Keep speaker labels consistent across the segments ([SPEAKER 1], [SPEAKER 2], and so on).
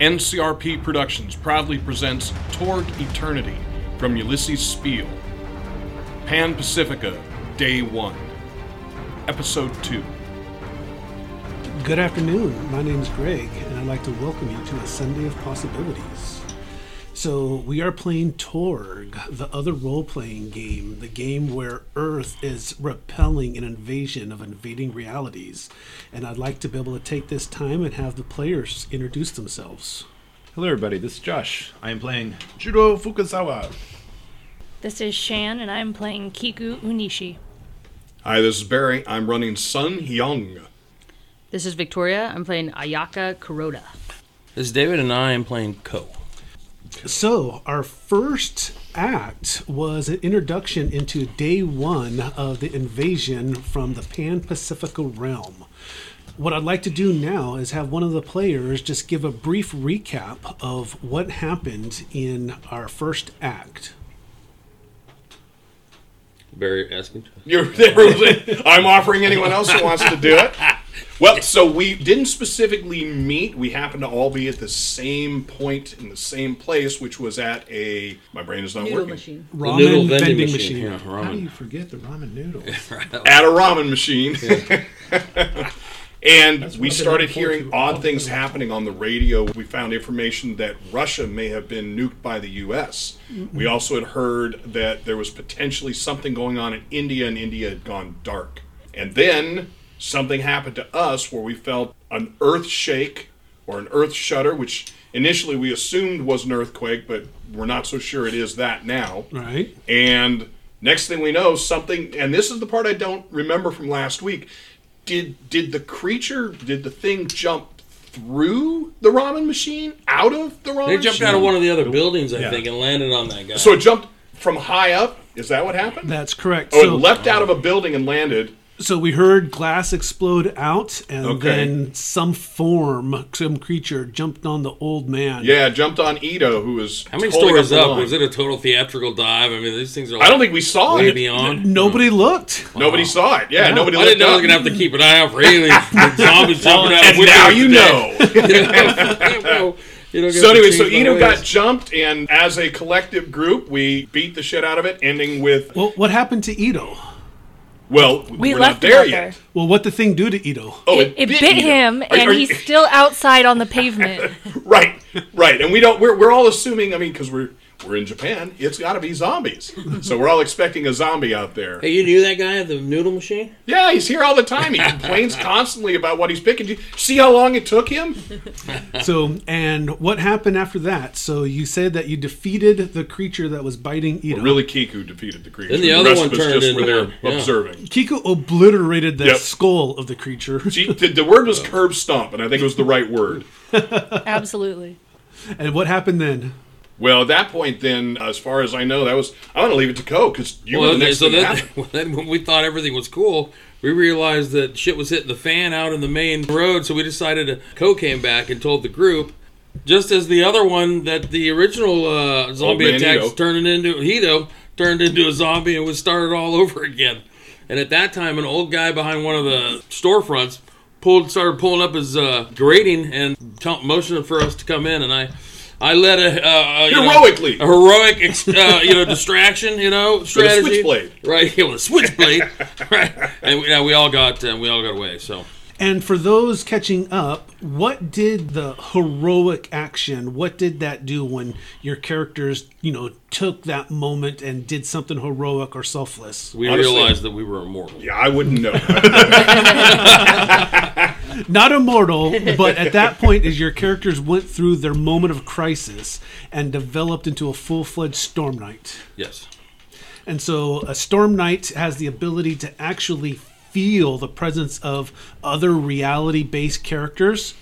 [SPEAKER 1] NCRP Productions proudly presents Toward Eternity from Ulysses Spiel. Pan Pacifica, Day 1, Episode 2.
[SPEAKER 2] Good afternoon. My name is Greg, and I'd like to welcome you to a Sunday of Possibilities. So, we are playing Torg, the other role playing game, the game where Earth is repelling an invasion of invading realities. And I'd like to be able to take this time and have the players introduce themselves.
[SPEAKER 3] Hello, everybody. This is Josh. I am playing Juro Fukasawa.
[SPEAKER 4] This is Shan, and I'm playing Kiku Unishi.
[SPEAKER 1] Hi, this is Barry. I'm running Sun Hyung.
[SPEAKER 5] This is Victoria. I'm playing Ayaka Kuroda.
[SPEAKER 6] This is David, and I am playing Co.
[SPEAKER 2] So, our first act was an introduction into day one of the invasion from the Pan Pacifica realm. What I'd like to do now is have one of the players just give a brief recap of what happened in our first act.
[SPEAKER 6] Barry asking.
[SPEAKER 1] You're there. I'm offering anyone else who wants to do it. Well, so we didn't specifically meet. We happened to all be at the same point in the same place, which was at a. My brain is not
[SPEAKER 5] Noodle
[SPEAKER 1] working.
[SPEAKER 5] machine.
[SPEAKER 2] Ramen
[SPEAKER 6] noodle vending machine, yeah,
[SPEAKER 2] How do
[SPEAKER 6] ramen.
[SPEAKER 2] you forget the ramen noodles?
[SPEAKER 1] at a ramen machine. and we started hearing odd things happening on the radio. We found information that Russia may have been nuked by the US. We also had heard that there was potentially something going on in India and India had gone dark. And then something happened to us where we felt an earth shake or an earth shudder, which initially we assumed was an earthquake, but we're not so sure it is that now.
[SPEAKER 2] Right?
[SPEAKER 1] And next thing we know, something and this is the part I don't remember from last week. Did did the creature did the thing jump through the ramen machine? Out of the ramen
[SPEAKER 6] They jumped
[SPEAKER 1] machine?
[SPEAKER 6] out of one of the other buildings, I think, and landed on that guy.
[SPEAKER 1] So it jumped from high up? Is that what happened?
[SPEAKER 2] That's correct.
[SPEAKER 1] oh, it leapt out of a building and landed.
[SPEAKER 2] So we heard glass explode out, and
[SPEAKER 1] Okay.
[SPEAKER 2] then some form, some creature, jumped on the old man.
[SPEAKER 1] Yeah, it jumped on Ito, who was
[SPEAKER 6] How many
[SPEAKER 1] holding
[SPEAKER 6] stories
[SPEAKER 1] the
[SPEAKER 6] up?
[SPEAKER 1] line.
[SPEAKER 6] Was it a total theatrical dive? I mean, these things are. Like
[SPEAKER 1] I don't think we saw
[SPEAKER 6] way
[SPEAKER 1] it.
[SPEAKER 6] beyond.
[SPEAKER 2] Nobody
[SPEAKER 1] Mm.
[SPEAKER 2] looked.
[SPEAKER 1] Nobody saw it. Yeah, nobody.
[SPEAKER 6] I
[SPEAKER 1] looked
[SPEAKER 6] didn't know I was
[SPEAKER 1] up.
[SPEAKER 6] gonna have to keep an eye out for aliens, for zombies jumping out. of
[SPEAKER 1] And
[SPEAKER 6] windows
[SPEAKER 1] now you
[SPEAKER 6] today.
[SPEAKER 1] know.
[SPEAKER 6] You know, you don't
[SPEAKER 1] So
[SPEAKER 6] get to
[SPEAKER 1] anyway, so
[SPEAKER 6] change my
[SPEAKER 1] Ito got
[SPEAKER 6] ways.
[SPEAKER 1] jumped, and as a collective group, we beat the shit out of it, ending with
[SPEAKER 2] Well, what happened to Ito?
[SPEAKER 1] well,
[SPEAKER 4] We
[SPEAKER 1] we are
[SPEAKER 4] left
[SPEAKER 1] not
[SPEAKER 4] him
[SPEAKER 1] there
[SPEAKER 4] out
[SPEAKER 1] yet.
[SPEAKER 4] there.
[SPEAKER 2] Well, what the thing do to Ito?
[SPEAKER 1] Oh,
[SPEAKER 4] It, it bit,
[SPEAKER 1] Ito.
[SPEAKER 4] him,
[SPEAKER 1] Are-
[SPEAKER 4] and
[SPEAKER 1] are you-
[SPEAKER 4] he's still outside on the pavement.
[SPEAKER 1] right, right, and we don't. We're, we're all assuming. I mean, because we're we're in Japan, it's got to be zombies. so we're all expecting a zombie out there.
[SPEAKER 6] Hey, you knew that guy at the noodle machine?
[SPEAKER 1] Yeah, he's here all the time. He complains constantly about what he's picking. Do you see how long it took him? Oh.
[SPEAKER 2] So, and what happened after that? So you said that you defeated the creature that was biting Ito.
[SPEAKER 1] Oh, Really, Kiku defeated the creature.
[SPEAKER 6] Then the other
[SPEAKER 1] rest
[SPEAKER 6] one
[SPEAKER 1] of us
[SPEAKER 6] turned
[SPEAKER 1] just were
[SPEAKER 6] into
[SPEAKER 1] there
[SPEAKER 6] one, yeah.
[SPEAKER 1] observing.
[SPEAKER 2] Kiku obliterated the
[SPEAKER 1] Yep.
[SPEAKER 2] skull of the creature,
[SPEAKER 1] She, the, the word was curb stomp, and I think it was the right word.
[SPEAKER 4] Absolutely.
[SPEAKER 2] and what happened then?
[SPEAKER 1] Well, at that point, then, as far as I know, that was I'm going to leave it to Co because you were the
[SPEAKER 6] Well, then,
[SPEAKER 1] next
[SPEAKER 6] so
[SPEAKER 1] thing that
[SPEAKER 6] then,
[SPEAKER 1] happened.
[SPEAKER 6] well, then when we thought everything was cool, we realized that shit was hitting the fan out in the main road. So we decided to co came back and told the group, just as the other one that the original uh, zombie
[SPEAKER 1] Oh, man
[SPEAKER 6] attack
[SPEAKER 1] Hito.
[SPEAKER 6] turned into Hito turned into a zombie and was started all over again. And at that time, an old guy behind one of the storefronts pulled started pulling up his uh, grating and t- motioned for us to come in, and I. I led a, uh, uh, you know,
[SPEAKER 1] Heroically.
[SPEAKER 6] a heroic, ex- uh, you know, distraction, you know,
[SPEAKER 1] a
[SPEAKER 6] strategy.
[SPEAKER 1] switchblade.
[SPEAKER 6] Right, yeah, with a switchblade. right, and we, yeah, we all got uh, we all got away. So
[SPEAKER 2] And for those catching up, what did the heroic action? What did that do when your characters, you know, took that moment and did something heroic or selfless?
[SPEAKER 6] we
[SPEAKER 1] Honestly-
[SPEAKER 6] realized that we were immortal.
[SPEAKER 1] Yeah, I wouldn't know.
[SPEAKER 2] Not immortal, but at that point, as your characters went through their moment of crisis and developed into a full-fledged storm knight.
[SPEAKER 6] Yes.
[SPEAKER 2] And so a Storm Knight has the ability to actually feel the presence of other reality based characters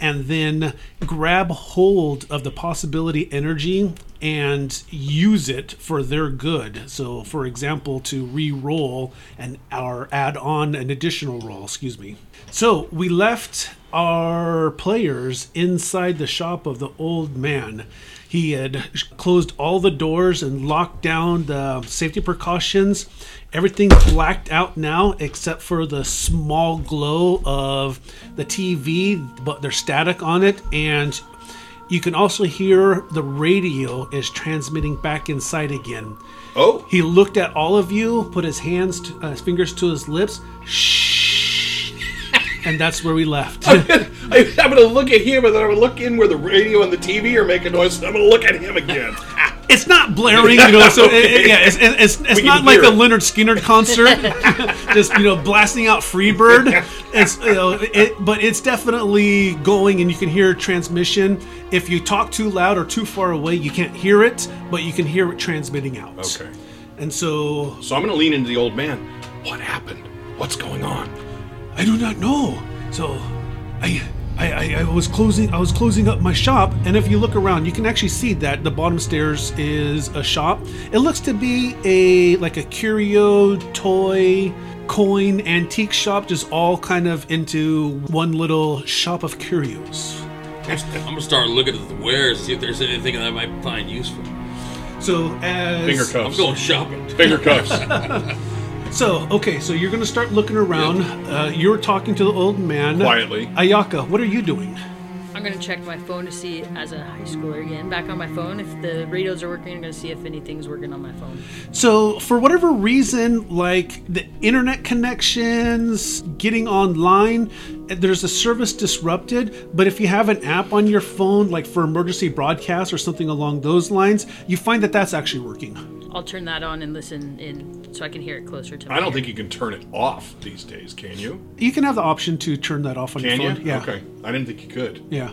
[SPEAKER 2] and then grab hold of the possibility energy and use it for their good. So, for example, to re roll and or add on an additional roll, excuse me. So, we left our players inside the shop of the old man. He had closed all the doors and locked down the safety precautions. Everything's blacked out now except for the small glow of the TV, but there's static on it. And You can also hear the radio is transmitting back inside again.
[SPEAKER 1] Oh,
[SPEAKER 2] He looked at all of you, put his hands, to, uh, his fingers to his lips, shh, and that's where we left.
[SPEAKER 1] I, I'm gonna look at him, and then I'm gonna look in where the radio and the TV are making noise. And I'm gonna look at him again.
[SPEAKER 2] it's not blaring, you know. So it- it- yeah, it's, it's, it's,
[SPEAKER 1] We can
[SPEAKER 2] not like
[SPEAKER 1] hear
[SPEAKER 2] a
[SPEAKER 1] it.
[SPEAKER 2] Leonard Skinner concert, just you know, blasting out Freebird. It's you know, it, but it's definitely going, and you can hear transmission. If you talk too loud or too far away, you can't hear it, but you can hear it transmitting out.
[SPEAKER 1] Okay.
[SPEAKER 2] And so
[SPEAKER 1] So I'm gonna lean into the old man. What happened? What's going on?
[SPEAKER 2] I do not know. So, I, I, I, I was closing. I was closing up my shop, and if you look around, you can actually see that the bottom stairs is a shop. It looks to be a like a curio, toy, coin, antique shop, just all kind of into one little shop of curios.
[SPEAKER 6] I'm gonna start looking at the wares, see if there's anything that I might find useful.
[SPEAKER 2] So as
[SPEAKER 1] Finger
[SPEAKER 6] I'm
[SPEAKER 1] cuffs.
[SPEAKER 6] going shopping.
[SPEAKER 1] Finger cuffs.
[SPEAKER 2] so okay, so you're gonna start looking around. Uh, you're talking to the old man
[SPEAKER 1] Quietly.
[SPEAKER 2] Ayaka, what are you doing?
[SPEAKER 5] I'm gonna check my phone to see, as a high schooler again, back on my phone if the radios are working. I'm gonna see if anything's working on my phone.
[SPEAKER 2] So, for whatever reason, like the internet connections, getting online, there's a service disrupted. But if you have an app on your phone, like for emergency broadcast or something along those lines, you find that that's actually working.
[SPEAKER 5] I'll turn that on and listen in so I can hear it closer to me.
[SPEAKER 1] I don't think you can turn it off these days, can you?
[SPEAKER 2] You can have the option to turn that off on
[SPEAKER 1] Can
[SPEAKER 2] your
[SPEAKER 1] you?
[SPEAKER 2] phone. Yeah.
[SPEAKER 1] Okay. I didn't think you could.
[SPEAKER 2] Yeah.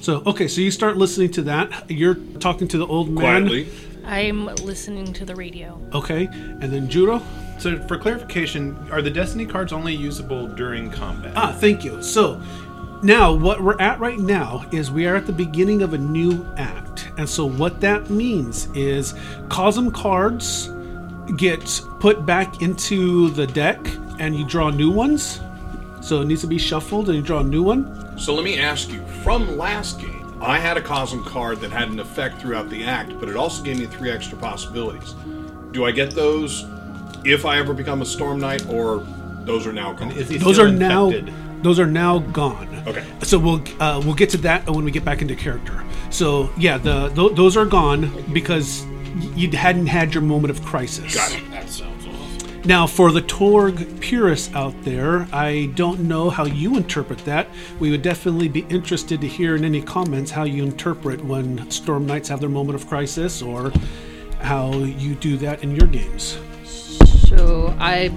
[SPEAKER 2] So, okay, so you start listening to that. You're talking to the old man.
[SPEAKER 1] Quietly.
[SPEAKER 4] I'm listening to the radio.
[SPEAKER 2] Okay. And then Juro.
[SPEAKER 3] So, for clarification, are the Destiny cards only usable during combat?
[SPEAKER 2] Ah, thank you. So now what we're at right now is we are at the beginning of a new act. And so what that means is Cosm cards get put back into the deck and you draw new ones. So it needs to be shuffled and you draw a new one.
[SPEAKER 1] So let me ask you from last game, I had a Cosm card that had an effect throughout the act, but it also gave me three extra possibilities. Do I get those if I ever become a Storm Knight, or those are now gone?
[SPEAKER 3] Is he
[SPEAKER 2] Those
[SPEAKER 3] still
[SPEAKER 2] are now
[SPEAKER 3] infected?
[SPEAKER 2] those are now gone.
[SPEAKER 1] Okay.
[SPEAKER 2] So we'll uh, we'll get to that when we get back into character. So yeah, the th- those are gone because y- you hadn't had your moment of crisis.
[SPEAKER 1] Got it.
[SPEAKER 6] That sounds awesome.
[SPEAKER 2] Now, for the Torg purists out there, I don't know how you interpret that. We would definitely be interested to hear in any comments how you interpret when Storm Knights have their moment of crisis or how you do that in your games.
[SPEAKER 5] So I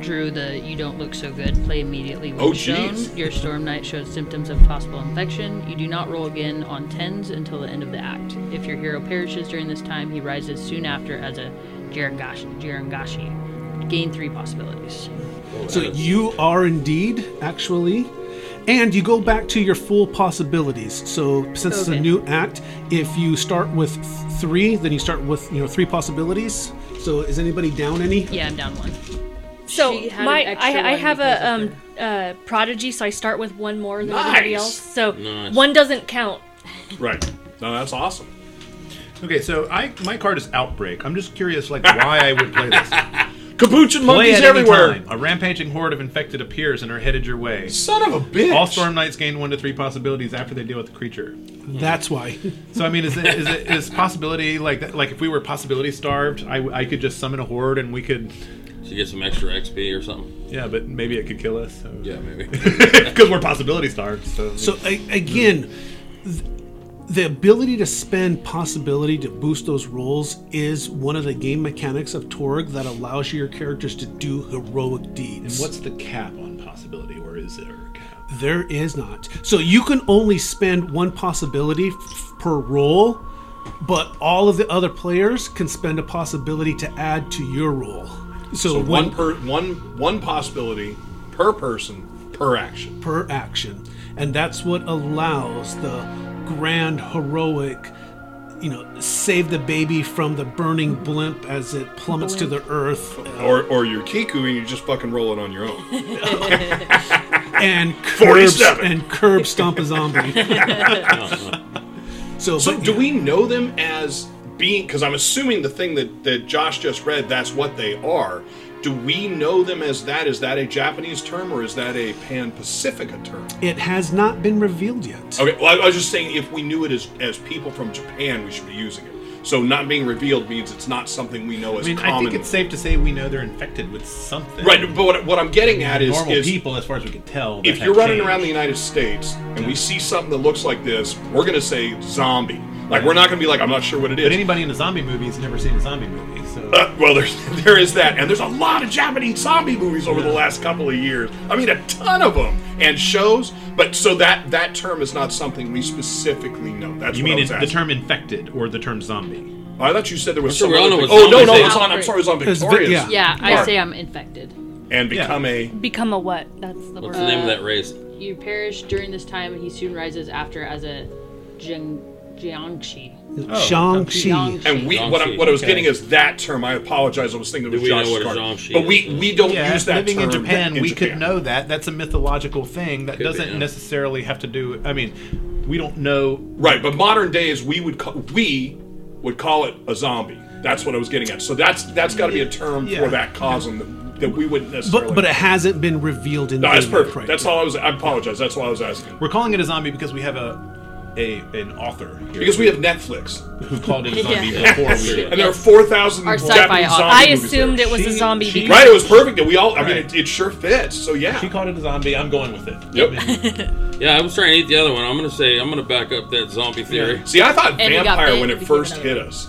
[SPEAKER 5] drew the "You don't look so good" play immediately when
[SPEAKER 1] Oh,
[SPEAKER 5] shown.
[SPEAKER 1] jeez.
[SPEAKER 5] Your storm knight showed symptoms of possible infection. You do not roll again on tens until the end of the act. If your hero perishes during this time, he rises soon after as a Jirangashi. Jirangashi. Gain three possibilities.
[SPEAKER 2] So you are indeed, actually. And you go back to your full possibilities. So since it's a
[SPEAKER 5] Okay.
[SPEAKER 2] new act, if you start with three, then you start with you know three possibilities. So is anybody down any?
[SPEAKER 5] Yeah, I'm down one.
[SPEAKER 4] So
[SPEAKER 5] She had an
[SPEAKER 4] my
[SPEAKER 5] extra
[SPEAKER 4] I, I
[SPEAKER 5] one
[SPEAKER 4] have a
[SPEAKER 5] because
[SPEAKER 4] um uh prodigy, so I start with one more than everybody
[SPEAKER 1] Nice.
[SPEAKER 4] else. So
[SPEAKER 6] Nice.
[SPEAKER 4] one doesn't count.
[SPEAKER 1] Right. No, that's awesome.
[SPEAKER 3] Okay, so I my card is Outbreak. I'm just curious, like, why I would play this.
[SPEAKER 1] Capuchin
[SPEAKER 3] Play
[SPEAKER 1] monkeys
[SPEAKER 3] at
[SPEAKER 1] everywhere.
[SPEAKER 3] Any time. A rampaging horde of infected appears and are headed your way.
[SPEAKER 1] Son of a bitch.
[SPEAKER 3] All Storm Knights gain one to three possibilities after they deal with the creature.
[SPEAKER 2] That's why.
[SPEAKER 3] So I mean, is it, is it is possibility like that, like if we were possibility starved, I, I could just summon a horde and we could
[SPEAKER 6] Should get some extra XP or something.
[SPEAKER 3] yeah, but maybe it could kill us. So.
[SPEAKER 6] Yeah, maybe.
[SPEAKER 3] because we're possibility starved. So,
[SPEAKER 2] So a- again, th- the ability to spend possibility to boost those rolls is one of the game mechanics of Torg that allows your characters to do heroic deeds.
[SPEAKER 3] what's the cap on possibility, or is there a cap?
[SPEAKER 2] there is not. So you can only spend one possibility f- per roll, but all of the other players can spend a possibility to add to your roll. So,
[SPEAKER 1] So
[SPEAKER 2] one,
[SPEAKER 1] one per one one possibility per person per action.
[SPEAKER 2] per action. And that's what allows the grand heroic, you know, save the baby from the burning blimp as it plummets to the earth.
[SPEAKER 1] Or or you're Kiku and you just fucking roll it on your own.
[SPEAKER 2] and curb
[SPEAKER 1] 47.
[SPEAKER 2] and curb stomp a zombie. so,
[SPEAKER 1] So
[SPEAKER 2] but-
[SPEAKER 1] do we know them as being? Because I'm assuming the thing that that Josh just read, that's what they are. Do we know them as that? Is that a Japanese term or is that a Pan Pacifica term?
[SPEAKER 2] It has not been revealed yet.
[SPEAKER 1] Okay, well, I, I was just saying if we knew it as, as people from Japan, we should be using it. So not being revealed means it's not something we know as
[SPEAKER 3] I mean, I
[SPEAKER 1] common.
[SPEAKER 3] think it's safe to say we know they're infected with something.
[SPEAKER 1] right, but what, what I'm getting at is,
[SPEAKER 3] normal
[SPEAKER 1] is
[SPEAKER 3] people, as far as we can tell.
[SPEAKER 1] if
[SPEAKER 3] that
[SPEAKER 1] you're
[SPEAKER 3] have
[SPEAKER 1] running around the
[SPEAKER 3] changed.
[SPEAKER 1] United States and we see something that looks like this, we're going to say zombie. Like, we're not going to be like, I'm not sure what it is.
[SPEAKER 3] but anybody in a zombie movie has never seen a zombie movie, so
[SPEAKER 1] Uh, well, there's there is that, and there's a lot of Japanese zombie movies over the last couple of years. I mean, a ton of them and shows. But so that that term is not something we specifically know. That's
[SPEAKER 3] you
[SPEAKER 1] what I
[SPEAKER 3] mean it,
[SPEAKER 1] was
[SPEAKER 3] the
[SPEAKER 1] asking.
[SPEAKER 3] term infected or the term zombie?
[SPEAKER 1] I thought you said there was.
[SPEAKER 6] sure
[SPEAKER 1] some
[SPEAKER 6] we all
[SPEAKER 1] other
[SPEAKER 6] know
[SPEAKER 1] thing-
[SPEAKER 6] what
[SPEAKER 1] Oh no, no,
[SPEAKER 6] zombie
[SPEAKER 1] it's
[SPEAKER 4] is.
[SPEAKER 1] on. I'm sorry, it's on
[SPEAKER 2] It's vi-
[SPEAKER 1] Victoria's.
[SPEAKER 2] yeah.
[SPEAKER 5] Yeah, I
[SPEAKER 1] Mark.
[SPEAKER 5] say I'm infected.
[SPEAKER 1] and become a.
[SPEAKER 4] Become a what? That's the
[SPEAKER 6] What's
[SPEAKER 4] word.
[SPEAKER 6] the name of that race?
[SPEAKER 5] You perish during this time, and he soon rises after as a Jing, Jiangshi.
[SPEAKER 2] Shang-Chi.
[SPEAKER 1] Oh, And we, what, I,
[SPEAKER 6] Zhongxi,
[SPEAKER 1] what I was
[SPEAKER 3] okay.
[SPEAKER 1] getting is that term. I apologize. I was thinking it was
[SPEAKER 6] we know
[SPEAKER 1] Josh
[SPEAKER 6] what a
[SPEAKER 1] Carter.
[SPEAKER 6] zhongxi
[SPEAKER 1] but we
[SPEAKER 6] is?
[SPEAKER 1] we don't
[SPEAKER 3] Yeah,
[SPEAKER 1] use that
[SPEAKER 3] living
[SPEAKER 1] term
[SPEAKER 3] in Japan,
[SPEAKER 1] in
[SPEAKER 3] we could
[SPEAKER 1] Japan.
[SPEAKER 3] know that. That's a mythological thing that
[SPEAKER 6] Could be,
[SPEAKER 3] doesn't
[SPEAKER 6] yeah.
[SPEAKER 3] necessarily have to do. I mean, we don't know.
[SPEAKER 1] Right, but modern days we would call, we would call it a zombie. That's what I was getting at. So that's that's got to be a term
[SPEAKER 3] Yeah.
[SPEAKER 1] for that cosm that, that we wouldn't necessarily.
[SPEAKER 2] But but it hasn't been revealed in
[SPEAKER 1] no,
[SPEAKER 2] the
[SPEAKER 1] that's
[SPEAKER 2] game
[SPEAKER 1] perfect.
[SPEAKER 2] right
[SPEAKER 1] That's all I was. I apologize. That's why I was asking
[SPEAKER 3] We're calling it a zombie because we have a, a an author here
[SPEAKER 1] because we have Netflix
[SPEAKER 3] who called it a zombie
[SPEAKER 5] Yeah.
[SPEAKER 3] before we
[SPEAKER 1] and there are four thousand
[SPEAKER 5] Our
[SPEAKER 1] Japanese
[SPEAKER 5] sci-fi
[SPEAKER 1] zombie
[SPEAKER 5] author.
[SPEAKER 4] I
[SPEAKER 1] movies
[SPEAKER 4] assumed
[SPEAKER 1] there.
[SPEAKER 4] it was a
[SPEAKER 3] She-
[SPEAKER 4] zombie
[SPEAKER 3] she-
[SPEAKER 4] because
[SPEAKER 1] right. It was perfect. that We all. I mean, it,
[SPEAKER 3] Right.
[SPEAKER 1] it sure fits. So yeah.
[SPEAKER 3] She called it a zombie. I'm going with it.
[SPEAKER 1] Yep.
[SPEAKER 3] I mean,
[SPEAKER 6] Yeah, I was trying to eat the other one. I'm gonna say I'm gonna back up that zombie theory.
[SPEAKER 1] See, I thought
[SPEAKER 5] And he got
[SPEAKER 1] vampire
[SPEAKER 5] big
[SPEAKER 1] when
[SPEAKER 5] and
[SPEAKER 1] it
[SPEAKER 5] became
[SPEAKER 1] first
[SPEAKER 5] another
[SPEAKER 1] hit
[SPEAKER 5] one.
[SPEAKER 1] us.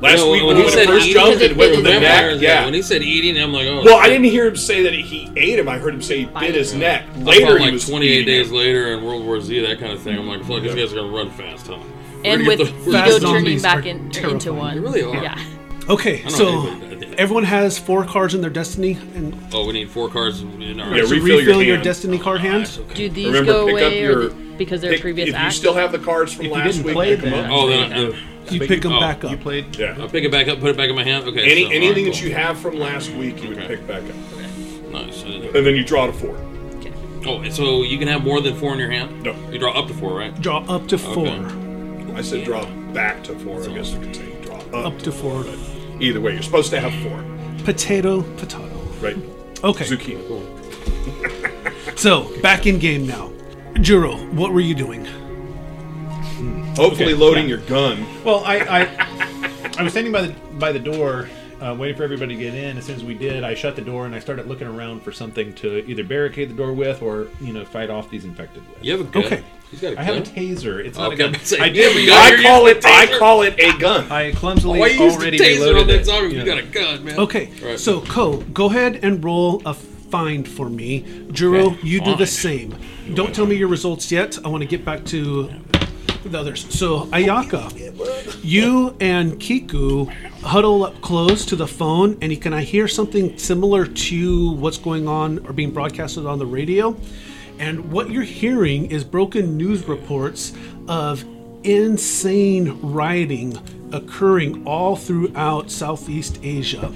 [SPEAKER 1] Last
[SPEAKER 6] No,
[SPEAKER 1] week when,
[SPEAKER 6] when he
[SPEAKER 1] it
[SPEAKER 6] said
[SPEAKER 1] first
[SPEAKER 6] eating-
[SPEAKER 1] jumped and went
[SPEAKER 5] because
[SPEAKER 1] to
[SPEAKER 5] it bit
[SPEAKER 1] the
[SPEAKER 6] Vampires,
[SPEAKER 1] neck,
[SPEAKER 6] yeah,
[SPEAKER 1] yeah.
[SPEAKER 6] When he said eating, I'm like, oh.
[SPEAKER 1] Well, I didn't hear him say that he ate him. I heard him say he bit
[SPEAKER 5] Bite
[SPEAKER 1] his
[SPEAKER 5] him.
[SPEAKER 1] neck.
[SPEAKER 6] I felt
[SPEAKER 1] Later,
[SPEAKER 6] like
[SPEAKER 1] he was
[SPEAKER 6] 28
[SPEAKER 1] eating
[SPEAKER 6] days
[SPEAKER 1] him.
[SPEAKER 6] later in World War Z, that kind of thing. I'm like, fuck, these guys are gonna run fast, huh? We're
[SPEAKER 5] And
[SPEAKER 6] gonna
[SPEAKER 5] with
[SPEAKER 6] get the-
[SPEAKER 5] Fido turning
[SPEAKER 2] Fast zombies
[SPEAKER 5] back
[SPEAKER 2] are
[SPEAKER 5] in, into
[SPEAKER 2] terrifying.
[SPEAKER 5] one.
[SPEAKER 6] They really are.
[SPEAKER 5] Yeah.
[SPEAKER 2] Okay,
[SPEAKER 6] don't
[SPEAKER 2] so
[SPEAKER 6] think we did.
[SPEAKER 2] everyone has four cards in their destiny, and
[SPEAKER 6] Oh, we need four cards in our.
[SPEAKER 1] Yeah,
[SPEAKER 2] to
[SPEAKER 1] refill
[SPEAKER 2] refill,
[SPEAKER 1] your
[SPEAKER 2] your,
[SPEAKER 1] hand.
[SPEAKER 2] destiny card hand.
[SPEAKER 6] That's okay.
[SPEAKER 5] Do these
[SPEAKER 1] Remember,
[SPEAKER 5] go
[SPEAKER 1] pick up
[SPEAKER 5] away
[SPEAKER 1] your-
[SPEAKER 5] or th- because they're
[SPEAKER 1] Pick-
[SPEAKER 5] previous
[SPEAKER 1] if
[SPEAKER 5] acts?
[SPEAKER 1] you still have the cards from
[SPEAKER 3] if you
[SPEAKER 1] last
[SPEAKER 3] didn't
[SPEAKER 1] week,
[SPEAKER 3] play
[SPEAKER 1] pick 'em
[SPEAKER 3] that,
[SPEAKER 1] up.
[SPEAKER 6] Oh, then I,
[SPEAKER 2] You pick them
[SPEAKER 6] oh,
[SPEAKER 2] back up.
[SPEAKER 3] you played.
[SPEAKER 1] Yeah.
[SPEAKER 6] I'll pick it back up, put it back in my hand. Okay.
[SPEAKER 1] Any
[SPEAKER 6] so,
[SPEAKER 1] anything
[SPEAKER 6] alright,
[SPEAKER 1] that you have from last week, you would
[SPEAKER 6] Okay.
[SPEAKER 1] pick back up,
[SPEAKER 6] cool. Nice. I didn't-
[SPEAKER 1] and then you draw to four.
[SPEAKER 6] Oh, and so you can have more than four in your hand?
[SPEAKER 1] No.
[SPEAKER 6] You draw up to four, right?
[SPEAKER 2] Draw up to four.
[SPEAKER 1] I said draw back to four. I guess you could say draw up.
[SPEAKER 2] Up to four.
[SPEAKER 1] Either way, you're supposed to have four,
[SPEAKER 2] Potato, potato.
[SPEAKER 1] right?
[SPEAKER 2] Okay,
[SPEAKER 1] Zucchini.
[SPEAKER 2] so back in game now. Juro, what were you doing?
[SPEAKER 1] Hopefully,
[SPEAKER 3] Okay,
[SPEAKER 1] loading
[SPEAKER 3] yeah.
[SPEAKER 1] your gun.
[SPEAKER 3] Well, I, I I was standing by the by the door, uh, waiting for everybody to get in. As soon as we did, I shut the door and I started looking around for something to either barricade the door with or you know fight off these infected with.
[SPEAKER 6] You have a gun.
[SPEAKER 2] Okay.
[SPEAKER 6] He's got a
[SPEAKER 3] I
[SPEAKER 6] gun.
[SPEAKER 3] have a taser. It's not
[SPEAKER 6] Okay,
[SPEAKER 3] a gun.
[SPEAKER 6] I'm saying,
[SPEAKER 3] I
[SPEAKER 6] you have a gun.
[SPEAKER 1] I
[SPEAKER 6] you're
[SPEAKER 1] call
[SPEAKER 6] using
[SPEAKER 1] it. I
[SPEAKER 6] taser?
[SPEAKER 1] call it a gun.
[SPEAKER 3] I clumsily
[SPEAKER 6] Why you use the
[SPEAKER 3] already
[SPEAKER 6] taser on
[SPEAKER 3] reloaded
[SPEAKER 6] that
[SPEAKER 3] it.
[SPEAKER 6] zombie?
[SPEAKER 3] Yeah.
[SPEAKER 6] You got a gun, man.
[SPEAKER 2] Okay,
[SPEAKER 6] Right.
[SPEAKER 2] so Co, go ahead and roll a find for me. Juro,
[SPEAKER 6] Okay,
[SPEAKER 2] you do the
[SPEAKER 6] find.
[SPEAKER 2] same. Don't tell me your results yet. I want to get back to the others. So Ayaka, you and Kiku huddle up close to the phone, and can I hear something similar to what's going on or being broadcasted on the radio? And what you're hearing is broken news reports of insane rioting occurring all throughout Southeast Asia.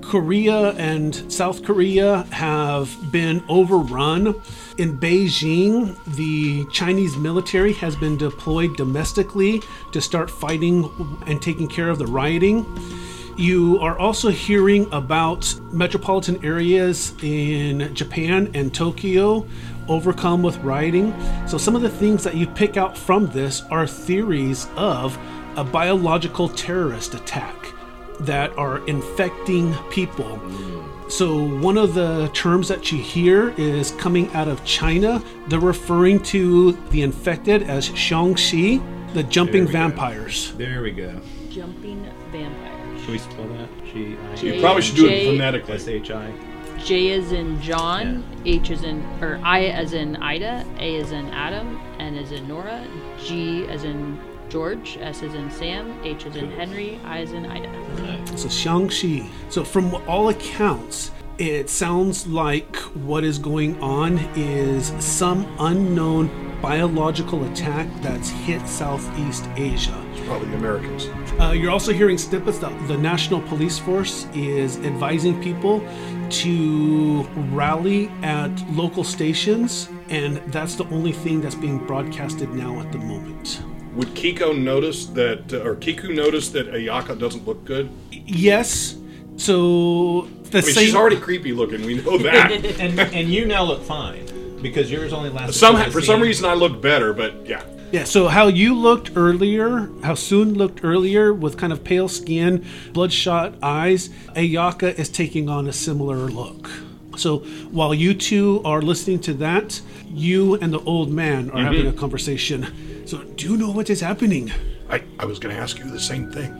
[SPEAKER 2] Korea and South Korea have been overrun. In Beijing, the Chinese military has been deployed domestically to start fighting and taking care of the rioting. You are also hearing about metropolitan areas in Japan and Tokyo overcome with rioting. So, some of the things that you pick out from this are theories of a biological terrorist attack that are infecting people. So, one of the terms that you hear is coming out of China. They're referring to the infected as Shangxi, the jumping
[SPEAKER 3] There we go.
[SPEAKER 2] vampires.
[SPEAKER 3] There we go.
[SPEAKER 5] Jumping vampires.
[SPEAKER 3] Should we spell that? G
[SPEAKER 5] J-
[SPEAKER 1] You
[SPEAKER 3] I
[SPEAKER 1] probably should do it
[SPEAKER 5] J-
[SPEAKER 3] S
[SPEAKER 1] phonetically.
[SPEAKER 3] H I.
[SPEAKER 5] J is in John, H is in, or I as in Ida, A is in Adam, N is in Nora, G as in George, S is in Sam, H is in Henry, I is in Ida.
[SPEAKER 2] So Shang-Chi. So from all accounts, it sounds like what is going on is some unknown biological attack that's hit Southeast Asia.
[SPEAKER 1] It's probably the Americans.
[SPEAKER 2] Uh, you're also hearing snippets that the National Police Force is advising people to rally at local stations, and that's the only thing that's being broadcasted now at the moment.
[SPEAKER 1] Would Kiko notice uh, that, or Kiku notice that Ayaka doesn't look good?
[SPEAKER 2] Yes. So the
[SPEAKER 1] I mean,
[SPEAKER 2] same.
[SPEAKER 1] she's already creepy looking. We know that.
[SPEAKER 3] and and you now look fine because yours only lasted.
[SPEAKER 1] Somehow,
[SPEAKER 3] till
[SPEAKER 1] for some
[SPEAKER 3] 15.
[SPEAKER 1] reason, I look better, but yeah.
[SPEAKER 2] Yeah, so how you looked earlier, how Soon looked earlier with kind of pale skin, bloodshot eyes, Ayaka is taking on a similar look. So while you two are listening to that, you and the old man are having a conversation. So, do you know what is happening?
[SPEAKER 1] I, I was going to ask you the same thing.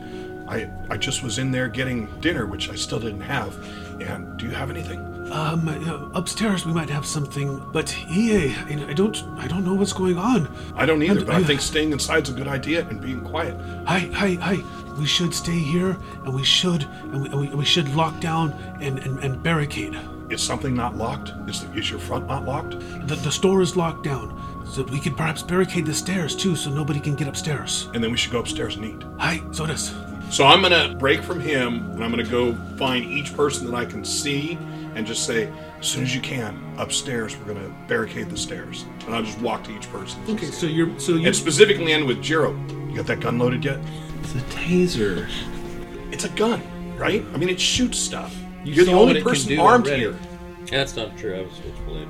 [SPEAKER 1] I I just was in there getting dinner, which I still didn't have. And do you have anything?
[SPEAKER 2] Um, uh, upstairs we might have something, but here, and I don't, I don't know what's going on.
[SPEAKER 1] I don't either,
[SPEAKER 2] I'm-
[SPEAKER 1] but I
[SPEAKER 2] I'm-
[SPEAKER 1] think staying inside's a good idea and being quiet.
[SPEAKER 2] Hi, hi, hi. We should stay here, and we should, and we, and we, and we should lock down and, and, and barricade.
[SPEAKER 1] Is something not locked? Is is your front not locked?
[SPEAKER 2] The, the store is locked down, so we could perhaps barricade the stairs too, so nobody can get upstairs.
[SPEAKER 1] And then we should go upstairs and eat.
[SPEAKER 2] Hi, Sodas.
[SPEAKER 1] So I'm gonna break from him, and I'm gonna go find each person that I can see, and just say, as soon as you can, upstairs, we're gonna barricade the stairs, and I'll just walk to each person.
[SPEAKER 2] Okay, so you're, so you,
[SPEAKER 1] And specifically end with Jiro. You got that gun loaded yet?
[SPEAKER 3] It's a taser.
[SPEAKER 1] It's a gun, right? I mean, it shoots stuff.
[SPEAKER 3] You
[SPEAKER 1] You are the
[SPEAKER 3] saw what
[SPEAKER 1] only
[SPEAKER 3] it can
[SPEAKER 1] person
[SPEAKER 3] do
[SPEAKER 1] armed
[SPEAKER 3] already.
[SPEAKER 1] here.
[SPEAKER 6] That's not true. I was switchblade.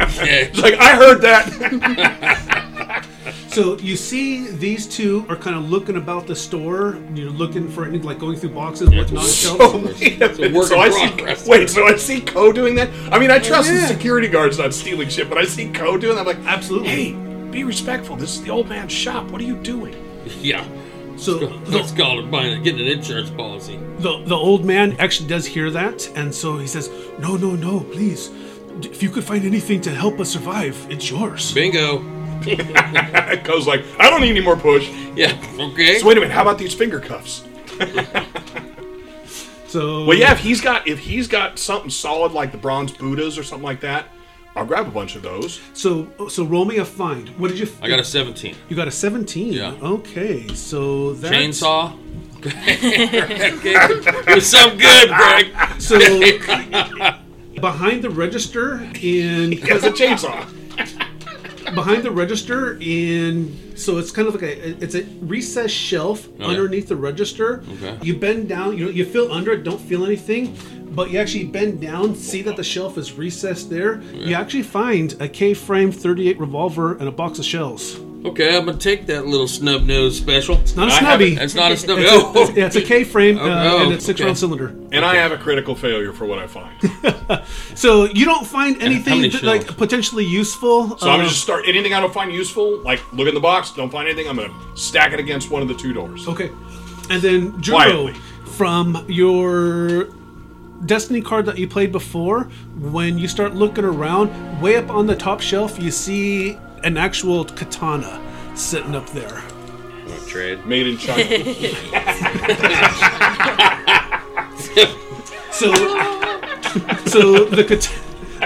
[SPEAKER 1] It's like I heard that.
[SPEAKER 2] so you see these two are kind of looking about the store. and You're looking for anything, like going through boxes,
[SPEAKER 6] Yeah.
[SPEAKER 2] whatnot. shelves.
[SPEAKER 1] oh, wait a
[SPEAKER 6] It's a
[SPEAKER 1] minute.
[SPEAKER 6] work
[SPEAKER 1] So
[SPEAKER 6] in
[SPEAKER 1] I see,
[SPEAKER 6] progress.
[SPEAKER 1] wait, so I see Ko doing that. I mean, I trust
[SPEAKER 2] yeah.
[SPEAKER 1] the security guards not stealing shit, but I see Ko doing. That. I'm like,
[SPEAKER 2] Absolutely.
[SPEAKER 1] Hey, be respectful. This is the old man's shop. What are you doing?
[SPEAKER 6] Yeah.
[SPEAKER 2] So
[SPEAKER 6] Let's call it buying, getting an insurance policy.
[SPEAKER 2] The, the old man actually does hear that, and so he says, No, no, no, please. D- If you could find anything to help us survive, it's yours.
[SPEAKER 6] Bingo.
[SPEAKER 1] Ko's like, I don't need any more push.
[SPEAKER 6] Yeah. Okay.
[SPEAKER 1] So wait a minute. How about these finger cuffs?
[SPEAKER 2] So,
[SPEAKER 1] Well, yeah. If he's got if he's got something solid like the bronze Buddhas or something like that, I'll grab a bunch of those.
[SPEAKER 2] so so roll me a find. What did you?
[SPEAKER 6] I got a 17.
[SPEAKER 2] You got a seventeen.
[SPEAKER 6] Yeah.
[SPEAKER 2] Okay, so that
[SPEAKER 6] Chainsaw. You're so good, Greg.
[SPEAKER 2] So behind the register in
[SPEAKER 1] He has a chainsaw.
[SPEAKER 2] behind the register in so it's kind of like a it's a recessed shelf
[SPEAKER 6] yeah.
[SPEAKER 2] underneath the register
[SPEAKER 6] Okay.
[SPEAKER 2] you bend down you know you feel under it don't feel anything but you actually bend down see that the shelf is recessed there you actually find a k-frame 38 revolver and a box of shells
[SPEAKER 6] Okay, I'm gonna take that little snub nose special. It's
[SPEAKER 2] not a snubby.
[SPEAKER 6] It's not a snubby.
[SPEAKER 2] It's a-
[SPEAKER 6] Oh,
[SPEAKER 2] yeah, it's a K-frame uh,
[SPEAKER 6] Oh,
[SPEAKER 2] and it's six
[SPEAKER 6] okay.
[SPEAKER 2] round cylinder.
[SPEAKER 1] And I have a critical failure for what I find. So
[SPEAKER 2] So you don't find anything
[SPEAKER 6] many
[SPEAKER 2] that, like
[SPEAKER 6] shells?
[SPEAKER 2] potentially useful.
[SPEAKER 1] I'm
[SPEAKER 2] uh,
[SPEAKER 1] gonna just start anything I don't find useful, like look in the box, don't find anything, I'm gonna stack it against one of the two doors.
[SPEAKER 2] Okay. And then Juro,
[SPEAKER 1] Quietly.
[SPEAKER 2] from your Destiny card that you played before, when you start looking around, way up on the top shelf, you see an actual katana sitting up there.
[SPEAKER 6] Wanna trade.
[SPEAKER 1] Made in China.
[SPEAKER 2] So, so the kat-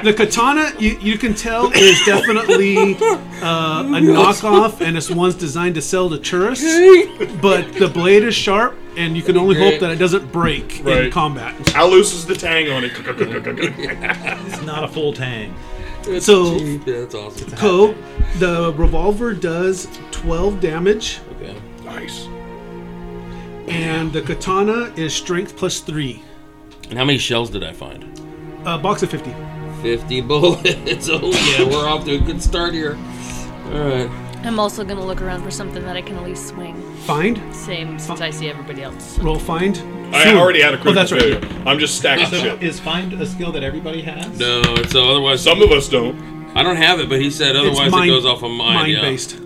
[SPEAKER 2] the katana you, you can tell is definitely uh, a knockoff, and it's one's designed to sell to tourists. But the blade is sharp, and you can only hope that it doesn't break in
[SPEAKER 1] Right.
[SPEAKER 2] combat.
[SPEAKER 1] How loose is the tang on it?
[SPEAKER 3] It's not a full tang.
[SPEAKER 2] So-
[SPEAKER 6] Gee, that's awesome.
[SPEAKER 2] Co, the revolver does 12 damage,
[SPEAKER 6] Okay.
[SPEAKER 1] nice.
[SPEAKER 2] and the katana is strength plus 3.
[SPEAKER 6] And how many shells did I find?
[SPEAKER 2] A box of 50.
[SPEAKER 6] 50 bullets. Oh yeah, we're off to a good start here. All right.
[SPEAKER 4] I'm also gonna look around for something that I can at least swing.
[SPEAKER 2] Find?
[SPEAKER 5] Same since I see everybody else.
[SPEAKER 2] Roll find.
[SPEAKER 1] I
[SPEAKER 2] Soon.
[SPEAKER 1] already had a critical
[SPEAKER 2] Oh, that's right.
[SPEAKER 1] failure. I'm just stacking
[SPEAKER 3] So
[SPEAKER 1] shit.
[SPEAKER 3] is find a skill that everybody has?
[SPEAKER 6] No, so otherwise,
[SPEAKER 1] Some of us don't.
[SPEAKER 6] I don't have it, but he said otherwise it goes off of mine. yeah.
[SPEAKER 2] based.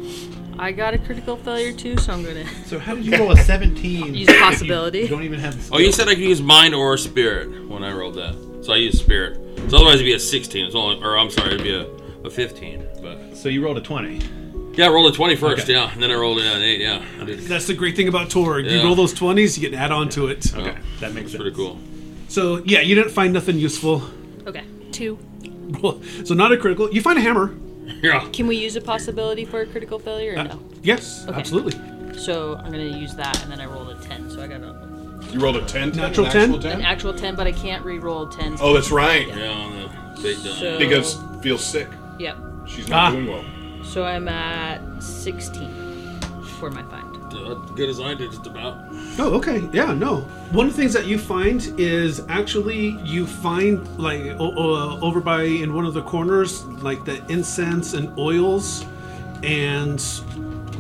[SPEAKER 5] I got a critical failure too, so I'm gonna
[SPEAKER 3] So how did you roll a 17?
[SPEAKER 5] Use possibility.
[SPEAKER 3] You don't even have the skill.
[SPEAKER 6] Oh, you said I could use mind or spirit when I rolled that. So I used spirit. So otherwise it'd be a 16. It's only, or I'm sorry, it'd be a, a 15. But
[SPEAKER 3] So you rolled a 20.
[SPEAKER 6] yeah, I rolled a 20 first, yeah, and then I rolled an 8, yeah. I did-
[SPEAKER 2] That's the great thing about Tor. You
[SPEAKER 6] Yeah.
[SPEAKER 2] roll those 20s, you can add on to it.
[SPEAKER 6] yeah.
[SPEAKER 3] That makes
[SPEAKER 6] Pretty
[SPEAKER 3] sense.
[SPEAKER 6] cool.
[SPEAKER 2] So, yeah, you didn't find nothing useful.
[SPEAKER 5] Okay.
[SPEAKER 4] Two.
[SPEAKER 2] so, not a critical. You find a hammer.
[SPEAKER 6] Yeah.
[SPEAKER 5] Can we use a possibility for a critical failure or no?
[SPEAKER 2] Yes, absolutely.
[SPEAKER 5] So I'm gonna use that and then I rolled a ten, so I got a,
[SPEAKER 1] You rolled a 10?
[SPEAKER 2] Natural
[SPEAKER 1] an actual
[SPEAKER 2] 10?
[SPEAKER 5] an actual ten, but I can't re-roll tens.
[SPEAKER 1] Oh, that's right.
[SPEAKER 6] Yeah, on the big dime.
[SPEAKER 5] So-
[SPEAKER 1] Because feels sick.
[SPEAKER 5] Yep.
[SPEAKER 1] She's not
[SPEAKER 2] Ah.
[SPEAKER 1] doing well.
[SPEAKER 5] So I'm at sixteen for my find.
[SPEAKER 6] uh, good as I did just about.
[SPEAKER 2] Oh, okay. Yeah, no. One of the things that you find is actually you find like o- o- over by in one of the corners like the incense and oils, and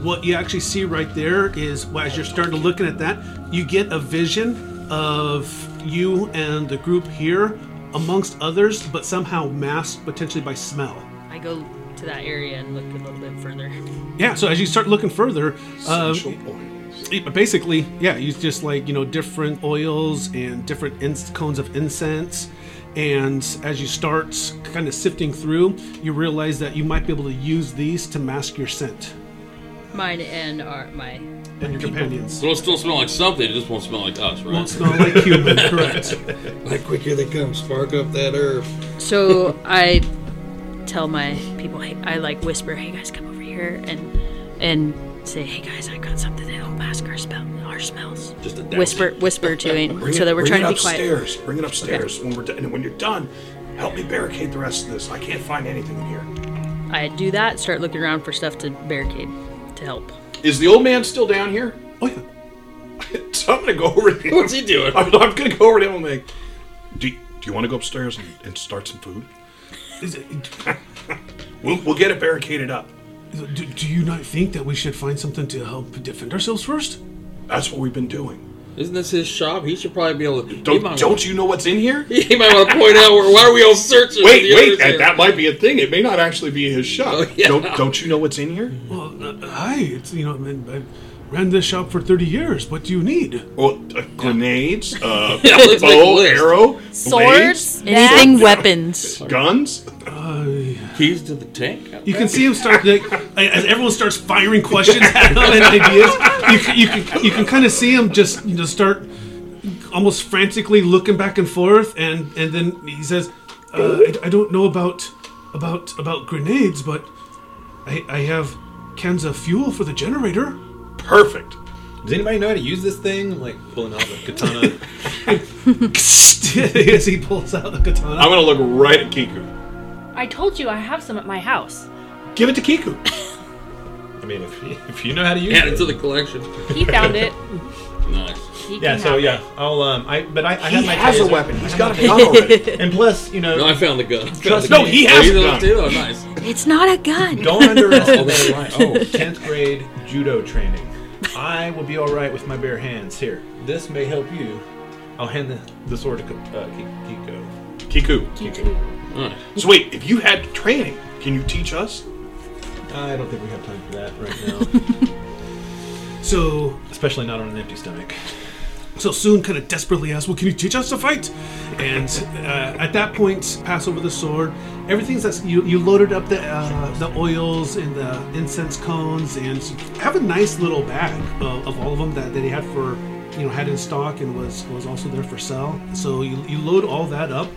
[SPEAKER 2] what you actually see right there is well, as you're starting to looking at that, you get a vision of you and the group here amongst others, but somehow masked potentially by smell.
[SPEAKER 5] I go to that area and look a little bit further.
[SPEAKER 2] Yeah. So as you start looking further, uh,
[SPEAKER 1] Essential oils.
[SPEAKER 2] Yeah, but basically, yeah, you just like you know different oils and different ins- cones of incense, and as you start kind of sifting through, you realize that you might be able to use these to mask your scent
[SPEAKER 5] Mine and our my
[SPEAKER 2] and your companions.
[SPEAKER 6] So it'll still smell like something. It just won't smell like us, right?
[SPEAKER 2] Won't smell like human, correct?
[SPEAKER 7] Like quick here they come, spark up that earth.
[SPEAKER 5] So I tell my people, hey, I like whisper, "Hey guys, come over here," and and say, "Hey guys, I got something that'll mask our spell, our smells."
[SPEAKER 6] Just a douse.
[SPEAKER 5] whisper, whisper to him, so that we're
[SPEAKER 1] bring
[SPEAKER 5] trying to
[SPEAKER 1] it
[SPEAKER 5] be quiet.
[SPEAKER 1] upstairs. Bring it upstairs when we're done. And when you're done, help me barricade the rest of this. I can't find anything in here.
[SPEAKER 5] I do that. Start looking around for stuff to barricade to help.
[SPEAKER 1] Is the old man still down here?
[SPEAKER 2] Oh yeah.
[SPEAKER 1] So I'm gonna go over to him.
[SPEAKER 6] What's he doing?
[SPEAKER 1] I'm, I'm gonna go over to him and make. Do, do you want to go upstairs and, and start some food?
[SPEAKER 2] Is it,
[SPEAKER 1] We'll, we'll get it barricaded up.
[SPEAKER 2] do, do you not think that we should find something to help defend ourselves first?
[SPEAKER 1] That's what we've been doing.
[SPEAKER 6] Isn't this his shop? He should probably be able to. he
[SPEAKER 1] Don't
[SPEAKER 6] might,
[SPEAKER 1] don't you know what's in here?
[SPEAKER 6] He might want to point out where. Why are we all searching? for the
[SPEAKER 1] Wait, wait,
[SPEAKER 6] others
[SPEAKER 1] that,
[SPEAKER 6] here?
[SPEAKER 1] that might be a thing. It may not actually be his shop.
[SPEAKER 6] Oh, yeah.
[SPEAKER 1] Don't don't you know what's in here?
[SPEAKER 2] Well, uh, hi. It's you know I, mean, I ran this shop for thirty years. What do you need?
[SPEAKER 1] Well, uh, grenades, uh,
[SPEAKER 6] Yeah, it looks like a
[SPEAKER 1] bow,
[SPEAKER 6] list.
[SPEAKER 1] arrow,
[SPEAKER 4] Swords,
[SPEAKER 5] Anything
[SPEAKER 4] dags,
[SPEAKER 5] weapons.
[SPEAKER 1] blades, guns.
[SPEAKER 6] Keys to the tank.
[SPEAKER 2] You can see him start like, as everyone starts firing questions at him and ideas. You, can- you can you can kind of see him just you know start almost frantically looking back and forth, and and then he says, uh, I, "I don't know about about about grenades, but I I have cans of fuel for the generator."
[SPEAKER 1] Perfect.
[SPEAKER 3] Does anybody know how to use this thing? I'm like pulling out the katana.
[SPEAKER 2] as he pulls out the katana.
[SPEAKER 1] I'm gonna look right at Kiku.
[SPEAKER 4] I told you I have some at my house.
[SPEAKER 1] Give it to Kiku.
[SPEAKER 3] I mean, if, if you know how to use
[SPEAKER 6] Add
[SPEAKER 3] it.
[SPEAKER 6] it to the collection.
[SPEAKER 4] He found it.
[SPEAKER 6] Nice.
[SPEAKER 4] He
[SPEAKER 3] yeah.
[SPEAKER 4] can
[SPEAKER 3] So
[SPEAKER 4] have
[SPEAKER 3] yeah, I'll um. I but I, I have
[SPEAKER 1] he
[SPEAKER 3] my
[SPEAKER 1] has a
[SPEAKER 3] taser.
[SPEAKER 1] weapon. He's got a gun already.
[SPEAKER 3] And plus, you know,
[SPEAKER 6] No, I found the gun.
[SPEAKER 3] trust
[SPEAKER 1] no,
[SPEAKER 3] me,
[SPEAKER 1] he
[SPEAKER 6] Oh,
[SPEAKER 1] has
[SPEAKER 6] you
[SPEAKER 1] a
[SPEAKER 6] did
[SPEAKER 1] gun.
[SPEAKER 6] it too. Oh, nice.
[SPEAKER 5] It's not a gun.
[SPEAKER 3] Don't underestimate
[SPEAKER 6] right. Oh.
[SPEAKER 3] 10th grade judo training. I will be all right with my bare hands. Here, this may help you. I'll hand the, the sword to K- uh, Ki- Kiko.
[SPEAKER 1] Kiku.
[SPEAKER 6] Alright.
[SPEAKER 1] So wait, if you had training, can you teach us?
[SPEAKER 3] I don't think we have time for that right now,
[SPEAKER 2] so
[SPEAKER 3] especially not on an empty stomach.
[SPEAKER 2] So Soon kind of desperately asks, "Well, can you teach us to fight?" And uh, at that point, pass over the sword. Everything's that's you, you loaded up the uh, the oils and the incense cones, and have a nice little bag of, of all of them that, that he had for you know had in stock and was was also there for sale. So you, you load all that up,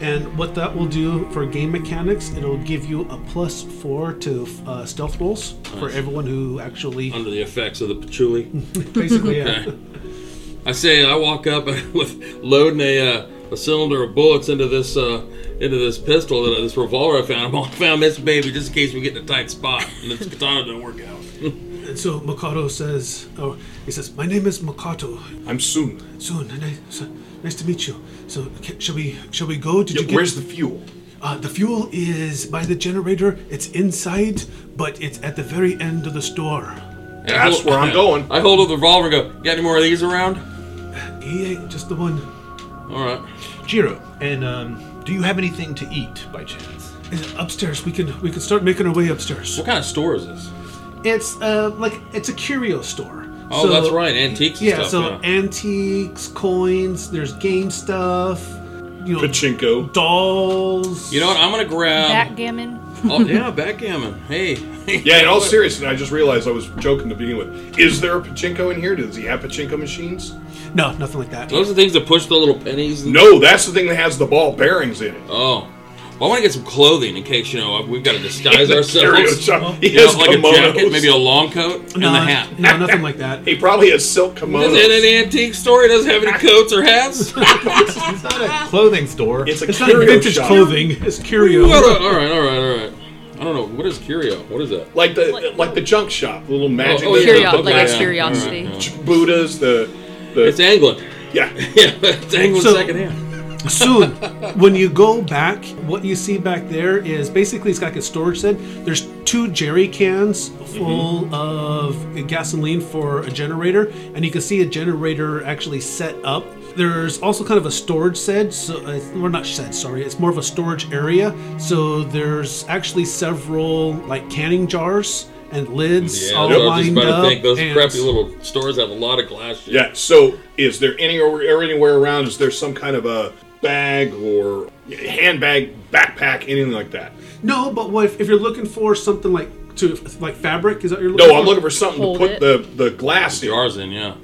[SPEAKER 2] and what that will do for game mechanics, it'll give you a plus four to uh, stealth rolls for everyone who actually
[SPEAKER 6] Under the effects of the patchouli.
[SPEAKER 2] basically uh, yeah.
[SPEAKER 6] Okay. I say I walk up uh, with loading a, uh, a cylinder of bullets into this uh, into this pistol that uh, this revolver I found. I found this baby just in case we get in a tight spot and this katana doesn't work out.
[SPEAKER 2] And so Makoto says, or he says, "My name is Makoto.
[SPEAKER 1] I'm soon.
[SPEAKER 2] Soon, nice, so, nice to meet you. So, ca- shall we? Shall we go? Did you get?
[SPEAKER 1] Where's the fuel?
[SPEAKER 2] uh, the fuel is by the generator. It's inside, but it's at the very end of the store.
[SPEAKER 6] And I
[SPEAKER 1] That's
[SPEAKER 6] hold-
[SPEAKER 1] where I'm going.
[SPEAKER 6] I hold up the revolver and go, "Got any more of these around?"
[SPEAKER 2] He ain't just the one.
[SPEAKER 6] All right.
[SPEAKER 3] Jiro, and um, do you have anything to eat by chance?
[SPEAKER 2] Is it upstairs? We can we can start making our way upstairs.
[SPEAKER 6] What kind of store is this?
[SPEAKER 2] It's uh like it's a curio store.
[SPEAKER 6] Oh, that's right, antiques and
[SPEAKER 2] Yeah,
[SPEAKER 6] stuff,
[SPEAKER 2] so
[SPEAKER 6] yeah.
[SPEAKER 2] antiques, coins. There's game stuff. You know,
[SPEAKER 1] Pachinko.
[SPEAKER 2] dolls.
[SPEAKER 6] You know what? I'm gonna
[SPEAKER 8] Um,
[SPEAKER 6] grab.
[SPEAKER 4] Backgammon.
[SPEAKER 6] Oh, yeah, backgammon. Hey.
[SPEAKER 1] Yeah, in all seriousness, I just realized I was joking to begin with. Is there a pachinko in here? Does he have pachinko machines?
[SPEAKER 2] No, nothing like that.
[SPEAKER 6] Those are things that push the little pennies. And-
[SPEAKER 1] No, that's the thing that has the ball bearings in it.
[SPEAKER 6] Oh. Well, I want to get some clothing in case you know uh, we've got to disguise
[SPEAKER 1] Curio
[SPEAKER 6] ourselves.
[SPEAKER 1] shop. He
[SPEAKER 6] You know,
[SPEAKER 1] has
[SPEAKER 6] like a
[SPEAKER 1] kimonos.
[SPEAKER 6] jacket, maybe a long coat, and
[SPEAKER 2] no,
[SPEAKER 6] a hat.
[SPEAKER 2] no, nothing like that.
[SPEAKER 1] He probably has silk
[SPEAKER 6] Is it
[SPEAKER 1] kimonos.
[SPEAKER 6] an antique store? It doesn't have any coats or hats. What
[SPEAKER 3] It's not a clothing store.
[SPEAKER 1] It's a
[SPEAKER 2] It's not
[SPEAKER 1] curio
[SPEAKER 2] vintage
[SPEAKER 1] shop.
[SPEAKER 2] clothing. It's curio.
[SPEAKER 6] a- all right, all right, all right. I don't know. What is curio? What is that?
[SPEAKER 1] Like the like the junk shop, the little magic
[SPEAKER 6] oh, yeah.
[SPEAKER 8] Curio-
[SPEAKER 6] okay,
[SPEAKER 8] like a
[SPEAKER 6] yeah.
[SPEAKER 8] curiosity.
[SPEAKER 1] Buddhas, the the
[SPEAKER 6] It's Anglin.
[SPEAKER 1] yeah.
[SPEAKER 6] Yeah, it's Anglin
[SPEAKER 2] So-
[SPEAKER 6] secondhand.
[SPEAKER 2] soon when you go back what you see back there is basically it's like a storage shed there's two jerry cans
[SPEAKER 6] Mm-hmm.
[SPEAKER 2] full of gasoline for a generator and you can see a generator actually set up there's also kind of a storage shed so uh, well not shed sorry it's more of a storage area so there's actually several like canning jars and lids
[SPEAKER 6] Yeah,
[SPEAKER 2] all
[SPEAKER 6] I was
[SPEAKER 2] lined
[SPEAKER 6] just about
[SPEAKER 2] up
[SPEAKER 6] to think those
[SPEAKER 2] and-
[SPEAKER 6] crappy little stores have a lot of glass. Shit.
[SPEAKER 1] Yeah. So, is there anywhere anywhere around? Is there some kind of a bag or handbag, backpack, anything like that?
[SPEAKER 2] no but what if, if you're looking for something like to like fabric is that what you're
[SPEAKER 1] No,
[SPEAKER 2] looking for?
[SPEAKER 1] I'm looking for something
[SPEAKER 8] Hold
[SPEAKER 1] to put
[SPEAKER 8] it.
[SPEAKER 1] the the glass in.
[SPEAKER 6] Jars in, yeah.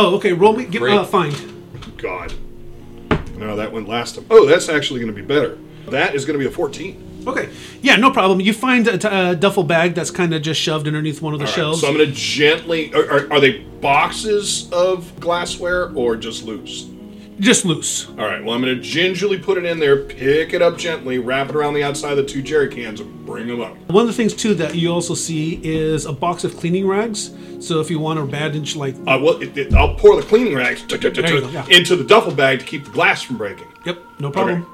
[SPEAKER 2] oh okay roll me get
[SPEAKER 6] Great.
[SPEAKER 2] uh, find
[SPEAKER 1] God. No, that went last time. Oh, that's actually going to be better. That is going to be a 14.
[SPEAKER 2] Okay. Yeah, no problem. You find a, t- a duffel bag that's kind of just shoved underneath one of the
[SPEAKER 1] All right,
[SPEAKER 2] shelves.
[SPEAKER 1] so I'm going to gently. Are, are, are they boxes of glassware or just loose?
[SPEAKER 2] just loose.
[SPEAKER 1] All right. Well, I'm going to gingerly put it in there, pick it up gently, wrap it around the outside of the two jerry cans, and bring them up.
[SPEAKER 2] One of the things too that you also see is a box of cleaning rags. So if you want to bandage, like,
[SPEAKER 1] Uh, well, it, it- I'll pour the cleaning rags tuck, tuck, tuck,
[SPEAKER 2] There you
[SPEAKER 1] tuck,
[SPEAKER 2] go, yeah.
[SPEAKER 1] into the duffel bag to keep the glass from breaking.
[SPEAKER 2] yep, no problem.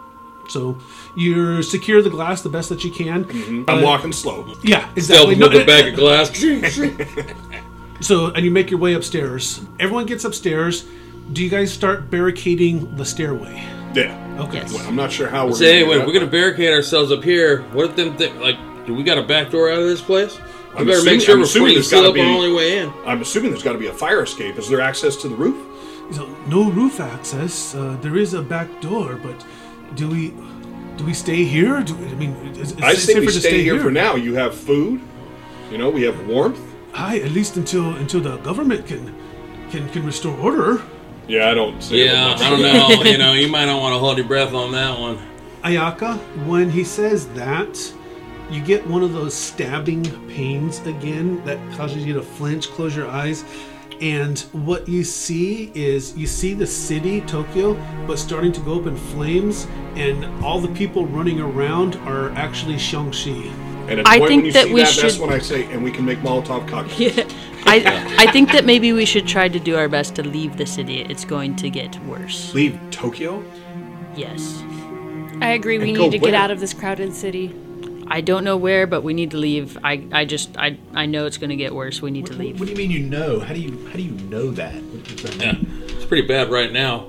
[SPEAKER 2] So you secure the glass the best that you can.
[SPEAKER 1] I'm walking slow.
[SPEAKER 2] Yeah,
[SPEAKER 6] Delve
[SPEAKER 2] exactly. No,
[SPEAKER 6] another
[SPEAKER 2] it-
[SPEAKER 6] bag of glass.
[SPEAKER 2] So and you make your way upstairs. Everyone gets upstairs. Do you guys start barricading the stairway?
[SPEAKER 1] Yeah.
[SPEAKER 2] Okay.
[SPEAKER 8] Yes.
[SPEAKER 1] Well, I'm not sure how we're.
[SPEAKER 6] Say, hey,
[SPEAKER 1] gonna do
[SPEAKER 6] wait,
[SPEAKER 1] that.
[SPEAKER 6] we're gonna barricade ourselves up here. What if them thi- like? Do we got a back door out of this place? We
[SPEAKER 1] I'm
[SPEAKER 6] better
[SPEAKER 1] assuming-
[SPEAKER 6] make sure
[SPEAKER 1] I'm
[SPEAKER 6] we're
[SPEAKER 1] assuming
[SPEAKER 6] free and
[SPEAKER 1] there's
[SPEAKER 6] set
[SPEAKER 1] gotta
[SPEAKER 6] up our
[SPEAKER 1] be-
[SPEAKER 6] only way in.
[SPEAKER 1] I'm assuming there's got to be a fire escape. Is there access to the roof?
[SPEAKER 2] So no roof access. Uh, there is a back door, but do we do we stay here? Do we, I mean, is, is
[SPEAKER 1] I
[SPEAKER 2] it
[SPEAKER 1] say
[SPEAKER 2] safer
[SPEAKER 1] we
[SPEAKER 2] to
[SPEAKER 1] stay, here, for now. You have food. You know, we have warmth.
[SPEAKER 2] Hi, at least until until the government can can can restore order.
[SPEAKER 1] Yeah, I don't. Say
[SPEAKER 6] Yeah,
[SPEAKER 1] much.
[SPEAKER 6] I don't know. you know, you might not want to hold your breath on that one.
[SPEAKER 2] Ayaka, when he says that, you get one of those stabbing pains again that causes you to flinch, close your eyes, and what you see is you see the city, Tokyo, but starting to go up in flames, and all the people running around are actually Shang-Chi.
[SPEAKER 1] And at the
[SPEAKER 8] I
[SPEAKER 1] point
[SPEAKER 8] think
[SPEAKER 1] when you
[SPEAKER 8] that
[SPEAKER 1] see
[SPEAKER 8] we
[SPEAKER 1] that, that's
[SPEAKER 8] should-
[SPEAKER 1] when I say, and we can make Molotov cocktails.
[SPEAKER 8] I, I think that maybe we should try to do our best to leave the city. It's going to get worse.
[SPEAKER 1] Leave Tokyo.
[SPEAKER 8] Yes.
[SPEAKER 4] I agree. We
[SPEAKER 1] And go
[SPEAKER 4] need to get
[SPEAKER 1] where?
[SPEAKER 4] out of this crowded city.
[SPEAKER 8] I don't know where, but we need to leave. I, I just I, I know it's going to get worse. We need to
[SPEAKER 3] What
[SPEAKER 8] leave.
[SPEAKER 3] do you mean you know? How do you how do you know that? What does that mean?
[SPEAKER 6] Yeah, it's pretty bad right now.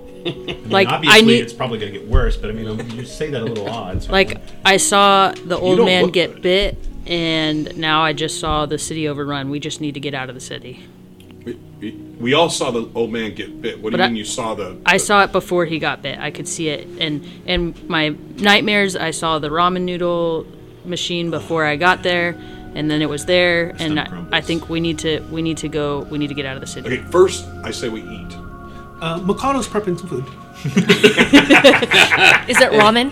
[SPEAKER 8] Like
[SPEAKER 3] obviously
[SPEAKER 8] I need
[SPEAKER 3] it's probably going to get worse, but I mean um, you say that a little odd. So
[SPEAKER 8] like I saw the old
[SPEAKER 1] don't
[SPEAKER 8] man
[SPEAKER 1] look
[SPEAKER 8] get
[SPEAKER 1] good.
[SPEAKER 8] bit and now I just saw the city overrun. We just need to get out of the city.
[SPEAKER 1] We, we, we all saw the old man get bit. What do you
[SPEAKER 8] But I-
[SPEAKER 1] mean you saw the?
[SPEAKER 8] I saw it before he got bit. I could see it and and my nightmares I saw the ramen noodle machine before I got there and then it was there and
[SPEAKER 3] stomach
[SPEAKER 8] I, I
[SPEAKER 3] rumbles.
[SPEAKER 8] think we need to we need to go we need to get out of the city.
[SPEAKER 1] Okay, first I say we eat.
[SPEAKER 2] Uh, Mikado's prepping some food.
[SPEAKER 4] Is it ramen?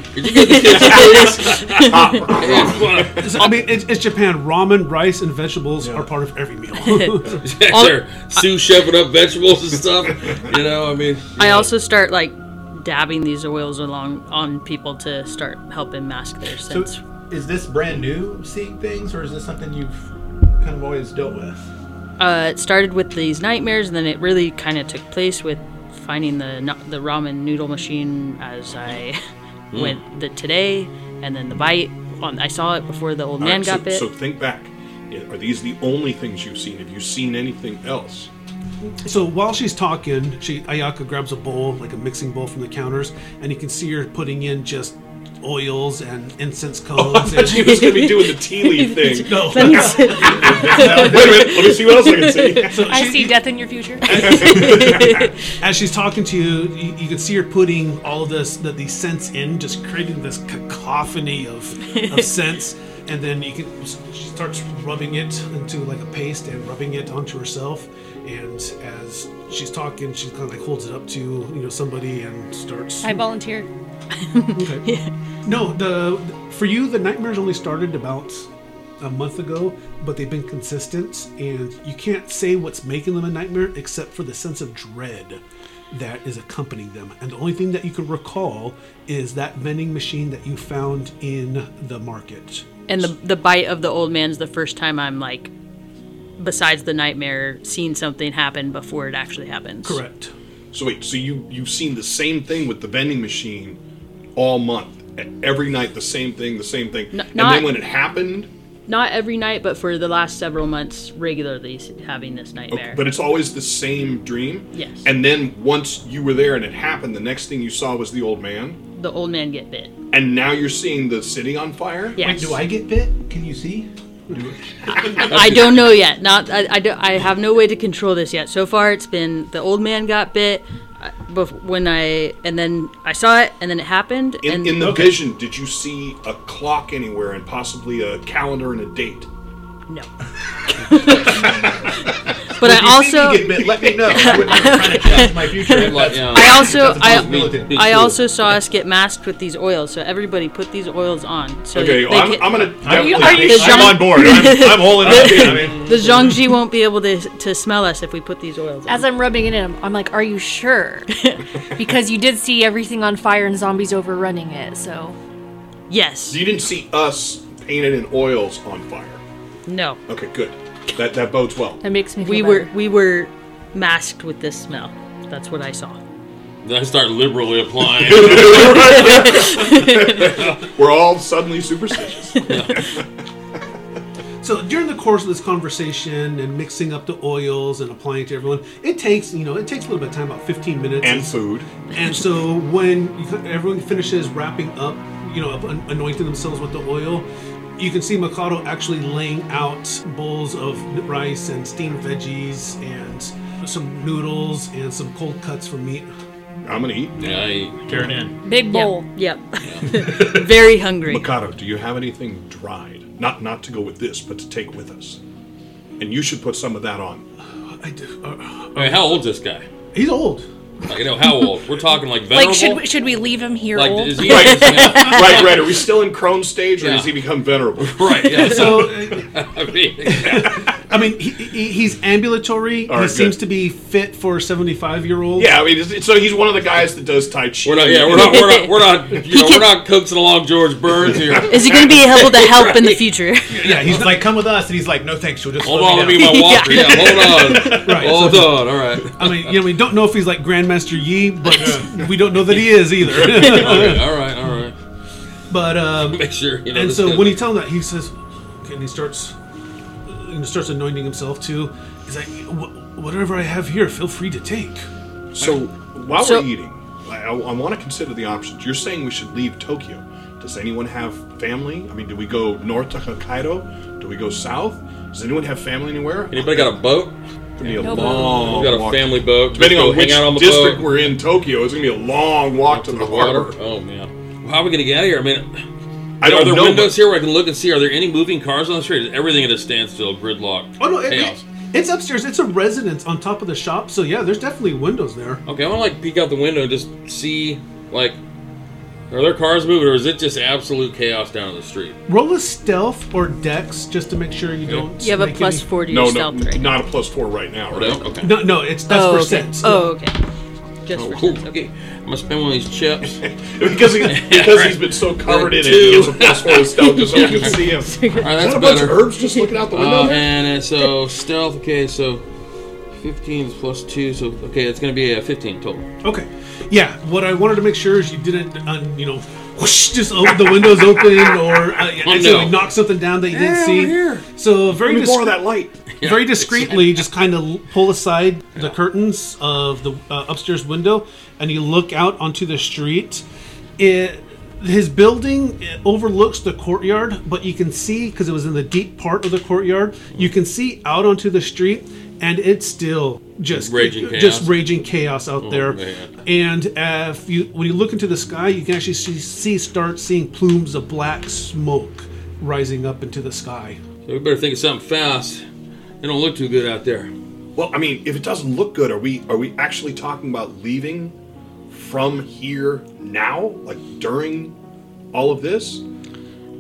[SPEAKER 2] I mean, it's, it's Japan. Ramen, rice, and vegetables are part of every meal.
[SPEAKER 6] They're sous chefing up vegetables and stuff. You know, I mean,
[SPEAKER 8] I also start like dabbing these oils along on people to start helping mask their
[SPEAKER 3] So
[SPEAKER 8] sense.
[SPEAKER 3] is this brand new seeing things, or is this something you've kind of always dealt with?
[SPEAKER 8] uh, it started with these nightmares, and then it really kind of took place with finding the no- the ramen noodle machine as I
[SPEAKER 1] Hmm.
[SPEAKER 8] went the today, and then the bite. On I saw it before the old
[SPEAKER 1] All
[SPEAKER 8] man
[SPEAKER 1] right,
[SPEAKER 8] got
[SPEAKER 1] so,
[SPEAKER 8] bit.
[SPEAKER 1] so think back. Are these the only things you've seen? Have you seen anything else?
[SPEAKER 2] So while she's talking, she Ayaka grabs a bowl, like a mixing bowl from the counters, and you can see her putting in just oils and incense cones. and,
[SPEAKER 1] She was going to be doing the tea leaf thing.
[SPEAKER 2] no,
[SPEAKER 1] Wait a minute. Let me see what else I can see.
[SPEAKER 4] I see death in your future.
[SPEAKER 2] as she's talking to you, you, you can see her putting all of this, the, the scents in, just creating this cacophony of, of scents. And then you can, she starts rubbing it into like a paste and rubbing it onto herself. And as she's talking, she kind of like holds it up to you know somebody and starts.
[SPEAKER 4] I volunteer.
[SPEAKER 2] No, the for you the nightmares only started about a month ago, but they've been consistent, and you can't say what's making them a nightmare except for the sense of dread that is accompanying them. And the only thing that you can recall is that vending machine that you found in the market.
[SPEAKER 8] And the the bite of the old man's the first time I'm like, besides the nightmare, seen something happen before it actually happens.
[SPEAKER 2] Correct.
[SPEAKER 1] So wait, so you you've seen the same thing with the vending machine all month, E- every night the same thing, the same thing, and
[SPEAKER 8] not-
[SPEAKER 1] then when it happened,
[SPEAKER 8] Not every night, but for the last several months, regularly s- having this nightmare.
[SPEAKER 1] but it's always the same dream.
[SPEAKER 8] Yes.
[SPEAKER 1] And then once you were there and it happened, the next thing you saw was the old man,
[SPEAKER 8] the old man get bit.
[SPEAKER 1] and now you're seeing the city on fire.
[SPEAKER 8] Yes.
[SPEAKER 3] Wait, do I get bit? Can you see?
[SPEAKER 8] I don't know yet. Not I, I, don't- I have no way to control this yet. So far, it's been the old man got bit. uh, bef- When I and then I saw it and then it happened
[SPEAKER 1] In,
[SPEAKER 8] and
[SPEAKER 1] in the
[SPEAKER 3] Okay.
[SPEAKER 1] vision, did you see a clock anywhere and possibly a calendar and a date?
[SPEAKER 8] no. but I also
[SPEAKER 3] you see me get bit, let me know. I wouldn't mind trying to change my future. if
[SPEAKER 6] Like,
[SPEAKER 3] that's-
[SPEAKER 6] yeah.
[SPEAKER 8] I also
[SPEAKER 3] That's a
[SPEAKER 8] I,
[SPEAKER 3] possibility.
[SPEAKER 8] I also saw us get masked with these oils. So everybody put these oils on. So
[SPEAKER 1] Okay,
[SPEAKER 8] they
[SPEAKER 1] well, I'm,
[SPEAKER 8] can-
[SPEAKER 1] I'm gonna.
[SPEAKER 3] Are you-
[SPEAKER 1] yeah,
[SPEAKER 8] are you
[SPEAKER 1] I'm
[SPEAKER 8] sure?
[SPEAKER 1] on board. I'm, I'm holding on. to it. I mean,
[SPEAKER 8] the Zhongji won't be able to to smell us if we put these oils on.
[SPEAKER 4] As I'm rubbing it in, I'm- I'm like, are you sure? because you did see everything on fire and zombies overrunning it, so.
[SPEAKER 8] yes.
[SPEAKER 1] you didn't see us painted in oils on fire.
[SPEAKER 8] No.
[SPEAKER 1] Okay, good. That that bodes well.
[SPEAKER 4] That makes me feel
[SPEAKER 8] We
[SPEAKER 4] better.
[SPEAKER 8] were we were masked with this smell. That's what I saw.
[SPEAKER 6] Then I start liberally applying.
[SPEAKER 1] We're all suddenly superstitious.
[SPEAKER 2] So during the course of this conversation and mixing up the oils and applying to everyone, it takes you know it takes a little bit of time, about fifteen minutes.
[SPEAKER 1] and food.
[SPEAKER 2] And so when you, everyone finishes wrapping up, you know, an- anointing themselves with the oil, you can see Mikado actually laying out bowls of rice and steamed veggies and some noodles and some cold cuts for meat.
[SPEAKER 1] I'm gonna eat.
[SPEAKER 6] yeah, I,
[SPEAKER 3] Tear it in.
[SPEAKER 4] Big bowl.
[SPEAKER 8] Yep. Very hungry.
[SPEAKER 1] Mikado, do you have anything dried? Not not to go with this, but to take with us. And you should put some of that on.
[SPEAKER 2] I do, uh,
[SPEAKER 6] I mean, how old's this guy?
[SPEAKER 2] he's old.
[SPEAKER 6] Like, you know, how old? We're talking like venerable.
[SPEAKER 4] Like, should we, should we leave him here
[SPEAKER 6] Like,
[SPEAKER 4] old?
[SPEAKER 6] is he? yeah.
[SPEAKER 1] right, right. Are we still in Crohn's stage, or has
[SPEAKER 6] Yeah.
[SPEAKER 1] he become venerable?
[SPEAKER 6] Right. Yeah.
[SPEAKER 2] So
[SPEAKER 6] So,
[SPEAKER 2] uh,
[SPEAKER 6] I mean, yeah.
[SPEAKER 2] I mean, he, he, he's ambulatory.
[SPEAKER 1] All
[SPEAKER 2] he
[SPEAKER 1] right,
[SPEAKER 2] seems
[SPEAKER 1] good.
[SPEAKER 2] to be fit for a seventy-five year old.
[SPEAKER 1] Yeah, I mean, it's- so he's one of the guys that does Tai Chi.
[SPEAKER 6] we're not. Yeah, we're not. We're not. We're not. You know, we're not coaxing along George Burns here.
[SPEAKER 8] Is he going to be able to help in the future?
[SPEAKER 3] Yeah, he's like, come with us, and he's like, no thanks, you'll just
[SPEAKER 6] Hold
[SPEAKER 3] slow
[SPEAKER 6] on, let me
[SPEAKER 3] down.
[SPEAKER 6] get my walker. Yeah, hold on.
[SPEAKER 2] Right,
[SPEAKER 6] Hold
[SPEAKER 2] so-
[SPEAKER 6] on. All right.
[SPEAKER 2] I mean, you know, we don't know if he's like Grandmaster Yi, but we don't know that he is either.
[SPEAKER 6] Okay, all right. All right.
[SPEAKER 2] but um,
[SPEAKER 6] Make sure. You know,
[SPEAKER 2] and
[SPEAKER 6] this
[SPEAKER 2] so
[SPEAKER 6] guy-
[SPEAKER 2] when he tells him that, he says, okay, and he starts, and starts anointing himself too. He's like, "Wh- whatever I have here, feel free to take.
[SPEAKER 1] So while
[SPEAKER 8] So-
[SPEAKER 1] we're eating, I, I want to consider the options. You're saying we should leave Tokyo. Does anyone have family? I mean, do we go north to Hokkaido? Do we go south? Does anyone have family anywhere?
[SPEAKER 6] anybody got a boat?
[SPEAKER 1] It's gonna be a
[SPEAKER 4] No
[SPEAKER 1] long.
[SPEAKER 6] We got a
[SPEAKER 1] Oh, walk.
[SPEAKER 6] family boat.
[SPEAKER 1] Depending
[SPEAKER 6] Just go
[SPEAKER 1] on which
[SPEAKER 6] hang out on the
[SPEAKER 1] district
[SPEAKER 6] boat.
[SPEAKER 1] we're in Tokyo, it's gonna be a long walk to the, harbor.
[SPEAKER 6] Oh man. How are we gonna get out of here? I mean,
[SPEAKER 1] I
[SPEAKER 6] are
[SPEAKER 1] don't
[SPEAKER 6] there
[SPEAKER 1] know.
[SPEAKER 6] windows here where I can look and see? Are there any moving cars on the street? Is everything at a standstill, gridlock,
[SPEAKER 2] Oh no, it,
[SPEAKER 6] chaos?
[SPEAKER 2] it- it's upstairs. It's a residence on top of the shop, so yeah, there's definitely windows there.
[SPEAKER 6] Okay, I want to like peek out the window and just see like, are there cars moving or is it just absolute chaos down on the street?
[SPEAKER 2] Roll a stealth or dex just to make sure you don't.
[SPEAKER 8] You have a
[SPEAKER 2] make
[SPEAKER 8] plus
[SPEAKER 2] any-
[SPEAKER 8] four to your
[SPEAKER 1] no, no,
[SPEAKER 8] stealth, right?
[SPEAKER 1] not a plus four right now,
[SPEAKER 6] Or
[SPEAKER 1] right?
[SPEAKER 6] no? Okay.
[SPEAKER 2] No, no, it's that's
[SPEAKER 8] oh,
[SPEAKER 2] for
[SPEAKER 8] okay.
[SPEAKER 2] sense.
[SPEAKER 8] Oh, okay. Just
[SPEAKER 6] Oh,
[SPEAKER 8] for
[SPEAKER 6] cool.
[SPEAKER 8] sense. Okay.
[SPEAKER 6] Okay. I'm gonna spend one of these chips.
[SPEAKER 1] because he, because he's been so covered in it, he
[SPEAKER 6] Two.
[SPEAKER 1] gets a plus four to stealth just so you can see him.
[SPEAKER 6] All right,
[SPEAKER 1] Is
[SPEAKER 6] that's
[SPEAKER 1] that a bunch of
[SPEAKER 6] better.
[SPEAKER 1] herbs just looking out the window?
[SPEAKER 6] Uh,
[SPEAKER 1] there?
[SPEAKER 6] and uh, so stealth. Okay, so 15 is plus two. So okay, it's gonna be a 15 total.
[SPEAKER 2] Okay. Yeah, what I wanted to make sure is you didn't, uh, you know, whoosh, just open the windows open or uh,
[SPEAKER 6] Oh,
[SPEAKER 2] accidentally
[SPEAKER 6] no.
[SPEAKER 2] knock something down that you didn't
[SPEAKER 6] Hey,
[SPEAKER 2] see.
[SPEAKER 6] over here.
[SPEAKER 2] So very
[SPEAKER 1] Give me more of
[SPEAKER 2] discre-
[SPEAKER 1] that light.
[SPEAKER 2] very discreetly, just kind of pull aside the curtains of the uh, upstairs window, and you look out onto the street. It, his building it overlooks the courtyard, but you can see because it was in the deep part of the courtyard. You can see out onto the street, and it's still just
[SPEAKER 6] Raging
[SPEAKER 2] just
[SPEAKER 6] chaos. Oh,
[SPEAKER 2] raging chaos out there.
[SPEAKER 6] man.
[SPEAKER 2] And uh, if you when you look into the sky, you can actually see, see start seeing plumes of black smoke rising up into the sky.
[SPEAKER 6] So we better think of something fast. They don't look too good out there.
[SPEAKER 1] Well, I mean, if it doesn't look good, are we are we actually talking about leaving from here now, like during all of this?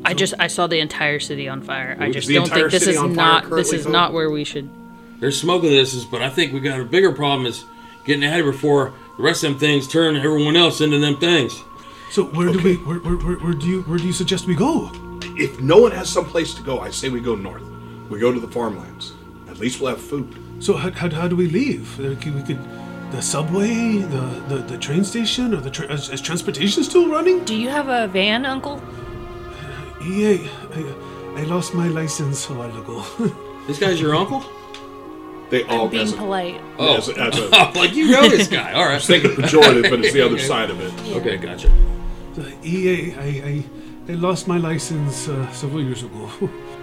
[SPEAKER 8] I just I saw the entire city on fire. I
[SPEAKER 1] Is
[SPEAKER 8] just
[SPEAKER 1] the
[SPEAKER 8] don't
[SPEAKER 1] entire
[SPEAKER 8] think this
[SPEAKER 1] city
[SPEAKER 8] is
[SPEAKER 1] on fire
[SPEAKER 8] not this
[SPEAKER 1] currently,
[SPEAKER 8] is
[SPEAKER 1] though?
[SPEAKER 8] not where we should.
[SPEAKER 6] There's smoke in this, is- but I think we got a bigger problem is getting ahead before the rest of them things turn everyone else into them things.
[SPEAKER 2] So where do we where, where, where, where do you where do you suggest we go?
[SPEAKER 1] If no one has someplace to go, I say we go north. We go to the farmlands. At least we'll have food.
[SPEAKER 2] So how, how, how do we leave? Uh, can- We could the subway, the the, the train station, or the tra- is, is transportation still running?
[SPEAKER 4] Do you have a van, Uncle?
[SPEAKER 2] Yeah, I, I lost my license a while ago.
[SPEAKER 6] This guy's your uncle?
[SPEAKER 1] They all
[SPEAKER 4] Being
[SPEAKER 1] as a-
[SPEAKER 4] polite.
[SPEAKER 6] Oh,
[SPEAKER 1] as a- as a- I
[SPEAKER 6] like you know this guy. All right.
[SPEAKER 1] was thinking pejorative, but it's the other side of it.
[SPEAKER 6] Okay, gotcha.
[SPEAKER 2] The EA, I, I, I lost my license uh, several years ago.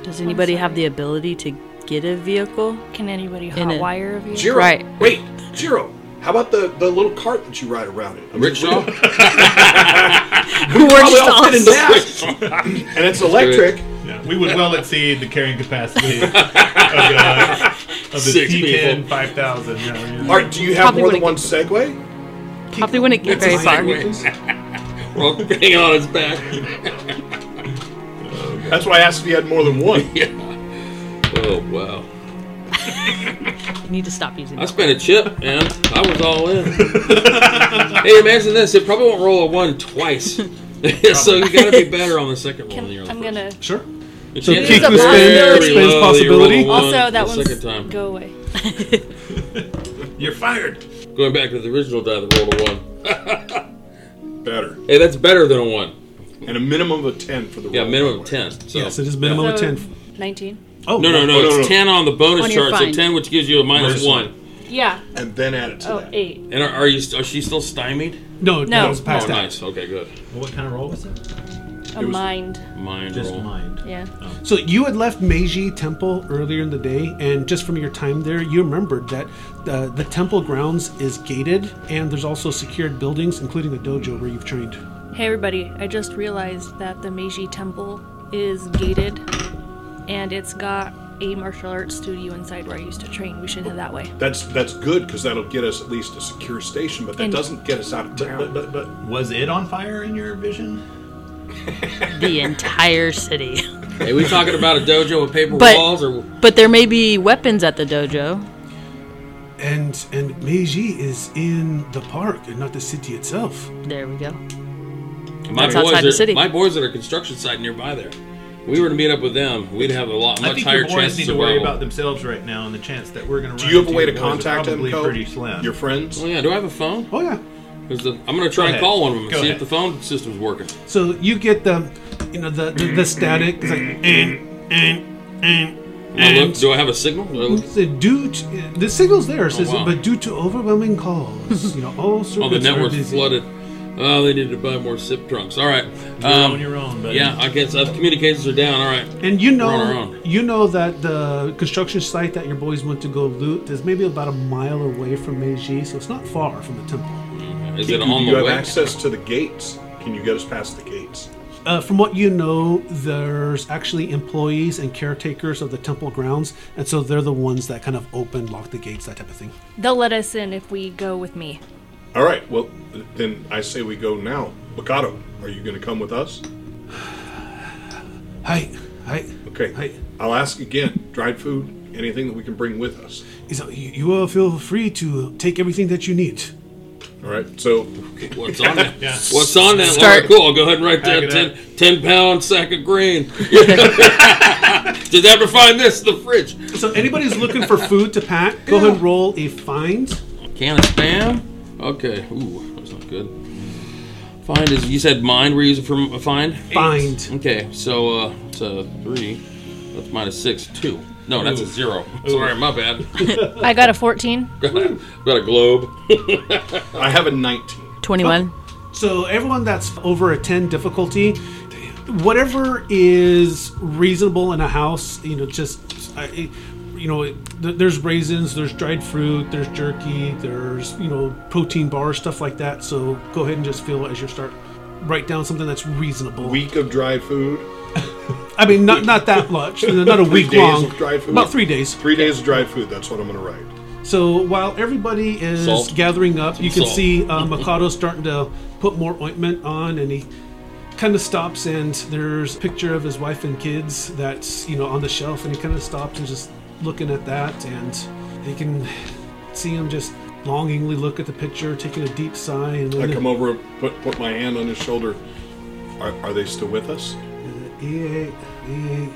[SPEAKER 8] Does anybody have the ability to get a vehicle?
[SPEAKER 4] Can anybody
[SPEAKER 8] In it.
[SPEAKER 4] hotwire of you?
[SPEAKER 1] Jiro,
[SPEAKER 8] Right.
[SPEAKER 1] wait, Jiro. How about the, the little cart that you ride around in? I mean,
[SPEAKER 6] Rickshaw?
[SPEAKER 1] We, we probably
[SPEAKER 8] just
[SPEAKER 1] all fit in
[SPEAKER 8] awesome.
[SPEAKER 1] that. and it's electric.
[SPEAKER 3] Yeah, we would well exceed the carrying capacity of the, of the
[SPEAKER 6] Six
[SPEAKER 3] T10
[SPEAKER 6] people.
[SPEAKER 3] 5000. Yeah, yeah.
[SPEAKER 1] All right, do you have
[SPEAKER 8] Probably
[SPEAKER 1] more than
[SPEAKER 8] wouldn't
[SPEAKER 1] one Segway?
[SPEAKER 8] Probably wouldn't get very far.
[SPEAKER 6] Well, hang on his back.
[SPEAKER 1] That's why I asked if you had more than one.
[SPEAKER 6] Yeah. Oh wow.
[SPEAKER 5] You need to stop using
[SPEAKER 6] I
[SPEAKER 5] that.
[SPEAKER 6] spent a chip, man. I was all in. hey, imagine this. It probably won't roll a one twice. so you gotta be better on the second roll
[SPEAKER 4] Can-
[SPEAKER 6] than you are on
[SPEAKER 4] I'm
[SPEAKER 6] the first.
[SPEAKER 4] gonna.
[SPEAKER 2] Sure.
[SPEAKER 6] It's
[SPEAKER 2] So
[SPEAKER 6] very
[SPEAKER 2] keep
[SPEAKER 4] the
[SPEAKER 6] low
[SPEAKER 4] spin-
[SPEAKER 6] that you roll
[SPEAKER 2] possibility.
[SPEAKER 6] a one
[SPEAKER 4] Also, that
[SPEAKER 6] the
[SPEAKER 4] one's
[SPEAKER 6] second time.
[SPEAKER 4] go away.
[SPEAKER 3] You're fired.
[SPEAKER 6] Going back to the original die that rolled a one.
[SPEAKER 1] Better.
[SPEAKER 6] Hey, that's better than a one.
[SPEAKER 1] And a minimum of 10 for the
[SPEAKER 6] Yeah,
[SPEAKER 1] roll
[SPEAKER 6] minimum
[SPEAKER 1] that
[SPEAKER 6] of
[SPEAKER 1] way.
[SPEAKER 6] ten. So.
[SPEAKER 2] Yes, it is minimum of
[SPEAKER 4] So,
[SPEAKER 2] ten.
[SPEAKER 4] 19.
[SPEAKER 2] Oh
[SPEAKER 6] No, no, no.
[SPEAKER 1] No, no, no.
[SPEAKER 6] it's ten on the bonus
[SPEAKER 5] On your
[SPEAKER 6] chart, so
[SPEAKER 5] fine.
[SPEAKER 6] ten, which gives you a minus
[SPEAKER 1] Minus
[SPEAKER 6] one.
[SPEAKER 4] Yeah.
[SPEAKER 1] And then add it to
[SPEAKER 4] Oh,
[SPEAKER 1] that.
[SPEAKER 4] eight.
[SPEAKER 6] And are, are you? St- are she still stymied?
[SPEAKER 2] no,
[SPEAKER 4] No.
[SPEAKER 2] no. It's past
[SPEAKER 6] oh,
[SPEAKER 2] that.
[SPEAKER 6] nice. Okay, good.
[SPEAKER 3] What kind of roll was it?
[SPEAKER 4] A mind.
[SPEAKER 6] Mind
[SPEAKER 3] Just
[SPEAKER 6] roll.
[SPEAKER 3] mind.
[SPEAKER 4] Yeah.
[SPEAKER 2] So you had left Meiji Temple earlier in the day, and just from your time there, you remembered that uh, the temple grounds is gated, and there's also secured buildings, including a dojo where you've trained.
[SPEAKER 4] Hey, everybody. I just realized that the Meiji Temple is gated and it's got a martial arts studio inside where I used to train. We should head that way.
[SPEAKER 1] That's that's good because that'll get us at least a secure station, but that
[SPEAKER 4] And-
[SPEAKER 1] doesn't get us out of town.
[SPEAKER 3] But, but, but was it on fire in your vision?
[SPEAKER 5] the entire city.
[SPEAKER 6] Hey, we talking about a dojo with paper
[SPEAKER 8] But-
[SPEAKER 6] walls or?
[SPEAKER 8] But there may be weapons at the dojo.
[SPEAKER 2] And and Meiji is in the park and not the city itself.
[SPEAKER 8] There we go.
[SPEAKER 6] My
[SPEAKER 8] That's
[SPEAKER 6] boys,
[SPEAKER 8] outside the
[SPEAKER 6] are,
[SPEAKER 8] city.
[SPEAKER 6] my boys are at a construction site nearby there. We were to meet up with them. We'd have a lot
[SPEAKER 3] I
[SPEAKER 6] much
[SPEAKER 3] think
[SPEAKER 6] higher
[SPEAKER 3] your boys
[SPEAKER 6] chance
[SPEAKER 3] need
[SPEAKER 6] of
[SPEAKER 3] to worry
[SPEAKER 6] survival.
[SPEAKER 3] about themselves right now, and the chance that we're going to.
[SPEAKER 1] do you have a way to contact them,
[SPEAKER 3] Probably
[SPEAKER 1] Co?
[SPEAKER 3] pretty slim.
[SPEAKER 1] Your friends?
[SPEAKER 6] Oh yeah, do I have a phone?
[SPEAKER 2] Oh yeah.
[SPEAKER 6] 'Cause the- I'm gonna try and
[SPEAKER 3] ahead.
[SPEAKER 6] call one of them and
[SPEAKER 3] Go
[SPEAKER 6] see
[SPEAKER 3] ahead.
[SPEAKER 6] if the phone system's working.
[SPEAKER 2] So you get the, you know, the the, the static. It's like and and and.
[SPEAKER 6] Do I look, do I have a signal? Do I look-
[SPEAKER 2] The due to, the signal's there it says,
[SPEAKER 6] Oh, wow.
[SPEAKER 2] but due to overwhelming calls, you know, all
[SPEAKER 6] Oh, the
[SPEAKER 2] circuits are
[SPEAKER 6] network's
[SPEAKER 2] busy.
[SPEAKER 6] flooded. Oh, they need to buy more sip trunks. All right.
[SPEAKER 3] You're
[SPEAKER 6] Um,
[SPEAKER 3] on your own, buddy.
[SPEAKER 6] yeah, I guess uh, communications are down. All right.
[SPEAKER 2] And you
[SPEAKER 6] We're on our
[SPEAKER 2] know,
[SPEAKER 6] own.
[SPEAKER 2] you know that the construction site that your boys went to go loot is maybe about a mile away from Meiji, so it's not far from the temple.
[SPEAKER 6] Is
[SPEAKER 1] Do
[SPEAKER 6] it
[SPEAKER 1] you,
[SPEAKER 6] on
[SPEAKER 1] do you
[SPEAKER 6] the
[SPEAKER 1] have
[SPEAKER 6] way?
[SPEAKER 1] access to the gates? Can you get us past the gates?
[SPEAKER 2] Uh, from what you know, there's actually employees and caretakers of the temple grounds, and so they're the ones that kind of open, lock the gates, that type of thing.
[SPEAKER 4] They'll let us in if we go with me.
[SPEAKER 1] All right. Well, th- then I say we go now. Mikado, are you going to come with us?
[SPEAKER 2] Hi, hi.
[SPEAKER 1] Okay.
[SPEAKER 2] Hi.
[SPEAKER 1] I'll ask again. Dried food, anything that we can bring with us.
[SPEAKER 2] Is- you- You all feel free to take everything that you need.
[SPEAKER 1] All right. So
[SPEAKER 6] What's on that? What's on that? Laura?
[SPEAKER 8] Start-
[SPEAKER 6] Cool. I'll go ahead and write
[SPEAKER 3] Pack
[SPEAKER 6] that
[SPEAKER 3] it
[SPEAKER 6] 10,
[SPEAKER 3] up.
[SPEAKER 6] 10 pound sack of grain. Did ever find this in the fridge?
[SPEAKER 2] So anybody who's looking for food to pack, go ahead and roll a find.
[SPEAKER 6] Can of spam? Okay. Ooh, that's not good. Find is you said mind we're using for a uh, find.
[SPEAKER 2] Find.
[SPEAKER 6] Okay, so uh, it's a three. That's minus six, two. No, that's a zero. Sorry, my bad.
[SPEAKER 4] I got a 14.
[SPEAKER 6] Got a globe.
[SPEAKER 1] I have a 19.
[SPEAKER 8] 21.
[SPEAKER 2] So everyone that's over a 10 difficulty, whatever is reasonable in a house, you know, just I, it- you know, it- th- there's raisins, there's dried fruit, there's jerky, there's you know protein bars, stuff like that. So go ahead and just feel as you start. Write down something that's reasonable.
[SPEAKER 1] Week of dried food.
[SPEAKER 2] I mean, not not that much, you know, not a week
[SPEAKER 1] days
[SPEAKER 2] long,
[SPEAKER 1] of dried food.
[SPEAKER 2] about three days.
[SPEAKER 1] Three days of dried food. That's what I'm going to write.
[SPEAKER 2] So while everybody is
[SPEAKER 6] Salt.
[SPEAKER 2] gathering up, you can
[SPEAKER 6] salt.
[SPEAKER 2] see uh, Mikado starting to put more ointment on, and he kind of stops. And there's a picture of his wife and kids that's you know on the shelf, and he kind of stops and just looking at that, and you can see him just longingly look at the picture, taking a deep sigh, and
[SPEAKER 1] I
[SPEAKER 2] then
[SPEAKER 1] come over and put, put my hand on his shoulder. Are, are they still with us?
[SPEAKER 2] E8, E8.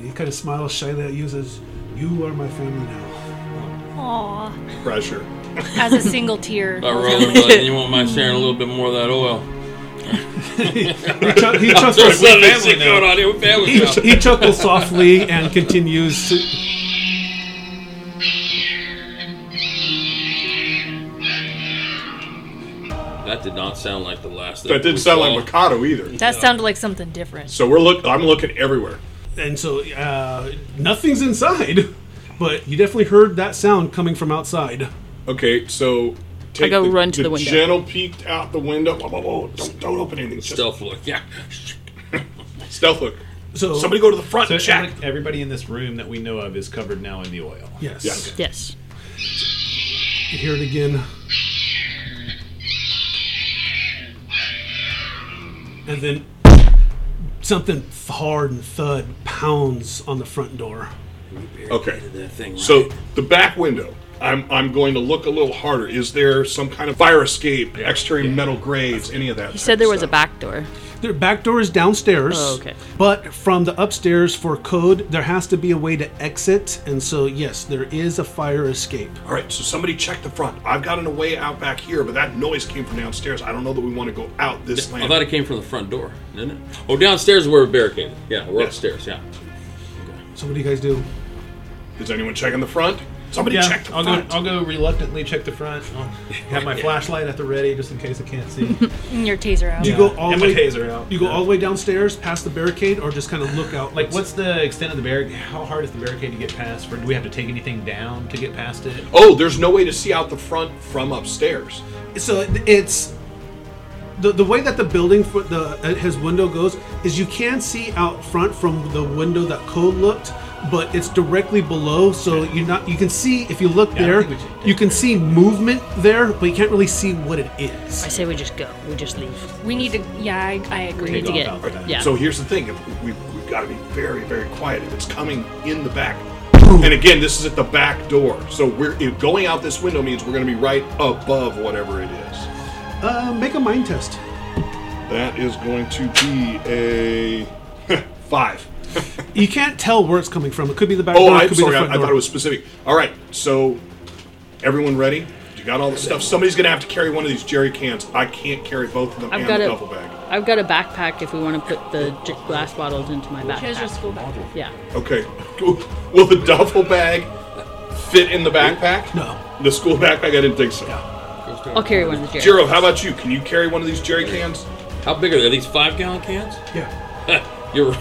[SPEAKER 2] He kind of smiles shyly at you and says, You are my family now.
[SPEAKER 4] Aw.
[SPEAKER 1] Pressure.
[SPEAKER 4] As a single tear.
[SPEAKER 6] All right, Roland, but you won't mind sharing a little bit more of that oil.
[SPEAKER 2] He, chuck- he
[SPEAKER 6] There's
[SPEAKER 2] chuckles,
[SPEAKER 6] nothing
[SPEAKER 3] family
[SPEAKER 6] sick
[SPEAKER 3] now.
[SPEAKER 6] going on here. We're family
[SPEAKER 2] he,
[SPEAKER 6] now.
[SPEAKER 2] he chuckles softly and continues to.
[SPEAKER 6] That did not sound like the last.
[SPEAKER 1] That didn't sound like Mikado either.
[SPEAKER 4] That sounded like something different.
[SPEAKER 1] So we're look. I'm looking everywhere.
[SPEAKER 2] And so uh, nothing's inside, but you definitely heard that sound coming from outside.
[SPEAKER 1] Okay, so take
[SPEAKER 8] go run to the window.
[SPEAKER 1] Gentle peeked out the window. Whoa, whoa, whoa. Don't, don't open anything. Just
[SPEAKER 6] Stealth look. Yeah.
[SPEAKER 1] stealth look.
[SPEAKER 2] So
[SPEAKER 1] Somebody go to the front,
[SPEAKER 3] So it sounds
[SPEAKER 1] Jack.
[SPEAKER 3] like everybody in this room that we know of is covered now in the oil.
[SPEAKER 2] Yes.
[SPEAKER 1] Yes.
[SPEAKER 8] Yes.
[SPEAKER 2] You hear it again. And then something hard and thud pounds on the front door.
[SPEAKER 1] Okay.
[SPEAKER 6] That thing. Right?
[SPEAKER 1] So the back window. I'm, I'm going to look a little harder. Is there some kind of fire escape, exterior metal grades, any of that?
[SPEAKER 8] You said there was a back door.
[SPEAKER 2] Their back door is downstairs.
[SPEAKER 8] Oh, okay.
[SPEAKER 2] But from the upstairs for code, there has to be a way to exit. And so, yes, there is a fire escape.
[SPEAKER 1] All right, so somebody check the front. I've gotten a way out back here, but that noise came from downstairs. I don't know that we want to go out this
[SPEAKER 6] I
[SPEAKER 1] land.
[SPEAKER 6] thought it came from the front door, didn't it? Oh, downstairs we're barricaded. Yeah, we're
[SPEAKER 1] Yeah.
[SPEAKER 6] upstairs. Yeah.
[SPEAKER 2] So, what do you guys do?
[SPEAKER 1] Is anyone checking the front? Somebody
[SPEAKER 3] Yeah,
[SPEAKER 1] check the
[SPEAKER 3] I'll
[SPEAKER 1] front.
[SPEAKER 3] go. I'll go reluctantly check the front. I'll have my flashlight at the ready just in case I can't see.
[SPEAKER 4] And your taser out.
[SPEAKER 2] Do you go all
[SPEAKER 3] and
[SPEAKER 2] the
[SPEAKER 3] my
[SPEAKER 2] way?
[SPEAKER 3] taser out.
[SPEAKER 2] You go
[SPEAKER 3] Yeah.
[SPEAKER 2] all the way downstairs, past the barricade, or just kind of look out?
[SPEAKER 3] Like, what's the extent of the barricade? How hard is the barricade to get past? For do we have to take anything down to get past it?
[SPEAKER 1] oh, there's no way to see out the front from upstairs.
[SPEAKER 2] so it- it's the, the way that the building for the uh, his window goes is you can see out front from the window that code looked but it's directly below so you're not you can see if you look
[SPEAKER 3] I
[SPEAKER 2] there
[SPEAKER 3] think we should take
[SPEAKER 2] you can see movement there but you can't really see what it is
[SPEAKER 8] I say we just go. We just leave.
[SPEAKER 4] We need to. Yeah, I, I agree.
[SPEAKER 8] need to get.
[SPEAKER 3] about that.
[SPEAKER 8] Yeah.
[SPEAKER 1] So here's the thing: if we, we've got to be very, very quiet. If it's coming in the back, and again, this is at the back door, so we're if going out this window means we're going to be right above whatever it is.
[SPEAKER 2] uh, make a mind test
[SPEAKER 1] That is going to be a five.
[SPEAKER 2] you can't tell where it's coming from it could be the back
[SPEAKER 1] Oh,
[SPEAKER 2] door it
[SPEAKER 1] I'm
[SPEAKER 2] could be
[SPEAKER 1] sorry.
[SPEAKER 2] the
[SPEAKER 1] I,
[SPEAKER 2] front
[SPEAKER 1] I
[SPEAKER 2] door
[SPEAKER 1] thought it was specific. All right, so everyone ready? You got all the stuff. Somebody's going to have to carry one of these jerry cans. I can't carry both of them
[SPEAKER 5] I've
[SPEAKER 1] and
[SPEAKER 5] got
[SPEAKER 1] the
[SPEAKER 5] a-
[SPEAKER 1] duffel bag.
[SPEAKER 5] I've got a backpack if we want to put the j- glass bottles into my
[SPEAKER 4] Here's your
[SPEAKER 5] backpack.
[SPEAKER 4] school back.
[SPEAKER 5] Yeah.
[SPEAKER 1] Okay. Will the duffel bag fit in the backpack?
[SPEAKER 2] no
[SPEAKER 1] The school backpack? I didn't think so.
[SPEAKER 5] I'll carry one of the chairs.
[SPEAKER 1] Jiro, how about you? Can you carry one of these jerry cans?
[SPEAKER 6] How big are they? These five gallon cans?
[SPEAKER 2] yeah
[SPEAKER 6] You're.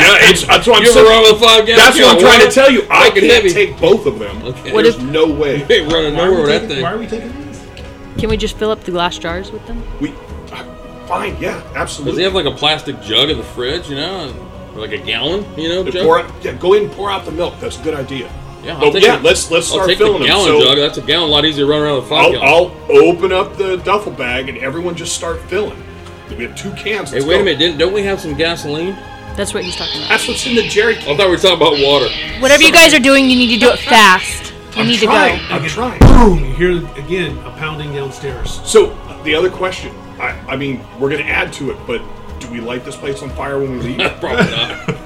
[SPEAKER 1] Yeah, it's, that's what I'm
[SPEAKER 6] You're
[SPEAKER 1] saying.
[SPEAKER 6] wrong with five gallon.
[SPEAKER 1] That's what I'm trying to tell you. I
[SPEAKER 6] Fucking
[SPEAKER 1] can't
[SPEAKER 6] heavy.
[SPEAKER 1] take both of them.
[SPEAKER 6] Okay.
[SPEAKER 8] What
[SPEAKER 1] There's
[SPEAKER 8] if-
[SPEAKER 1] no way.
[SPEAKER 6] Hey, running
[SPEAKER 3] Why are,
[SPEAKER 6] over
[SPEAKER 3] we
[SPEAKER 6] that
[SPEAKER 3] taking, why are
[SPEAKER 6] thing.
[SPEAKER 3] we taking these?
[SPEAKER 8] Can we just fill up the glass jars with them?
[SPEAKER 1] We, uh, fine, yeah,
[SPEAKER 6] Does
[SPEAKER 1] absolutely.
[SPEAKER 6] he have like a plastic jug in the fridge? You know, or like a gallon? You know, jug.
[SPEAKER 1] pour out, yeah, go in and pour out the milk. That's a good idea.
[SPEAKER 6] Yeah, I'll
[SPEAKER 1] But
[SPEAKER 6] take
[SPEAKER 1] yeah,
[SPEAKER 6] the-
[SPEAKER 1] let's let's
[SPEAKER 6] I'll
[SPEAKER 1] start
[SPEAKER 6] take
[SPEAKER 1] filling them.
[SPEAKER 6] the gallon
[SPEAKER 1] so
[SPEAKER 6] jug. That's a gallon. A lot easier to run around with a 5
[SPEAKER 1] I'll,
[SPEAKER 6] gallon.
[SPEAKER 1] I'll open up the duffel bag and everyone just start filling. We have two cans.
[SPEAKER 6] hey,
[SPEAKER 1] let's
[SPEAKER 6] wait
[SPEAKER 1] go.
[SPEAKER 6] a minute. Didn't, don't we have some gasoline? I
[SPEAKER 8] That's what he's talking about.
[SPEAKER 1] That's what's in the jerry can.
[SPEAKER 6] thought we were talking about water.
[SPEAKER 4] Whatever you guys are doing, you need to do it fast. You
[SPEAKER 1] I'm
[SPEAKER 4] need
[SPEAKER 1] trying.
[SPEAKER 4] to go.
[SPEAKER 1] I'm trying.
[SPEAKER 2] boom you hear again a pounding downstairs
[SPEAKER 1] So the other question, I, I mean, we're gonna add to it, but do we light this place on fire when we leave?
[SPEAKER 6] Probably not.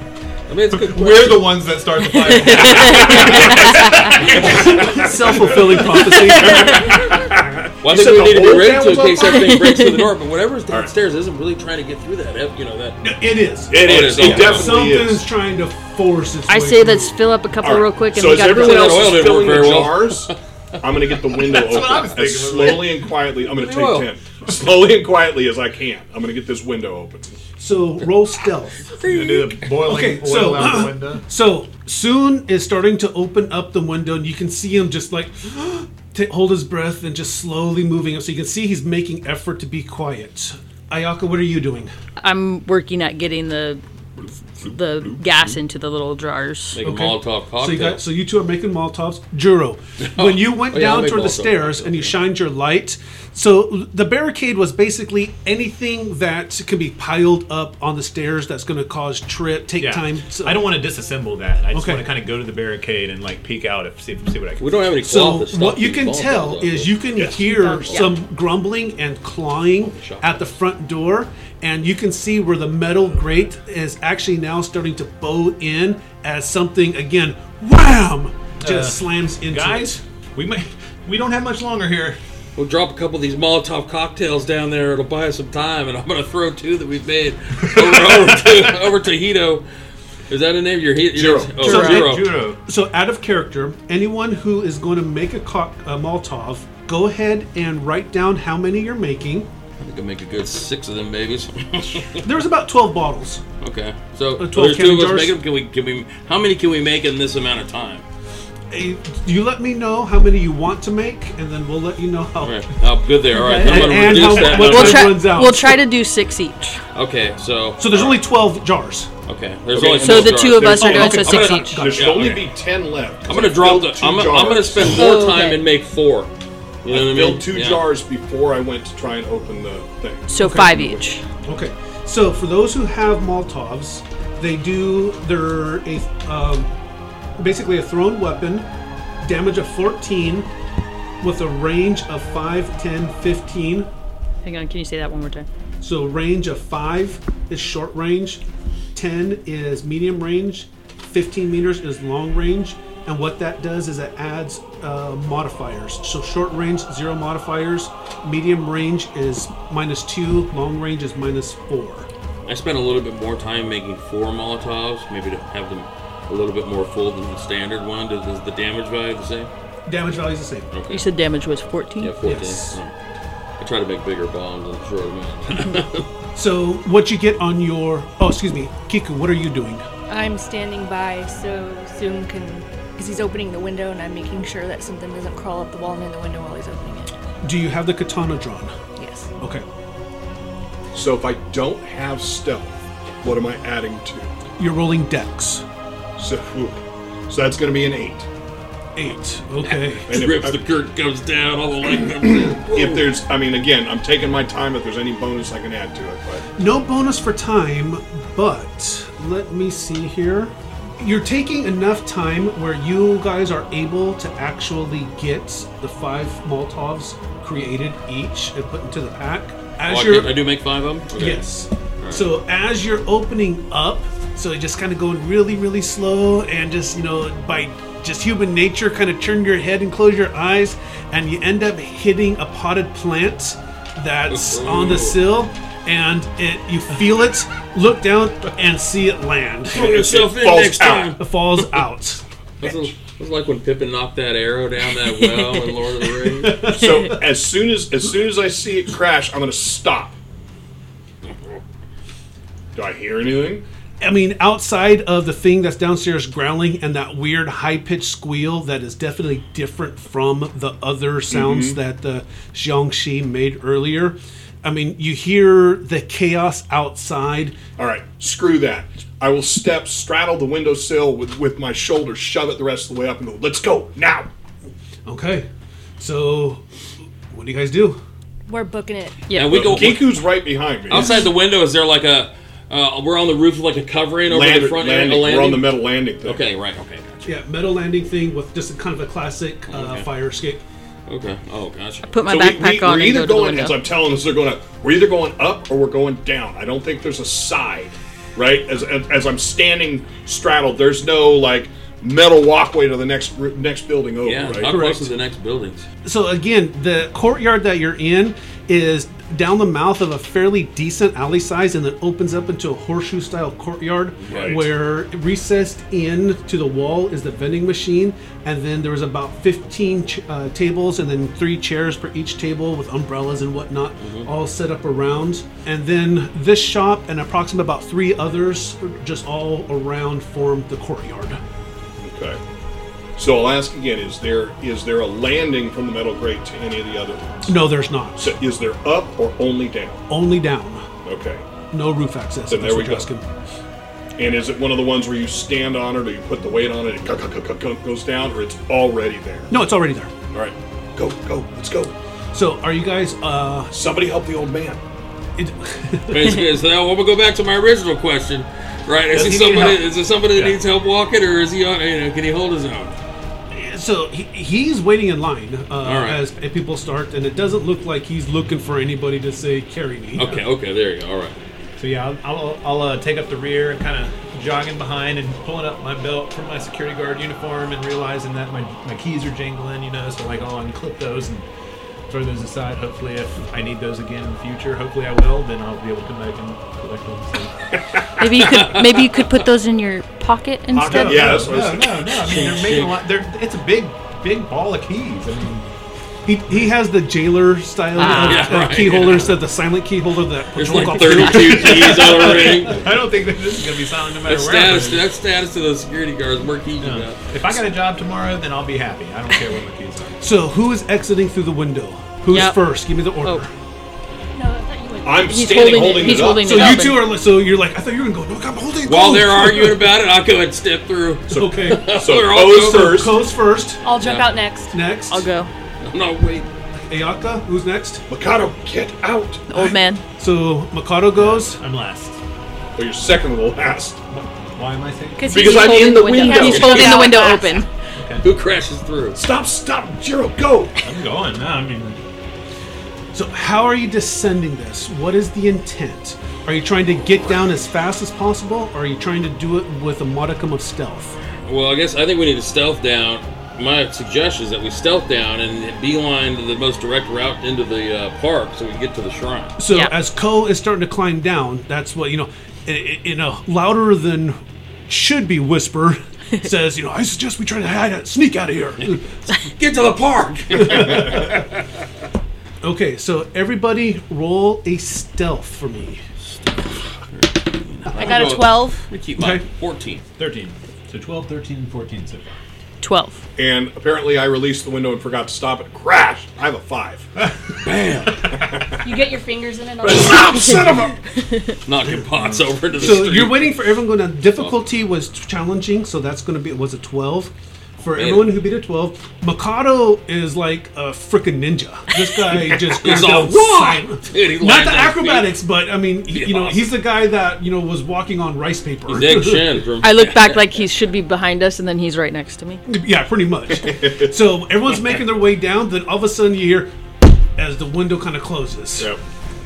[SPEAKER 6] I mean, it's a good.
[SPEAKER 3] We're the ones that start the fire.
[SPEAKER 2] self-fulfilling prophecy
[SPEAKER 6] Well,
[SPEAKER 1] You
[SPEAKER 6] I think we
[SPEAKER 1] said the
[SPEAKER 6] need to be
[SPEAKER 1] whole
[SPEAKER 6] ready to in
[SPEAKER 1] gallon's
[SPEAKER 6] case
[SPEAKER 1] on fire?
[SPEAKER 6] everything breaks through the door. But whatever's downstairs isn't really trying to get through that. eh, You know that.
[SPEAKER 2] it is
[SPEAKER 1] It
[SPEAKER 6] Oh, it
[SPEAKER 1] is.
[SPEAKER 6] is.
[SPEAKER 1] It
[SPEAKER 6] Okay.
[SPEAKER 1] definitely
[SPEAKER 2] Something's
[SPEAKER 1] is.
[SPEAKER 2] trying to force its
[SPEAKER 8] I
[SPEAKER 2] way
[SPEAKER 8] say
[SPEAKER 2] through.
[SPEAKER 8] let's fill up a couple
[SPEAKER 1] All right,
[SPEAKER 8] real quick and
[SPEAKER 1] so
[SPEAKER 8] we
[SPEAKER 1] as
[SPEAKER 8] gotta
[SPEAKER 1] everyone
[SPEAKER 8] go.
[SPEAKER 6] That
[SPEAKER 1] else
[SPEAKER 6] oil
[SPEAKER 1] is
[SPEAKER 6] didn't work
[SPEAKER 1] filling the
[SPEAKER 6] very well.
[SPEAKER 1] jars, I'm gonna get the window open.
[SPEAKER 3] what I was
[SPEAKER 1] as
[SPEAKER 3] thinking.
[SPEAKER 1] slowly and quietly, I'm gonna
[SPEAKER 6] Leave
[SPEAKER 1] take
[SPEAKER 6] oil.
[SPEAKER 1] ten. Slowly and quietly as I can, I'm gonna get this window open.
[SPEAKER 2] So roll stealth.
[SPEAKER 3] You do the boiling
[SPEAKER 2] Okay,
[SPEAKER 3] oil
[SPEAKER 2] so
[SPEAKER 3] out the window.
[SPEAKER 2] so soon is starting to open up the window, and you can see him just like t- hold his breath and just slowly moving up. So you can see he's making effort to be quiet. Ayaka, what are you doing?
[SPEAKER 8] I'm working at getting the the gas into the little jars.
[SPEAKER 6] Make a Molotov cocktail.
[SPEAKER 2] So you got so you two are making Molotovs. Juro, when you went
[SPEAKER 6] Oh, yeah, I'll
[SPEAKER 2] down
[SPEAKER 6] make
[SPEAKER 2] toward the
[SPEAKER 6] Molotov
[SPEAKER 2] stairs and you shined your light, so the barricade was basically anything that can be piled up on the stairs that's going to cause trip, take
[SPEAKER 3] Yeah.
[SPEAKER 2] time. So,
[SPEAKER 3] I don't want to disassemble that. I just
[SPEAKER 2] Okay.
[SPEAKER 3] want to kind of go to the barricade and like peek out if see, see what I can.
[SPEAKER 6] we don't have any
[SPEAKER 2] So
[SPEAKER 6] cloth to stop
[SPEAKER 2] what you
[SPEAKER 6] these
[SPEAKER 2] can
[SPEAKER 6] Molotovs
[SPEAKER 2] tell
[SPEAKER 6] up
[SPEAKER 2] is
[SPEAKER 6] with.
[SPEAKER 2] you can
[SPEAKER 1] Yes.
[SPEAKER 2] hear
[SPEAKER 8] Yeah.
[SPEAKER 2] some grumbling and clawing
[SPEAKER 6] Shut
[SPEAKER 2] at the front door, and you can see where the metal grate is actually now starting to bow in as something again, wham, just
[SPEAKER 3] Uh,
[SPEAKER 2] slams into
[SPEAKER 3] Guys,
[SPEAKER 2] it.
[SPEAKER 3] we might we don't have much longer here.
[SPEAKER 6] We'll drop a couple of these Molotov cocktails down there. It'll buy us some time, and I'm gonna throw two that we've made over, over to over to Hito. Is that the name of your Hito?
[SPEAKER 1] Jiro.
[SPEAKER 6] Oh,
[SPEAKER 2] Jiro.
[SPEAKER 6] Jiro.
[SPEAKER 3] Juro.
[SPEAKER 2] So, out of character, anyone who is going to make a, cock, a Molotov, go ahead and write down how many you're making.
[SPEAKER 6] I think I'll make a good six of them babies.
[SPEAKER 2] There's about 12 bottles.
[SPEAKER 6] okay, so
[SPEAKER 2] Uh, 12
[SPEAKER 6] there's two of us
[SPEAKER 2] candy
[SPEAKER 6] make
[SPEAKER 2] jars.
[SPEAKER 6] them. Can we? Can we? How many can we make in this amount of time?
[SPEAKER 2] Eh, You let me know how many you want to make, and then we'll let you know how.
[SPEAKER 6] Okay, oh, good there. All right, I'm
[SPEAKER 2] And-
[SPEAKER 6] gonna
[SPEAKER 2] and
[SPEAKER 6] reduce
[SPEAKER 2] how-
[SPEAKER 6] that.
[SPEAKER 2] what-
[SPEAKER 6] number.
[SPEAKER 8] We'll try,
[SPEAKER 2] runs out.
[SPEAKER 8] we'll try to do six each.
[SPEAKER 6] okay, so
[SPEAKER 2] So, there's only 12 jars.
[SPEAKER 6] okay. There's
[SPEAKER 1] Okay,
[SPEAKER 6] only
[SPEAKER 1] so
[SPEAKER 8] So
[SPEAKER 6] twelve
[SPEAKER 8] the two of
[SPEAKER 6] jars.
[SPEAKER 8] us are
[SPEAKER 2] Oh,
[SPEAKER 8] doing
[SPEAKER 2] okay.
[SPEAKER 8] so six
[SPEAKER 6] I'm
[SPEAKER 8] each.
[SPEAKER 1] There should
[SPEAKER 6] Yeah,
[SPEAKER 1] only
[SPEAKER 6] okay.
[SPEAKER 1] be ten left.
[SPEAKER 6] I'm gonna drop the.
[SPEAKER 1] Filled two
[SPEAKER 6] I'm, I'm gonna
[SPEAKER 1] jars.
[SPEAKER 6] spend more
[SPEAKER 8] Oh,
[SPEAKER 6] time
[SPEAKER 8] okay.
[SPEAKER 6] and make four. You know what I
[SPEAKER 1] I
[SPEAKER 6] mean?
[SPEAKER 1] filled two
[SPEAKER 6] Yeah.
[SPEAKER 1] jars before I went to try and open the thing.
[SPEAKER 8] So five each.
[SPEAKER 2] Okay. So for those who have Molotovs, they do their a um, basically a thrown weapon, damage of 14 with a range of 5, 10, 15.
[SPEAKER 5] Hang on, can you say that one more time?
[SPEAKER 2] So range of 5 is short range, 10 is medium range, 15 meters is long range. And what that does is it adds uh, modifiers. So short range, zero modifiers. Medium range is minus two. Long range is minus four.
[SPEAKER 6] I spent a little bit more time making four Molotovs, maybe to have them a little bit more full than the standard one. Does, does the damage value the same?
[SPEAKER 2] Damage value is the same.
[SPEAKER 6] Okay.
[SPEAKER 8] You said damage was 14?
[SPEAKER 6] yeah, 14.
[SPEAKER 2] Yes.
[SPEAKER 6] yeah. I try to make bigger bombs, I'm sure. I mean.
[SPEAKER 2] So what you get on your oh excuse me Kiku, what are you doing?
[SPEAKER 4] I'm standing by so Zoom can, because he's opening the window and I'm making sure that something doesn't crawl up the wall near the window while he's opening it.
[SPEAKER 2] Do you have the katana drawn?
[SPEAKER 4] Yes.
[SPEAKER 2] Okay,
[SPEAKER 1] So if I don't have stealth, what am I adding to?
[SPEAKER 2] you're rolling dex
[SPEAKER 1] So, ooh. so that's going to be an eight.
[SPEAKER 2] eight. Okay,
[SPEAKER 1] And
[SPEAKER 6] Rips
[SPEAKER 1] if,
[SPEAKER 6] the curtain comes down, all the light comes in.
[SPEAKER 1] if there's, I mean, again, I'm taking my time. If there's any bonus I can add to it, but
[SPEAKER 2] no bonus for time, but let me see here. You're taking enough time where you guys are able to actually get the five Molotovs created each and put into the pack. As
[SPEAKER 6] Oh, I,
[SPEAKER 2] you're,
[SPEAKER 6] can- I do make five of them? Okay.
[SPEAKER 2] Yes. So as you're opening up, so just kind of going really, really slow, and just you know by just human nature, kind of turn your head and close your eyes, and you end up hitting a potted plant that's on the sill, and it you feel it, look down, and see it land.
[SPEAKER 6] Throw yourself in
[SPEAKER 1] Falls
[SPEAKER 6] next
[SPEAKER 1] out.
[SPEAKER 6] time.
[SPEAKER 2] It falls out.
[SPEAKER 6] That's, a, that's like when Pippin knocked that arrow down that well in Lord of the Rings.
[SPEAKER 1] so as soon as as soon as I see it crash, I'm going to stop. Do I hear anything?
[SPEAKER 2] I mean, outside of the thing that's downstairs growling and that weird high pitched squeal that is definitely different from the other sounds that the Xiangxi made earlier. I mean, you hear the chaos outside.
[SPEAKER 1] All right, screw that. I will step, straddle the windowsill with with my shoulder, shove it the rest of the way up, and go. Let's go now.
[SPEAKER 2] Okay, so what do you guys do?
[SPEAKER 4] We're booking it.
[SPEAKER 6] And we go
[SPEAKER 1] Giku's right behind me.
[SPEAKER 6] outside the window. Is there like a. Uh, we're on the roof with like a covering over
[SPEAKER 1] Land-
[SPEAKER 6] the front
[SPEAKER 1] landing.
[SPEAKER 6] end of the landing?
[SPEAKER 1] We're on the metal landing. Thing.
[SPEAKER 6] Okay, right. Okay, gotcha.
[SPEAKER 2] Yeah, metal landing thing with just a kind of a classic uh,
[SPEAKER 6] Okay.
[SPEAKER 2] fire escape.
[SPEAKER 6] Okay. Oh, gotcha.
[SPEAKER 8] Put my
[SPEAKER 1] So we,
[SPEAKER 8] backpack
[SPEAKER 1] we,
[SPEAKER 8] on
[SPEAKER 1] we're
[SPEAKER 8] and go
[SPEAKER 1] either
[SPEAKER 8] to the
[SPEAKER 1] going,
[SPEAKER 8] window.
[SPEAKER 1] as I'm telling us, they're going up. We're either going up or we're going down. I don't think there's a side, right? As as, as I'm standing straddled, there's no like metal walkway to the next r- next building over.
[SPEAKER 6] Yeah,
[SPEAKER 1] right?
[SPEAKER 6] how
[SPEAKER 2] Correct.
[SPEAKER 6] close is the next buildings?
[SPEAKER 2] So again, the courtyard that you're in is down the mouth of a fairly decent alley size, and then opens up into a horseshoe-style courtyard
[SPEAKER 1] Right.
[SPEAKER 2] where recessed in to the wall is the vending machine, and then there was about 15 ch- uh, tables, and then three chairs per each table with umbrellas and whatnot,
[SPEAKER 1] Mm-hmm.
[SPEAKER 2] all set up around. And then this shop and approximately about three others, just all around, formed the courtyard.
[SPEAKER 1] Okay. So I'll ask again: Is there is there a landing from the metal grate to any of the other ones?
[SPEAKER 2] No, there's not.
[SPEAKER 1] So is there up or only down?
[SPEAKER 2] Only down.
[SPEAKER 1] Okay.
[SPEAKER 2] No roof access.
[SPEAKER 1] Then
[SPEAKER 2] if that's
[SPEAKER 1] there
[SPEAKER 2] what
[SPEAKER 1] we
[SPEAKER 2] you're
[SPEAKER 1] go.
[SPEAKER 2] asking.
[SPEAKER 1] And is it one of the ones where you stand on it, or you put the weight on it, and gunk, gunk, gunk, gunk goes down, or it's already there?
[SPEAKER 2] No, it's already there.
[SPEAKER 1] All right, go, go, let's go.
[SPEAKER 2] So, are you guys? uh
[SPEAKER 1] Somebody help the old man.
[SPEAKER 2] it,
[SPEAKER 6] Basically, so now I'm gonna go back to my original question, right? Is,
[SPEAKER 3] Does
[SPEAKER 6] he
[SPEAKER 3] he need
[SPEAKER 6] somebody?
[SPEAKER 3] help?
[SPEAKER 6] Is there somebody that
[SPEAKER 3] Yeah.
[SPEAKER 6] needs help walking, or is he? on- You know, can he hold his own?
[SPEAKER 2] So he, he's waiting in line uh,
[SPEAKER 6] right.
[SPEAKER 2] as people start, and it doesn't look like he's looking for anybody to say carry me.
[SPEAKER 6] Okay, okay, there you go. All right.
[SPEAKER 3] So yeah, I'll, I'll, I'll uh, take up the rear and kind of jogging behind and pulling up my belt from my security guard uniform and realizing that my, my keys are jingling, you know, so like I'll unclip those and throw those aside. Hopefully, if I need those again in the future, hopefully I will, then I'll be able to come back and collect them. So.
[SPEAKER 8] Maybe you could maybe you could put those in your pocket instead.
[SPEAKER 1] yeah, that's what I
[SPEAKER 3] no,
[SPEAKER 1] was
[SPEAKER 3] no, no. I mean, they're made a lot. They're, it's a big, big ball of keys. I mean,
[SPEAKER 2] He, he has the jailer style of,
[SPEAKER 6] Ah, yeah,
[SPEAKER 2] of
[SPEAKER 6] right,
[SPEAKER 2] key
[SPEAKER 6] yeah.
[SPEAKER 2] holders, that the silent key holder that
[SPEAKER 6] There's
[SPEAKER 2] patrol
[SPEAKER 6] like
[SPEAKER 2] cop-
[SPEAKER 6] 32 keys on the ring.
[SPEAKER 3] I don't think that this is gonna be silent no matter
[SPEAKER 6] That's
[SPEAKER 3] where. I
[SPEAKER 6] status.
[SPEAKER 3] put it.
[SPEAKER 6] That's status to the security guards. We're keeping
[SPEAKER 3] No.
[SPEAKER 6] that.
[SPEAKER 3] If I got a job tomorrow, then I'll be happy. I don't care where my keys are.
[SPEAKER 2] So who is exiting through the window? Who's
[SPEAKER 8] Yep.
[SPEAKER 2] first? Give me the order.
[SPEAKER 8] Oh.
[SPEAKER 4] No, I thought you went.
[SPEAKER 1] I'm
[SPEAKER 8] He's
[SPEAKER 1] standing
[SPEAKER 8] holding it-
[SPEAKER 1] holding,
[SPEAKER 8] he's
[SPEAKER 1] it up.
[SPEAKER 8] holding
[SPEAKER 2] So
[SPEAKER 8] it
[SPEAKER 2] you
[SPEAKER 8] up
[SPEAKER 2] two
[SPEAKER 8] and-
[SPEAKER 2] are. li- So you're like, I thought you were gonna go. No, I'm holding. it.
[SPEAKER 6] While
[SPEAKER 2] Go."
[SPEAKER 6] they're arguing about it, I'll go and step through.
[SPEAKER 2] Okay.
[SPEAKER 1] So
[SPEAKER 6] They're all
[SPEAKER 1] O's
[SPEAKER 6] covered.
[SPEAKER 1] first.
[SPEAKER 2] Co's first.
[SPEAKER 4] I'll jump
[SPEAKER 6] Yeah.
[SPEAKER 4] out next.
[SPEAKER 2] Next.
[SPEAKER 8] I'll go.
[SPEAKER 6] No, wait.
[SPEAKER 2] Ayaka. Who's next?
[SPEAKER 1] Mikado, get out.
[SPEAKER 8] The old man.
[SPEAKER 2] So Mikado goes.
[SPEAKER 3] I'm last.
[SPEAKER 1] Well, you're second to last.
[SPEAKER 3] Why am I saying?
[SPEAKER 8] Because
[SPEAKER 1] Because I'm in the window.
[SPEAKER 8] He's holding the window open.
[SPEAKER 6] Who crashes through?
[SPEAKER 1] Stop, stop, Jiro, go.
[SPEAKER 3] I'm going. No, I mean,
[SPEAKER 2] So how are you descending this? What is the intent? Are you trying to get down as fast as possible, or are you trying to do it with a modicum of stealth?
[SPEAKER 6] Well, I guess I think we need to stealth down. My suggestion is that we stealth down and beeline to the most direct route into the uh, park so we can get to the shrine.
[SPEAKER 2] So
[SPEAKER 8] Yeah.
[SPEAKER 2] as Ko is starting to climb down, that's what you know. In, in a louder than should be whisper, says, "You know, I suggest we try to hide, out, sneak out of here."
[SPEAKER 6] Get to the park!
[SPEAKER 2] okay, so everybody, roll a stealth for me.
[SPEAKER 4] I got a 12.
[SPEAKER 6] I keep my
[SPEAKER 2] Okay.
[SPEAKER 6] 14.
[SPEAKER 3] 13. So 12, 13, and 14 so far.
[SPEAKER 8] Twelve.
[SPEAKER 1] And apparently, I released the window and forgot to stop it. Crash. I have a five.
[SPEAKER 4] You get your fingers in it. I'll
[SPEAKER 1] stop, son of a.
[SPEAKER 6] Knocking pots over into the
[SPEAKER 2] Mm. So
[SPEAKER 6] street.
[SPEAKER 2] you're waiting for everyone going down. Difficulty was challenging, so that's going to be was a twelve. For
[SPEAKER 6] Man.
[SPEAKER 2] everyone who beat a twelve, Mikado is like a freaking ninja. This guy just goes
[SPEAKER 6] He's all
[SPEAKER 2] down
[SPEAKER 6] whoa!
[SPEAKER 2] silent.
[SPEAKER 6] Dude, he
[SPEAKER 2] Not
[SPEAKER 6] lines
[SPEAKER 2] the
[SPEAKER 6] on his
[SPEAKER 2] acrobatics, but I mean,
[SPEAKER 6] Yeah.
[SPEAKER 2] you know, he's the guy that you know was walking on rice paper.
[SPEAKER 6] feet. Dick Shin from.
[SPEAKER 8] I look back like he should be behind us, and then he's right next to me.
[SPEAKER 2] Yeah, pretty much. so everyone's making their way down. Then all of a sudden you hear as the window kind of closes.
[SPEAKER 1] Yep.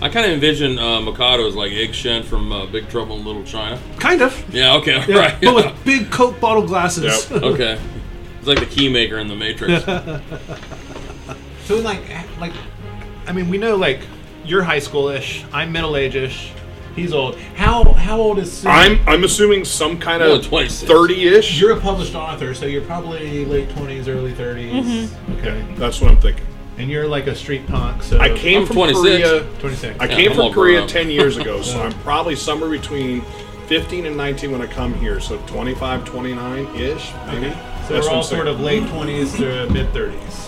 [SPEAKER 6] I kind of envision uh, Mikado as like Egg Shen from uh, Big Trouble in Little China.
[SPEAKER 2] Kind of.
[SPEAKER 6] Yeah, okay,
[SPEAKER 2] Yeah,
[SPEAKER 6] right.
[SPEAKER 2] But with big Coke bottle glasses.
[SPEAKER 1] Yep.
[SPEAKER 6] okay. It's like the key maker in the Matrix.
[SPEAKER 3] So like, like, I mean, we know like you're high school-ish. I'm middle-age-ish. He's old. How how old is Sue?
[SPEAKER 1] I'm I'm assuming some kind
[SPEAKER 6] Well,
[SPEAKER 1] of
[SPEAKER 6] 26.
[SPEAKER 1] thirty-ish.
[SPEAKER 3] You're a published author, so you're probably late 20s, early 30s.
[SPEAKER 8] Mm-hmm.
[SPEAKER 3] Okay.
[SPEAKER 1] That's what I'm thinking.
[SPEAKER 3] And you're like a street punk, so
[SPEAKER 1] I came
[SPEAKER 6] I'm
[SPEAKER 1] from
[SPEAKER 6] 26.
[SPEAKER 1] Korea.
[SPEAKER 3] 26.
[SPEAKER 1] I
[SPEAKER 6] Yeah,
[SPEAKER 1] came
[SPEAKER 6] I'm all
[SPEAKER 1] from
[SPEAKER 6] grown
[SPEAKER 1] Korea
[SPEAKER 6] up.
[SPEAKER 1] ten years ago, so I'm probably somewhere between fifteen and nineteen when I come here. So 25, 29 ish, maybe. That's
[SPEAKER 3] so we're
[SPEAKER 1] what
[SPEAKER 3] all
[SPEAKER 1] I'm
[SPEAKER 3] sort
[SPEAKER 1] saying.
[SPEAKER 3] of late 20s to mid 30s. I guess.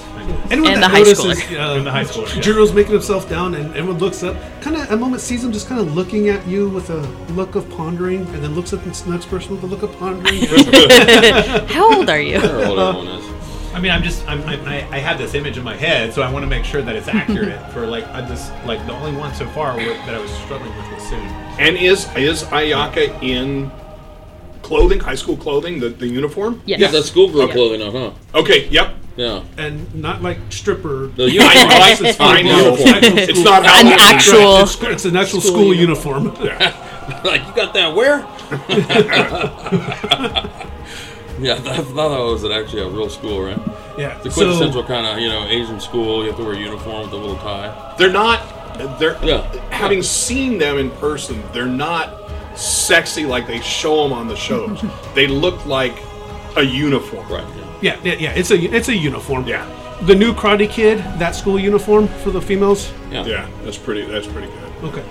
[SPEAKER 2] Anyone
[SPEAKER 8] And
[SPEAKER 2] that
[SPEAKER 8] the high
[SPEAKER 2] notices, uh,
[SPEAKER 3] In the high school. yeah.
[SPEAKER 2] Jiro's making himself down, and everyone looks up. Kind of a moment sees him just kind of looking at you with a look of pondering, and then looks at the next person with a look of pondering.
[SPEAKER 8] How old are you?
[SPEAKER 6] Or whatever one is.
[SPEAKER 3] I mean, I'm just I'm, I, I I have this image in my head, so I want to make sure that it's accurate. for like I just like the only one so far where, that I was struggling with was soon.
[SPEAKER 1] And is is Ayaka in clothing, high school clothing, the, the uniform?
[SPEAKER 6] Yeah, that's schoolgirl clothing now, huh?
[SPEAKER 1] Okay. Yep.
[SPEAKER 6] Yeah.
[SPEAKER 2] and not like stripper.
[SPEAKER 6] The
[SPEAKER 1] I
[SPEAKER 6] uniform.
[SPEAKER 1] know. it's fine,
[SPEAKER 6] Uniform.
[SPEAKER 1] no. It's not how
[SPEAKER 8] An
[SPEAKER 1] that-
[SPEAKER 8] actual-
[SPEAKER 2] It's, it's an actual school, uniform.
[SPEAKER 6] like you got that where? yeah, I thought that was an- actually a real school, right?
[SPEAKER 2] Yeah.
[SPEAKER 6] The
[SPEAKER 2] So
[SPEAKER 6] quintessential kind of you know Asian school. You have to wear a uniform with a little tie.
[SPEAKER 1] They're not. They're
[SPEAKER 6] Yeah.
[SPEAKER 1] having seen them in person. They're not sexy like they show them on the shows. they look like a uniform.
[SPEAKER 6] Right. Yeah.
[SPEAKER 2] yeah, yeah, yeah. It's a it's a uniform.
[SPEAKER 1] Yeah.
[SPEAKER 2] The new Karate Kid, that school uniform for the females.
[SPEAKER 6] Yeah.
[SPEAKER 1] Yeah. That's pretty. That's pretty good.
[SPEAKER 2] Okay.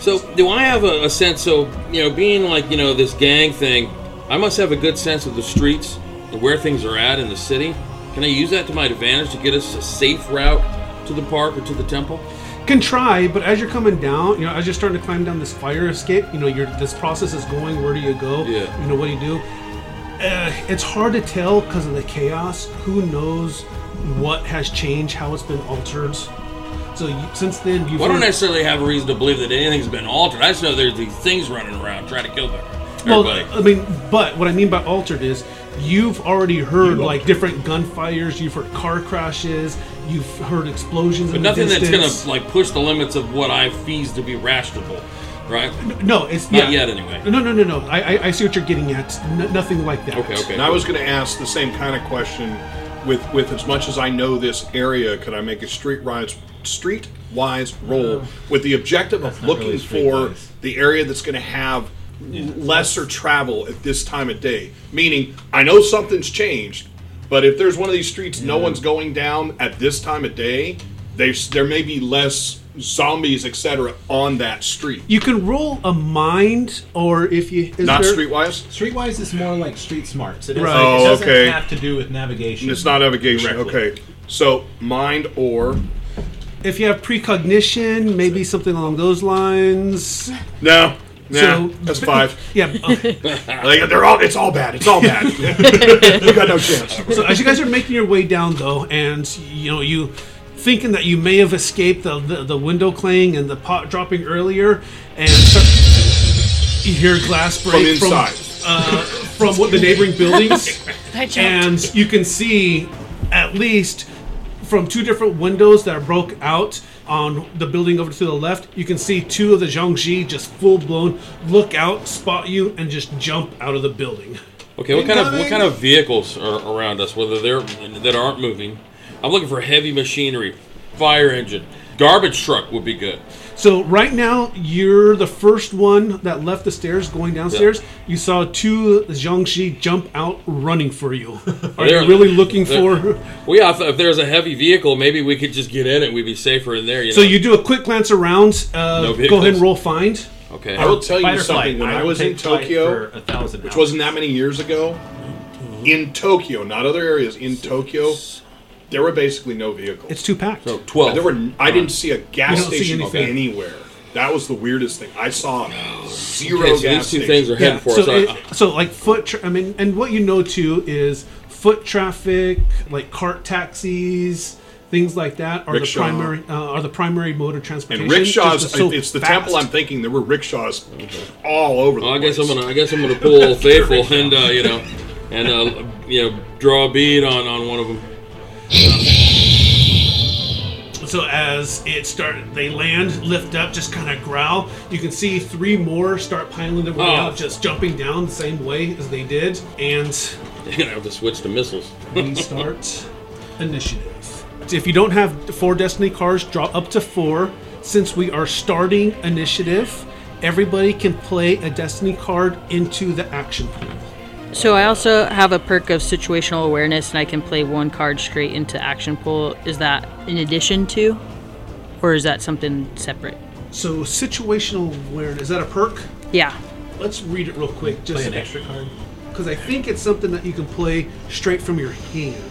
[SPEAKER 6] So do I have a, a sense? So you know, being like you know this gang thing, I must have a good sense of the streets and where things are at in the city. Can I use that to my advantage to get us a safe route to the park or to the temple?
[SPEAKER 2] can try, but as you're coming down, you know, as you're starting to climb down this fire escape, you know, you're, this process is going. Where do you go?
[SPEAKER 6] Yeah.
[SPEAKER 2] You know, what do you do? Uh, it's hard to tell because of the chaos. Who knows what has changed, how it's been altered. So you, since then, you've
[SPEAKER 6] Well, I don't
[SPEAKER 2] heard-
[SPEAKER 6] necessarily have a reason to believe that anything's been altered. I just know there's these things running around trying to kill them.
[SPEAKER 2] Well, uh,
[SPEAKER 6] Everybody.
[SPEAKER 2] I mean, but what I mean by altered is you've already heard like different gunfires, you've heard car crashes, you've heard explosions.
[SPEAKER 6] but
[SPEAKER 2] in
[SPEAKER 6] nothing
[SPEAKER 2] the
[SPEAKER 6] that's
[SPEAKER 2] distance.
[SPEAKER 6] going to like push the limits of what I fees to be rational. right?
[SPEAKER 2] No, it's
[SPEAKER 6] Not
[SPEAKER 2] yeah.
[SPEAKER 6] yet, anyway.
[SPEAKER 2] No, no, no, no. I, I, I see what you're getting at. N- nothing like that.
[SPEAKER 6] Okay, okay.
[SPEAKER 1] And I was going to ask the same kind of question. With with as much as I know this area, could I make a street wise street wise roll with the objective of
[SPEAKER 3] Oh. not
[SPEAKER 1] looking
[SPEAKER 3] really
[SPEAKER 1] for
[SPEAKER 3] streetwise.
[SPEAKER 1] the area that's going to have lesser travel at this time of day? Meaning, I know something's changed, but if there's one of these streets no one's going down at this time of day, there's there may be less zombies, etc., on that street.
[SPEAKER 2] You can roll a mind, or if you is
[SPEAKER 1] Not
[SPEAKER 2] there-
[SPEAKER 1] streetwise.
[SPEAKER 3] Streetwise is more like street smarts. It, is
[SPEAKER 2] Right.
[SPEAKER 3] like,
[SPEAKER 1] Oh,
[SPEAKER 3] it doesn't
[SPEAKER 1] okay.
[SPEAKER 3] have to do with navigation.
[SPEAKER 1] It's not navigation.
[SPEAKER 3] Directly.
[SPEAKER 1] Okay. So mind or
[SPEAKER 2] If you have precognition, maybe something along those lines.
[SPEAKER 1] No. Nah,
[SPEAKER 2] So-
[SPEAKER 1] that's five.
[SPEAKER 2] Yeah. okay.
[SPEAKER 1] Like, they're all. It's all bad. It's all bad. we got no chance.
[SPEAKER 2] so as you guys are making your way down, though, and you know you thinking that you may have escaped the the, the window clang and the pot dropping earlier, and start- you hear glass break
[SPEAKER 1] inside.
[SPEAKER 2] uh, from what the neighboring buildings.
[SPEAKER 4] I jumped.
[SPEAKER 2] and you can see at least from two different windows that are broke out on the building over to the left you can see two of the zhangji just full blown look out spot you and just jump out of the building
[SPEAKER 6] Okay, what kind of what kind of vehicles are around us? Whether they're that aren't moving, I'm looking for heavy machinery, fire engine, garbage truck would be good.
[SPEAKER 2] so right now you're the first one that left the stairs going downstairs you saw two zhangji jump out running for you are
[SPEAKER 6] They're-
[SPEAKER 2] you really looking
[SPEAKER 6] they're-
[SPEAKER 2] for
[SPEAKER 6] Well, yeah, if, if there's a heavy vehicle, maybe we could just get in it. We'd be safer in there. You know?
[SPEAKER 2] so you do a quick glance around uh,
[SPEAKER 6] No
[SPEAKER 2] go ahead and
[SPEAKER 6] vehicles.
[SPEAKER 2] roll find
[SPEAKER 6] okay?
[SPEAKER 1] I will tell you
[SPEAKER 3] Fight or
[SPEAKER 1] something.
[SPEAKER 3] flight.
[SPEAKER 1] When I,
[SPEAKER 3] would
[SPEAKER 1] was in
[SPEAKER 3] take flight
[SPEAKER 1] Tokyo,
[SPEAKER 3] for a thousand
[SPEAKER 1] which wasn't that many years ago, in Tokyo, not other areas, in Tokyo, there were basically no vehicles.
[SPEAKER 2] it's too packed
[SPEAKER 6] Twelve.
[SPEAKER 1] there were. I didn't see a gas
[SPEAKER 2] You don't see
[SPEAKER 1] station
[SPEAKER 2] anything.
[SPEAKER 1] anywhere. That was the weirdest thing. I saw zero
[SPEAKER 6] okay,
[SPEAKER 1] gas
[SPEAKER 6] so these two
[SPEAKER 1] stations.
[SPEAKER 6] things are heading
[SPEAKER 2] Yeah,
[SPEAKER 6] for us.
[SPEAKER 1] uh,
[SPEAKER 2] so,
[SPEAKER 6] I-
[SPEAKER 2] it, so like foot. Tra- I mean, and what you know too is foot traffic, like cart taxis, things like that are
[SPEAKER 1] Rickshaw.
[SPEAKER 2] the primary uh, are the primary mode of transportation.
[SPEAKER 1] and
[SPEAKER 2] Just
[SPEAKER 1] rickshaws.
[SPEAKER 2] so
[SPEAKER 1] it's the
[SPEAKER 2] fast.
[SPEAKER 1] temple I'm thinking. There were rickshaws all over. The
[SPEAKER 6] Well, I
[SPEAKER 1] place.
[SPEAKER 6] guess I'm gonna I guess I'm gonna pull Old faithful and uh, you know and uh, you know draw a bead on on one of them.
[SPEAKER 2] So as it started, they land, lift up, just kind of growl. You can see three more start piling their way
[SPEAKER 6] Oh.
[SPEAKER 2] out, just jumping down the same way as they did, and
[SPEAKER 6] You're gonna have to switch to missiles.
[SPEAKER 2] we start initiative. If you don't have four destiny cards, draw up to four. Since we are starting initiative, everybody can play a destiny card into the action pool.
[SPEAKER 5] So I also have a perk of situational awareness, and I can play one card straight into action pool. Is that in addition to, or is that something separate?
[SPEAKER 2] So situational awareness is that a perk?
[SPEAKER 5] Yeah.
[SPEAKER 2] Let's read it real quick,
[SPEAKER 3] Play
[SPEAKER 2] just
[SPEAKER 3] an extra card.
[SPEAKER 2] because I think it's something that you can play straight from your hand.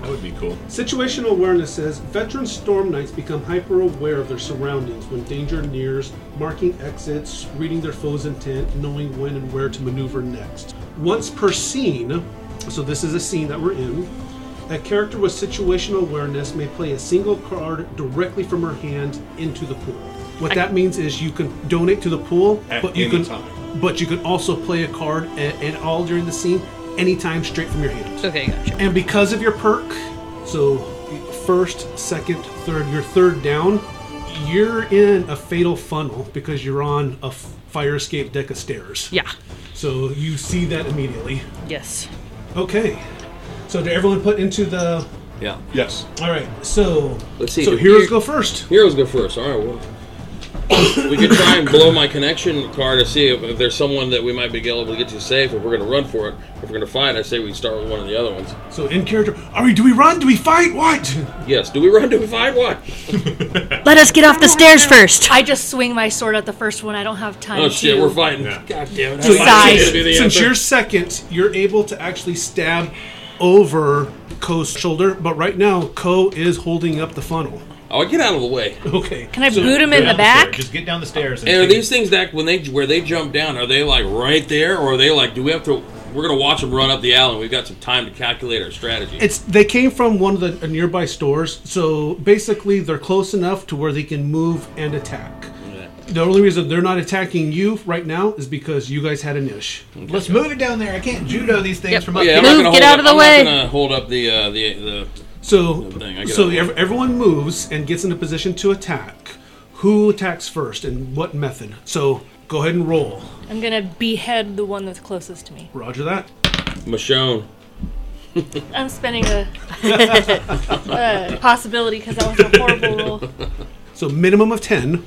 [SPEAKER 3] That would be cool.
[SPEAKER 2] Situational awareness says veteran storm knights become hyper aware of their surroundings when danger nears, marking exits, reading their foe's intent, knowing when and where to maneuver next. Once per scene, so this is a scene that we're in, a character with situational awareness may play a single card directly from her hand into the pool. What that means is you can donate to the pool,
[SPEAKER 1] At
[SPEAKER 2] but you
[SPEAKER 1] any
[SPEAKER 2] can
[SPEAKER 1] time.
[SPEAKER 2] but you can also play a card and, and all during the scene anytime straight from your hand.
[SPEAKER 5] Okay, gotcha.
[SPEAKER 2] And because of your perk, so first, second, third, your third down, you're in a fatal funnel because you're on a f- fire escape deck of stairs.
[SPEAKER 5] Yeah.
[SPEAKER 2] So you see that immediately.
[SPEAKER 5] Yes.
[SPEAKER 2] Okay. So did everyone put into the?
[SPEAKER 6] Yeah.
[SPEAKER 1] Yes.
[SPEAKER 2] All right. So
[SPEAKER 6] Let's see,
[SPEAKER 2] So
[SPEAKER 6] did
[SPEAKER 2] heroes
[SPEAKER 6] you-
[SPEAKER 2] go first.
[SPEAKER 6] Heroes go first. All right. Well, we could try and blow my connection car to see if, if there's someone that we might be able to get to safe. If we're gonna run for it, if we're gonna fight, I say we start with one of the other ones.
[SPEAKER 2] So in character, are we? Do we run? Do we fight? What?
[SPEAKER 6] Yes. Do we run? Do we fight? What?
[SPEAKER 8] Let us get off the stairs first.
[SPEAKER 4] I just swing my sword at the first one. I don't have time.
[SPEAKER 6] Oh shit,
[SPEAKER 4] to-
[SPEAKER 6] we're fighting. God damn it! I thought
[SPEAKER 2] Size.
[SPEAKER 6] it was gonna be the
[SPEAKER 2] Since
[SPEAKER 6] answer.
[SPEAKER 2] you're second, you're able to actually stab over Ko's shoulder, but right now Ko is holding up the funnel.
[SPEAKER 6] oh, get out of the way.
[SPEAKER 2] Okay.
[SPEAKER 4] Can I boot him in the back?
[SPEAKER 3] Just get down the stairs.
[SPEAKER 6] And are
[SPEAKER 3] take-
[SPEAKER 6] these things that when they where they jump down, are they like right there, or are they like do we have to? We're gonna watch them run up the alley. and We've got some time to calculate our strategy.
[SPEAKER 2] It's they came from one of the uh, nearby stores, so basically they're close enough to where they can move and attack. The only reason they're not attacking you right now is because you guys had a niche.
[SPEAKER 3] Let's move it down there. I can't judo these things from up
[SPEAKER 6] yeah,
[SPEAKER 3] here.
[SPEAKER 6] I'm not
[SPEAKER 8] Move,
[SPEAKER 6] gonna
[SPEAKER 8] get
[SPEAKER 6] hold up,
[SPEAKER 8] out of the
[SPEAKER 6] I'm
[SPEAKER 8] way.
[SPEAKER 6] Not gonna hold up the uh, the the.
[SPEAKER 2] So,
[SPEAKER 6] thing, I get
[SPEAKER 2] so
[SPEAKER 6] it.
[SPEAKER 2] ev- everyone moves and gets in a position to attack. who attacks first and what method. So go ahead and roll.
[SPEAKER 4] I'm gonna behead the one that's closest to me.
[SPEAKER 2] Roger that.
[SPEAKER 6] Michonne.
[SPEAKER 4] I'm spending a, a possibility because that was a horrible roll.
[SPEAKER 2] So minimum of ten.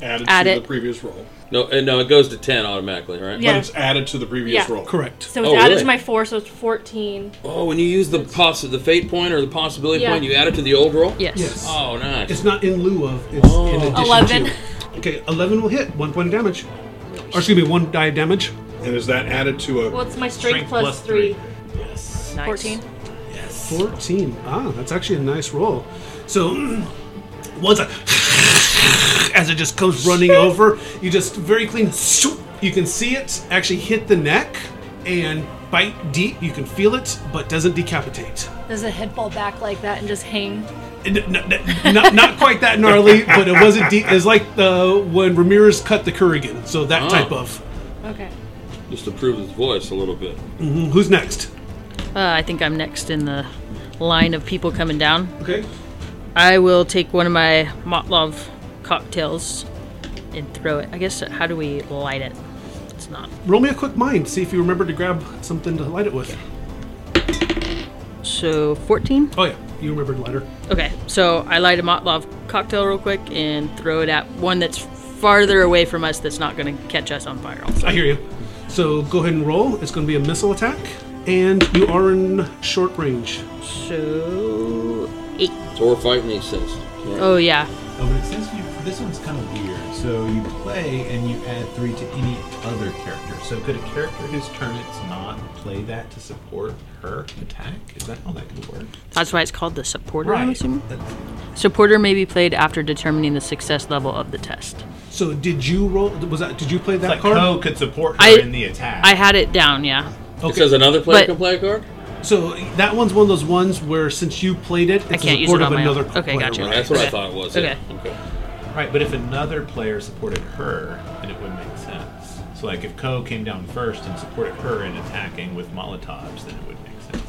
[SPEAKER 1] Added
[SPEAKER 8] Add
[SPEAKER 1] to
[SPEAKER 8] it.
[SPEAKER 1] the previous roll.
[SPEAKER 6] No, and no, it goes to ten automatically, right?
[SPEAKER 1] But
[SPEAKER 4] Yeah.
[SPEAKER 1] it's added to the previous
[SPEAKER 4] Yeah.
[SPEAKER 1] roll.
[SPEAKER 2] Correct.
[SPEAKER 4] So it's
[SPEAKER 6] Oh,
[SPEAKER 4] added
[SPEAKER 6] really?
[SPEAKER 4] to my four, so it's 14.
[SPEAKER 6] Oh, when you use the poss- the fate point or the possibility
[SPEAKER 4] Yeah.
[SPEAKER 6] point, you add it to the old roll.
[SPEAKER 8] Yes.
[SPEAKER 2] Yes.
[SPEAKER 6] Oh, nice.
[SPEAKER 2] It's not in lieu of. It's in addition to.
[SPEAKER 4] 11.
[SPEAKER 2] Okay, eleven will hit. One point of damage. Or excuse me, one die of damage.
[SPEAKER 1] And is that added to a
[SPEAKER 4] Well, it's my
[SPEAKER 9] Strength
[SPEAKER 4] strength, plus,
[SPEAKER 9] plus
[SPEAKER 4] plus three.
[SPEAKER 9] Yes.
[SPEAKER 8] Nice.
[SPEAKER 4] 14.
[SPEAKER 2] 14. Ah, that's actually a nice roll. So, once a, as it just comes running over, you just very clean, shoop, you can see it actually hit the neck and bite deep. You can feel it, but doesn't decapitate.
[SPEAKER 4] Does the head fall back like that and just hang?
[SPEAKER 2] N- n- n- not, not quite that gnarly, but it wasn't deep. It's like the when Ramirez cut the Kurrigan, so that
[SPEAKER 6] Oh.
[SPEAKER 2] type of.
[SPEAKER 4] Okay.
[SPEAKER 6] Just to prove his voice a little bit.
[SPEAKER 2] mm, Who's next?
[SPEAKER 8] Uh, I think I'm next in the line of people coming down.
[SPEAKER 2] Okay.
[SPEAKER 8] I will take one of my Motlov cocktails and throw it. I guess uh, how do we light it? It's not.
[SPEAKER 2] Roll me a quick mind, see if you remember to grab something to light it with.
[SPEAKER 8] So 14.
[SPEAKER 2] Oh, yeah, you remembered lighter.
[SPEAKER 8] Okay, so I light a Motlov cocktail real quick and throw it at one that's farther away from us that's not going to catch us on fire. Also.
[SPEAKER 2] I hear you. So go ahead and roll. It's going to be a missile attack, and you are in short range.
[SPEAKER 8] So eight.
[SPEAKER 6] So we're fighting these things. Right.
[SPEAKER 8] Oh yeah.
[SPEAKER 3] Oh, but it says you, this one's kind of weird. So you play and you add three to any other character. So could a character whose turn it's not play that to support her attack? Is that how that could work?
[SPEAKER 8] That's why it's called the supporter. I'm assuming.
[SPEAKER 3] That's-
[SPEAKER 8] Supporter may be played after determining the success level of the test.
[SPEAKER 2] So did you roll? Was that? Did you play that
[SPEAKER 3] Like
[SPEAKER 2] card?
[SPEAKER 3] Ko could support her
[SPEAKER 8] I-
[SPEAKER 3] in the attack.
[SPEAKER 8] I had it down. Yeah.
[SPEAKER 6] It says another player
[SPEAKER 8] But-
[SPEAKER 6] can play a card.
[SPEAKER 2] So that one's one of those ones where since you played it, it's
[SPEAKER 8] I can't
[SPEAKER 2] a
[SPEAKER 8] use it
[SPEAKER 2] support
[SPEAKER 8] on
[SPEAKER 2] of
[SPEAKER 8] my own.
[SPEAKER 2] another.
[SPEAKER 8] Okay,
[SPEAKER 2] player,
[SPEAKER 8] gotcha.
[SPEAKER 2] right?
[SPEAKER 6] That's what I
[SPEAKER 8] Okay.
[SPEAKER 6] thought it was.
[SPEAKER 8] Okay.
[SPEAKER 6] Yeah. okay.
[SPEAKER 3] right, but if another player supported her, then it would make sense. So like if Ko came down first and supported her in attacking with Molotovs, then it would make sense.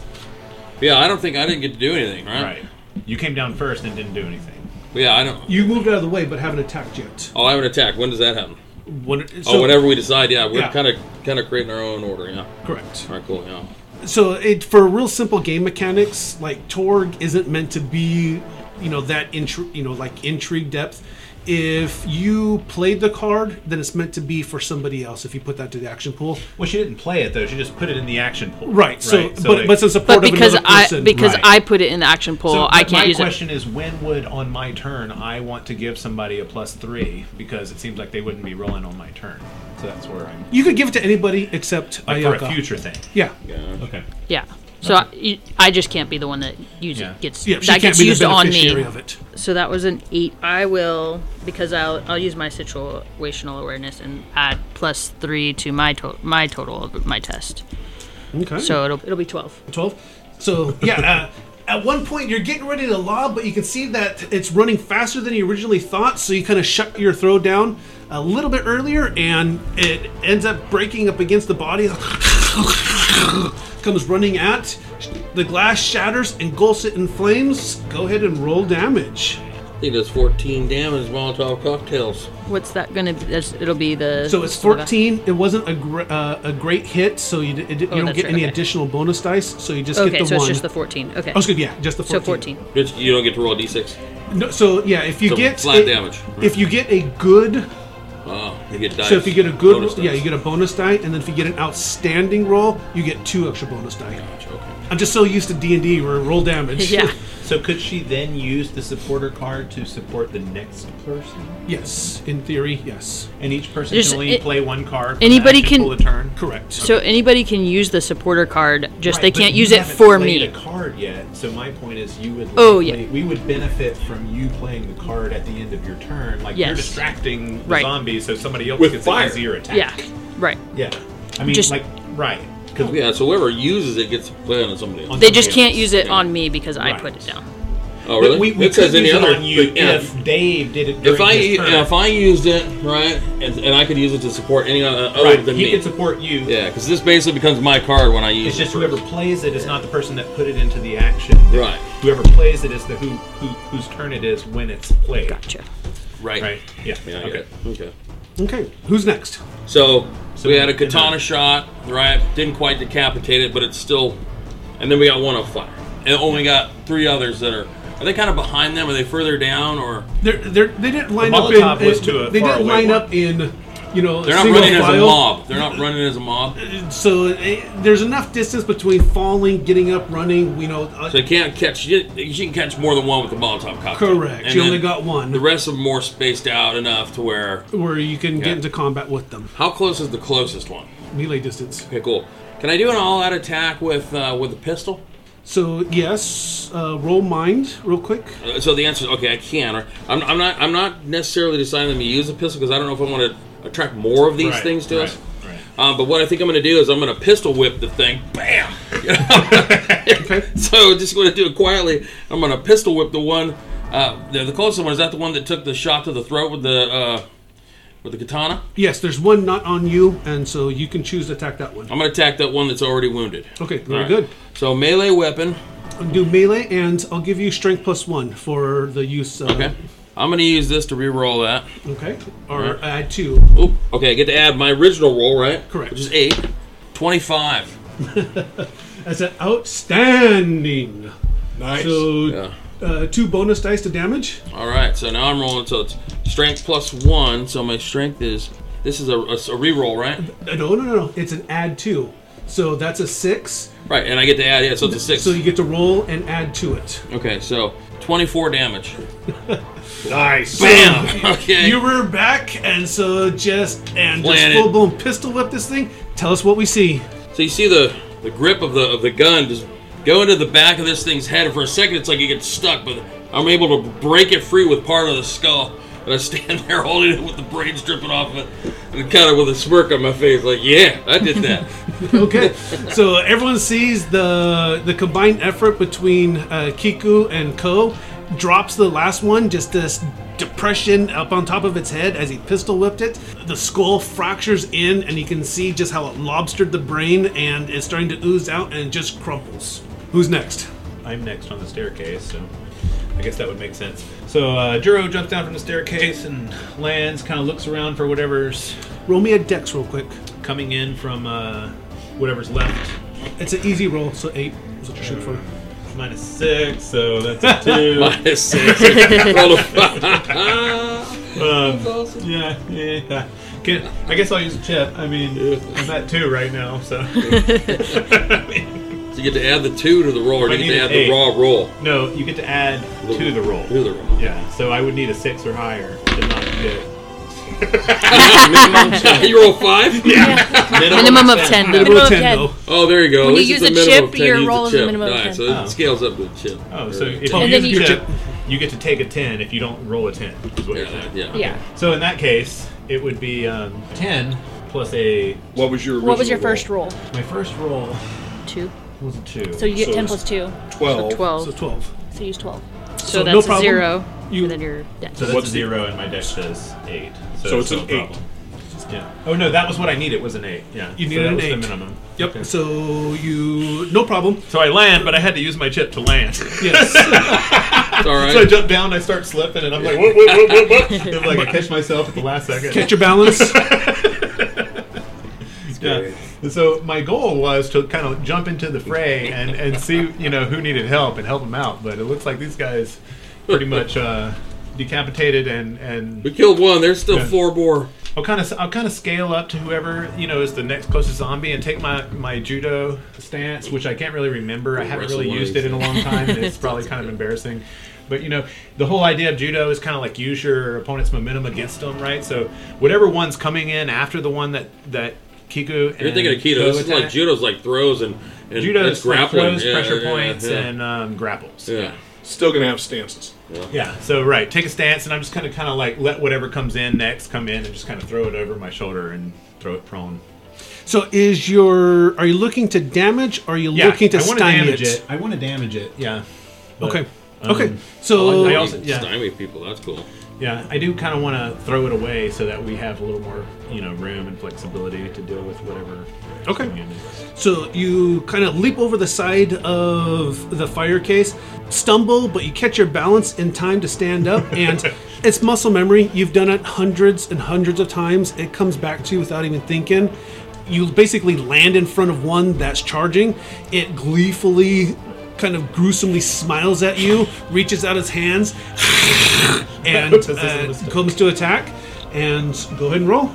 [SPEAKER 6] Yeah, I don't think I didn't get to do anything, right?
[SPEAKER 3] Right. You came down first and didn't do anything.
[SPEAKER 6] Yeah, I don't.
[SPEAKER 2] You moved out of the way, but haven't attacked yet.
[SPEAKER 6] Oh, I have an attack. When does that happen?
[SPEAKER 2] One,
[SPEAKER 6] oh, whenever we decide. Yeah, we're
[SPEAKER 2] Yeah.
[SPEAKER 6] kind of kind of creating our own order. Yeah.
[SPEAKER 2] Correct.
[SPEAKER 6] All right. Cool. Yeah.
[SPEAKER 2] So it for real simple game mechanics, like Torg isn't meant to be, you know, that intri- you know, like intrigue depth. If you played the card, then it's meant to be for somebody else. If you put that to the action pool,
[SPEAKER 3] Well, she didn't play it though. She just put it in the action pool.
[SPEAKER 2] Right. So, but
[SPEAKER 3] like-
[SPEAKER 2] but it's in support
[SPEAKER 8] But because
[SPEAKER 2] of another
[SPEAKER 8] I
[SPEAKER 2] person.
[SPEAKER 8] because
[SPEAKER 3] right.
[SPEAKER 8] I put it in the action pool,
[SPEAKER 3] So,
[SPEAKER 8] I
[SPEAKER 3] but my
[SPEAKER 8] can't use
[SPEAKER 3] question is, when would on my turn I want to give somebody a plus three because it seems like they wouldn't be rolling on my turn. So that's where I'm
[SPEAKER 2] you could give it to anybody except
[SPEAKER 3] like for
[SPEAKER 2] Ayaka.
[SPEAKER 3] a future thing.
[SPEAKER 2] Yeah.
[SPEAKER 3] Okay.
[SPEAKER 8] it. Yeah. So I, you- I just can't be the one that use
[SPEAKER 3] Yeah.
[SPEAKER 8] it gets
[SPEAKER 2] Yeah. She
[SPEAKER 8] that
[SPEAKER 2] can't
[SPEAKER 8] gets
[SPEAKER 2] be
[SPEAKER 8] used
[SPEAKER 2] the
[SPEAKER 8] on
[SPEAKER 2] beneficiary
[SPEAKER 8] me.
[SPEAKER 2] of it.
[SPEAKER 8] So that was an eight. I will because I'll I'll use my situational awareness and add plus three to my to- my total of my test.
[SPEAKER 2] Okay.
[SPEAKER 8] So it'll it'll be twelve.
[SPEAKER 2] twelve. So yeah. uh, at one point, you're getting ready to lob, but you can see that it's running faster than you originally thought. So you kind of shut your throw down a little bit earlier, and it ends up breaking up against the body. Comes running at the glass shatters, engulfs it in flames. Go ahead and roll damage.
[SPEAKER 6] I think that's 14 damage Molotov cocktails.
[SPEAKER 8] What's that gonna be? That's, it'll be the
[SPEAKER 2] So it's
[SPEAKER 8] sort of a-
[SPEAKER 2] 14. It wasn't a, gr- uh, a great hit, so you, d- it, d-
[SPEAKER 8] Oh,
[SPEAKER 2] you don't
[SPEAKER 8] that's
[SPEAKER 2] get
[SPEAKER 8] right,
[SPEAKER 2] any
[SPEAKER 8] okay.
[SPEAKER 2] additional bonus dice. So you just
[SPEAKER 8] Okay,
[SPEAKER 2] get the
[SPEAKER 8] so
[SPEAKER 2] one.
[SPEAKER 8] it's just the fourteen. Okay.
[SPEAKER 2] oh, excuse me, yeah, just the 14.
[SPEAKER 8] So fourteen.
[SPEAKER 6] Just- You don't get to roll a d6.
[SPEAKER 2] No, so yeah, if you
[SPEAKER 6] So
[SPEAKER 2] get
[SPEAKER 6] flat
[SPEAKER 2] a-
[SPEAKER 6] damage.
[SPEAKER 2] if you get a good,
[SPEAKER 6] Oh, you get dice.
[SPEAKER 2] so if you get a good,
[SPEAKER 6] bonus
[SPEAKER 2] yeah,
[SPEAKER 6] dice.
[SPEAKER 2] you get a bonus die, and then if you get an outstanding roll, you get two extra bonus die.
[SPEAKER 6] Okay.
[SPEAKER 2] I'm just so used to D and D where roll damage.
[SPEAKER 8] Yeah.
[SPEAKER 3] So could she then use the supporter card to support the next person?
[SPEAKER 2] yes, in theory, yes,
[SPEAKER 3] And each person
[SPEAKER 8] Just-
[SPEAKER 3] can only
[SPEAKER 8] it-
[SPEAKER 3] play one card. from
[SPEAKER 8] anybody
[SPEAKER 3] the action
[SPEAKER 8] can-
[SPEAKER 3] pool a turn.
[SPEAKER 2] correct.
[SPEAKER 8] So anybody can use the supporter card, just
[SPEAKER 3] Right,
[SPEAKER 8] they
[SPEAKER 3] but
[SPEAKER 8] can't
[SPEAKER 3] you
[SPEAKER 8] use it
[SPEAKER 3] haven't
[SPEAKER 8] for
[SPEAKER 3] played
[SPEAKER 8] me.
[SPEAKER 3] A card yet? So my point is, you would.
[SPEAKER 8] Oh,
[SPEAKER 3] likely-
[SPEAKER 8] yeah.
[SPEAKER 3] We would benefit from you playing the card at the end of your turn. Like you're
[SPEAKER 8] Yes.
[SPEAKER 3] distracting the
[SPEAKER 8] Right.
[SPEAKER 3] zombies, so somebody else
[SPEAKER 1] With
[SPEAKER 3] gets
[SPEAKER 1] fire.
[SPEAKER 3] an easier attack.
[SPEAKER 8] Yeah. Right.
[SPEAKER 3] Yeah. I mean,
[SPEAKER 8] Just-
[SPEAKER 3] like right. Because
[SPEAKER 6] Yeah, so whoever uses it gets to play on somebody else.
[SPEAKER 3] On-
[SPEAKER 8] They just
[SPEAKER 3] Yeah.
[SPEAKER 8] can't use it on me because I
[SPEAKER 3] Right.
[SPEAKER 8] put it down.
[SPEAKER 6] Oh, really?
[SPEAKER 3] we, we
[SPEAKER 6] it says
[SPEAKER 3] could
[SPEAKER 6] any
[SPEAKER 3] use
[SPEAKER 6] other.
[SPEAKER 3] it on you
[SPEAKER 6] but, yeah,
[SPEAKER 3] if Dave did it during
[SPEAKER 6] if I
[SPEAKER 3] his turn.
[SPEAKER 6] if I used it right, and, and I could use it to support any other, other
[SPEAKER 3] right,
[SPEAKER 6] than
[SPEAKER 3] he
[SPEAKER 6] me.
[SPEAKER 3] could support you.
[SPEAKER 6] yeah, because this basically becomes my card when I use
[SPEAKER 3] It's
[SPEAKER 6] it.
[SPEAKER 3] just
[SPEAKER 6] first.
[SPEAKER 3] whoever plays it is not the person that put it into the action.
[SPEAKER 6] Right.
[SPEAKER 3] Whoever plays it is the who, who whose turn it is when it's played.
[SPEAKER 8] Gotcha.
[SPEAKER 6] Right.
[SPEAKER 3] Right. Yeah.
[SPEAKER 6] Yeah, I
[SPEAKER 3] okay.
[SPEAKER 6] get it. Okay.
[SPEAKER 2] Okay, who's next?
[SPEAKER 6] So, we had a
[SPEAKER 3] in the-
[SPEAKER 6] katana shot, right? Didn't quite decapitate it, but it's still. And then we got one on fire. And only got three others that are. Are they kind of behind them? Are they further down? Or.
[SPEAKER 2] They're, they're, they didn't line up
[SPEAKER 3] Molotov
[SPEAKER 2] in.
[SPEAKER 3] was
[SPEAKER 2] uh,
[SPEAKER 3] to a
[SPEAKER 2] they
[SPEAKER 3] far
[SPEAKER 2] didn't
[SPEAKER 3] away
[SPEAKER 2] line
[SPEAKER 3] one.
[SPEAKER 2] up in. You know,
[SPEAKER 6] They're not
[SPEAKER 2] single
[SPEAKER 6] running as a
[SPEAKER 2] file.
[SPEAKER 6] mob. They're not running as a mob. So
[SPEAKER 2] So eh, there's enough distance between falling, getting up, running. You know, uh,
[SPEAKER 6] they can't catch. You, you can catch more than one with the Molotov cocktail.
[SPEAKER 2] correct.
[SPEAKER 6] And
[SPEAKER 2] you
[SPEAKER 6] then
[SPEAKER 2] only got one
[SPEAKER 6] The rest of them more spaced out enough to where.
[SPEAKER 2] where you can
[SPEAKER 6] Yeah.
[SPEAKER 2] get into combat with them,
[SPEAKER 6] How close is the closest one?
[SPEAKER 2] melee distance.
[SPEAKER 6] Okay, cool. Can I do an all-out attack with uh, with a pistol?
[SPEAKER 2] So yes, uh, roll mind real quick.
[SPEAKER 6] Uh, So the answer is okay. I can. Or I'm, I'm not. I'm not necessarily deciding to use a pistol because I don't know if I want to attract more of these
[SPEAKER 3] Right,
[SPEAKER 6] things to
[SPEAKER 3] right,
[SPEAKER 6] us.
[SPEAKER 3] right.
[SPEAKER 6] Um, but what I think I'm going to do is I'm going to pistol whip the thing. Bam. You know? so just going to do it quietly. I'm going to pistol whip the one. Uh, the, the closest one is that the one that took the shot to the throat with the uh, with the katana.
[SPEAKER 2] Yes, there's one not on you, and so you can choose to attack that one.
[SPEAKER 6] I'm going to attack that one that's already wounded.
[SPEAKER 2] Okay,
[SPEAKER 6] All
[SPEAKER 2] very
[SPEAKER 6] right.
[SPEAKER 2] good.
[SPEAKER 6] So melee weapon.
[SPEAKER 2] Do melee, and I'll give you strength plus one for the use. Of,
[SPEAKER 6] Okay. I'm going to use this to re-roll that.
[SPEAKER 2] Okay. Or
[SPEAKER 6] Alright.
[SPEAKER 2] add two.
[SPEAKER 6] Oop. Okay, I get to add my original roll, right?
[SPEAKER 2] Correct.
[SPEAKER 6] Which is eight. 25.
[SPEAKER 2] That's an outstanding.
[SPEAKER 1] Nice.
[SPEAKER 2] So
[SPEAKER 6] Yeah.
[SPEAKER 2] uh, two bonus dice to damage.
[SPEAKER 6] All right, so now I'm rolling, so it's strength plus one, so my strength is. This is a, a, a re-roll, right?
[SPEAKER 2] Uh, No, no, no, no. It's an add two. So that's a six.
[SPEAKER 6] Right, and I get to add, yeah, so it's a six.
[SPEAKER 2] So you get to roll and add to it.
[SPEAKER 6] okay, so 24 damage.
[SPEAKER 2] Nice.
[SPEAKER 6] Bam! Okay.
[SPEAKER 2] You rear back, and so just and
[SPEAKER 6] Plant it.
[SPEAKER 2] just full blown pistol whip this thing. Tell us what we see.
[SPEAKER 6] so you see the, the grip of the of the gun just go into the back of this thing's head, and for a second it's like it gets stuck, but I'm able to break it free with part of the skull. And I stand there holding it with the brains dripping off of it, and kind of with a smirk on my face, like, yeah, I did that.
[SPEAKER 2] Okay, so everyone sees the the combined effort between uh, Kiku and Ko drops the last one, just this depression up on top of its head as he pistol whipped it. The skull fractures in, and you can see just how it lobstered the brain and is starting to ooze out and just crumbles. Who's next?
[SPEAKER 3] I'm next on the staircase, so I guess that would make sense. So uh, Juro jumps down from the staircase and lands, kind of looks around for whatever's
[SPEAKER 2] Roll me a dex real quick.
[SPEAKER 3] coming in from uh, whatever's left.
[SPEAKER 2] It's an easy roll, so eight is what you shoot for.
[SPEAKER 3] Minus six, so that's a two.
[SPEAKER 6] Minus six. Roll a five.
[SPEAKER 3] Um, Yeah, yeah. Can, I guess I'll use a chip. I mean, I'm at two right now, so
[SPEAKER 6] So you get to add the two to the roll, or
[SPEAKER 3] I
[SPEAKER 6] you get
[SPEAKER 3] need
[SPEAKER 6] to
[SPEAKER 3] an
[SPEAKER 6] add the
[SPEAKER 3] eight.
[SPEAKER 6] raw roll.
[SPEAKER 3] no, you get to add to the roll.
[SPEAKER 6] To the roll.
[SPEAKER 3] Yeah, so I would need a six or higher to not get.
[SPEAKER 6] you roll five?
[SPEAKER 8] Minimum of ten.
[SPEAKER 4] Minimum of
[SPEAKER 2] Ten,
[SPEAKER 4] 10.
[SPEAKER 2] though.
[SPEAKER 6] Oh, there you go.
[SPEAKER 4] When
[SPEAKER 6] This
[SPEAKER 4] you use
[SPEAKER 6] is the
[SPEAKER 4] a
[SPEAKER 6] minimum
[SPEAKER 4] chip,
[SPEAKER 6] of 10,
[SPEAKER 4] your
[SPEAKER 6] use
[SPEAKER 4] roll is
[SPEAKER 6] chip.
[SPEAKER 4] a minimum of
[SPEAKER 6] Alright,
[SPEAKER 4] 10.
[SPEAKER 6] So it
[SPEAKER 3] Oh.
[SPEAKER 6] scales up to the chip.
[SPEAKER 3] Oh, so if
[SPEAKER 6] Yeah,
[SPEAKER 3] you
[SPEAKER 4] And
[SPEAKER 3] use
[SPEAKER 4] then
[SPEAKER 3] a
[SPEAKER 4] you-
[SPEAKER 3] chip, you get to take a ten. If you don't roll a ten, is what you're
[SPEAKER 6] yeah,
[SPEAKER 3] saying.
[SPEAKER 6] yeah.
[SPEAKER 4] Yeah.
[SPEAKER 3] So in that case, it would be um, ten plus a.
[SPEAKER 1] what was your original
[SPEAKER 4] What was your first roll?
[SPEAKER 3] My first roll
[SPEAKER 8] Two.
[SPEAKER 3] was a two.
[SPEAKER 4] So you get
[SPEAKER 1] So
[SPEAKER 4] 10
[SPEAKER 1] it's-
[SPEAKER 4] plus 2,
[SPEAKER 1] Twelve.
[SPEAKER 2] So
[SPEAKER 8] Twelve.
[SPEAKER 2] twelve.
[SPEAKER 4] so use 12.
[SPEAKER 8] So,
[SPEAKER 2] so no
[SPEAKER 8] that's a
[SPEAKER 2] problem.
[SPEAKER 8] zero.
[SPEAKER 2] You-
[SPEAKER 8] and then your dex.
[SPEAKER 3] So that's
[SPEAKER 1] What's
[SPEAKER 3] a
[SPEAKER 1] the-
[SPEAKER 3] zero, and my dex says eight. So,
[SPEAKER 1] So it's
[SPEAKER 3] it's no
[SPEAKER 1] an eight.
[SPEAKER 3] problem. Yeah. Oh no, that was what I needed. Was an eight. Yeah.
[SPEAKER 2] You
[SPEAKER 3] So
[SPEAKER 2] needed
[SPEAKER 3] that
[SPEAKER 2] an
[SPEAKER 3] was
[SPEAKER 2] eight.
[SPEAKER 3] The minimum.
[SPEAKER 2] Yep. So you no problem.
[SPEAKER 3] So I land, but I had to use my chip to land.
[SPEAKER 2] Yes.
[SPEAKER 6] It's all
[SPEAKER 3] So I
[SPEAKER 6] right.
[SPEAKER 3] jump down, I start slipping, and I'm like, whoop, whoop, whoop, whoop, whoop. And like, I catch myself at the last second.
[SPEAKER 2] Catch your balance.
[SPEAKER 3] Yeah. And So my goal was to kind of jump into the fray and, and see, you know, who needed help and help them out. But it looks like these guys pretty much uh, decapitated and,
[SPEAKER 6] We
[SPEAKER 3] and
[SPEAKER 6] killed one. There's still
[SPEAKER 3] Yeah.
[SPEAKER 6] four more.
[SPEAKER 3] I'll kind of I'll kind of scale up to whoever you know is the next closest zombie and take my, my judo stance, which I can't really remember. I haven't
[SPEAKER 6] Wrestle
[SPEAKER 3] really
[SPEAKER 6] one of
[SPEAKER 3] used
[SPEAKER 6] these
[SPEAKER 3] it in a long time. And it's probably kind of embarrassing, but you know the whole idea of judo is kind of like use your opponent's momentum against them, right? So whatever one's coming in after the one that that Kiku. And
[SPEAKER 6] You're thinking of keto.
[SPEAKER 3] Ko
[SPEAKER 6] This is like
[SPEAKER 3] attack-
[SPEAKER 6] judo's like throws and, and
[SPEAKER 3] Judo
[SPEAKER 6] it's grappling.
[SPEAKER 3] throws,
[SPEAKER 6] yeah,
[SPEAKER 3] pressure
[SPEAKER 6] yeah,
[SPEAKER 3] points,
[SPEAKER 6] yeah.
[SPEAKER 3] and um, grapples.
[SPEAKER 6] yeah.
[SPEAKER 1] Still gonna have stances.
[SPEAKER 3] Yeah, so right, take a stance, and I'm just kind of, kind of like let whatever comes in next come in, and just kind of throw it over my shoulder and throw it prone.
[SPEAKER 2] so is your are you looking to damage or are you
[SPEAKER 3] Yeah,
[SPEAKER 2] looking to
[SPEAKER 3] I wanna
[SPEAKER 2] stymie
[SPEAKER 3] damage
[SPEAKER 2] it?
[SPEAKER 3] it. I want to damage it. Yeah. But,
[SPEAKER 2] Okay.
[SPEAKER 3] um,
[SPEAKER 2] okay. So
[SPEAKER 3] I
[SPEAKER 6] You
[SPEAKER 3] also- yeah.
[SPEAKER 6] Stymie people. That's cool.
[SPEAKER 3] Yeah, I do kind of want to throw it away so that we have a little more, you know, room and flexibility to deal with whatever.
[SPEAKER 2] Okay.
[SPEAKER 3] coming in.
[SPEAKER 2] so you kind of leap over the side of the firecase, stumble, but you catch your balance in time to stand up and it's muscle memory. You've done it hundreds and hundreds of times. It comes back to you without even thinking. You basically land in front of one that's charging. It gleefully, kind of gruesomely smiles at you, reaches out its hands, and
[SPEAKER 3] Does this in
[SPEAKER 2] uh,
[SPEAKER 3] the stomach.
[SPEAKER 2] comes to attack. And go ahead and roll.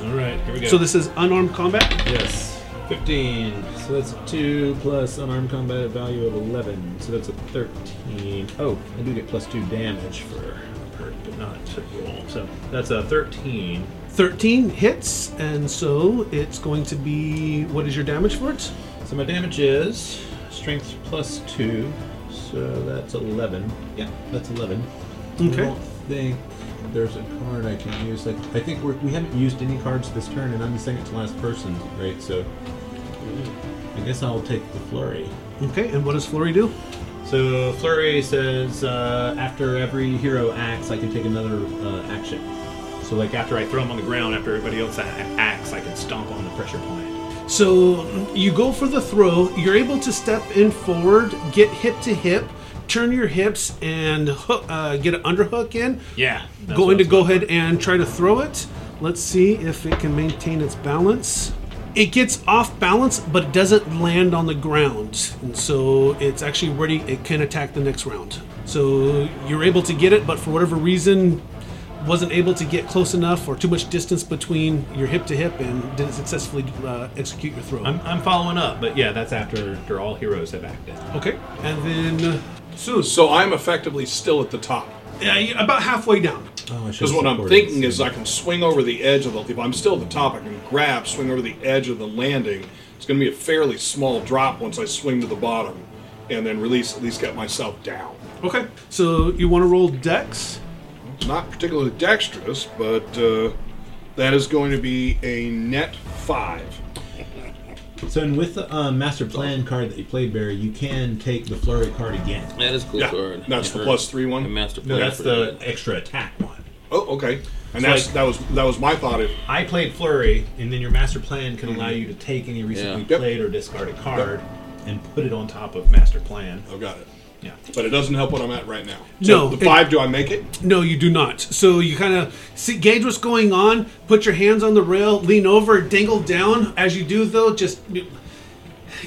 [SPEAKER 3] All right, here we go.
[SPEAKER 2] So this is unarmed combat.
[SPEAKER 3] Yes. 15. So that's a 2 plus unarmed combat value of 11. So that's a 13. Oh, I do get plus 2 damage for a perk, but not to roll. So that's a 13.
[SPEAKER 2] 13 hits, and so it's going to be what is your damage for it?
[SPEAKER 3] So my damage is strength plus 2. So that's 11. Yeah, that's 11.
[SPEAKER 2] Okay.
[SPEAKER 10] I don't think there's a card I can use. Like, I think we're, we haven't used any cards this turn, and I'm the second to last person, right? So, I guess I'll take the flurry.
[SPEAKER 2] Okay, and what does Flurry do?
[SPEAKER 3] So Flurry says uh, after every hero acts, I can take another uh, action. So like after I throw him on the ground, after everybody else a- acts, I can stomp on the pressure point.
[SPEAKER 2] So you go for the throw. You're able to step in forward, get hip to hip, turn your hips, and hook, uh, get an underhook in.
[SPEAKER 3] Yeah. that's what
[SPEAKER 2] going to
[SPEAKER 3] I was
[SPEAKER 2] go
[SPEAKER 3] going
[SPEAKER 2] ahead and try to throw it. Let's see if it can maintain its balance. It gets off balance, but it doesn't land on the ground. And so it's actually ready. It can attack the next round. So you're able to get it, but for whatever reason, wasn't able to get close enough or too much distance between your hip to hip and didn't successfully uh, execute your throw.
[SPEAKER 3] I'm, I'm following up, but yeah, that's after, after all heroes have acted.
[SPEAKER 2] okay. And then soon.
[SPEAKER 1] So I'm effectively still at the top.
[SPEAKER 2] Yeah, you- about halfway down.
[SPEAKER 10] Oh, I should
[SPEAKER 1] Because what I'm
[SPEAKER 10] support
[SPEAKER 1] thinking
[SPEAKER 10] it.
[SPEAKER 1] is I can swing over the edge of the. If I'm still at the top, I can grab, swing over the edge of the landing. It's going to be a fairly small drop once I swing to the bottom, and then release. At least get myself down.
[SPEAKER 2] Okay. So you want to roll dex?
[SPEAKER 1] Not particularly dexterous, but uh, that is going to be a net five.
[SPEAKER 10] So, and with the uh, master plan card that you played, Barry, you can take the flurry card again.
[SPEAKER 6] That is cool
[SPEAKER 1] Yeah,
[SPEAKER 6] card.
[SPEAKER 1] that's
[SPEAKER 6] I
[SPEAKER 1] the
[SPEAKER 6] heard
[SPEAKER 1] plus three one.
[SPEAKER 6] the master
[SPEAKER 3] No,
[SPEAKER 6] plan
[SPEAKER 3] that's
[SPEAKER 6] for
[SPEAKER 3] the
[SPEAKER 6] that.
[SPEAKER 3] extra attack one.
[SPEAKER 1] Oh, okay. And that's
[SPEAKER 3] like-
[SPEAKER 1] that was that was my thought. If
[SPEAKER 3] I played Flurry, and then your master plan can allow you to take any recently
[SPEAKER 6] Yeah.
[SPEAKER 1] Yep.
[SPEAKER 3] played or discarded card and put it on top of master plan.
[SPEAKER 1] I've got it,
[SPEAKER 3] Yeah.
[SPEAKER 1] but it doesn't help what I'm at right now.
[SPEAKER 2] No,
[SPEAKER 1] the
[SPEAKER 2] it-
[SPEAKER 1] five. do I make it?
[SPEAKER 2] No, you do not. So you kind of see gauge what's going on. Put your hands on the rail, lean over, dangle down. As you do, though, just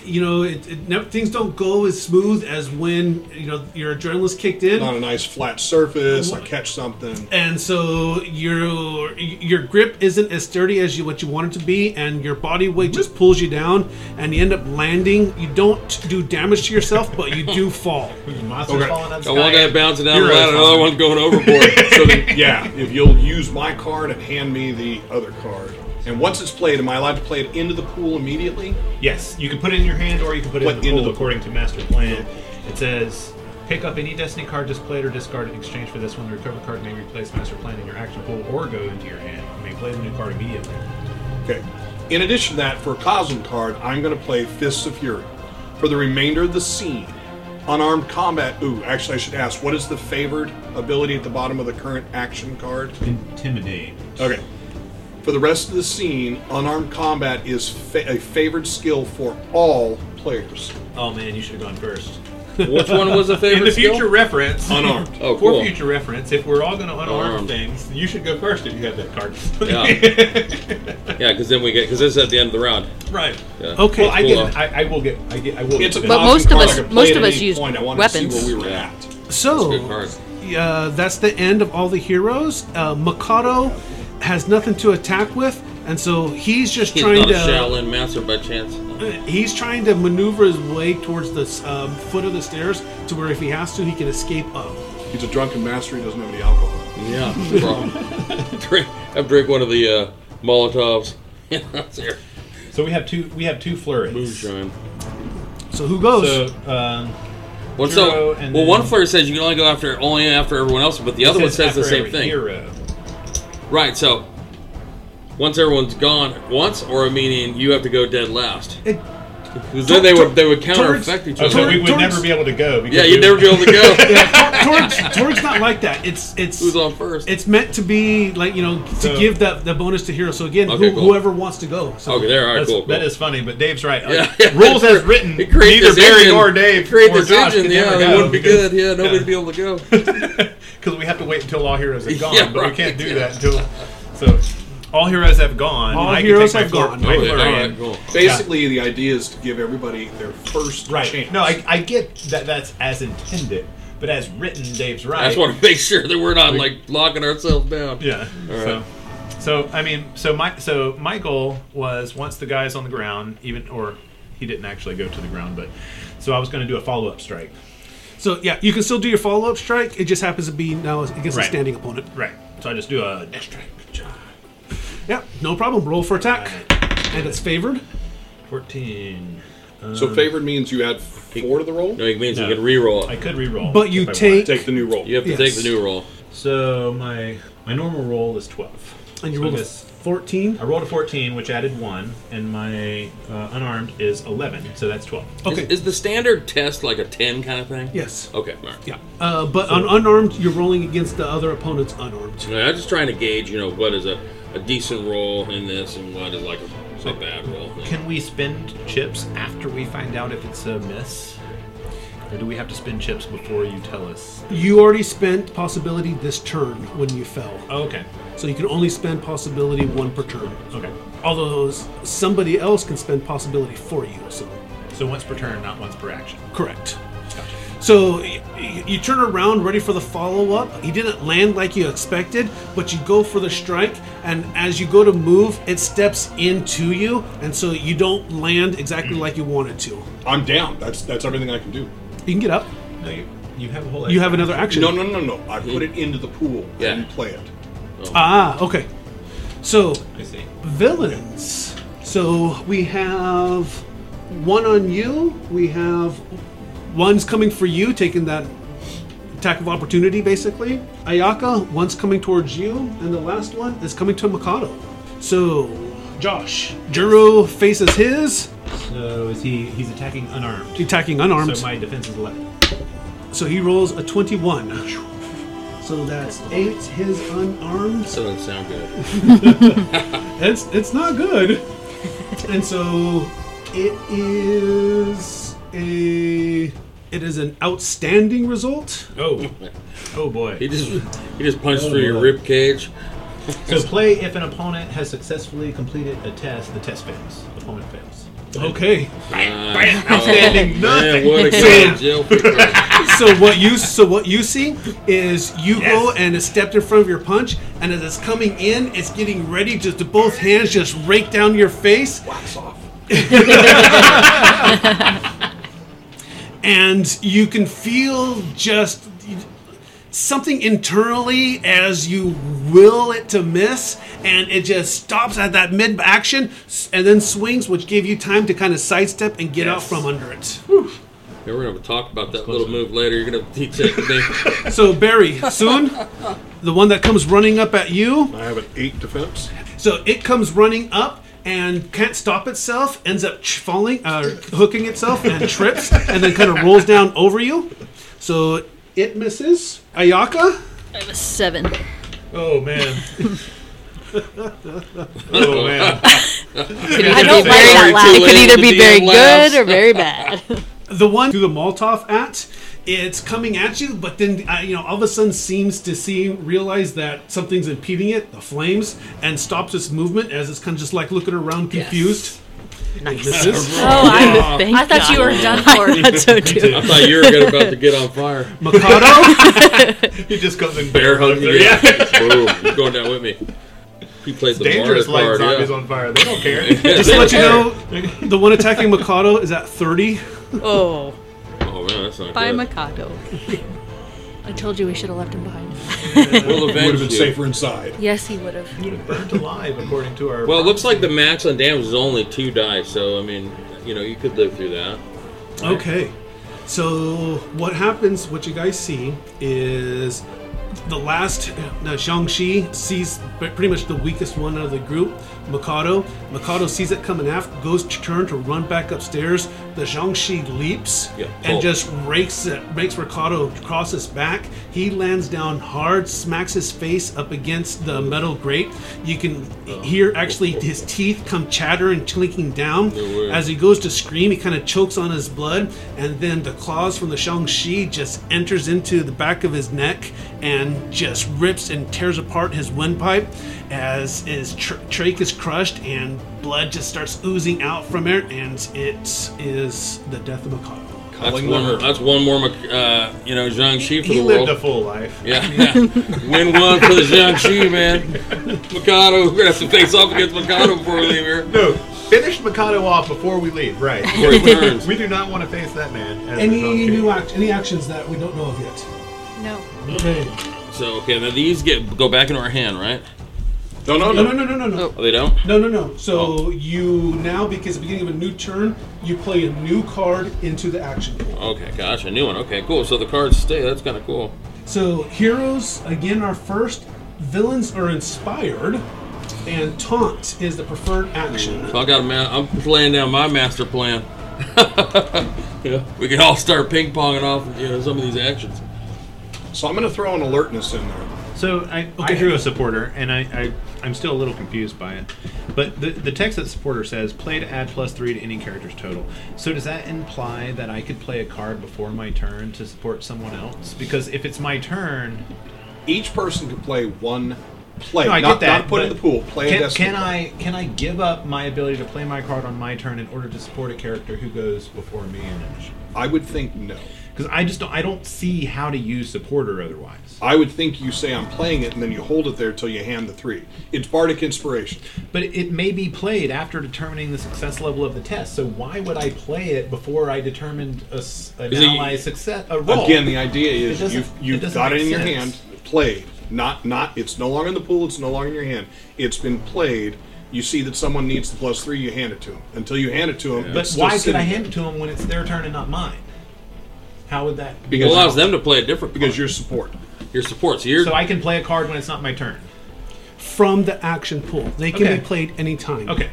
[SPEAKER 2] you know, it, it, never, things don't go as smooth as when you know your adrenaline's kicked in.
[SPEAKER 1] On a nice flat surface, I catch something.
[SPEAKER 2] and so your your grip isn't as sturdy as you what you want it to be, and your body weight just pulls you down, and you end up landing. You don't do damage to yourself, but you do fall.
[SPEAKER 3] Monsters
[SPEAKER 1] Okay.
[SPEAKER 3] falling out of the
[SPEAKER 6] Got one
[SPEAKER 3] sky.
[SPEAKER 6] guy bouncing down the
[SPEAKER 3] Heroes
[SPEAKER 6] ladder, another
[SPEAKER 3] falling.
[SPEAKER 6] one going overboard. so the,
[SPEAKER 1] Yeah, if you'll use my card and hand me the other card. And once it's played, am I allowed to play it into the pool immediately?
[SPEAKER 3] Yes, you can put it in your hand or you can put it
[SPEAKER 1] Put
[SPEAKER 3] in the
[SPEAKER 1] into
[SPEAKER 3] pool
[SPEAKER 1] the-
[SPEAKER 3] according to master plan. It says pick up any destiny card displayed or discarded in exchange for this one. The recovered card may replace master plan in your action pool or go into your hand. You may play the new card immediately.
[SPEAKER 1] Okay. In addition to that, for a Cosm card, I'm going to play Fists of Fury. For the remainder of the scene, unarmed combat. Ooh, actually, I should ask, what is the favored ability at the bottom of the current action card?
[SPEAKER 10] Intimidate.
[SPEAKER 1] Okay. For the rest of the scene, unarmed combat is fa- a favored skill for all players.
[SPEAKER 3] Oh man, you should have gone first.
[SPEAKER 6] which one was the favorite
[SPEAKER 3] In the
[SPEAKER 6] skill?
[SPEAKER 3] future reference,
[SPEAKER 1] Unarmed.
[SPEAKER 6] Oh,
[SPEAKER 3] for
[SPEAKER 6] cool.
[SPEAKER 3] future reference, if we're all going to unarm
[SPEAKER 6] Unarmed.
[SPEAKER 3] things, you should go first if you have that card.
[SPEAKER 6] Yeah, because then we get because this is at the end of the round.
[SPEAKER 3] right.
[SPEAKER 6] Yeah.
[SPEAKER 2] Okay.
[SPEAKER 3] Well, I
[SPEAKER 6] Cool.
[SPEAKER 3] get. I, I will get. I get. I will.
[SPEAKER 1] It's a Cosm
[SPEAKER 3] get that.
[SPEAKER 8] most of
[SPEAKER 1] card, I
[SPEAKER 8] us-
[SPEAKER 1] can play
[SPEAKER 8] most
[SPEAKER 1] it
[SPEAKER 8] of
[SPEAKER 1] at
[SPEAKER 8] us
[SPEAKER 1] any
[SPEAKER 8] use
[SPEAKER 1] point. I wanted To
[SPEAKER 8] weapons.
[SPEAKER 1] see where we were at.
[SPEAKER 2] So,
[SPEAKER 6] That's good cards.
[SPEAKER 2] Uh, that's the end of all the heroes. Uh, Mikado has nothing to attack with, and so he's just
[SPEAKER 6] He's
[SPEAKER 2] trying
[SPEAKER 6] not a
[SPEAKER 2] to
[SPEAKER 6] Shaolin master by chance.
[SPEAKER 2] he's trying to maneuver his way towards the um, foot of the stairs to where if he has to, he can escape up.
[SPEAKER 1] He's a drunken master. He doesn't have any alcohol.
[SPEAKER 6] Yeah, bro. drink, I drink one of the uh, Molotovs. That's here.
[SPEAKER 3] So we have two. We have two flurries.
[SPEAKER 6] Moonshine.
[SPEAKER 2] So who goes?
[SPEAKER 3] So um,
[SPEAKER 6] What's
[SPEAKER 3] Hero
[SPEAKER 6] up?
[SPEAKER 3] and
[SPEAKER 6] Well, one
[SPEAKER 3] then-
[SPEAKER 6] flare says you can only go after only after everyone else, but the other one says the
[SPEAKER 3] after
[SPEAKER 6] same
[SPEAKER 3] every
[SPEAKER 6] thing.
[SPEAKER 3] Hero.
[SPEAKER 6] Right. So once everyone's gone, once or meaning you have to go dead last.
[SPEAKER 2] it
[SPEAKER 6] Because then they would they would counter affect each
[SPEAKER 3] Oh,
[SPEAKER 6] other.
[SPEAKER 3] so we would
[SPEAKER 2] Torrance-
[SPEAKER 3] never be able to go. Because
[SPEAKER 6] yeah, you'd never be able to go.
[SPEAKER 2] Torg's, Torg's not like that. It's it's
[SPEAKER 6] Who's on first?
[SPEAKER 2] it's meant to be like you know to
[SPEAKER 3] So-
[SPEAKER 2] give that the bonus to hero. So again,
[SPEAKER 6] Okay,
[SPEAKER 2] who,
[SPEAKER 6] cool.
[SPEAKER 2] whoever wants to go. So
[SPEAKER 6] okay, there. All right,
[SPEAKER 3] That's,
[SPEAKER 6] cool. cool.
[SPEAKER 3] That is funny, but Dave's right.
[SPEAKER 6] Yeah.
[SPEAKER 3] Like, rules as written,
[SPEAKER 6] It create
[SPEAKER 3] neither
[SPEAKER 6] this
[SPEAKER 3] Barry
[SPEAKER 6] engine-
[SPEAKER 3] nor Dave
[SPEAKER 6] create
[SPEAKER 3] nor
[SPEAKER 6] this
[SPEAKER 3] Josh
[SPEAKER 6] engine.
[SPEAKER 3] could
[SPEAKER 6] Yeah,
[SPEAKER 3] never
[SPEAKER 6] it
[SPEAKER 3] go
[SPEAKER 6] wouldn't be
[SPEAKER 3] because-
[SPEAKER 6] good. Yeah, nobody'd be able to go.
[SPEAKER 3] because we have to wait until all heroes are gone.
[SPEAKER 6] Yeah,
[SPEAKER 3] but we
[SPEAKER 6] right,
[SPEAKER 3] can't do
[SPEAKER 6] yeah.
[SPEAKER 3] that until so all heroes have gone.
[SPEAKER 2] All
[SPEAKER 3] I can
[SPEAKER 2] heroes
[SPEAKER 3] take my
[SPEAKER 2] have gone.
[SPEAKER 3] flur- my
[SPEAKER 6] Oh, yeah,
[SPEAKER 3] flurry
[SPEAKER 6] all right,
[SPEAKER 3] and-
[SPEAKER 6] cool.
[SPEAKER 1] Basically, the idea is to give everybody their first
[SPEAKER 3] Right.
[SPEAKER 1] chance.
[SPEAKER 3] No, I, I get that. That's as intended, but as written, Dave's right.
[SPEAKER 6] I just want to make sure that we're not like locking ourselves down.
[SPEAKER 3] Yeah.
[SPEAKER 6] All right.
[SPEAKER 3] So, so I mean, so my so my goal was once the guy's on the ground, even or he didn't actually go to the ground, but so I was going to do a follow up strike.
[SPEAKER 2] so yeah, you can still do your follow up strike. It just happens to be now against
[SPEAKER 3] Right.
[SPEAKER 2] a standing opponent.
[SPEAKER 3] Right. So I just do a dash strike. Good job.
[SPEAKER 2] Yeah, no problem. Roll for attack, and it's favored.
[SPEAKER 3] Fourteen.
[SPEAKER 1] So favored means you add four to the roll.
[SPEAKER 6] No, it means
[SPEAKER 3] No.
[SPEAKER 6] you can re-roll
[SPEAKER 3] I
[SPEAKER 6] it.
[SPEAKER 3] could reroll,
[SPEAKER 2] But you
[SPEAKER 3] if I want.
[SPEAKER 2] take
[SPEAKER 1] Take the new roll.
[SPEAKER 6] You have to
[SPEAKER 2] Yes.
[SPEAKER 6] take the new roll.
[SPEAKER 3] So my my normal roll is twelve.
[SPEAKER 2] and you
[SPEAKER 3] So I
[SPEAKER 2] roll a
[SPEAKER 3] guess-
[SPEAKER 2] fourteen.
[SPEAKER 3] I rolled a 14, which added 1, and my uh, unarmed is 11, so that's 12.
[SPEAKER 2] Okay.
[SPEAKER 6] Is, is the standard test like a ten kind of thing?
[SPEAKER 2] yes.
[SPEAKER 6] Okay. All right.
[SPEAKER 2] Yeah. Uh, but on unarmed, you're rolling against the other opponent's unarmed.
[SPEAKER 6] Yeah, I'm just trying to gauge, you know, what is a, a decent roll in this and what is like a, a bad roll.
[SPEAKER 3] Can we spend chips after we find out if it's a miss? Or do we have to spend chips before you tell us?
[SPEAKER 2] You already spent possibility this turn when you fell,
[SPEAKER 3] Oh, okay.
[SPEAKER 2] so you can only spend possibility one per turn.
[SPEAKER 3] Okay.
[SPEAKER 2] Although s- somebody else can spend possibility for you. So
[SPEAKER 3] So once per turn, not once per action.
[SPEAKER 2] correct. So y- y- you turn around, ready for the follow up. He didn't land like you expected, but you go for the strike, and as you go to move, it steps into you, and so you don't land
[SPEAKER 1] Mm.
[SPEAKER 2] exactly like you wanted to.
[SPEAKER 1] I'm down. That's that's everything I can do.
[SPEAKER 2] You can get up.
[SPEAKER 10] No, you, you have a whole.
[SPEAKER 2] You have another action.
[SPEAKER 1] No, no, no, no. I put it into the pool
[SPEAKER 6] Yeah.
[SPEAKER 1] and play it.
[SPEAKER 2] Ah, okay. So
[SPEAKER 10] I see.
[SPEAKER 2] villains. So we have one on you. We have one's coming for you, taking that attack of opportunity, basically. Ayaka, one's coming towards you, and the last one is coming to Mikado. So, Josh, Juro faces his,
[SPEAKER 3] So is he? He's attacking unarmed.
[SPEAKER 2] attacking unarmed.
[SPEAKER 3] So my defense is 11.
[SPEAKER 2] so he rolls a 21. So that's eight. His unarmed.
[SPEAKER 6] That doesn't sound good.
[SPEAKER 2] It's it's not good. and so it is a it is an outstanding result.
[SPEAKER 3] Oh. Oh
[SPEAKER 6] He
[SPEAKER 3] boy.
[SPEAKER 6] just he just punched through your rib cage.
[SPEAKER 3] So play if an opponent has successfully completed a test, the test fails. Opponent fails.
[SPEAKER 2] Okay.
[SPEAKER 6] Outstanding nothing. Uh, oh, what a
[SPEAKER 2] Bam.
[SPEAKER 6] good jail pick.
[SPEAKER 2] So what you so what you see is you go and it's stepped in front of your punch, and as it's coming in, it's getting ready just to both hands just rake down your face.
[SPEAKER 1] Wax off.
[SPEAKER 2] and you can feel just something internally as you will it to miss and it just stops at that mid action s- and then swings which give you time to kind of sidestep and get out from under it
[SPEAKER 6] Yeah, we're gonna talk about that little move later. You're gonna have to check the name.
[SPEAKER 2] so barry soon the one that comes running up at you
[SPEAKER 1] I have an eight defense.
[SPEAKER 2] So it comes running up and can't stop itself, ends up ch- falling, uh, hooking itself, and trips, and then kind of rolls down over you. So it misses. Ayaka,
[SPEAKER 5] I have a seven.
[SPEAKER 3] Oh man. oh man.
[SPEAKER 5] I
[SPEAKER 6] don't like that line.
[SPEAKER 5] It could either be very
[SPEAKER 6] Too late,
[SPEAKER 5] good or very bad.
[SPEAKER 2] the one through the Molotov at, it's coming at you, but then uh, you know all of a sudden seems to see realize that something's impeding it, the flames, and stops its movement as it's kind of just like looking around confused. Nice.
[SPEAKER 5] Oh, I'm. Thank
[SPEAKER 4] I thought you were done for.
[SPEAKER 5] That's so too.
[SPEAKER 6] I thought you were gonna about to get on fire.
[SPEAKER 2] Mikado,
[SPEAKER 3] He just comes in
[SPEAKER 6] Bear hug
[SPEAKER 3] there.
[SPEAKER 6] you. Yeah. Boom. You're going down with me. He played the
[SPEAKER 3] dangerous light
[SPEAKER 6] Mars card.
[SPEAKER 3] zombies
[SPEAKER 6] yeah.
[SPEAKER 3] on fire. They don't care.
[SPEAKER 2] just to let you know, the one attacking Mikado is at 30.
[SPEAKER 5] Oh,
[SPEAKER 6] Oh man, that's not
[SPEAKER 5] by
[SPEAKER 6] good.
[SPEAKER 5] Mikado.
[SPEAKER 4] I told you we should have left him behind.
[SPEAKER 6] We'll
[SPEAKER 1] Would have
[SPEAKER 6] avenge
[SPEAKER 1] been
[SPEAKER 6] you.
[SPEAKER 1] safer inside.
[SPEAKER 4] Yes, he would have.
[SPEAKER 3] Burnt alive, according to our.
[SPEAKER 6] Well, it looks like the max on damage is only two die, so I mean, you know, you could live through that.
[SPEAKER 2] Okay. So what happens? What you guys see is The last, now Shang-Chi sees pre- pretty much the weakest one out of the group, Mikado. Mikado sees it coming after, goes to turn to run back upstairs. The Shang-Chi leaps
[SPEAKER 6] Yeah,
[SPEAKER 2] and
[SPEAKER 6] pull.
[SPEAKER 2] just rakes it, rakes Mikado across his back. He lands down hard, smacks his face up against the metal grate. You can hear actually his teeth come chatter and clinking down.
[SPEAKER 6] way.
[SPEAKER 2] As he goes to scream, he kind of chokes on his blood, and then the claws from the Shang-Chi just enters into the back of his neck and just rips and tears apart his windpipe as his tr- trach is crushed and blood just starts oozing out from it, and it is the death of Mikado.
[SPEAKER 6] That's
[SPEAKER 1] Culling the
[SPEAKER 6] one,
[SPEAKER 1] herd.
[SPEAKER 6] that's one more, Mc- uh, you know, Zhang Shi for
[SPEAKER 3] He
[SPEAKER 6] the
[SPEAKER 3] lived
[SPEAKER 6] world.
[SPEAKER 3] a full life.
[SPEAKER 6] yeah, yeah. win one for the Zhang Shi man. Mikado, we're gonna have to face off against Mikado before we leave here.
[SPEAKER 3] No, finish Mikado off before we leave. Right.
[SPEAKER 6] Before he burns.
[SPEAKER 3] we do not want to face that man. As the
[SPEAKER 2] Any
[SPEAKER 3] Shang-Chi.
[SPEAKER 2] new act- any actions that we don't know of yet?
[SPEAKER 4] No.
[SPEAKER 2] Okay.
[SPEAKER 6] So okay, now these get go back into our hand, right?
[SPEAKER 1] No, no,
[SPEAKER 2] No,
[SPEAKER 1] no.
[SPEAKER 2] no, no, no, no, no.
[SPEAKER 6] Oh, they don't.
[SPEAKER 2] No, no, no.
[SPEAKER 3] Oh.
[SPEAKER 2] So you now, because at the beginning of a new turn, you play a new card into the action pool.
[SPEAKER 6] Okay, gosh, a new one. Okay, cool. So the cards stay. That's kind of cool.
[SPEAKER 2] So heroes again are first. Villains are inspired, and taunt is the preferred action.
[SPEAKER 6] So I got a man. I'm laying down my master plan. yeah, we can all start ping ponging off, you know, some of these actions.
[SPEAKER 1] So I'm going to throw an alertness in there.
[SPEAKER 3] So I, I drew a supporter, and I, I I'm still a little confused by it. But the the text that supporter says play to add plus three to any character's total. So does that imply that I could play a card before my turn to support someone else? Because if it's my turn,
[SPEAKER 1] Each person can play one play.
[SPEAKER 3] no, I
[SPEAKER 1] not,
[SPEAKER 3] get that.
[SPEAKER 1] not put in the
[SPEAKER 3] but
[SPEAKER 1] pool. Play a
[SPEAKER 3] can,
[SPEAKER 1] destiny.
[SPEAKER 3] can
[SPEAKER 1] card.
[SPEAKER 3] I can I give up my ability to play my card on my turn in order to support a character who goes before me in initiative?
[SPEAKER 1] I would think no.
[SPEAKER 3] Because I just don't I don't see how to use supporter otherwise.
[SPEAKER 1] I would think you say I'm playing it, and then you hold it there till you hand the three. It's bardic inspiration.
[SPEAKER 3] But it may be played after determining the success level of the test. So why would I play it before I determined a, s- an
[SPEAKER 6] Is it-
[SPEAKER 3] ally success a roll?
[SPEAKER 1] Again, the idea is
[SPEAKER 3] doesn't-
[SPEAKER 1] you've,
[SPEAKER 3] it
[SPEAKER 1] you've
[SPEAKER 3] doesn't
[SPEAKER 1] got it
[SPEAKER 3] make
[SPEAKER 1] in your hand,
[SPEAKER 3] sense.
[SPEAKER 1] played. Not not. It's no longer in the pool. It's no longer in your hand. It's been played. You see that someone needs the plus three. You hand it to them. Until you hand it to them.
[SPEAKER 3] but why could I hand it to them when it's their turn and not mine? How would that?
[SPEAKER 1] Because
[SPEAKER 6] It allows them to play a different
[SPEAKER 1] because
[SPEAKER 6] card.
[SPEAKER 1] you're support.
[SPEAKER 6] your support. So you're
[SPEAKER 3] So I can play a card when it's not my turn.
[SPEAKER 2] From the action pool, they can
[SPEAKER 3] Okay.
[SPEAKER 2] be played anytime.
[SPEAKER 3] Okay,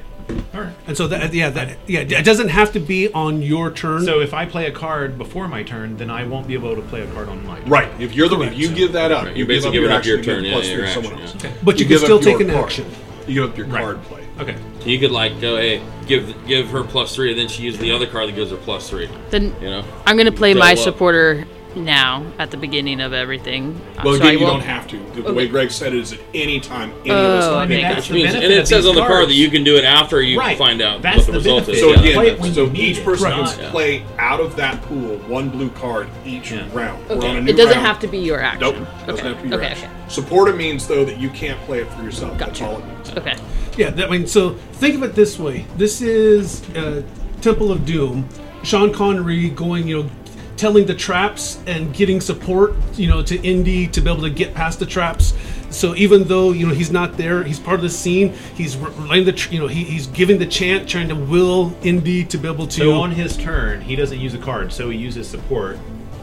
[SPEAKER 3] all right.
[SPEAKER 2] And so that yeah that yeah it doesn't have to be on your turn.
[SPEAKER 3] So if I play a card before my turn, then I won't be able to play a card on my turn.
[SPEAKER 1] Right. If you're the if you give that up,
[SPEAKER 6] Right,
[SPEAKER 1] you
[SPEAKER 6] you
[SPEAKER 1] give
[SPEAKER 6] basically
[SPEAKER 1] up
[SPEAKER 6] give
[SPEAKER 1] your
[SPEAKER 6] it up
[SPEAKER 1] action.
[SPEAKER 6] your
[SPEAKER 1] You give
[SPEAKER 6] turn,
[SPEAKER 1] the
[SPEAKER 6] yeah,
[SPEAKER 1] plus
[SPEAKER 6] your
[SPEAKER 1] three to
[SPEAKER 6] action,
[SPEAKER 1] someone else.
[SPEAKER 6] yeah.
[SPEAKER 2] but you,
[SPEAKER 1] give
[SPEAKER 2] can
[SPEAKER 1] up
[SPEAKER 2] still
[SPEAKER 1] your
[SPEAKER 2] take an
[SPEAKER 1] card.
[SPEAKER 2] action.
[SPEAKER 1] You give up your
[SPEAKER 3] Right.
[SPEAKER 1] card play.
[SPEAKER 3] Okay.
[SPEAKER 6] So you could like go, hey, give give her plus three, and then she uses the other card that gives her plus three.
[SPEAKER 8] Then
[SPEAKER 6] You know,
[SPEAKER 8] I'm gonna play
[SPEAKER 6] Grow
[SPEAKER 8] my
[SPEAKER 6] up.
[SPEAKER 8] supporter now at the beginning of everything.
[SPEAKER 1] Well,
[SPEAKER 8] so
[SPEAKER 1] again,
[SPEAKER 8] I
[SPEAKER 1] you
[SPEAKER 8] won't-
[SPEAKER 1] don't have to. The way Greg said it is at any time, any
[SPEAKER 8] Oh,
[SPEAKER 1] of us.
[SPEAKER 8] I
[SPEAKER 1] can
[SPEAKER 8] mean,
[SPEAKER 1] make
[SPEAKER 3] that's
[SPEAKER 1] it.
[SPEAKER 3] the
[SPEAKER 6] means, and
[SPEAKER 3] benefit
[SPEAKER 6] it
[SPEAKER 3] of
[SPEAKER 6] says
[SPEAKER 3] these
[SPEAKER 6] on the card that
[SPEAKER 3] cards.
[SPEAKER 6] you can do it after you
[SPEAKER 3] Right.
[SPEAKER 6] find out
[SPEAKER 3] That's
[SPEAKER 6] what the,
[SPEAKER 3] the
[SPEAKER 6] result is.
[SPEAKER 3] benefit.
[SPEAKER 1] So
[SPEAKER 3] Yeah,
[SPEAKER 1] again,
[SPEAKER 3] play it when
[SPEAKER 1] so
[SPEAKER 3] you need
[SPEAKER 1] each
[SPEAKER 3] it.
[SPEAKER 1] person
[SPEAKER 2] Right.
[SPEAKER 1] can play out of that pool one blue card each round. We're on a new
[SPEAKER 8] It doesn't
[SPEAKER 1] round.
[SPEAKER 8] have to be your action.
[SPEAKER 1] Nope.
[SPEAKER 8] Okay.
[SPEAKER 1] Doesn't have to be your
[SPEAKER 8] okay.
[SPEAKER 1] action. Supporter means though that you can't play it for yourself. That's
[SPEAKER 8] Gotcha.
[SPEAKER 1] all it means.
[SPEAKER 8] Okay. Okay.
[SPEAKER 2] Yeah, that, I mean, so think of it this way: this is uh, Temple of Doom. Sean Connery going, you know, telling the traps and getting support, you know, to Indy to be able to get past the traps. So even though you know he's not there, he's part of the scene. He's re- relaying the, tr- you know, he, he's giving the chant, trying to will Indy to be able to.
[SPEAKER 3] So on his turn, he doesn't use a card, so he uses support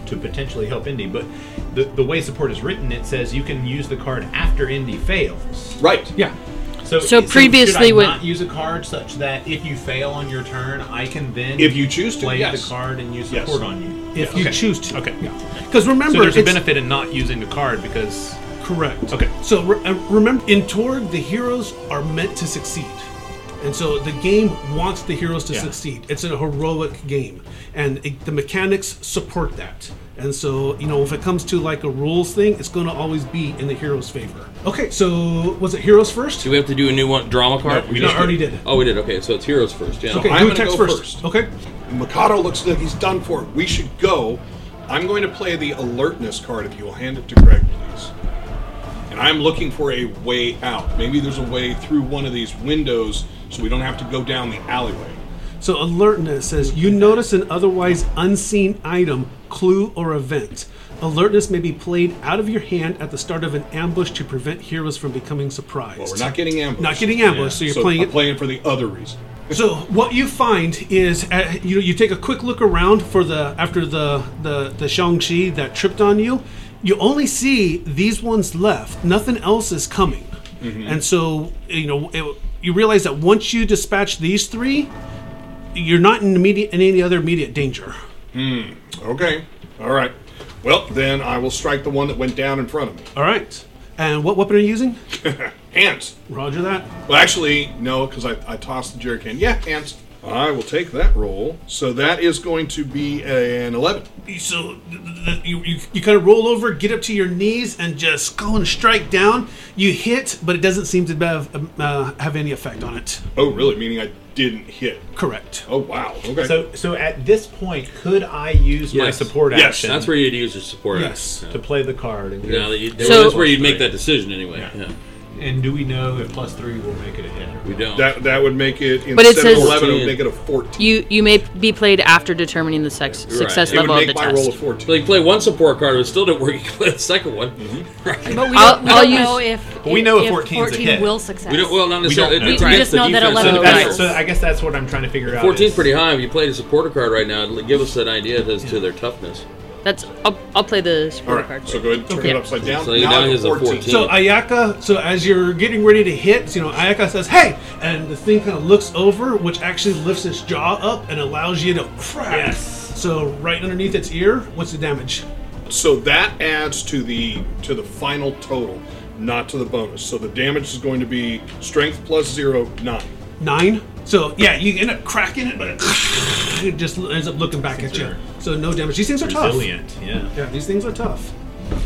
[SPEAKER 3] to potentially help Indy. But the, the way support is written, it says you can use the card after Indy fails.
[SPEAKER 1] Right.
[SPEAKER 2] yeah,
[SPEAKER 3] So,
[SPEAKER 8] previously
[SPEAKER 3] should I
[SPEAKER 8] when-
[SPEAKER 3] not use a card such that if you fail on your turn, I can then
[SPEAKER 1] If you choose to,
[SPEAKER 3] play
[SPEAKER 1] yes.
[SPEAKER 3] the card and use
[SPEAKER 1] Yes.
[SPEAKER 3] support on you.
[SPEAKER 2] if
[SPEAKER 3] Yeah,
[SPEAKER 2] you
[SPEAKER 3] okay.
[SPEAKER 2] choose to.
[SPEAKER 3] Okay.
[SPEAKER 2] Because remember,
[SPEAKER 3] So there's a
[SPEAKER 2] it's-
[SPEAKER 3] benefit in not using the card because
[SPEAKER 2] Correct.
[SPEAKER 3] Okay.
[SPEAKER 2] So re- uh, remember, in Torg, the heroes are meant to succeed. And so the game wants the heroes to
[SPEAKER 3] Yeah.
[SPEAKER 2] succeed. It's a heroic game, and it, the mechanics support that. And so, you know, if it comes to like a rules thing, it's going to always be in the hero's favor. Okay, so was it heroes first?
[SPEAKER 6] Do we have to do a new one drama card?
[SPEAKER 2] we just already did.
[SPEAKER 6] Oh, we did. Okay, so it's heroes first. Yeah.
[SPEAKER 2] Okay,
[SPEAKER 1] I'm
[SPEAKER 2] who
[SPEAKER 1] gonna
[SPEAKER 2] attacks
[SPEAKER 1] go
[SPEAKER 2] first?
[SPEAKER 1] first.
[SPEAKER 2] Okay.
[SPEAKER 1] Mikado looks like he's done for. We should go. I'm going to play the alertness card if you will hand it to Greg, please. And I'm looking for a way out. Maybe there's a way through one of these windows so we don't have to go down the alleyway.
[SPEAKER 2] So alertness says you notice an otherwise unseen item, clue, or event. Alertness may be played out of your hand at the start of an ambush to prevent heroes from becoming surprised.
[SPEAKER 1] Well, we're not getting ambushed.
[SPEAKER 2] Not getting ambushed, so you're
[SPEAKER 1] so
[SPEAKER 2] playing
[SPEAKER 1] I'm
[SPEAKER 2] it.
[SPEAKER 1] playing for the other reason.
[SPEAKER 2] so what you find is uh, you you take a quick look around for the after the the the Shang Chi that tripped on you, you only see these ones left. Nothing else is coming. And so, you know, it, you realize that once you dispatch these three, you're not in immediate in any other immediate danger.
[SPEAKER 1] Okay. All right. Well, then I will strike the one that went down in front of me.
[SPEAKER 2] All right. And what weapon are you using?
[SPEAKER 1] Hands.
[SPEAKER 2] Roger that.
[SPEAKER 1] Well, actually, no, because I, I tossed the jerry can. Yeah, hands. I will take that roll. So that is going to be an 11.
[SPEAKER 2] so th- th- you, you, you kind of roll over, get up to your knees, and just go and strike down. You hit, but it doesn't seem to have, uh, have any effect on it.
[SPEAKER 1] Oh, really? Meaning I didn't hit.
[SPEAKER 2] Correct.
[SPEAKER 1] Oh, wow. Okay.
[SPEAKER 10] So, so at this point, could I use my
[SPEAKER 6] Yes.
[SPEAKER 10] support
[SPEAKER 1] Yes,
[SPEAKER 10] action?
[SPEAKER 6] That's where you'd use your support.
[SPEAKER 2] Yes.
[SPEAKER 6] action.
[SPEAKER 10] to play the card. And,
[SPEAKER 6] Yeah. Now that you,
[SPEAKER 8] So-
[SPEAKER 6] that's where you'd make that decision anyway. Yeah.
[SPEAKER 10] and do we know if plus three will make it a hit?
[SPEAKER 6] We don't.
[SPEAKER 1] that that would make it, instead
[SPEAKER 8] But it
[SPEAKER 1] of
[SPEAKER 8] says-
[SPEAKER 1] 11, it would make it a 14.
[SPEAKER 8] You you may be played after determining the sex, success
[SPEAKER 6] It
[SPEAKER 1] It would
[SPEAKER 8] level of the
[SPEAKER 1] make my
[SPEAKER 8] test.
[SPEAKER 1] roll a 14.
[SPEAKER 6] so you play one support card, but it still didn't work. You play the second one.
[SPEAKER 10] Mm-hmm.
[SPEAKER 6] Right.
[SPEAKER 4] But we
[SPEAKER 8] I'll-
[SPEAKER 4] don't, we
[SPEAKER 8] I'll
[SPEAKER 4] don't
[SPEAKER 8] use-
[SPEAKER 4] know if
[SPEAKER 10] we know if 14's a
[SPEAKER 4] 14
[SPEAKER 10] hit.
[SPEAKER 4] will success.
[SPEAKER 6] We don't. Well, not
[SPEAKER 10] We
[SPEAKER 6] necessarily.
[SPEAKER 10] don't
[SPEAKER 6] it
[SPEAKER 10] know.
[SPEAKER 6] depends.
[SPEAKER 4] We just
[SPEAKER 6] The
[SPEAKER 4] know that
[SPEAKER 6] defense-
[SPEAKER 4] 11
[SPEAKER 6] the
[SPEAKER 4] will
[SPEAKER 6] defense-
[SPEAKER 10] That's- so I guess that's what I'm trying to figure out.
[SPEAKER 6] 14 is
[SPEAKER 10] is-
[SPEAKER 6] pretty high. If you played a supporter card right now, it gives us an idea as to their toughness.
[SPEAKER 8] That's I'll, I'll play the support
[SPEAKER 1] All right.
[SPEAKER 8] card.
[SPEAKER 1] So go ahead and turn
[SPEAKER 8] Okay.
[SPEAKER 1] it upside down.
[SPEAKER 6] So now
[SPEAKER 1] I have
[SPEAKER 6] it is a 14.
[SPEAKER 2] So Ayaka, so as you're getting ready to hit, you know, Ayaka says, hey! And the thing kind of looks over, which actually lifts its jaw up and allows you to crack.
[SPEAKER 10] Yes.
[SPEAKER 2] So right underneath its ear, what's the damage?
[SPEAKER 1] So that adds to the to the final total, not to the bonus. So the damage is going to be strength plus zero, nine.
[SPEAKER 2] Nine. So yeah, you end up cracking it, but it just ends up looking back at you.
[SPEAKER 10] are
[SPEAKER 2] So no damage. These things are tough.
[SPEAKER 10] resilient. Yeah.
[SPEAKER 2] Yeah, these things are tough.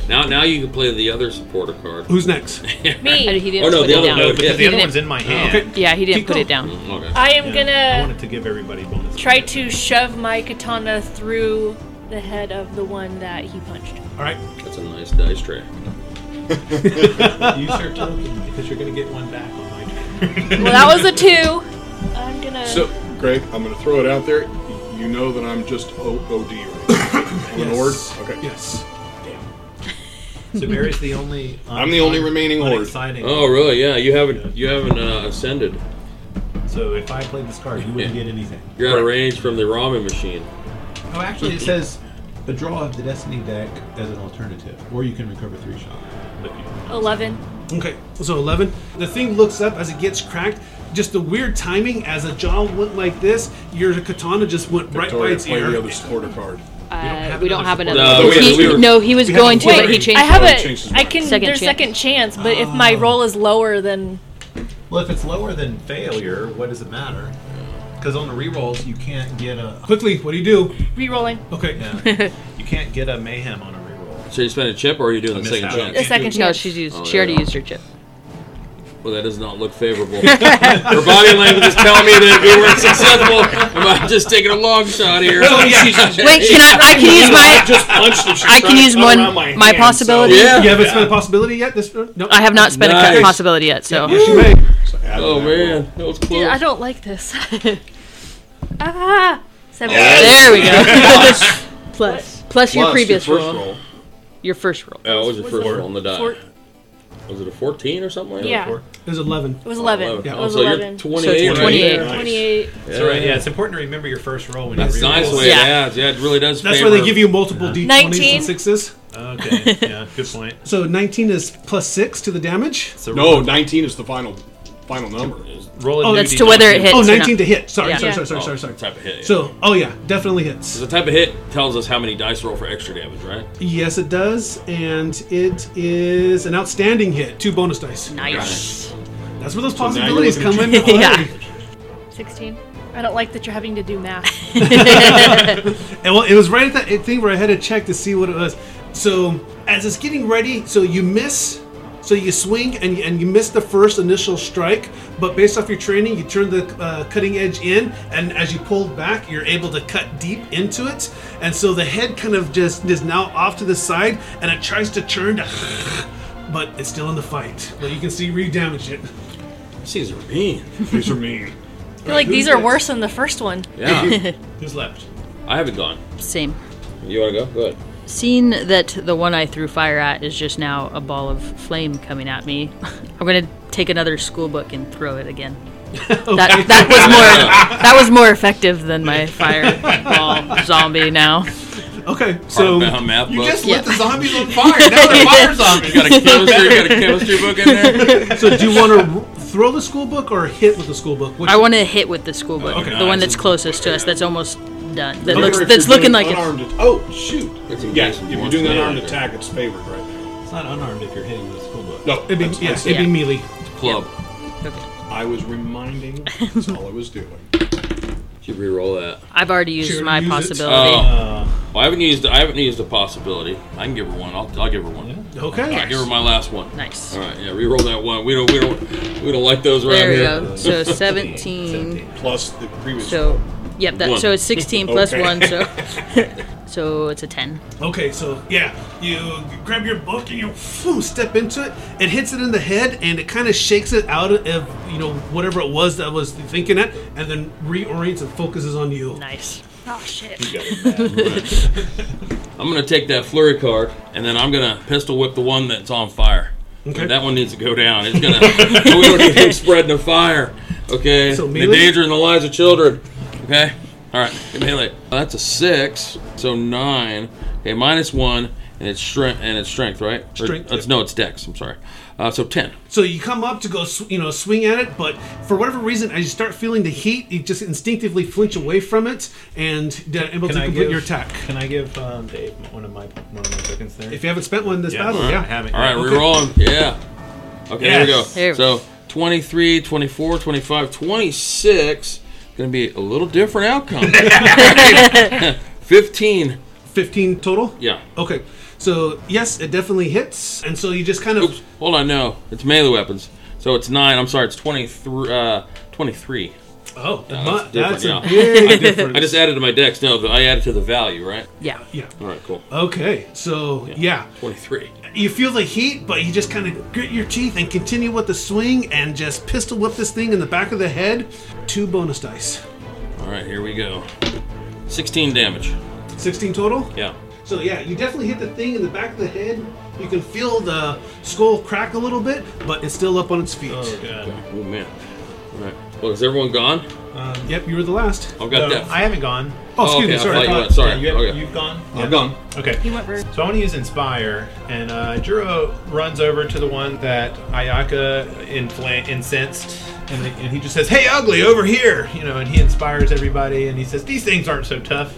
[SPEAKER 6] Now, now you can play the other supporter card.
[SPEAKER 2] Who's next?
[SPEAKER 8] And he
[SPEAKER 4] Me,
[SPEAKER 8] didn't
[SPEAKER 6] Oh, no,
[SPEAKER 8] put
[SPEAKER 6] the
[SPEAKER 8] it
[SPEAKER 6] other-
[SPEAKER 8] down.
[SPEAKER 6] no,
[SPEAKER 10] No, because the other
[SPEAKER 8] didn't-
[SPEAKER 10] one's in my hand.
[SPEAKER 2] Okay.
[SPEAKER 8] Yeah, he didn't
[SPEAKER 2] Keep
[SPEAKER 8] put it
[SPEAKER 2] going.
[SPEAKER 8] down.
[SPEAKER 6] Okay.
[SPEAKER 4] I am
[SPEAKER 10] Yeah. I
[SPEAKER 4] gonna
[SPEAKER 10] wanted to give everybody bonus.
[SPEAKER 4] try to shove my katana through the head of the one that he punched.
[SPEAKER 2] All right.
[SPEAKER 6] That's a nice dice tray.
[SPEAKER 10] use your token because you're going to get one back on my turn.
[SPEAKER 4] Well, that was a two. I'm gonna.
[SPEAKER 1] So, Greg, I'm going to throw it out there. You know that I'm just O- OD right now. I'm an horde.
[SPEAKER 2] Yes.
[SPEAKER 1] Okay.
[SPEAKER 2] Yes.
[SPEAKER 10] So Mary's the only.
[SPEAKER 1] I'm the only remaining horde.
[SPEAKER 10] Exciting.
[SPEAKER 6] Oh, really? Yeah, you haven't you haven't uh, ascended.
[SPEAKER 10] So if I played this card, you wouldn't get anything.
[SPEAKER 6] You're out of range from the ramen machine.
[SPEAKER 10] Oh, actually, it says the draw of the Destiny deck as an alternative, or you can recover three shot. But you-
[SPEAKER 4] 11.
[SPEAKER 2] Okay. So eleven. The thing looks up as it gets cracked. Just the weird timing as a jaw went like this, your katana just went right
[SPEAKER 1] Victoria,
[SPEAKER 2] by its
[SPEAKER 1] play
[SPEAKER 2] ear.
[SPEAKER 1] the other supporter card.
[SPEAKER 8] Uh, we don't have another.
[SPEAKER 6] No, we-
[SPEAKER 8] he,
[SPEAKER 6] we were-
[SPEAKER 8] no, he was
[SPEAKER 2] we had
[SPEAKER 8] going to,
[SPEAKER 2] one
[SPEAKER 8] but he
[SPEAKER 2] already.
[SPEAKER 8] changed.
[SPEAKER 4] I have
[SPEAKER 8] it.
[SPEAKER 1] it changes
[SPEAKER 4] a. I
[SPEAKER 1] mine.
[SPEAKER 4] can.
[SPEAKER 8] Second
[SPEAKER 4] there's
[SPEAKER 8] chance.
[SPEAKER 4] second chance, but if
[SPEAKER 10] Oh.
[SPEAKER 4] my roll is lower, then
[SPEAKER 10] Well, if it's lower than failure, what does it matter? Because on the rerolls, you can't get a
[SPEAKER 2] Quickly, what do you do?
[SPEAKER 4] rerolling
[SPEAKER 2] Okay.
[SPEAKER 10] yeah, you can't get a mayhem on a reroll.
[SPEAKER 6] So you spend a chip, or are you doing the second
[SPEAKER 10] mishap.
[SPEAKER 6] chance?
[SPEAKER 4] a second
[SPEAKER 8] No,
[SPEAKER 4] chance.
[SPEAKER 8] she's used.
[SPEAKER 6] Oh,
[SPEAKER 8] she already
[SPEAKER 6] yeah.
[SPEAKER 8] used her chip.
[SPEAKER 6] Well, that does not look favorable. Her body language is telling me that we weren't successful. Am I just taking a long shot here?
[SPEAKER 2] Oh,
[SPEAKER 8] Wait, can I? I can use
[SPEAKER 1] I
[SPEAKER 8] my.
[SPEAKER 1] just punched him. She tried
[SPEAKER 8] I can
[SPEAKER 1] to
[SPEAKER 8] use
[SPEAKER 1] cut
[SPEAKER 8] one.
[SPEAKER 1] around my,
[SPEAKER 8] My
[SPEAKER 1] hand, so-
[SPEAKER 8] possibility.
[SPEAKER 6] Yeah.
[SPEAKER 2] You haven't spent a possibility yet. This uh, no.
[SPEAKER 8] I have not spent a
[SPEAKER 6] Nice.
[SPEAKER 8] cu- possibility yet. So
[SPEAKER 2] Yes, you may.
[SPEAKER 1] So add to that
[SPEAKER 6] Oh
[SPEAKER 1] roll.
[SPEAKER 6] man, that was close.
[SPEAKER 4] I don't like this. ah, seven.
[SPEAKER 8] there we go. plus, plus your
[SPEAKER 1] Plus
[SPEAKER 8] previous
[SPEAKER 1] your first
[SPEAKER 8] roll.
[SPEAKER 1] roll.
[SPEAKER 8] Your first roll.
[SPEAKER 6] Oh, what was your first
[SPEAKER 1] Four.
[SPEAKER 6] roll on the die?
[SPEAKER 4] Four-
[SPEAKER 6] Was it a 14 or something? Like
[SPEAKER 4] yeah,
[SPEAKER 6] That?
[SPEAKER 4] it
[SPEAKER 2] It was eleven.
[SPEAKER 4] was 11. It
[SPEAKER 6] Oh,
[SPEAKER 4] was
[SPEAKER 6] so you're
[SPEAKER 4] 11.
[SPEAKER 6] 28.
[SPEAKER 8] So
[SPEAKER 6] right?
[SPEAKER 8] 28.
[SPEAKER 1] Nice.
[SPEAKER 4] 28.
[SPEAKER 6] Yeah.
[SPEAKER 10] So yeah, it's important to remember your first roll when
[SPEAKER 6] That's
[SPEAKER 10] you
[SPEAKER 6] a
[SPEAKER 10] reroll.
[SPEAKER 6] nice way
[SPEAKER 8] Yeah.
[SPEAKER 6] it adds. Yeah, it really does.
[SPEAKER 2] That's
[SPEAKER 6] favor.
[SPEAKER 2] why they give you multiple d twenties
[SPEAKER 4] 19.
[SPEAKER 2] and sixes.
[SPEAKER 10] Okay, yeah, good point.
[SPEAKER 2] So nineteen is plus six to the damage.
[SPEAKER 10] So
[SPEAKER 1] No, 19 is the final final number.
[SPEAKER 10] roll a
[SPEAKER 2] Oh,
[SPEAKER 10] new
[SPEAKER 8] That's
[SPEAKER 10] D9.
[SPEAKER 8] to whether it hits.
[SPEAKER 2] Oh,
[SPEAKER 8] or not.
[SPEAKER 2] 19 to hit. Sorry,
[SPEAKER 8] Yeah.
[SPEAKER 2] sorry,
[SPEAKER 4] Yeah.
[SPEAKER 2] sorry, sorry, sorry,
[SPEAKER 6] Oh,
[SPEAKER 2] sorry.
[SPEAKER 6] Type of hit. Yeah.
[SPEAKER 2] So, oh yeah, definitely hits.
[SPEAKER 6] the type of hit tells us how many dice roll for extra damage, right?
[SPEAKER 2] Yes, it does, and it is an outstanding hit. Two bonus dice.
[SPEAKER 8] Nice.
[SPEAKER 2] That's where those
[SPEAKER 1] now you're
[SPEAKER 2] possibilities
[SPEAKER 1] looking
[SPEAKER 2] come
[SPEAKER 1] at
[SPEAKER 2] into play.
[SPEAKER 8] you. Yeah.
[SPEAKER 4] 16. I don't like that you're having to do math.
[SPEAKER 2] And well, it was right at that thing where I had to check to see what it was. So as it's getting ready, so you miss, so you swing and and you miss the first initial strike, but based off your training, you turn the uh, cutting edge in, and as you pull back, you're able to cut deep into it, and so the head kind of just is now off to the side, and it tries to turn to. But it's still in the fight. But you can see Ryu damaged it.
[SPEAKER 6] These are mean.
[SPEAKER 1] These are mean.
[SPEAKER 4] I feel like these are worse than the first one.
[SPEAKER 6] Yeah.
[SPEAKER 10] Who's left?
[SPEAKER 6] I haven't gone.
[SPEAKER 8] Same.
[SPEAKER 6] You want to go? Go ahead.
[SPEAKER 8] Seeing that the one I threw fire at is just now a ball of flame coming at me, I'm gonna take another school book and throw it again. That, that was more that was more effective than my fireball zombie now.
[SPEAKER 2] Okay, so
[SPEAKER 6] Hard bound math
[SPEAKER 11] You
[SPEAKER 6] book.
[SPEAKER 11] just lit the zombies on fire.
[SPEAKER 1] Fire! Now they're fire
[SPEAKER 6] you
[SPEAKER 1] zombies.
[SPEAKER 6] got a chemistry, you got a chemistry book in there.
[SPEAKER 2] so do you want to throw the school book or hit with the school book? Which,
[SPEAKER 8] I want to hit with the school book,
[SPEAKER 2] Okay.
[SPEAKER 8] the one that's closest to us. That's almost done. That looks. That's looking like it.
[SPEAKER 1] unarmed. At- oh shoot!
[SPEAKER 11] That's
[SPEAKER 1] Yeah, if
[SPEAKER 11] amazing.
[SPEAKER 1] you're
[SPEAKER 11] Once
[SPEAKER 1] doing an
[SPEAKER 11] there,
[SPEAKER 1] armed
[SPEAKER 11] there.
[SPEAKER 1] attack, it's favored right
[SPEAKER 3] It's not unarmed if you're hitting with a school book.
[SPEAKER 1] now. No,
[SPEAKER 2] it'd be,
[SPEAKER 1] that's-
[SPEAKER 2] yes, it'd be
[SPEAKER 8] Yeah.
[SPEAKER 2] melee.
[SPEAKER 6] Club.
[SPEAKER 1] I was reminding. That's all I was doing.
[SPEAKER 6] Should re-roll that. Uh,
[SPEAKER 8] I've already used
[SPEAKER 3] Sure,
[SPEAKER 8] my
[SPEAKER 3] use it.
[SPEAKER 8] possibility.
[SPEAKER 6] Oh, Well, I haven't used I haven't used a possibility. I can give her one. I'll, I'll give her one.
[SPEAKER 2] Okay.
[SPEAKER 6] I'll give her my last one.
[SPEAKER 8] Nice.
[SPEAKER 6] All right, yeah, re-roll that one. We don't we don't we don't like those around
[SPEAKER 8] There we
[SPEAKER 6] here.
[SPEAKER 8] go. So 17.
[SPEAKER 1] Plus the previous.
[SPEAKER 8] So, yep. That, so
[SPEAKER 6] One.
[SPEAKER 8] it's 16 plus
[SPEAKER 1] Okay.
[SPEAKER 8] one. So, so it's a 10.
[SPEAKER 2] Okay, so yeah, you grab your book and you whew, step into it. It hits it in the head and it kind of shakes it out of you know whatever it was that was thinking it, and then reorients and focuses on you.
[SPEAKER 8] Nice.
[SPEAKER 12] Oh,
[SPEAKER 6] I'm gonna take that flurry card and then I'm gonna pistol whip the one that's on fire.
[SPEAKER 2] Okay.
[SPEAKER 6] That one needs to go down. It's gonna. we don't need him spreading the fire. Okay.
[SPEAKER 2] So
[SPEAKER 6] the
[SPEAKER 2] melee?
[SPEAKER 6] danger in the lives of children. Okay. All right. Melee. Well, that's a six. So nine. Okay. Minus one, and it's strength. And it's strength, right? Or-
[SPEAKER 2] Strength,
[SPEAKER 6] it's,
[SPEAKER 2] yeah.
[SPEAKER 6] No, it's dex. I'm sorry. Uh, so ten.
[SPEAKER 2] So you come up to go sw- you know swing at it, but for whatever reason, as you start feeling the heat, you just instinctively flinch away from it and you're able to complete your attack.
[SPEAKER 3] Can I give um, Dave one of my one of my tokens there?
[SPEAKER 2] If you haven't spent one this
[SPEAKER 3] Yeah,
[SPEAKER 2] battle,
[SPEAKER 6] Uh-huh.
[SPEAKER 3] I
[SPEAKER 2] yeah,
[SPEAKER 3] haven't.
[SPEAKER 6] All right.
[SPEAKER 3] yet.
[SPEAKER 6] We're rolling. Yeah. Okay.
[SPEAKER 3] Yes.
[SPEAKER 6] Here
[SPEAKER 8] Here.
[SPEAKER 6] we go. So 23, 24, 25, 26. Gonna be a little different outcome. Fifteen.
[SPEAKER 2] fifteen total.
[SPEAKER 6] Yeah.
[SPEAKER 2] Okay, so yes, it definitely hits, and so you just kind of
[SPEAKER 6] Oops. Hold on, no. It's melee weapons. So it's 9. I'm sorry, it's 23. Uh, 23.
[SPEAKER 2] oh,
[SPEAKER 6] that's
[SPEAKER 2] mu- that's,
[SPEAKER 6] different,
[SPEAKER 2] a
[SPEAKER 6] yeah.
[SPEAKER 2] big difference.
[SPEAKER 6] I just added to my dex. No, but I added to the value, right?
[SPEAKER 8] Yeah.
[SPEAKER 2] yeah.
[SPEAKER 6] All right, cool.
[SPEAKER 2] Okay, so yeah.
[SPEAKER 6] 23.
[SPEAKER 2] you feel the heat, but you just kind of grit your teeth and continue with the swing and just pistol whip this thing in the back of the head. Two bonus dice.
[SPEAKER 6] All right, here we go. 16 damage.
[SPEAKER 2] 16 total?
[SPEAKER 6] Yeah.
[SPEAKER 2] So, yeah, you definitely hit the thing in the back of the head. You can feel the skull crack a little bit, but it's still up on its feet.
[SPEAKER 3] Good.
[SPEAKER 6] Oh, man. All right. Well, is everyone gone?
[SPEAKER 2] Yep, you were the last.
[SPEAKER 6] I've got
[SPEAKER 3] No,
[SPEAKER 6] that.
[SPEAKER 3] I haven't gone.
[SPEAKER 2] Oh, excuse
[SPEAKER 6] okay,
[SPEAKER 2] me,
[SPEAKER 6] I
[SPEAKER 2] sorry.
[SPEAKER 6] thought you
[SPEAKER 2] I
[SPEAKER 6] went. Sorry.
[SPEAKER 3] Yeah, you have,
[SPEAKER 6] okay.
[SPEAKER 3] You've gone.
[SPEAKER 6] I'm gone.
[SPEAKER 3] Okay.
[SPEAKER 13] You went first.
[SPEAKER 3] So I want to use Inspire, and uh, Juro runs over to the one that Ayaka infla- incensed, and, and he just says, "Hey, ugly, over here!" You know, and he inspires everybody, and he says, "These things aren't so tough."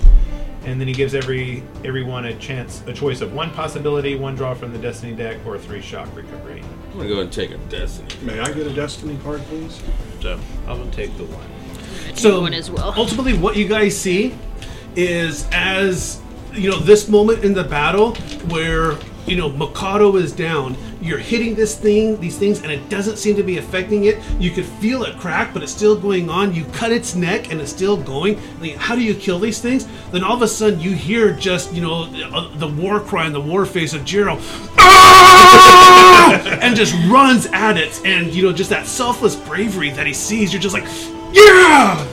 [SPEAKER 3] And then he gives every everyone a chance, a choice of one possibility, one draw from the Destiny deck, or three shock recovery.
[SPEAKER 6] I'm going to go ahead and take a destiny.
[SPEAKER 1] May I get a destiny card, please?
[SPEAKER 3] So I'm gonna take the one.
[SPEAKER 2] So,
[SPEAKER 8] one as well.
[SPEAKER 2] ultimately, what you guys see is as you know this moment in the battle where you know Mikado is down. You're hitting this thing, these things, and it doesn't seem to be affecting it. You could feel it crack, but it's still going on. You cut its neck, and it's still going. Like, how do you kill these things? Then all of a sudden, you hear just you know uh, the war cry and the war face of Jiro, and just runs at it. And you know just that selfless bravery that he sees. You're just like, yeah,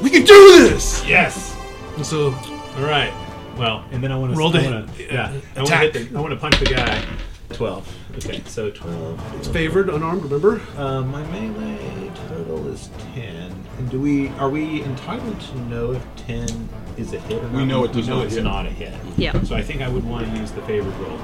[SPEAKER 2] we can do this!
[SPEAKER 3] Yes.
[SPEAKER 2] And so,
[SPEAKER 3] All right. Well, Oh, and then I want to
[SPEAKER 2] Roll the
[SPEAKER 3] I want to
[SPEAKER 2] hit- uh,
[SPEAKER 3] yeah. I want to
[SPEAKER 2] attack.
[SPEAKER 3] hit the, I want to punch the guy. Twelve. Okay, so twelve.
[SPEAKER 2] it's favored, unarmed, remember?
[SPEAKER 3] Uh, my melee total is ten. And do we are we entitled to know if ten is a hit or not?
[SPEAKER 1] We know it
[SPEAKER 3] we
[SPEAKER 1] does
[SPEAKER 3] know
[SPEAKER 1] not
[SPEAKER 3] it's
[SPEAKER 1] hit.
[SPEAKER 3] not a hit.
[SPEAKER 8] Yeah.
[SPEAKER 3] So I think I would want to use the favored roll.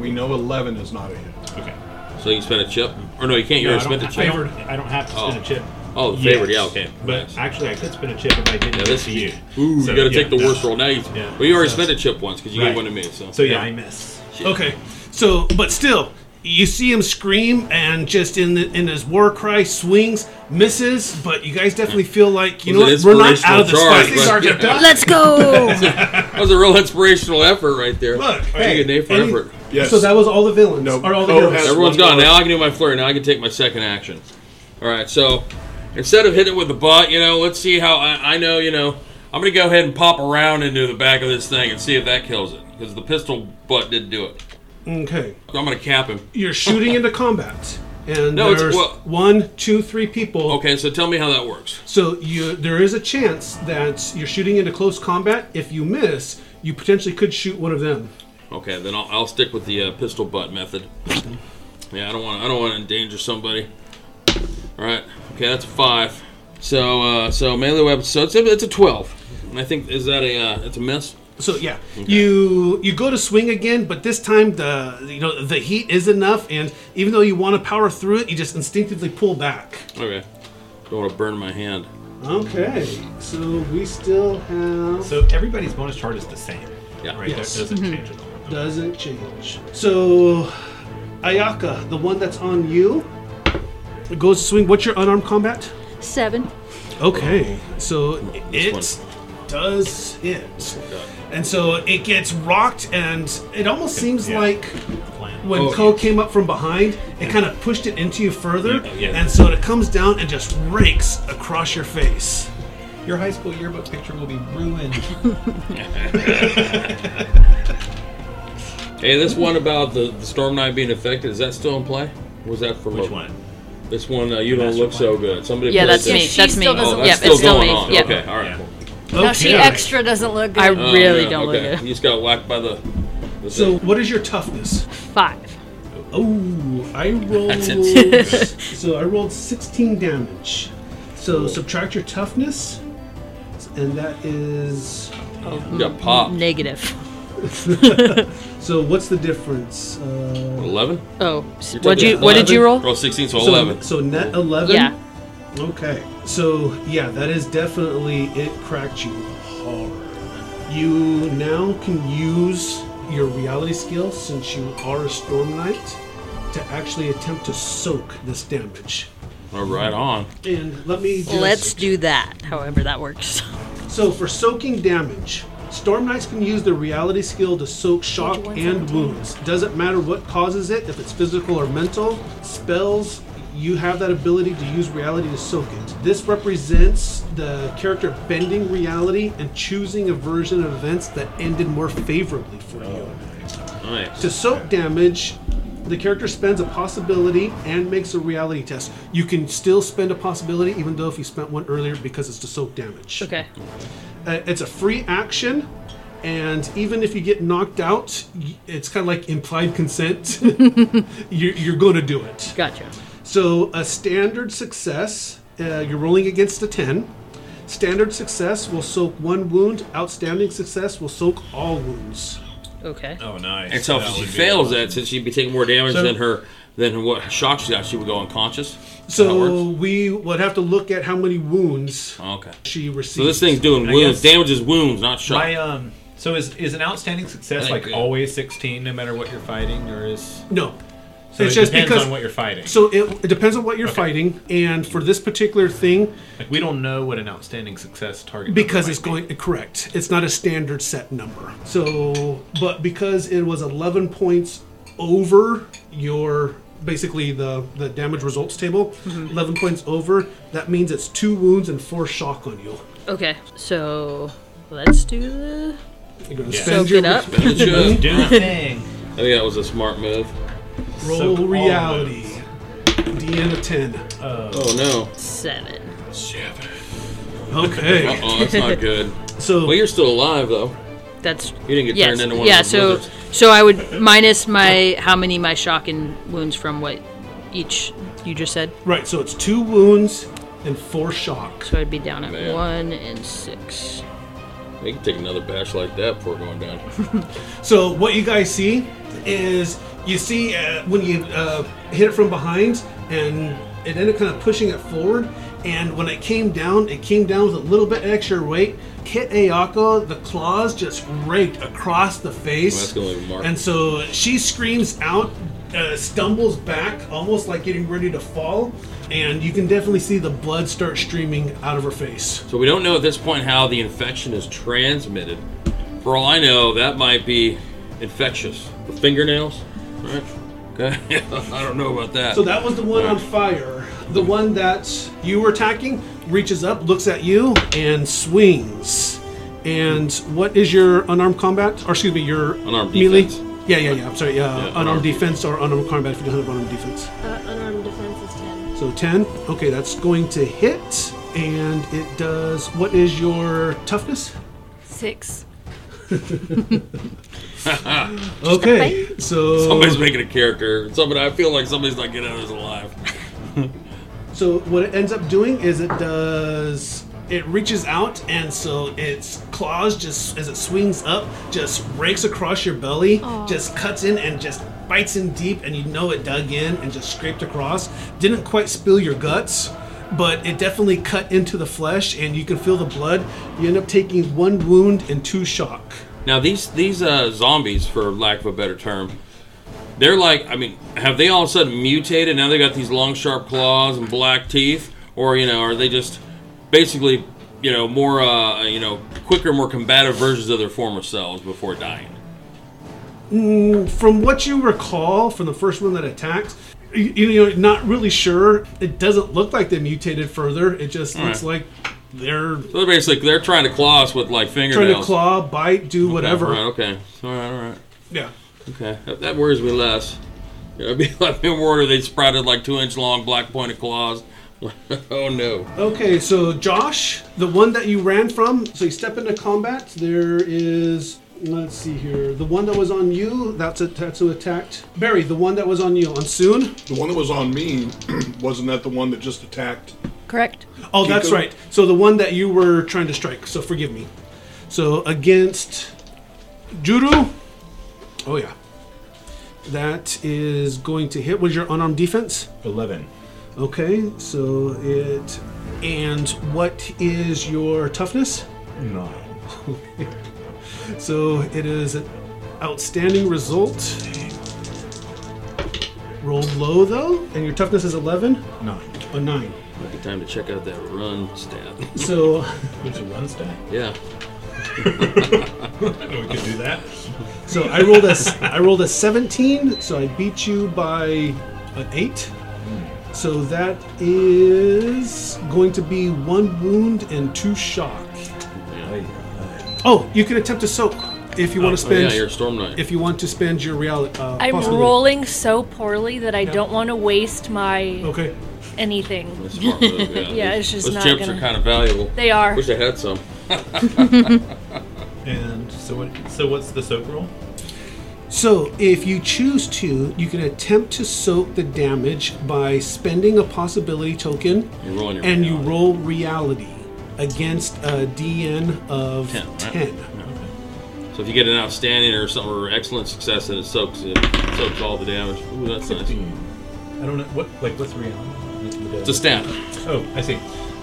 [SPEAKER 1] We know 11 is not a hit.
[SPEAKER 3] Okay.
[SPEAKER 6] So you can spend a chip? Or no, you can't. You
[SPEAKER 3] No, I
[SPEAKER 6] already spent
[SPEAKER 3] don't,
[SPEAKER 6] the
[SPEAKER 3] I,
[SPEAKER 6] chip.
[SPEAKER 3] don't, I don't have to spin
[SPEAKER 6] Oh.
[SPEAKER 3] a chip.
[SPEAKER 6] Oh, the
[SPEAKER 3] yet.
[SPEAKER 6] favored. Yeah, okay.
[SPEAKER 3] But
[SPEAKER 6] Yes.
[SPEAKER 3] actually, I could spin a chip if I didn't.
[SPEAKER 6] Yeah, this
[SPEAKER 3] to you.
[SPEAKER 6] Ooh,
[SPEAKER 3] So,
[SPEAKER 6] you got to
[SPEAKER 3] yeah,
[SPEAKER 6] take the
[SPEAKER 3] no.
[SPEAKER 6] worst roll. Now you,
[SPEAKER 3] Yeah.
[SPEAKER 6] well, you already
[SPEAKER 3] So-
[SPEAKER 6] spent a chip once because you
[SPEAKER 3] Right.
[SPEAKER 6] gave one to me. So,
[SPEAKER 3] So yeah, I miss.
[SPEAKER 2] Okay, so, but still, you see him scream and just in the, in his war cry swings, misses, but you guys definitely feel like, you know what,
[SPEAKER 6] was
[SPEAKER 2] we're
[SPEAKER 6] an
[SPEAKER 2] not out of this
[SPEAKER 6] inspirational
[SPEAKER 2] fight.
[SPEAKER 6] charge,
[SPEAKER 2] These
[SPEAKER 6] but-
[SPEAKER 2] are just-
[SPEAKER 6] yeah.
[SPEAKER 8] Let's go.
[SPEAKER 6] That was a real inspirational effort right there.
[SPEAKER 2] Look,
[SPEAKER 6] I think
[SPEAKER 2] hey,
[SPEAKER 6] a day for
[SPEAKER 2] any-
[SPEAKER 6] effort.
[SPEAKER 1] Yes.
[SPEAKER 2] So that was all the villains,
[SPEAKER 1] No,
[SPEAKER 2] or all the
[SPEAKER 1] Ko
[SPEAKER 2] heroes.
[SPEAKER 1] has-
[SPEAKER 6] Everyone's
[SPEAKER 1] one
[SPEAKER 6] gone.
[SPEAKER 1] more.
[SPEAKER 6] Now I can do my flurry. Now I can take my second action. All right. So instead of hitting it with the butt, you know, let's see how I, I know. You know, I'm gonna go ahead and pop around into the back of this thing and see if that kills it because the pistol butt didn't do it.
[SPEAKER 2] Okay,
[SPEAKER 6] I'm gonna cap him.
[SPEAKER 2] you're shooting into combat. And
[SPEAKER 6] No, it's-
[SPEAKER 2] there's
[SPEAKER 6] well-
[SPEAKER 2] one, two, three people.
[SPEAKER 6] Okay. So tell me how that works.
[SPEAKER 2] So you, there is a chance that you're shooting into close combat. If you miss, you potentially could shoot one of them.
[SPEAKER 6] Okay. Then I'll, I'll stick with the uh, pistol butt method. Yeah. I don't want. I don't want to endanger somebody. All right. Okay. That's a five. So uh, so melee weapon. So it's a, it's a twelve. And I think is that a uh, it's a miss.
[SPEAKER 2] So yeah, you you go to swing again, but this time the you know the heat is enough, and even though you want to power through it, you just instinctively pull back.
[SPEAKER 6] Okay. Don't want to burn my hand.
[SPEAKER 2] Okay, so we still have
[SPEAKER 10] So everybody's bonus chart is the same.
[SPEAKER 6] Yeah.
[SPEAKER 10] Right?
[SPEAKER 2] Yes.
[SPEAKER 10] That doesn't change at all.
[SPEAKER 2] doesn't change. So Ayaka, the one that's on you, goes to swing. What's your unarmed combat?
[SPEAKER 5] Seven.
[SPEAKER 2] Okay, so it
[SPEAKER 6] This
[SPEAKER 2] does hit, and so it gets rocked, and it almost seems
[SPEAKER 10] yeah.
[SPEAKER 2] like
[SPEAKER 10] Plan.
[SPEAKER 2] when
[SPEAKER 6] Oh.
[SPEAKER 2] Ko came up from behind, it kind of pushed it into you further,
[SPEAKER 6] Yeah, yeah.
[SPEAKER 2] and so it comes down and just rakes across your face.
[SPEAKER 10] Your high school yearbook picture will be ruined.
[SPEAKER 6] Hey, this one about the, the storm knight being affected, is that still in play? Was that from
[SPEAKER 10] Which
[SPEAKER 6] a-
[SPEAKER 10] one?
[SPEAKER 6] This one, uh, you don't
[SPEAKER 10] Master
[SPEAKER 6] look so
[SPEAKER 10] Plan.
[SPEAKER 6] good. Somebody
[SPEAKER 8] Yeah,
[SPEAKER 6] played
[SPEAKER 8] that's
[SPEAKER 6] that-
[SPEAKER 8] me.
[SPEAKER 4] she
[SPEAKER 8] That's me.
[SPEAKER 4] still doesn't
[SPEAKER 6] Oh,
[SPEAKER 4] look
[SPEAKER 6] that's
[SPEAKER 8] yep,
[SPEAKER 6] still
[SPEAKER 8] it's still
[SPEAKER 6] going
[SPEAKER 8] me.
[SPEAKER 6] on.
[SPEAKER 8] Yep.
[SPEAKER 6] Okay, all right.
[SPEAKER 10] Yeah.
[SPEAKER 6] cool.
[SPEAKER 4] Now she extra doesn't look
[SPEAKER 8] I
[SPEAKER 4] good. Uh,
[SPEAKER 6] Oh,
[SPEAKER 8] really
[SPEAKER 6] yeah,
[SPEAKER 8] don't
[SPEAKER 6] okay.
[SPEAKER 8] look
[SPEAKER 6] You
[SPEAKER 8] good.
[SPEAKER 6] just got whacked by the. the
[SPEAKER 2] So,
[SPEAKER 6] thing.
[SPEAKER 2] what is your toughness?
[SPEAKER 8] Five.
[SPEAKER 2] Oh, I rolled.
[SPEAKER 6] That's
[SPEAKER 2] so I rolled 16 damage. So subtract your toughness, and that is.
[SPEAKER 6] you got
[SPEAKER 8] Ah.
[SPEAKER 6] popped.
[SPEAKER 8] Negative.
[SPEAKER 2] So what's the difference? Uh,
[SPEAKER 6] 11?
[SPEAKER 8] Oh,
[SPEAKER 6] You're
[SPEAKER 8] what you
[SPEAKER 6] taking
[SPEAKER 8] what did you roll?
[SPEAKER 6] Roll 16, so
[SPEAKER 2] so-
[SPEAKER 6] 11.
[SPEAKER 2] So, net 11.
[SPEAKER 8] Yeah.
[SPEAKER 2] Okay. So yeah, that is definitely it. Cracked you hard. You now can use your reality skill since you are a storm knight to actually attempt to soak this damage.
[SPEAKER 6] Well, right on.
[SPEAKER 2] And let me just
[SPEAKER 8] Let's do that. However that works.
[SPEAKER 2] So for soaking damage, Storm Knights can use their reality skill to soak shock and wounds. Doesn't matter what causes it, if it's physical or mental, spells, you have that ability to use reality to soak it. This represents the character bending reality and choosing a version of events that ended more favorably for you.
[SPEAKER 6] Nice.
[SPEAKER 2] To soak damage, the character spends a possibility and makes a reality test. You can still spend a possibility, even though if you spent one earlier, because it's to soak damage.
[SPEAKER 8] Okay.
[SPEAKER 2] Uh, it's a free action, and even if you get knocked out, y- it's kind of like implied consent. you're, you're going to do it.
[SPEAKER 8] Gotcha.
[SPEAKER 2] So a standard success, uh, you're rolling against a 10. Standard success will soak one wound. Outstanding success will soak all wounds.
[SPEAKER 8] Okay.
[SPEAKER 10] Oh, nice.
[SPEAKER 6] And so if
[SPEAKER 10] That
[SPEAKER 6] she
[SPEAKER 10] would be-
[SPEAKER 6] fails that, since she'd be taking more damage
[SPEAKER 2] So-
[SPEAKER 6] than her, than what shock she got, she would go unconscious. Is that how it
[SPEAKER 2] So
[SPEAKER 6] works?
[SPEAKER 2] we would have to look at how many wounds
[SPEAKER 6] okay.
[SPEAKER 2] she received.
[SPEAKER 6] So this thing's doing
[SPEAKER 10] I
[SPEAKER 6] wounds.
[SPEAKER 10] guess-
[SPEAKER 6] Damage is wounds, not shock.
[SPEAKER 3] uh,
[SPEAKER 10] My um. So is is an outstanding success
[SPEAKER 6] Thank
[SPEAKER 10] like
[SPEAKER 6] you.
[SPEAKER 10] always sixteen, no matter what you're fighting, or is
[SPEAKER 2] No.
[SPEAKER 10] so
[SPEAKER 2] It's
[SPEAKER 10] it
[SPEAKER 2] just
[SPEAKER 10] depends
[SPEAKER 2] because-
[SPEAKER 10] on what you're fighting.
[SPEAKER 2] So it, it depends on what you're fighting, and for this particular thing,
[SPEAKER 10] like we don't know what an outstanding success target
[SPEAKER 2] because
[SPEAKER 10] number
[SPEAKER 2] it's
[SPEAKER 10] might
[SPEAKER 2] going correct it's not a standard set number so but because it was 11 points over your basically the the damage results table 11 points over that means it's two wounds and four shock on you
[SPEAKER 8] Okay. So let's do the
[SPEAKER 2] you're gonna
[SPEAKER 8] soak
[SPEAKER 2] spend your
[SPEAKER 8] it up.
[SPEAKER 6] It should.
[SPEAKER 10] be. do the thing.
[SPEAKER 6] I think that was a smart move.
[SPEAKER 2] roll
[SPEAKER 10] Soak all
[SPEAKER 2] reality dn of 10
[SPEAKER 6] Oh no.
[SPEAKER 8] Seven.
[SPEAKER 6] Uh
[SPEAKER 2] okay
[SPEAKER 6] oh, that's not good.
[SPEAKER 2] so
[SPEAKER 6] Well, you're still alive though.
[SPEAKER 8] That's
[SPEAKER 6] You didn't get
[SPEAKER 8] yes.
[SPEAKER 6] turned into one
[SPEAKER 8] yeah.
[SPEAKER 6] of the
[SPEAKER 8] so
[SPEAKER 6] blizzards.
[SPEAKER 8] so I would minus my how many my shock and wounds from what each you just said.
[SPEAKER 2] right so it's two wounds and four shock
[SPEAKER 8] So I'd be down at
[SPEAKER 6] Man.
[SPEAKER 8] one and six.
[SPEAKER 6] You can take another bash like that before going down.
[SPEAKER 2] So what you guys see is you see uh, when you uh, hit it from behind, and it ended kind of pushing it forward. And when it came down, it came down with a little bit extra weight. Hit Ayako, the claws just raked across the face.
[SPEAKER 6] Well, that's gonna leave a mark.
[SPEAKER 2] And so she screams out, uh, stumbles back, almost like getting ready to fall. And you can definitely see the blood start streaming out of her face.
[SPEAKER 6] So we don't know at this point how the infection is transmitted. For all I know, that might be infectious. The fingernails, right? Okay, I don't know about that.
[SPEAKER 2] So that was the one on fire. The one that you were attacking reaches up, looks at you, and swings. And what is your unarmed combat? Or excuse me, your
[SPEAKER 6] Unarmed
[SPEAKER 2] melee?
[SPEAKER 6] defense.
[SPEAKER 2] Yeah, yeah, yeah. I'm sorry. Uh, unarmed,
[SPEAKER 6] unarmed
[SPEAKER 2] defense or unarmed combat if you don't have unarmed defense.
[SPEAKER 12] Uh, unarmed defense is 10.
[SPEAKER 2] So 10. Okay, that's going to hit. And it does. What is your toughness?
[SPEAKER 4] Six.
[SPEAKER 2] Okay. So.
[SPEAKER 6] somebody's making a character. Somebody, I feel like somebody's not getting out of this alive.
[SPEAKER 2] So what it ends up doing is it does It reaches out, and so its claws just as it swings up, just rakes across your belly, just cuts in and just bites in deep, and you know it dug in and just scraped across. Didn't quite spill your guts, but it definitely cut into the flesh, and you can feel the blood. You end up taking one wound and two shock.
[SPEAKER 6] Now these these uh, zombies, for lack of a better term, they're like I mean, have they all of a sudden mutated? Now they got these long, sharp claws and black teeth, or you know, are they just basically you know more uh, you know quicker, more combative versions of their former selves before dying?
[SPEAKER 2] from what you recall from the first one that attacked, you, you know, not really sure. It doesn't look like they mutated further. It just looks
[SPEAKER 6] Alright.
[SPEAKER 2] like they're
[SPEAKER 6] So they're basically they're trying to claw us with like fingernails.
[SPEAKER 2] trying to claw, bite, do whatever.
[SPEAKER 6] All right, okay. All right, all right.
[SPEAKER 2] Yeah.
[SPEAKER 6] Okay, that, that worries me less. You know, I'd be like in water, they sprouted like two inch long black pointed claws. oh no.
[SPEAKER 2] Okay, so Josh, the one that you ran from, so you step into combat. There is, let's see here, the one that was on you. That's a that's who attacked Barry. The one that was on you on Soon.
[SPEAKER 1] The one that was on me wasn't that the one that just attacked?
[SPEAKER 4] Correct.
[SPEAKER 2] Oh, that's
[SPEAKER 1] Kiko?
[SPEAKER 2] right. So the one that you were trying to strike. So forgive me. So against Juru. Oh yeah. That is going to hit. Was your unarmed defense?
[SPEAKER 10] Eleven.
[SPEAKER 2] Okay. So it. And what is your toughness?
[SPEAKER 10] Nine.
[SPEAKER 2] So it is an outstanding result. Rolled low though, and your toughness is 11.
[SPEAKER 10] Nine.
[SPEAKER 2] A nine.
[SPEAKER 6] Might be time to check out that run stat.
[SPEAKER 2] So
[SPEAKER 10] Which is Wednesday.
[SPEAKER 6] yeah.
[SPEAKER 10] I know we could do that.
[SPEAKER 2] So I rolled a s- I rolled a 17, so I beat you by an 8. So that is going to be one wound and two shock. Oh, you can attempt to soak if you want to
[SPEAKER 6] Oh, yeah,
[SPEAKER 2] spend
[SPEAKER 6] you're a storm knight.
[SPEAKER 2] if you want to spend your reality. Uh,
[SPEAKER 4] I'm
[SPEAKER 2] possibility.
[SPEAKER 4] rolling so poorly that I don't want to waste my
[SPEAKER 2] Okay.
[SPEAKER 4] anything.
[SPEAKER 6] That's a smart move, yeah.
[SPEAKER 4] Yeah, it's just
[SPEAKER 6] Those
[SPEAKER 4] not
[SPEAKER 6] chips
[SPEAKER 4] gonna-
[SPEAKER 6] are kind of valuable.
[SPEAKER 4] They are.
[SPEAKER 6] Wish I had some.
[SPEAKER 10] And so what? So what's the soap roll?
[SPEAKER 2] So, if you choose to, you can attempt to soak the damage by spending a possibility token
[SPEAKER 6] You're rolling your
[SPEAKER 2] and you
[SPEAKER 6] reality.
[SPEAKER 2] roll reality against a DN of 10.
[SPEAKER 6] Ten, right? So if you get an outstanding or something or excellent success, then it soaks it soaks all the damage. Ooh, that's nice.
[SPEAKER 10] I don't know what. Like what's reality?
[SPEAKER 6] It's a stat.
[SPEAKER 10] Oh, I see.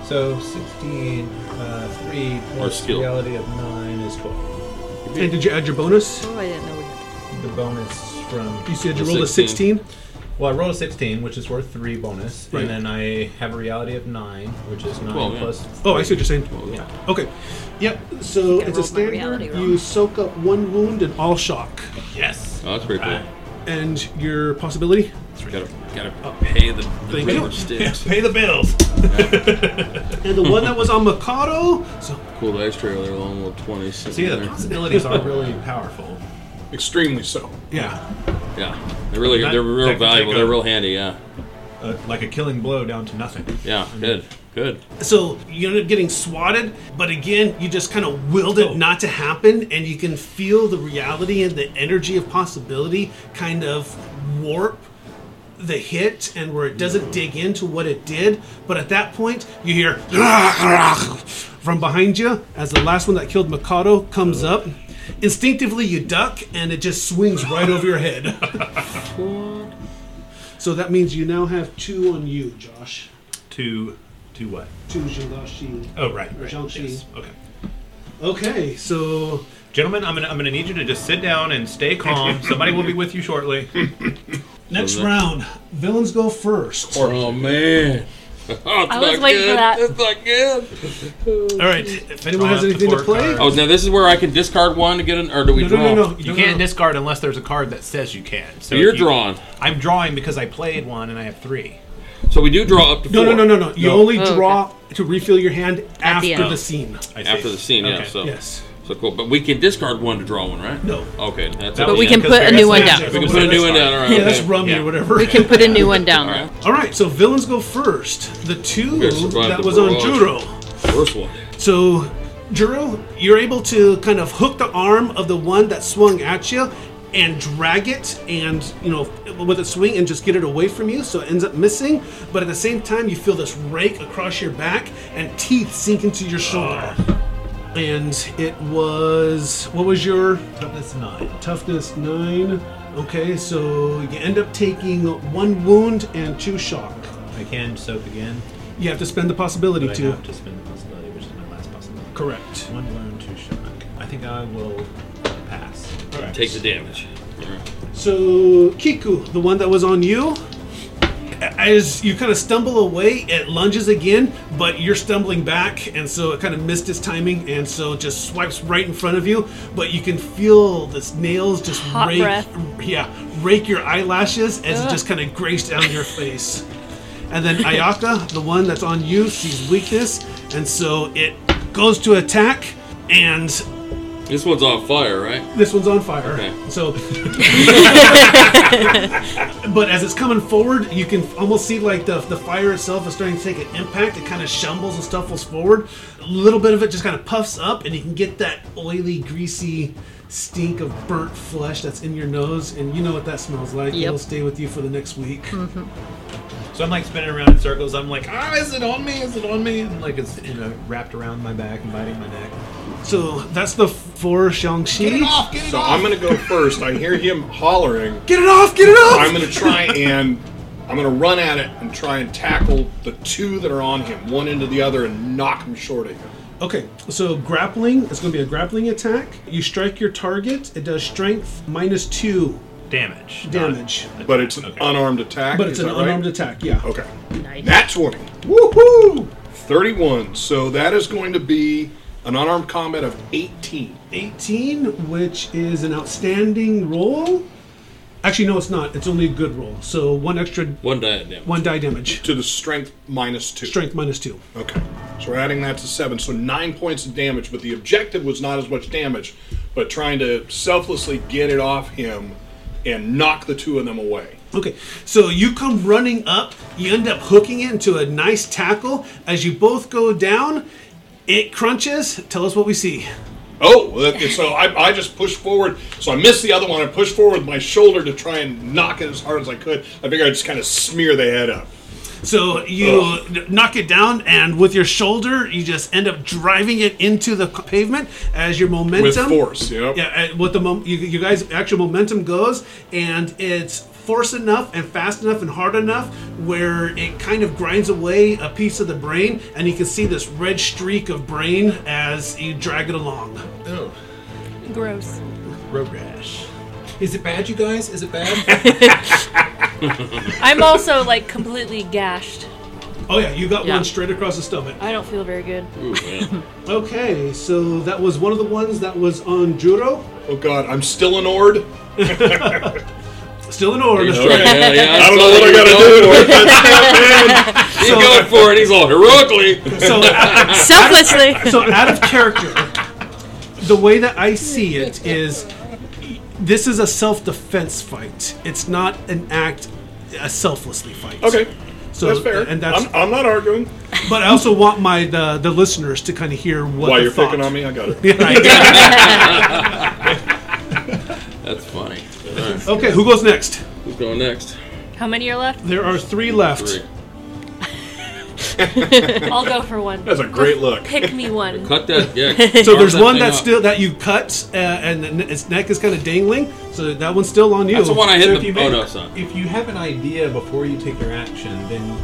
[SPEAKER 10] So 16, uh, 3 plus
[SPEAKER 6] skill.
[SPEAKER 10] reality of 9 is 12.
[SPEAKER 2] And did you add your bonus?
[SPEAKER 8] Oh, I didn't know we had.
[SPEAKER 10] The bonus from.
[SPEAKER 2] You said
[SPEAKER 6] A
[SPEAKER 2] you rolled a
[SPEAKER 6] 16.
[SPEAKER 2] 16.
[SPEAKER 10] Well, I rolled a 16, which is worth 3 bonus.
[SPEAKER 2] Right.
[SPEAKER 10] And then I have a reality of 9, which is 9
[SPEAKER 6] Twelve, yeah.
[SPEAKER 10] plus.
[SPEAKER 2] Oh, I see what you're saying.
[SPEAKER 10] Yeah.
[SPEAKER 2] Okay. Yep. So, it's a
[SPEAKER 8] rolled my
[SPEAKER 2] standard.
[SPEAKER 8] reality
[SPEAKER 2] You soak up one wound and all shock.
[SPEAKER 10] Yes!
[SPEAKER 6] Oh, that's pretty cool.
[SPEAKER 2] And your possibility?
[SPEAKER 6] Gotta gotta pay the, the
[SPEAKER 2] Oh. Thank
[SPEAKER 6] river
[SPEAKER 2] you.
[SPEAKER 6] sticks.
[SPEAKER 10] Pay the bills!
[SPEAKER 2] And the one that was on Mikado. So,
[SPEAKER 6] Cool dice trail there, long little twenties.
[SPEAKER 10] See, the possibilities are really powerful.
[SPEAKER 1] Extremely so.
[SPEAKER 2] yeah.
[SPEAKER 6] Yeah, they're really
[SPEAKER 10] That-
[SPEAKER 6] they're
[SPEAKER 10] that
[SPEAKER 6] real
[SPEAKER 10] can
[SPEAKER 6] valuable.
[SPEAKER 10] take
[SPEAKER 6] They're
[SPEAKER 10] a-
[SPEAKER 6] real handy. Yeah,
[SPEAKER 10] Uh, like a killing blow down to nothing.
[SPEAKER 6] yeah,
[SPEAKER 2] Mm-hmm.
[SPEAKER 6] good, good.
[SPEAKER 2] So you end up getting swatted, but again, you just kind of willed it not to happen, and you can feel the reality and the energy of possibility kind of warp the hit and where it doesn't dig into what it did. But at that point, you hear from behind you as the last one that killed Mikado comes up. Instinctively, you duck, and it just swings right over your head. so that means you now have two on you, Josh.
[SPEAKER 10] To. to what?
[SPEAKER 2] Two Jilashi.
[SPEAKER 10] Oh, right.
[SPEAKER 2] Or
[SPEAKER 10] right.
[SPEAKER 2] Jiangxi.
[SPEAKER 10] Yes. Okay.
[SPEAKER 2] Okay, so
[SPEAKER 10] Gentlemen, I'm gonna, I'm gonna need you to just sit down and stay calm. Somebody will be with you shortly.
[SPEAKER 2] next round, villains go first.
[SPEAKER 6] Oh man, oh, it's I
[SPEAKER 4] was waiting for that.
[SPEAKER 6] It's not good.
[SPEAKER 10] All right.
[SPEAKER 2] If anyone has anything to play,
[SPEAKER 6] Oh, now this is where I can discard one to get an, or do we
[SPEAKER 2] no, no,
[SPEAKER 6] draw?
[SPEAKER 2] no, no,
[SPEAKER 10] Oh, You
[SPEAKER 2] no,
[SPEAKER 10] can't
[SPEAKER 2] no.
[SPEAKER 10] discard unless there's a card that says you can. So
[SPEAKER 6] So you're
[SPEAKER 10] if you-
[SPEAKER 6] drawing,
[SPEAKER 10] I'm drawing because I played one and I have three.
[SPEAKER 6] so we do draw up to
[SPEAKER 2] No,
[SPEAKER 6] four
[SPEAKER 2] no, no, no, no. You
[SPEAKER 10] No.
[SPEAKER 2] only
[SPEAKER 8] Oh,
[SPEAKER 2] draw to refill your hand after
[SPEAKER 8] the
[SPEAKER 2] the,
[SPEAKER 8] end.
[SPEAKER 2] scene.
[SPEAKER 10] I see.
[SPEAKER 6] after the scene. Yeah,
[SPEAKER 10] Okay.
[SPEAKER 6] so
[SPEAKER 2] Yes.
[SPEAKER 6] so cool. But we can discard one to draw one, right?
[SPEAKER 2] No.
[SPEAKER 6] Okay, that's
[SPEAKER 10] That
[SPEAKER 6] at the
[SPEAKER 8] But we
[SPEAKER 10] yeah,
[SPEAKER 6] end.
[SPEAKER 8] can
[SPEAKER 10] because
[SPEAKER 8] put
[SPEAKER 10] there
[SPEAKER 8] a
[SPEAKER 10] is
[SPEAKER 8] new one
[SPEAKER 10] magic.
[SPEAKER 8] down.
[SPEAKER 6] we can put a new one down. All right,
[SPEAKER 2] Yeah, that's
[SPEAKER 6] okay.
[SPEAKER 2] rummy
[SPEAKER 10] Yeah.
[SPEAKER 2] or whatever.
[SPEAKER 8] We can put a new one down. though.
[SPEAKER 2] All right, so villains go first. The two
[SPEAKER 6] We're survived
[SPEAKER 2] that
[SPEAKER 6] the
[SPEAKER 2] was on
[SPEAKER 6] barrage.
[SPEAKER 2] Juro.
[SPEAKER 6] First one.
[SPEAKER 2] So, Juro, you're able to kind of hook the arm of the one that swung at you, and drag it and you know with a swing and just get it away from you so it ends up missing but at the same time you feel this rake across your back and teeth sink into your shoulder
[SPEAKER 10] Ah.
[SPEAKER 2] and it was what was your
[SPEAKER 10] Toughness nine.
[SPEAKER 2] toughness 9 okay so you end up taking one wound and two shock
[SPEAKER 10] I can soak again,
[SPEAKER 2] you have to spend the possibility
[SPEAKER 10] but I
[SPEAKER 2] to
[SPEAKER 10] have to spend the possibility, which is my last possibility.
[SPEAKER 2] correct
[SPEAKER 10] One wound, two shock. I think I will pass.
[SPEAKER 6] Take the damage.
[SPEAKER 2] So Kiku, the one that was on you, as you kind of stumble away, it lunges again, but you're stumbling back, and so it kind of missed its timing, and so it just swipes right in front of you. But you can feel this nails just
[SPEAKER 4] Hot
[SPEAKER 2] rake,
[SPEAKER 4] breath.
[SPEAKER 2] yeah, rake your eyelashes as it
[SPEAKER 4] Ugh.
[SPEAKER 2] just kind of grazed down your face. And then Ayaka, the one that's on you, sees weakness, and so it goes to attack, and
[SPEAKER 6] This one's on fire, right?
[SPEAKER 2] this one's on fire.
[SPEAKER 6] Okay.
[SPEAKER 2] So, but as it's coming forward, you can almost see like the, the fire itself is starting to take an impact. It kind of shambles and stumbles forward. A little bit of it just kind of puffs up, and you can get that oily, greasy stink of burnt flesh that's in your nose, and you know what that smells like.
[SPEAKER 8] Yep.
[SPEAKER 2] It'll stay with you for the next week.
[SPEAKER 10] So I'm like spinning around in circles. I'm like, ah, is it on me? Is it on me? And like it's you know wrapped around my back and biting my neck.
[SPEAKER 2] So that's the four Shang-Chi. Get it off!
[SPEAKER 1] So I'm going to go first. I hear him hollering.
[SPEAKER 2] Get it off! Get it off!
[SPEAKER 1] I'm going to try and I'm going to run at it and try and tackle the two that are on him, one into the other, and knock him short of him.
[SPEAKER 2] Okay, so grappling, it's going to be a grappling attack. You strike your target, it does strength minus two
[SPEAKER 10] Damage.
[SPEAKER 2] damage.
[SPEAKER 1] But it's an unarmed attack.
[SPEAKER 2] But it's
[SPEAKER 1] is
[SPEAKER 2] an
[SPEAKER 1] that right?
[SPEAKER 2] unarmed attack, yeah.
[SPEAKER 1] Okay.
[SPEAKER 8] Nice.
[SPEAKER 1] That's one. Woohoo! 31. So that is going to be an unarmed combat of 18.
[SPEAKER 2] 18, which is an outstanding roll. Actually, no, it's not. It's only a good roll. So one extra,
[SPEAKER 6] One die damage.
[SPEAKER 2] one die damage.
[SPEAKER 1] To the strength minus two.
[SPEAKER 2] Strength minus two.
[SPEAKER 1] Okay. So we're adding that to seven. So nine points of damage, but the objective was not as much damage, but trying to selflessly get it off him and knock the two of them away.
[SPEAKER 2] Okay, so you come running up. You end up hooking it into a nice tackle. As you both go down, it crunches. Tell us what we see.
[SPEAKER 1] Oh, well, that- so I, I just pushed forward. So I missed the other one. I pushed forward with my shoulder to try and knock it as hard as I could. I figured I'd just kind of smear the head up.
[SPEAKER 2] So you
[SPEAKER 1] Oh.
[SPEAKER 2] knock it down, and with your shoulder, you just end up driving it into the c- pavement as your momentum.
[SPEAKER 1] With force, yep.
[SPEAKER 2] Yeah, uh, what the mom- you, you guys' actual momentum goes, and it's force enough and fast enough and hard enough where it kind of grinds away a piece of the brain, and you can see this red streak of brain as you drag it along.
[SPEAKER 10] Oh,
[SPEAKER 4] Gross.
[SPEAKER 10] road rash. Is it bad, you guys? Is it bad?
[SPEAKER 4] I'm also like completely gashed.
[SPEAKER 2] Oh yeah, you got
[SPEAKER 8] Yeah.
[SPEAKER 2] one straight across the stomach.
[SPEAKER 4] I don't feel very good.
[SPEAKER 6] Ooh, man.
[SPEAKER 2] Okay, so that was one of the ones that was on Juro.
[SPEAKER 1] Oh, God. I'm still an ord.
[SPEAKER 2] Still in order.
[SPEAKER 6] All right, yeah, yeah,
[SPEAKER 1] I don't
[SPEAKER 6] saw
[SPEAKER 1] know what I
[SPEAKER 6] you
[SPEAKER 1] got to
[SPEAKER 6] going-
[SPEAKER 1] do. Where's that step in?
[SPEAKER 6] He's going for it. He's all heroically.
[SPEAKER 2] So
[SPEAKER 8] Selflessly.
[SPEAKER 2] so out of character the way that i see it is this is a self-defense fight it's not an act a selflessly fight
[SPEAKER 1] Okay.
[SPEAKER 2] so
[SPEAKER 1] that's fair.
[SPEAKER 2] and that's
[SPEAKER 1] I'm, I'm not arguing.
[SPEAKER 2] but i also want my the, the listeners to kind of hear what
[SPEAKER 1] While
[SPEAKER 2] the
[SPEAKER 1] you're
[SPEAKER 2] thought.
[SPEAKER 1] picking on me, I got it.
[SPEAKER 2] Yeah, right.
[SPEAKER 6] That's funny. All right,
[SPEAKER 2] okay who goes next
[SPEAKER 6] who's going next?
[SPEAKER 4] How many are left?
[SPEAKER 2] there are three left
[SPEAKER 6] Three.
[SPEAKER 4] I'll go for one.
[SPEAKER 1] That's a great look.
[SPEAKER 4] Pick me one.
[SPEAKER 6] Cut that. Yeah.
[SPEAKER 2] so
[SPEAKER 6] carve
[SPEAKER 2] there's
[SPEAKER 6] that
[SPEAKER 2] one
[SPEAKER 6] thing
[SPEAKER 2] that's
[SPEAKER 6] up.
[SPEAKER 2] still that you cut uh, and the ne- its neck is kind of dangling so that one's still on you
[SPEAKER 6] That's the one I
[SPEAKER 10] so
[SPEAKER 6] hit.
[SPEAKER 10] if you
[SPEAKER 6] the,
[SPEAKER 10] make,
[SPEAKER 6] oh no, it's not.
[SPEAKER 10] if you have an idea before you take your action, then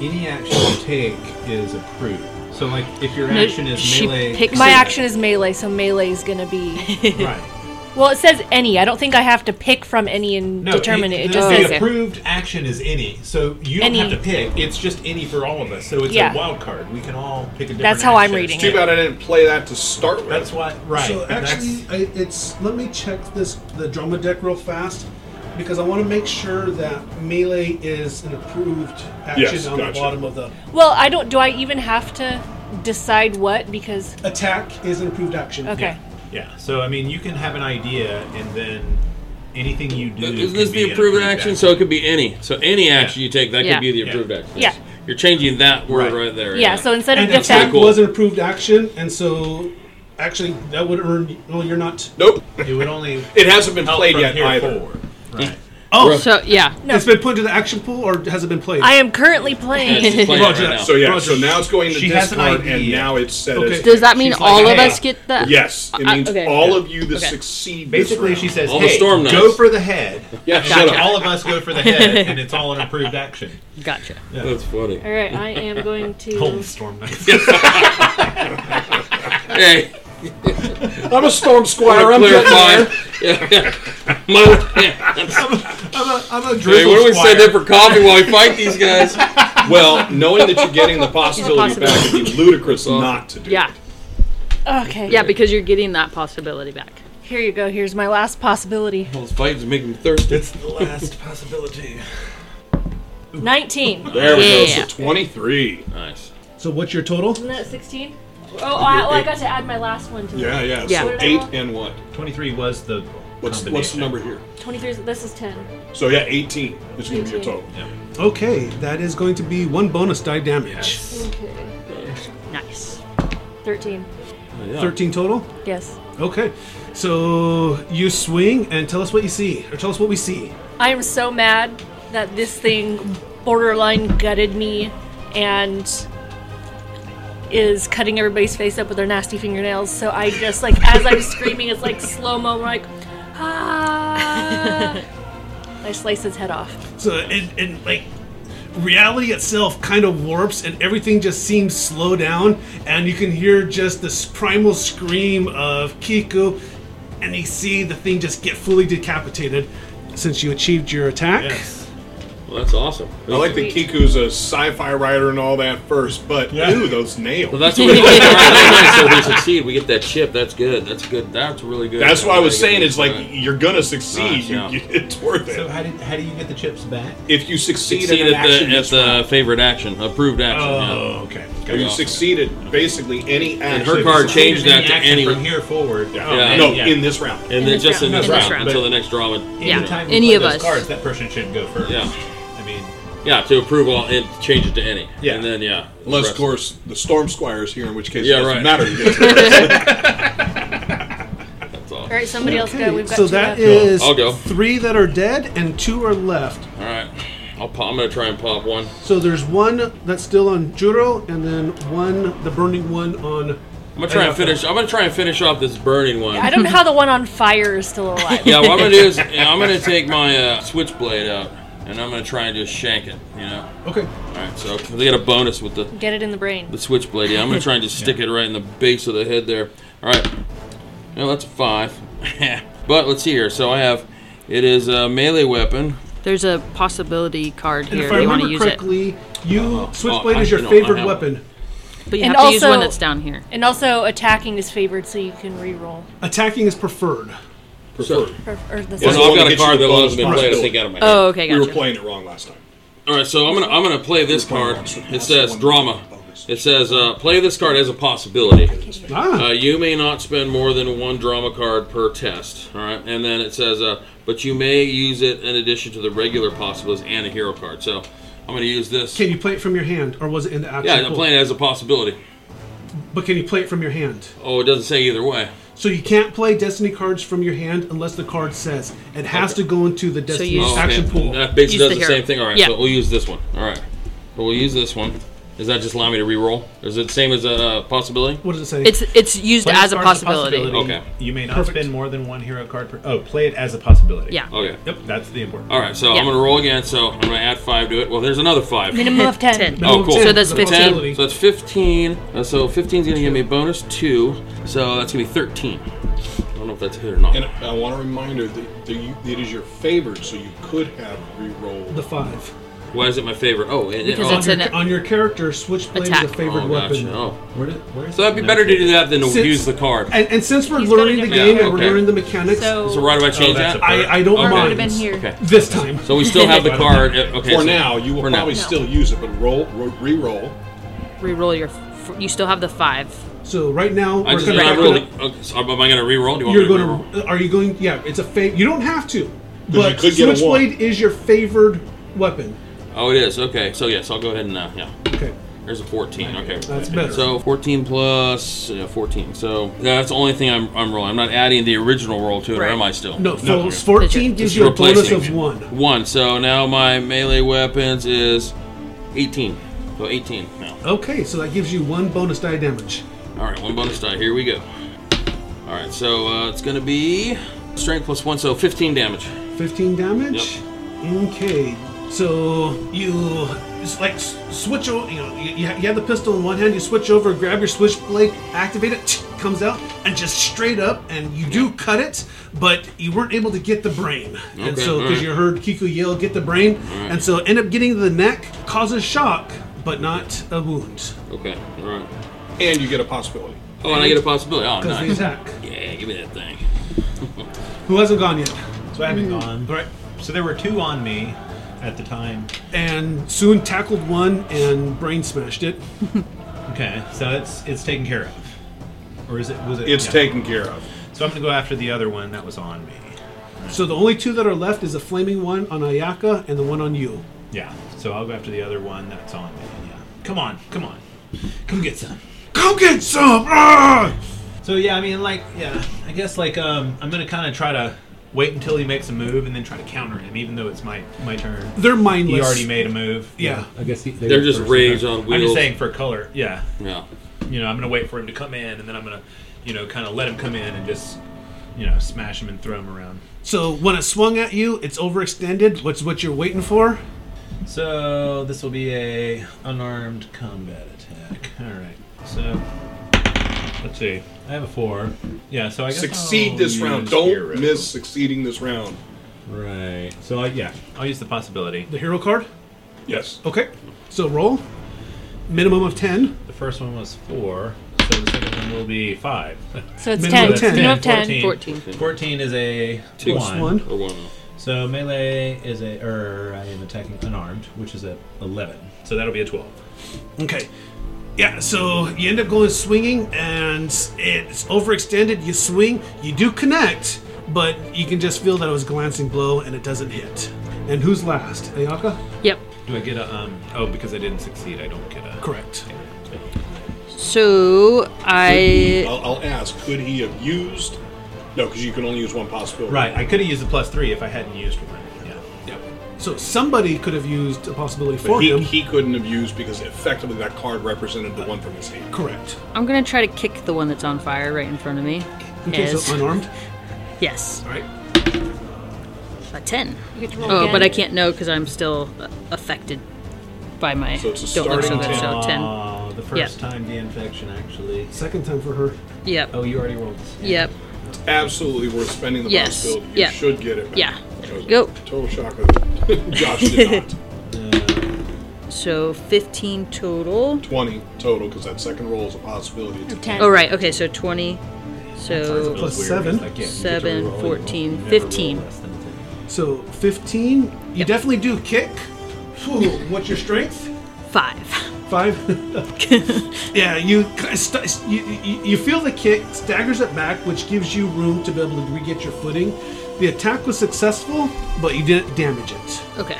[SPEAKER 10] any action you take is approved. So like if your
[SPEAKER 8] No,
[SPEAKER 10] action is
[SPEAKER 8] she
[SPEAKER 10] melee,
[SPEAKER 8] picks
[SPEAKER 4] My
[SPEAKER 8] it.
[SPEAKER 4] action is melee, so melee is gonna be.
[SPEAKER 10] right?
[SPEAKER 4] Well, it says any. I don't think I have to pick from any and determine it. It just
[SPEAKER 10] the
[SPEAKER 4] says it.
[SPEAKER 10] approved action is any. So you don't
[SPEAKER 4] Any.
[SPEAKER 10] have to pick. It's just any for all of us. So it's
[SPEAKER 4] Yeah.
[SPEAKER 10] a wild card. We can all pick a different.
[SPEAKER 4] That's how I'm
[SPEAKER 10] action.
[SPEAKER 4] reading
[SPEAKER 10] It's
[SPEAKER 1] Too bad I didn't play that to start with.
[SPEAKER 10] That's what right.
[SPEAKER 2] So
[SPEAKER 10] and that's-
[SPEAKER 2] actually, I, it's let me check this the drama deck real fast because I want to make sure that melee is an approved action
[SPEAKER 1] Yes,
[SPEAKER 2] on the
[SPEAKER 1] gotcha.
[SPEAKER 2] bottom of the
[SPEAKER 4] Well, I don't. Do I even have to decide what? Because
[SPEAKER 2] attack is an approved action.
[SPEAKER 4] okay,
[SPEAKER 10] yeah. So I mean, you can have an idea, and then anything you do.
[SPEAKER 6] Isn't
[SPEAKER 10] can
[SPEAKER 6] this
[SPEAKER 10] be
[SPEAKER 6] the
[SPEAKER 10] an
[SPEAKER 6] approved action? So it could be any. So any action you take, that
[SPEAKER 8] Yeah.
[SPEAKER 6] could be the
[SPEAKER 10] Yeah.
[SPEAKER 6] approved action.
[SPEAKER 4] Yeah.
[SPEAKER 6] You're changing that word
[SPEAKER 10] Right.
[SPEAKER 6] right there.
[SPEAKER 4] yeah. So instead of
[SPEAKER 2] And attack
[SPEAKER 4] defense,
[SPEAKER 6] cool.
[SPEAKER 2] was an approved action, and so Actually, that would earn. Well, you're not.
[SPEAKER 1] Nope.
[SPEAKER 10] It would only
[SPEAKER 1] It hasn't been
[SPEAKER 10] help
[SPEAKER 1] played
[SPEAKER 10] from
[SPEAKER 1] yet
[SPEAKER 10] here
[SPEAKER 1] either.
[SPEAKER 10] forward. Right.
[SPEAKER 2] Oh,
[SPEAKER 1] Right.
[SPEAKER 5] So yeah,
[SPEAKER 2] it's been put to the action pool, or has it been played?
[SPEAKER 4] I am currently
[SPEAKER 6] Yeah,
[SPEAKER 4] playing.
[SPEAKER 6] she's playing it
[SPEAKER 2] Roger
[SPEAKER 6] right
[SPEAKER 2] that.
[SPEAKER 6] now.
[SPEAKER 1] So yeah,
[SPEAKER 2] Roger.
[SPEAKER 1] so now it's going to
[SPEAKER 10] She has an
[SPEAKER 1] discard, and
[SPEAKER 10] idea.
[SPEAKER 1] now it's set
[SPEAKER 2] Okay.
[SPEAKER 1] as
[SPEAKER 5] does that mean
[SPEAKER 10] She's like,
[SPEAKER 5] all of
[SPEAKER 10] "Hey."
[SPEAKER 5] us get that?
[SPEAKER 1] yes. It
[SPEAKER 5] I-
[SPEAKER 1] means
[SPEAKER 5] okay.
[SPEAKER 1] all of you that
[SPEAKER 5] Okay.
[SPEAKER 1] succeed. this
[SPEAKER 10] Basically,
[SPEAKER 1] round.
[SPEAKER 10] she says,
[SPEAKER 6] All the
[SPEAKER 10] "Hey,
[SPEAKER 6] storm
[SPEAKER 10] go
[SPEAKER 6] knights."
[SPEAKER 10] for the head."
[SPEAKER 1] yeah,
[SPEAKER 10] And
[SPEAKER 1] shut
[SPEAKER 5] Gotcha.
[SPEAKER 1] up.
[SPEAKER 10] All of us go for the head, and it's all an approved action.
[SPEAKER 5] Gotcha.
[SPEAKER 6] That's funny.
[SPEAKER 12] All right, I am going
[SPEAKER 10] Holy
[SPEAKER 12] to.
[SPEAKER 10] storm knights.
[SPEAKER 6] Hey,
[SPEAKER 1] I'm a storm squire. I'm getting there.
[SPEAKER 6] clarify. Yeah, yeah. My- yeah.
[SPEAKER 10] I'm a, I'm a
[SPEAKER 6] Hey,
[SPEAKER 10] drizzle
[SPEAKER 6] what do we
[SPEAKER 10] squire.
[SPEAKER 6] send in for coffee while we fight these guys?
[SPEAKER 1] Well, knowing that you're getting the possibility back, it'd be ludicrous not to do.
[SPEAKER 5] Yeah,
[SPEAKER 4] Okay.
[SPEAKER 5] yeah, because you're getting that possibility back.
[SPEAKER 4] Here you go. Here's my last possibility.
[SPEAKER 6] Those fights make them thirsty.
[SPEAKER 10] It's the last possibility.
[SPEAKER 4] 19.
[SPEAKER 1] There we
[SPEAKER 5] Yeah.
[SPEAKER 1] go. So 23.
[SPEAKER 6] Nice.
[SPEAKER 2] So what's your total?
[SPEAKER 12] Isn't that 16? Oh, I, well, I got to add my last one to it.
[SPEAKER 1] Yeah, yeah.
[SPEAKER 5] Yeah.
[SPEAKER 1] So eight and what?
[SPEAKER 10] Twenty-three was the
[SPEAKER 1] What's
[SPEAKER 10] combination.
[SPEAKER 1] what's the number here?
[SPEAKER 12] 23 is. This is 10.
[SPEAKER 1] So yeah, 18 is going to be your total.
[SPEAKER 2] Okay, that is going to be one bonus die damage.
[SPEAKER 12] Okay.
[SPEAKER 5] Nice.
[SPEAKER 12] 13.
[SPEAKER 2] Thirteen total.
[SPEAKER 4] Yes.
[SPEAKER 2] Okay, so you swing and tell us what you see, or tell us what we see.
[SPEAKER 4] I am so mad that this thing borderline gutted me and is cutting everybody's face up with their nasty fingernails. So I just like as I'm screaming, it's like slow mo. I'm like, ah! I slice his head off.
[SPEAKER 2] So and, and like reality itself kind of warps and everything just seems slow down and you can hear just this primal scream of Kiku and you see the thing just get fully decapitated since you achieved your attack.
[SPEAKER 10] Yes.
[SPEAKER 6] Well, that's awesome.
[SPEAKER 1] I like that Kiku's a sci-fi writer and all that first, but
[SPEAKER 10] Yeah.
[SPEAKER 1] ooh, those nails.
[SPEAKER 6] Well, that's what we like. All right, nice. So we succeed. We get that chip. That's good. That's good. That's really good.
[SPEAKER 1] That's what I was
[SPEAKER 6] Really
[SPEAKER 1] saying.
[SPEAKER 6] good.
[SPEAKER 1] Is like
[SPEAKER 6] Right.
[SPEAKER 1] you're gonna succeed.
[SPEAKER 6] Nice,
[SPEAKER 1] You-
[SPEAKER 6] yeah.
[SPEAKER 1] you- it's worth
[SPEAKER 10] So
[SPEAKER 1] it.
[SPEAKER 10] how did how do you get the chips back?
[SPEAKER 1] If you succeed,
[SPEAKER 6] succeed
[SPEAKER 1] in an
[SPEAKER 6] at
[SPEAKER 1] action
[SPEAKER 6] the, at
[SPEAKER 1] this round-
[SPEAKER 6] the favorite action, approved action. yeah.
[SPEAKER 10] Oh, okay.
[SPEAKER 1] if you succeeded, basically any action.
[SPEAKER 6] her card
[SPEAKER 1] succeeded-
[SPEAKER 6] changed that to
[SPEAKER 10] action
[SPEAKER 6] any.
[SPEAKER 10] from here forward.
[SPEAKER 1] Yeah.
[SPEAKER 10] Oh,
[SPEAKER 6] Yeah.
[SPEAKER 10] man,
[SPEAKER 1] No,
[SPEAKER 10] yeah.
[SPEAKER 1] in this round.
[SPEAKER 6] And then
[SPEAKER 4] this
[SPEAKER 6] just in
[SPEAKER 4] round.
[SPEAKER 6] this
[SPEAKER 10] In this
[SPEAKER 6] round
[SPEAKER 10] round.
[SPEAKER 6] until the next draw. and-
[SPEAKER 5] Yeah.
[SPEAKER 10] Anytime we
[SPEAKER 5] Any
[SPEAKER 10] play
[SPEAKER 5] of
[SPEAKER 10] those
[SPEAKER 5] us.
[SPEAKER 10] Cards, that person should go first.
[SPEAKER 6] Yeah.
[SPEAKER 10] I mean,
[SPEAKER 6] Yeah, to approve all and change it to any.
[SPEAKER 10] Yeah.
[SPEAKER 6] And then yeah.
[SPEAKER 1] Unless, of
[SPEAKER 6] Rest-
[SPEAKER 1] course, the Storm Squire is here, in which case
[SPEAKER 6] Yeah,
[SPEAKER 1] it doesn't
[SPEAKER 6] right.
[SPEAKER 1] matter. You get to-
[SPEAKER 6] That's all.
[SPEAKER 4] All right, somebody else
[SPEAKER 2] Okay,
[SPEAKER 4] go. We've got
[SPEAKER 2] so
[SPEAKER 4] two
[SPEAKER 2] that
[SPEAKER 4] left.
[SPEAKER 2] is
[SPEAKER 6] I'll go.
[SPEAKER 2] three that are dead and two are left.
[SPEAKER 6] All right. I'll pop, I'm gonna try and pop one.
[SPEAKER 2] So there's one that's still on Juro and then one, the burning one on.
[SPEAKER 6] I'm gonna try and finish. I'm gonna try and finish off this burning one.
[SPEAKER 4] I don't know how the one on fire is still alive.
[SPEAKER 6] Yeah, what I'm gonna do is yeah, I'm gonna take my uh, switchblade out and I'm gonna try and just shank it. You know.
[SPEAKER 2] Okay.
[SPEAKER 6] All right. So they get a bonus with the
[SPEAKER 4] Get it in the brain.
[SPEAKER 6] the switchblade. Yeah, I'm gonna try and just stick it right in the base of the head there. All right. Now that's a five. but let's see here. So I have. It is a melee weapon.
[SPEAKER 5] There's a possibility card
[SPEAKER 2] And
[SPEAKER 5] here.
[SPEAKER 2] if I
[SPEAKER 5] Do you want to
[SPEAKER 2] remember
[SPEAKER 5] use it?
[SPEAKER 2] correctly, you
[SPEAKER 6] oh,
[SPEAKER 2] Switchblade
[SPEAKER 6] I-
[SPEAKER 2] is your
[SPEAKER 6] no, I
[SPEAKER 2] favorite
[SPEAKER 6] have-
[SPEAKER 2] weapon.
[SPEAKER 5] But you
[SPEAKER 4] And
[SPEAKER 5] have to use one
[SPEAKER 4] also-
[SPEAKER 5] that's down here.
[SPEAKER 4] And also, attacking is favored, so you can reroll.
[SPEAKER 2] Attacking is preferred.
[SPEAKER 6] So,
[SPEAKER 4] Or, or the
[SPEAKER 6] well,
[SPEAKER 1] That's the
[SPEAKER 6] no, I've
[SPEAKER 1] one
[SPEAKER 6] got
[SPEAKER 1] that
[SPEAKER 6] a
[SPEAKER 1] gets you
[SPEAKER 6] card
[SPEAKER 1] the
[SPEAKER 6] that allows
[SPEAKER 1] bonus
[SPEAKER 6] me to play it. I
[SPEAKER 1] possibility.
[SPEAKER 6] think out of my head.
[SPEAKER 5] Oh, okay,
[SPEAKER 1] We
[SPEAKER 5] gotcha.
[SPEAKER 1] were playing it wrong last time.
[SPEAKER 6] All right, so I'm gonna I'm gonna play this card. It says drama. It says uh, play this card as a possibility.
[SPEAKER 2] Ah,
[SPEAKER 6] Uh, you may not spend more than one drama card per test. All right, and then it says uh, but you may use it in addition to the regular possibilities and a hero card. So I'm gonna use this.
[SPEAKER 2] can you play it from your hand, or was it in the action?
[SPEAKER 6] Yeah, I'm
[SPEAKER 2] pool?
[SPEAKER 6] playing it as a possibility.
[SPEAKER 2] But can you play it from your hand?
[SPEAKER 6] Oh, it doesn't say either way.
[SPEAKER 2] So you can't play Destiny cards from your hand unless the card says it has to go into the Destiny
[SPEAKER 5] you
[SPEAKER 6] Oh,
[SPEAKER 5] just-
[SPEAKER 2] action
[SPEAKER 6] okay.
[SPEAKER 2] pool.
[SPEAKER 6] That basically
[SPEAKER 5] Use
[SPEAKER 6] does
[SPEAKER 5] the
[SPEAKER 6] the,
[SPEAKER 5] hero.
[SPEAKER 6] same thing. All right,
[SPEAKER 5] Yeah.
[SPEAKER 6] so we'll use this one. All right, so we'll use this one. Does that just allow me to re-roll? Is it same as a uh, possibility?
[SPEAKER 2] What does it say?
[SPEAKER 5] It's it's used
[SPEAKER 10] play
[SPEAKER 5] as a
[SPEAKER 10] this card as
[SPEAKER 5] possibility.
[SPEAKER 6] Okay.
[SPEAKER 10] You may not
[SPEAKER 2] Perfect.
[SPEAKER 10] spend more than one hero card per. Oh, play it as a possibility.
[SPEAKER 5] Yeah.
[SPEAKER 6] Okay.
[SPEAKER 10] Yep. That's the important.
[SPEAKER 6] All right, so
[SPEAKER 5] Yeah.
[SPEAKER 6] I'm gonna roll again. So I'm gonna add five to it. Well, there's another five.
[SPEAKER 4] minimum of 10.
[SPEAKER 5] Ten.
[SPEAKER 6] Oh, cool.
[SPEAKER 5] So that's
[SPEAKER 2] The
[SPEAKER 5] 15.
[SPEAKER 2] possibility.
[SPEAKER 6] Ten. So that's fifteen. Uh, so fifteen's gonna give me a bonus two. So that's gonna be thirteen. I don't know if that's a hit or not.
[SPEAKER 1] And I want a reminder that the, it is your favorite, so you could have re-rolled.
[SPEAKER 2] the five.
[SPEAKER 6] Why is it my favorite? Oh, it,
[SPEAKER 5] Because
[SPEAKER 6] oh,
[SPEAKER 5] it's
[SPEAKER 2] on,
[SPEAKER 5] an
[SPEAKER 2] your, on your character, Switchblade is
[SPEAKER 5] attack.
[SPEAKER 2] a favorite
[SPEAKER 6] oh,
[SPEAKER 2] weapon.
[SPEAKER 6] gotcha. Oh.
[SPEAKER 10] Where did, where is
[SPEAKER 6] So that'd be
[SPEAKER 10] no,
[SPEAKER 6] better to do that than to
[SPEAKER 2] Since-
[SPEAKER 6] use the card.
[SPEAKER 2] And, and since we're
[SPEAKER 4] He's got a
[SPEAKER 2] learning the
[SPEAKER 4] different-
[SPEAKER 2] game
[SPEAKER 6] Yeah,
[SPEAKER 2] and we're
[SPEAKER 6] okay.
[SPEAKER 2] learning the mechanics,
[SPEAKER 4] So,
[SPEAKER 6] So right do I
[SPEAKER 10] Oh,
[SPEAKER 6] change
[SPEAKER 10] that's
[SPEAKER 6] that?
[SPEAKER 10] a-
[SPEAKER 2] I, I don't
[SPEAKER 4] or it would
[SPEAKER 2] mind
[SPEAKER 4] have been here.
[SPEAKER 6] Okay.
[SPEAKER 2] this time.
[SPEAKER 6] So we still have the card. uh, Okay.
[SPEAKER 1] For
[SPEAKER 6] so-
[SPEAKER 1] now, you will
[SPEAKER 6] for now.
[SPEAKER 1] probably still use it, but roll, ro- re-roll.
[SPEAKER 5] Reroll your. F- you still have the five.
[SPEAKER 2] So right now
[SPEAKER 6] I
[SPEAKER 2] we're
[SPEAKER 6] just
[SPEAKER 2] going
[SPEAKER 6] I
[SPEAKER 2] to
[SPEAKER 6] rolled. it. Okay, so am I gonna re-roll? Do you want
[SPEAKER 2] You're
[SPEAKER 6] me to re-roll?
[SPEAKER 2] going to. Are you going? Yeah, it's a fa You don't have to,
[SPEAKER 1] you
[SPEAKER 2] but
[SPEAKER 1] could get a one.
[SPEAKER 2] Switchblade is your favored weapon.
[SPEAKER 6] Oh, it is. Okay. So yes, I'll go ahead and uh, yeah.
[SPEAKER 2] Okay.
[SPEAKER 6] There's a 14. Okay.
[SPEAKER 2] That's better.
[SPEAKER 6] So 14 plus yeah, 14. So that's the only thing I'm, I'm rolling. I'm not adding the original roll to it, or am I still?
[SPEAKER 2] No,
[SPEAKER 1] No,
[SPEAKER 2] so
[SPEAKER 1] okay.
[SPEAKER 2] 14 gives you a bonus
[SPEAKER 6] Replacing.
[SPEAKER 2] of one.
[SPEAKER 6] One. So now my melee weapons is 18. So 18 now.
[SPEAKER 2] Okay, so that gives you one bonus die damage.
[SPEAKER 6] All right, one bonus die. Here we go. All right, so uh, it's gonna be strength plus one, so 15 damage.
[SPEAKER 2] 15 damage. Okay. So you just like s- switch over, you know, you, you ha- you have the pistol in one hand, you switch over, grab your switchblade, activate it, comes out, and just straight up, and you do cut it, but you weren't able to get the brain. and
[SPEAKER 6] Okay,
[SPEAKER 2] so, because
[SPEAKER 6] alright.
[SPEAKER 2] you heard Kiku yell, get the brain, and so end up getting the neck, causes shock, but not a wound.
[SPEAKER 6] Okay, all right.
[SPEAKER 1] And you get a possibility.
[SPEAKER 6] Oh, and I get a possibility. Oh,
[SPEAKER 2] Because the
[SPEAKER 6] nice.
[SPEAKER 2] attack.
[SPEAKER 6] Yeah, give me that thing.
[SPEAKER 2] Who hasn't gone yet?
[SPEAKER 3] So I
[SPEAKER 4] Mm-hmm.
[SPEAKER 3] haven't gone.
[SPEAKER 2] Right.
[SPEAKER 3] So there were two on me at the time.
[SPEAKER 2] And soon tackled one and brain smashed it.
[SPEAKER 3] Okay, so it's it's taken care of, or is it? Was it?
[SPEAKER 1] It's
[SPEAKER 3] yeah.
[SPEAKER 1] taken care of.
[SPEAKER 3] So I'm gonna go after the other one that was on me.
[SPEAKER 2] So the only two that are left is a flaming one on Ayaka and the one on you.
[SPEAKER 3] Yeah. So I'll go after the other one that's on me. Yeah. Come on, come on, come get some.
[SPEAKER 2] Go get some! Ah!
[SPEAKER 3] So yeah, I mean, like, yeah, I guess like um, I'm gonna kind of try to wait until he makes a move and then try to counter him, even though it's my my turn.
[SPEAKER 2] They're mindless.
[SPEAKER 3] He already made a move.
[SPEAKER 2] Yeah.
[SPEAKER 3] I guess he,
[SPEAKER 6] They're just rage
[SPEAKER 3] I'm
[SPEAKER 6] on
[SPEAKER 3] just
[SPEAKER 6] wheels.
[SPEAKER 3] saying for color. Yeah.
[SPEAKER 6] Yeah.
[SPEAKER 3] You know, I'm gonna wait for him to come in, and then I'm gonna, you know, kind of let him come in and just, you know, smash him and throw him around.
[SPEAKER 2] So when it swung at you, it's overextended. What's what you're waiting for?
[SPEAKER 3] So this will be a unarmed combat attack. All right. So let's see. I have a four. Yeah. So I guess
[SPEAKER 1] Succeed
[SPEAKER 3] I'll
[SPEAKER 1] this round.
[SPEAKER 3] use
[SPEAKER 1] Don't
[SPEAKER 3] hero.
[SPEAKER 1] miss succeeding this round.
[SPEAKER 3] Right. So I, yeah, I'll use the possibility.
[SPEAKER 2] The hero card.
[SPEAKER 1] Yes.
[SPEAKER 2] Okay. So roll. Minimum of ten.
[SPEAKER 3] The first one was four, so the second one will be five.
[SPEAKER 4] So it's
[SPEAKER 2] Minimum
[SPEAKER 4] 10.
[SPEAKER 2] of 10.
[SPEAKER 4] Minimum of 10.
[SPEAKER 8] 14.
[SPEAKER 3] 14 is a
[SPEAKER 6] Two.
[SPEAKER 3] one.
[SPEAKER 2] One.
[SPEAKER 6] Or one.
[SPEAKER 3] So melee is a, or I am attacking unarmed, which is a 11. So that'll be a 12.
[SPEAKER 2] Okay. Yeah, so you end up going swinging, and it's overextended. You swing, you do connect, but you can just feel that it was a glancing blow, and it doesn't hit. And who's last? Ayaka?
[SPEAKER 8] Yep.
[SPEAKER 3] Do I get a, um, oh, because I didn't succeed, I don't get a.
[SPEAKER 2] Correct.
[SPEAKER 8] So I.
[SPEAKER 1] I'll, I'll ask. Could he have used? No, because you can only use one possibility.
[SPEAKER 3] Right, I could have used the plus three if I hadn't used one. Yeah.
[SPEAKER 1] Yep.
[SPEAKER 2] So somebody could have used a possibility
[SPEAKER 1] But
[SPEAKER 2] for
[SPEAKER 1] he,
[SPEAKER 2] him.
[SPEAKER 1] he couldn't have used because effectively that card represented the one from his hand.
[SPEAKER 2] Correct.
[SPEAKER 8] I'm gonna try to kick the one that's on fire right in front of me.
[SPEAKER 2] Okay,
[SPEAKER 8] Yes.
[SPEAKER 2] so unarmed.
[SPEAKER 8] Yes.
[SPEAKER 2] All right.
[SPEAKER 8] A 10.
[SPEAKER 4] You get to roll
[SPEAKER 8] Oh,
[SPEAKER 4] again.
[SPEAKER 8] but I can't know because I'm still uh, affected by my.
[SPEAKER 1] So it's a
[SPEAKER 8] don't look so
[SPEAKER 1] starting
[SPEAKER 8] good. So 10.
[SPEAKER 3] Oh, the first time the infection actually.
[SPEAKER 2] Second time for her.
[SPEAKER 8] Yep.
[SPEAKER 3] Oh, you already rolled.
[SPEAKER 8] Yep.
[SPEAKER 1] It's absolutely worth spending the
[SPEAKER 8] Yes.
[SPEAKER 1] possibility. You
[SPEAKER 8] Yeah.
[SPEAKER 1] should get it. Back.
[SPEAKER 8] Yeah.
[SPEAKER 1] That was a
[SPEAKER 8] Go.
[SPEAKER 1] Total shocker. Josh did not.
[SPEAKER 8] So 15 total.
[SPEAKER 1] Twenty total because that second roll is a possibility. It's
[SPEAKER 4] 10.
[SPEAKER 8] Oh, right. Okay, so 20.
[SPEAKER 3] It
[SPEAKER 8] So
[SPEAKER 3] feels
[SPEAKER 2] Plus
[SPEAKER 3] weird,
[SPEAKER 2] seven.
[SPEAKER 3] it's like, yeah, you get to
[SPEAKER 8] Seven,
[SPEAKER 3] roll, you
[SPEAKER 8] 14,
[SPEAKER 3] never roll
[SPEAKER 8] 15.
[SPEAKER 3] less than 10.
[SPEAKER 2] So 15. You
[SPEAKER 8] Yep.
[SPEAKER 2] definitely do kick. Phew, what's your strength?
[SPEAKER 8] 5.
[SPEAKER 2] Five. yeah, you, kinda st- you you you feel the kick staggers it back, which gives you room to be able to re-get your footing. The attack was successful, but you didn't damage it.
[SPEAKER 8] Okay.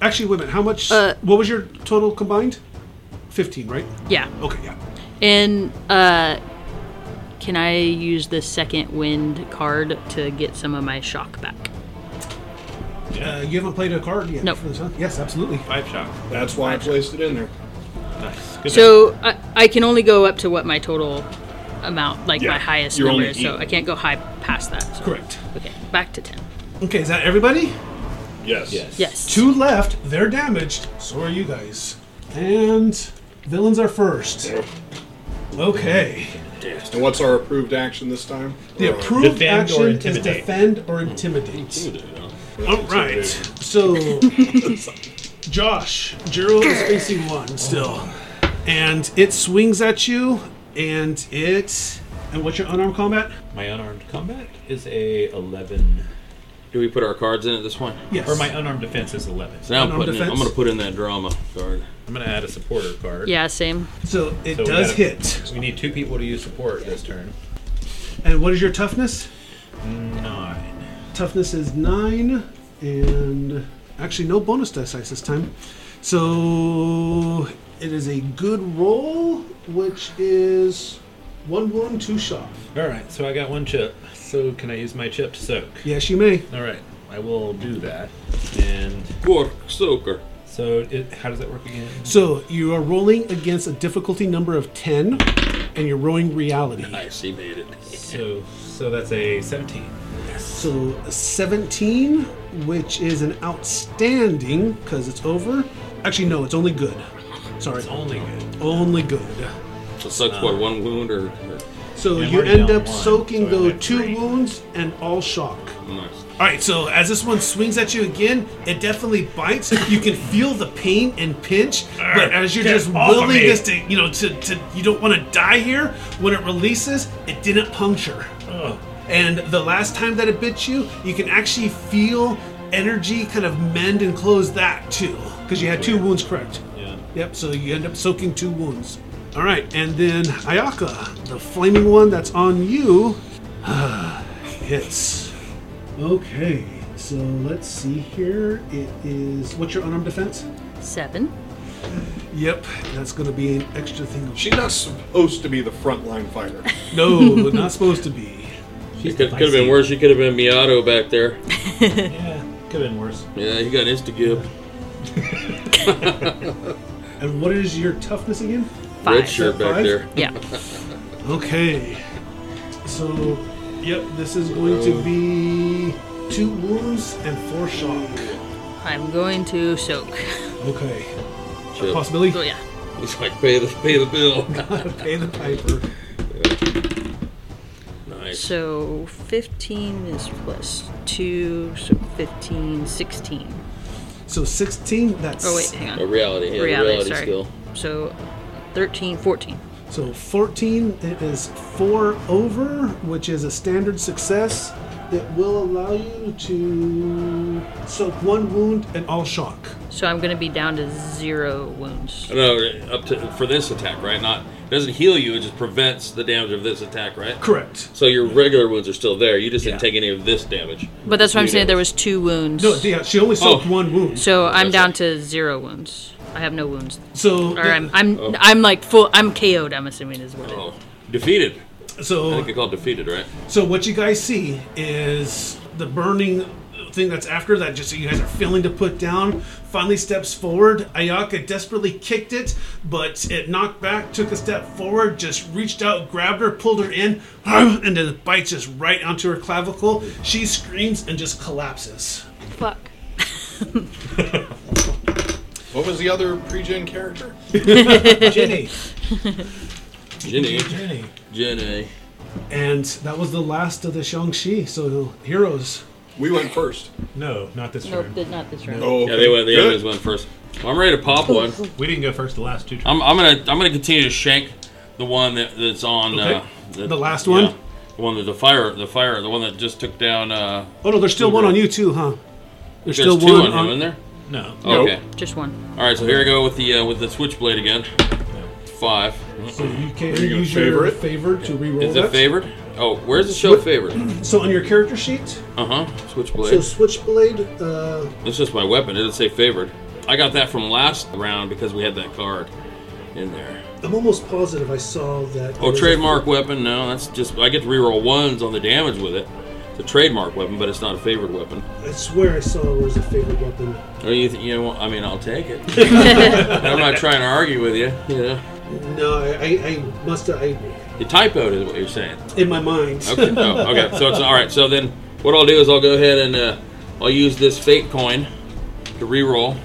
[SPEAKER 2] Actually, wait a minute. How much?
[SPEAKER 8] Uh,
[SPEAKER 2] what was your total combined? Fifteen, right?
[SPEAKER 8] Yeah.
[SPEAKER 2] Okay, yeah.
[SPEAKER 8] And uh, can I use the second wind card to get some of my shock back?
[SPEAKER 2] Uh, you haven't played a card yet.
[SPEAKER 8] Nope.
[SPEAKER 2] for this, huh? Yes, absolutely.
[SPEAKER 3] Five shock.
[SPEAKER 1] That's why I placed it in there.
[SPEAKER 3] Nice. Good
[SPEAKER 8] So I, I can only go up to what my total amount, like
[SPEAKER 1] Yeah,
[SPEAKER 8] my highest
[SPEAKER 1] you're
[SPEAKER 8] number,
[SPEAKER 1] only
[SPEAKER 8] is, so
[SPEAKER 1] eight.
[SPEAKER 8] I can't go high past that. so-
[SPEAKER 2] Correct.
[SPEAKER 8] Okay, back to 10.
[SPEAKER 2] Okay, is that everybody?
[SPEAKER 1] Yes.
[SPEAKER 3] Yes.
[SPEAKER 8] Yes.
[SPEAKER 2] Two left. They're damaged. So are you guys. And villains are first. Okay.
[SPEAKER 1] And what's our approved action this time? Uh,
[SPEAKER 2] The
[SPEAKER 1] Or-
[SPEAKER 2] approved
[SPEAKER 3] Defend or
[SPEAKER 2] action is
[SPEAKER 3] intimidate.
[SPEAKER 2] defend or intimidate. All right.
[SPEAKER 1] Intimidate.
[SPEAKER 2] So, Josh, Gerald is facing one still, and it swings at you, and it. And what's your unarmed combat?
[SPEAKER 3] My unarmed combat is a 11.
[SPEAKER 6] Do we put our cards in at this point?
[SPEAKER 2] Yes.
[SPEAKER 3] Or my unarmed defense is 11.
[SPEAKER 6] So now I'm
[SPEAKER 2] Unarmed
[SPEAKER 6] putting. In, I'm
[SPEAKER 2] defense?
[SPEAKER 6] gonna put in that drama card.
[SPEAKER 3] I'm going to add a supporter card.
[SPEAKER 8] Yeah, same.
[SPEAKER 2] so it
[SPEAKER 3] So we
[SPEAKER 2] does
[SPEAKER 3] gotta-
[SPEAKER 2] hit.
[SPEAKER 3] We need two people to use support this turn.
[SPEAKER 2] And what is your toughness?
[SPEAKER 3] Nine.
[SPEAKER 2] Toughness is nine, and actually no bonus dice dice this time. So it is a good roll, which is one wound, two shot.
[SPEAKER 3] All right, so I got one chip. So can I use my chip to soak?
[SPEAKER 2] Yes, you may.
[SPEAKER 3] All right, I will do that. And
[SPEAKER 6] Pork soaker.
[SPEAKER 3] so, it, how does that work again?
[SPEAKER 2] So you are rolling against a difficulty number of 10, and you're rolling reality.
[SPEAKER 6] Nice, he made it.
[SPEAKER 3] So, so that's a 17.
[SPEAKER 2] So a 17, which is an outstanding, because it's over. Actually, no, it's only good. Sorry,
[SPEAKER 3] It's only good.
[SPEAKER 2] only good.
[SPEAKER 6] So sucks, what, one wound or. or
[SPEAKER 2] So
[SPEAKER 3] Yeah, I'm
[SPEAKER 2] you
[SPEAKER 3] already
[SPEAKER 2] end
[SPEAKER 3] down
[SPEAKER 2] up
[SPEAKER 3] one, so
[SPEAKER 2] soaking,
[SPEAKER 3] I'm
[SPEAKER 2] though,
[SPEAKER 3] at
[SPEAKER 2] two
[SPEAKER 3] three.
[SPEAKER 2] wounds and all shock.
[SPEAKER 6] nice.
[SPEAKER 2] All right, so as this one swings at you again, it definitely bites. You can feel the pain and pinch, but as you're
[SPEAKER 3] get
[SPEAKER 2] just
[SPEAKER 3] off of
[SPEAKER 2] willing
[SPEAKER 3] me.
[SPEAKER 2] this to, you know, to, to you don't want to die here. When it releases, it didn't puncture.
[SPEAKER 3] Oh,
[SPEAKER 2] And the last time that it bit you, you can actually feel energy kind of mend and close that too, because you had two wounds, correct?
[SPEAKER 3] yeah.
[SPEAKER 2] Yep. So you end up soaking two wounds. All right, and then Ayaka, the flaming one that's on you, hits. Okay, so let's see here. It is what's your unarmed defense?
[SPEAKER 8] Seven.
[SPEAKER 2] Yep, that's going to be an extra thing.
[SPEAKER 1] She's not supposed to be the frontline fighter.
[SPEAKER 2] No, not supposed to be.
[SPEAKER 6] It could, could have been worse. You could have been Miato back there.
[SPEAKER 3] Yeah, could have been worse.
[SPEAKER 6] Yeah, he got insta gib.
[SPEAKER 2] And what is your toughness again?
[SPEAKER 8] Five.
[SPEAKER 6] Red shirt back
[SPEAKER 2] Five?
[SPEAKER 6] there.
[SPEAKER 8] Yeah.
[SPEAKER 2] Okay. So, yep, this is going to be two wounds and four shock.
[SPEAKER 8] I'm going to soak.
[SPEAKER 2] Okay.
[SPEAKER 6] Chip.
[SPEAKER 2] Possibility?
[SPEAKER 8] So yeah.
[SPEAKER 6] He's like, pay the pay the bill.
[SPEAKER 2] Pay the piper.
[SPEAKER 6] nice.
[SPEAKER 8] So 15 is plus 2, so 15, 16.
[SPEAKER 2] So 16, that's.
[SPEAKER 8] Oh, wait, hang on.
[SPEAKER 6] A reality. Yeah,
[SPEAKER 8] reality,
[SPEAKER 6] reality, reality
[SPEAKER 8] sorry.
[SPEAKER 6] skill.
[SPEAKER 8] So 13, 14.
[SPEAKER 2] So 14, it is four over, which is a standard success that will allow you to soak one wound and all shock.
[SPEAKER 8] So I'm going to be down to zero wounds.
[SPEAKER 6] No, up to for this attack, right? Not it doesn't heal you. It just prevents the damage of this attack, right?
[SPEAKER 2] Correct.
[SPEAKER 6] So your regular wounds are still there. You just didn't take any of this damage.
[SPEAKER 8] But that's what I'm
[SPEAKER 6] You
[SPEAKER 8] saying.
[SPEAKER 6] did.
[SPEAKER 8] There was two wounds.
[SPEAKER 2] No, yeah, she only soaked
[SPEAKER 6] Oh.
[SPEAKER 2] one wound.
[SPEAKER 8] So I'm
[SPEAKER 6] That's
[SPEAKER 8] down
[SPEAKER 6] right.
[SPEAKER 8] to zero wounds. I have no wounds.
[SPEAKER 2] So,
[SPEAKER 8] Or I'm I'm I'm like full. I'm KO'd. I'm assuming is what it is.
[SPEAKER 6] Oh, defeated. I
[SPEAKER 2] so
[SPEAKER 6] think you called defeated, right?
[SPEAKER 2] So what you guys see is the burning thing that's after that. Just so you guys are feeling to put down. Finally steps forward. Ayaka desperately kicked it, but it knocked back. Took a step forward. Just reached out, grabbed her, pulled her in, and then it bites just right onto her clavicle. She screams and just collapses.
[SPEAKER 4] Fuck.
[SPEAKER 1] What was the other pre-gen character?
[SPEAKER 2] Jenny.
[SPEAKER 6] Jenny,
[SPEAKER 10] Jenny.
[SPEAKER 6] Jenny.
[SPEAKER 2] and that was the last of the Shang-Chi. So heroes.
[SPEAKER 1] We went first.
[SPEAKER 10] No, not this
[SPEAKER 5] Nope,
[SPEAKER 10] round.
[SPEAKER 5] did not this round.
[SPEAKER 1] Oh,
[SPEAKER 6] Yeah, they went. The
[SPEAKER 1] good.
[SPEAKER 6] others went first. Well, I'm ready to pop one.
[SPEAKER 10] We didn't go first the last two turns.
[SPEAKER 6] I'm, I'm gonna I'm gonna continue to shank the one that, that's on
[SPEAKER 2] Okay.
[SPEAKER 6] uh,
[SPEAKER 2] The last one?
[SPEAKER 6] yeah. the one that the fire the fire the one that just took down. Uh,
[SPEAKER 2] Oh no, there's still one on you too, huh? There's,
[SPEAKER 6] there's
[SPEAKER 2] still
[SPEAKER 6] two
[SPEAKER 2] one
[SPEAKER 6] on him in there.
[SPEAKER 10] No.
[SPEAKER 6] Okay.
[SPEAKER 8] Just one.
[SPEAKER 6] All right, so here I go with the uh, with the switchblade again. Five.
[SPEAKER 2] So you can
[SPEAKER 1] you gonna
[SPEAKER 2] use your
[SPEAKER 1] favorite?
[SPEAKER 2] favorite to reroll
[SPEAKER 6] Is it
[SPEAKER 2] that.
[SPEAKER 6] favored? Oh, where's the show favored?
[SPEAKER 2] So on your character sheet,
[SPEAKER 6] Uh huh.
[SPEAKER 2] so
[SPEAKER 6] Switchblade.
[SPEAKER 2] Switchblade, uh,
[SPEAKER 6] That's just my weapon. It doesn't say favored. I got that from last round because we had that card in there.
[SPEAKER 2] I'm almost positive I saw that. there
[SPEAKER 6] Oh,
[SPEAKER 2] was a-
[SPEAKER 6] trademark weapon. No, that's just I get to reroll ones on the damage with it. It's a trademark weapon, but it's not a favored weapon.
[SPEAKER 2] I swear I saw it was a favorite weapon.
[SPEAKER 6] Oh, you, th- you know, I mean, I'll take it. I'm not trying to argue with you. You know,
[SPEAKER 2] No, I, I, I must have, I,
[SPEAKER 6] you typoed is what you're saying.
[SPEAKER 2] in my mind.
[SPEAKER 6] Okay. Oh, okay. So it's all right. So then, what I'll do is I'll go ahead and uh, I'll use this fate coin to reroll.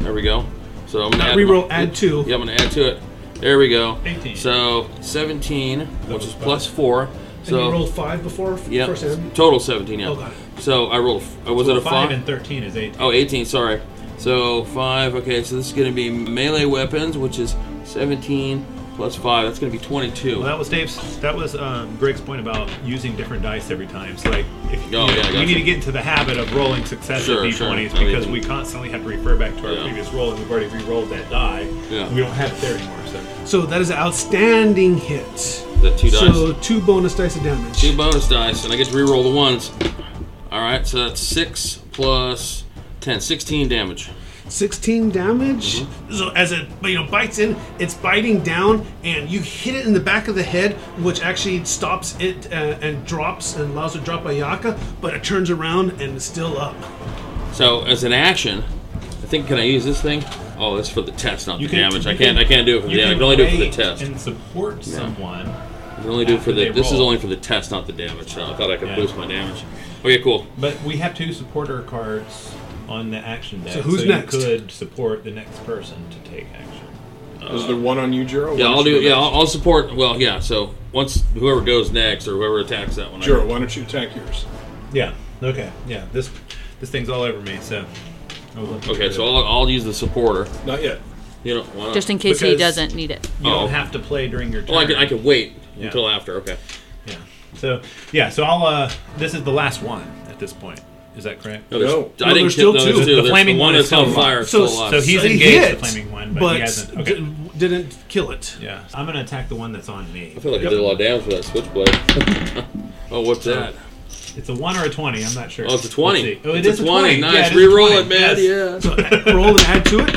[SPEAKER 6] There we go. So I'm gonna
[SPEAKER 2] Not
[SPEAKER 6] add
[SPEAKER 2] reroll,
[SPEAKER 6] my-
[SPEAKER 2] add two.
[SPEAKER 6] Yeah, I'm gonna add to it. There we go.
[SPEAKER 10] 18.
[SPEAKER 6] So 17, which is plus four.
[SPEAKER 2] and you
[SPEAKER 6] So
[SPEAKER 2] rolled five before f-
[SPEAKER 6] yeah,
[SPEAKER 2] first hand.
[SPEAKER 6] total 17. Yeah.
[SPEAKER 2] Oh, got
[SPEAKER 6] So I rolled. a f- uh, was it a
[SPEAKER 10] Five and thirteen is eight.
[SPEAKER 6] Oh, 18, sorry. So, 5, okay, so this is going to be melee weapons, which is 17 plus 5. That's going to be 22.
[SPEAKER 10] Well, that was Dave's. That was um, Greg's point about using different dice every time. So, like, if you,
[SPEAKER 6] Oh, yeah, I
[SPEAKER 10] you
[SPEAKER 6] gotcha.
[SPEAKER 10] need to get into the habit of rolling successive
[SPEAKER 6] Sure,
[SPEAKER 10] d20s
[SPEAKER 6] sure.
[SPEAKER 10] because
[SPEAKER 6] I mean-
[SPEAKER 10] we constantly have to refer back to our
[SPEAKER 6] Yeah.
[SPEAKER 10] previous roll, and we've already re-rolled that die.
[SPEAKER 6] Yeah.
[SPEAKER 10] We don't have it there anymore. So,
[SPEAKER 2] So that is an outstanding hit.
[SPEAKER 6] The two dice.
[SPEAKER 2] So two bonus dice of damage.
[SPEAKER 6] Two bonus dice, and I get to reroll the ones. All right, so that's 6 plus 10, 16 damage.
[SPEAKER 2] 16 damage. Mm-hmm. So as it you know bites in, it's biting down, and you hit it in the back of the head, which actually stops it uh, and drops and allows it to drop a yaka, but it turns around and is still up.
[SPEAKER 6] So as an action, I think can I use this thing? Oh, that's for the test, not the damage. I
[SPEAKER 3] you
[SPEAKER 6] can't. I can't do it for the
[SPEAKER 3] you
[SPEAKER 6] damage. I can only do it for the
[SPEAKER 3] wait
[SPEAKER 6] test.
[SPEAKER 3] And support someone.
[SPEAKER 6] I can only do it for
[SPEAKER 3] after
[SPEAKER 6] the.
[SPEAKER 3] they
[SPEAKER 6] This is
[SPEAKER 3] roll.
[SPEAKER 6] only for the test, not the damage. So I thought I could
[SPEAKER 3] Yeah.
[SPEAKER 6] boost my damage. Okay, cool.
[SPEAKER 3] But we have two supporter cards on the action deck.
[SPEAKER 2] So who's
[SPEAKER 3] you
[SPEAKER 2] next?
[SPEAKER 3] could support the next person to take action.
[SPEAKER 1] Is there one on you, Jiro?
[SPEAKER 6] Yeah,
[SPEAKER 1] Why
[SPEAKER 6] I'll
[SPEAKER 1] don't
[SPEAKER 6] do.
[SPEAKER 1] you
[SPEAKER 6] Yeah, I'll, I'll support. Well, yeah. So once whoever goes next or whoever attacks that one, I-
[SPEAKER 1] Jiro, why don't you attack yours?
[SPEAKER 3] Yeah. Okay. Yeah. This this thing's all over me. So. I would love to
[SPEAKER 6] Okay,
[SPEAKER 3] get
[SPEAKER 6] so
[SPEAKER 3] rid of
[SPEAKER 6] I'll, I'll use the supporter.
[SPEAKER 1] Not yet.
[SPEAKER 6] You know, why not?
[SPEAKER 8] Just in case he
[SPEAKER 3] Because-
[SPEAKER 8] doesn't need it.
[SPEAKER 3] it. you
[SPEAKER 6] oh.
[SPEAKER 3] don't have to play during your turn.
[SPEAKER 6] Well, I could, I could wait
[SPEAKER 3] Yeah.
[SPEAKER 6] until after. Okay.
[SPEAKER 3] Yeah. So yeah. So I'll. uh This is the last one at this point. Is that correct?
[SPEAKER 6] there's-
[SPEAKER 1] No.
[SPEAKER 6] I think
[SPEAKER 2] there's still two. The
[SPEAKER 3] flaming
[SPEAKER 6] one
[SPEAKER 3] one
[SPEAKER 6] that's
[SPEAKER 3] is still
[SPEAKER 6] on fire. is
[SPEAKER 2] So-
[SPEAKER 6] still alive.
[SPEAKER 3] So he's
[SPEAKER 2] He
[SPEAKER 3] engaged
[SPEAKER 2] hit,
[SPEAKER 3] the flaming one, but,
[SPEAKER 2] but
[SPEAKER 3] he hasn't. Okay.
[SPEAKER 2] d- didn't kill it.
[SPEAKER 3] yeah. I'm gonna attack the one that's on me.
[SPEAKER 6] I feel like I did a lot of damage with that switchblade. oh, what's that?
[SPEAKER 3] It's a one or a twenty. I'm not sure.
[SPEAKER 6] Oh, it's a
[SPEAKER 3] Let's
[SPEAKER 6] 20.
[SPEAKER 3] see. Oh, it
[SPEAKER 6] it's
[SPEAKER 3] is
[SPEAKER 6] a 20.
[SPEAKER 3] Yeah,
[SPEAKER 6] Nice.
[SPEAKER 3] it is a
[SPEAKER 6] Reroll
[SPEAKER 3] 20.
[SPEAKER 6] it, man.
[SPEAKER 3] Yes.
[SPEAKER 6] Yeah.
[SPEAKER 2] So a- roll and add to it,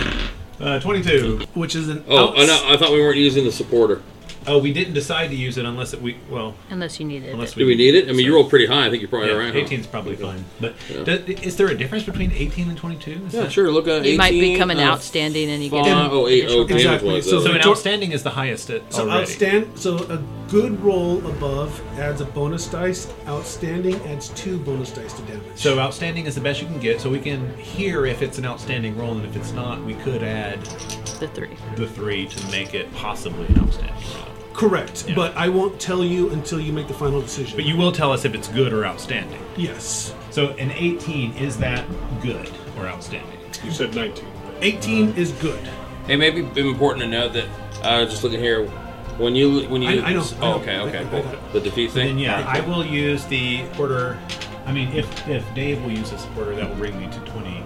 [SPEAKER 3] Uh, Twenty-two.
[SPEAKER 2] which is an
[SPEAKER 6] Oh,
[SPEAKER 2] outs-
[SPEAKER 6] I, know, I thought we weren't using the supporter.
[SPEAKER 3] Oh, we didn't decide to use it unless it, we well
[SPEAKER 8] Unless you needed
[SPEAKER 3] unless
[SPEAKER 8] it.
[SPEAKER 3] we
[SPEAKER 6] Do we need it? I mean, you
[SPEAKER 3] so-
[SPEAKER 6] rolled pretty high. I think you're probably
[SPEAKER 3] Yeah,
[SPEAKER 6] right.
[SPEAKER 3] 18 is probably fine. But does, is there a difference between 18 and 22? Is
[SPEAKER 6] Huh? Yeah,
[SPEAKER 3] that-
[SPEAKER 6] sure. Look at 18.
[SPEAKER 8] You might become an
[SPEAKER 6] uh,
[SPEAKER 8] outstanding and you get
[SPEAKER 6] Fawn-
[SPEAKER 8] an
[SPEAKER 6] oh, eight, oh,
[SPEAKER 8] additional
[SPEAKER 6] damage
[SPEAKER 2] Exactly,
[SPEAKER 6] was,
[SPEAKER 2] so-
[SPEAKER 6] uh,
[SPEAKER 3] So an
[SPEAKER 2] Victor-
[SPEAKER 3] outstanding is the highest it
[SPEAKER 2] So
[SPEAKER 3] already.
[SPEAKER 2] outstand. So a good roll above adds a bonus dice. Outstanding adds two bonus dice to damage.
[SPEAKER 3] So outstanding is the best you can get. So we can hear if it's an outstanding roll, and if it's not, we could add
[SPEAKER 8] the three.
[SPEAKER 3] the three to make it possibly an outstanding roll.
[SPEAKER 2] correct,
[SPEAKER 3] Yeah.
[SPEAKER 2] but I won't tell you until you make the final decision.
[SPEAKER 3] But you will tell us if it's good or outstanding.
[SPEAKER 2] yes,
[SPEAKER 3] So an 18 is that good or outstanding?
[SPEAKER 1] You said 19.
[SPEAKER 2] eighteen is good.
[SPEAKER 6] It may be important to note that I was just looking here. When you when you
[SPEAKER 2] I- I know, I
[SPEAKER 6] oh,
[SPEAKER 2] know.
[SPEAKER 6] okay
[SPEAKER 2] I-
[SPEAKER 6] okay
[SPEAKER 2] I- I
[SPEAKER 6] cool.
[SPEAKER 2] got it.
[SPEAKER 6] the defeat thing
[SPEAKER 3] Then yeah, I will use the porter. I mean, if if Dave will use this porter, that will bring me to 20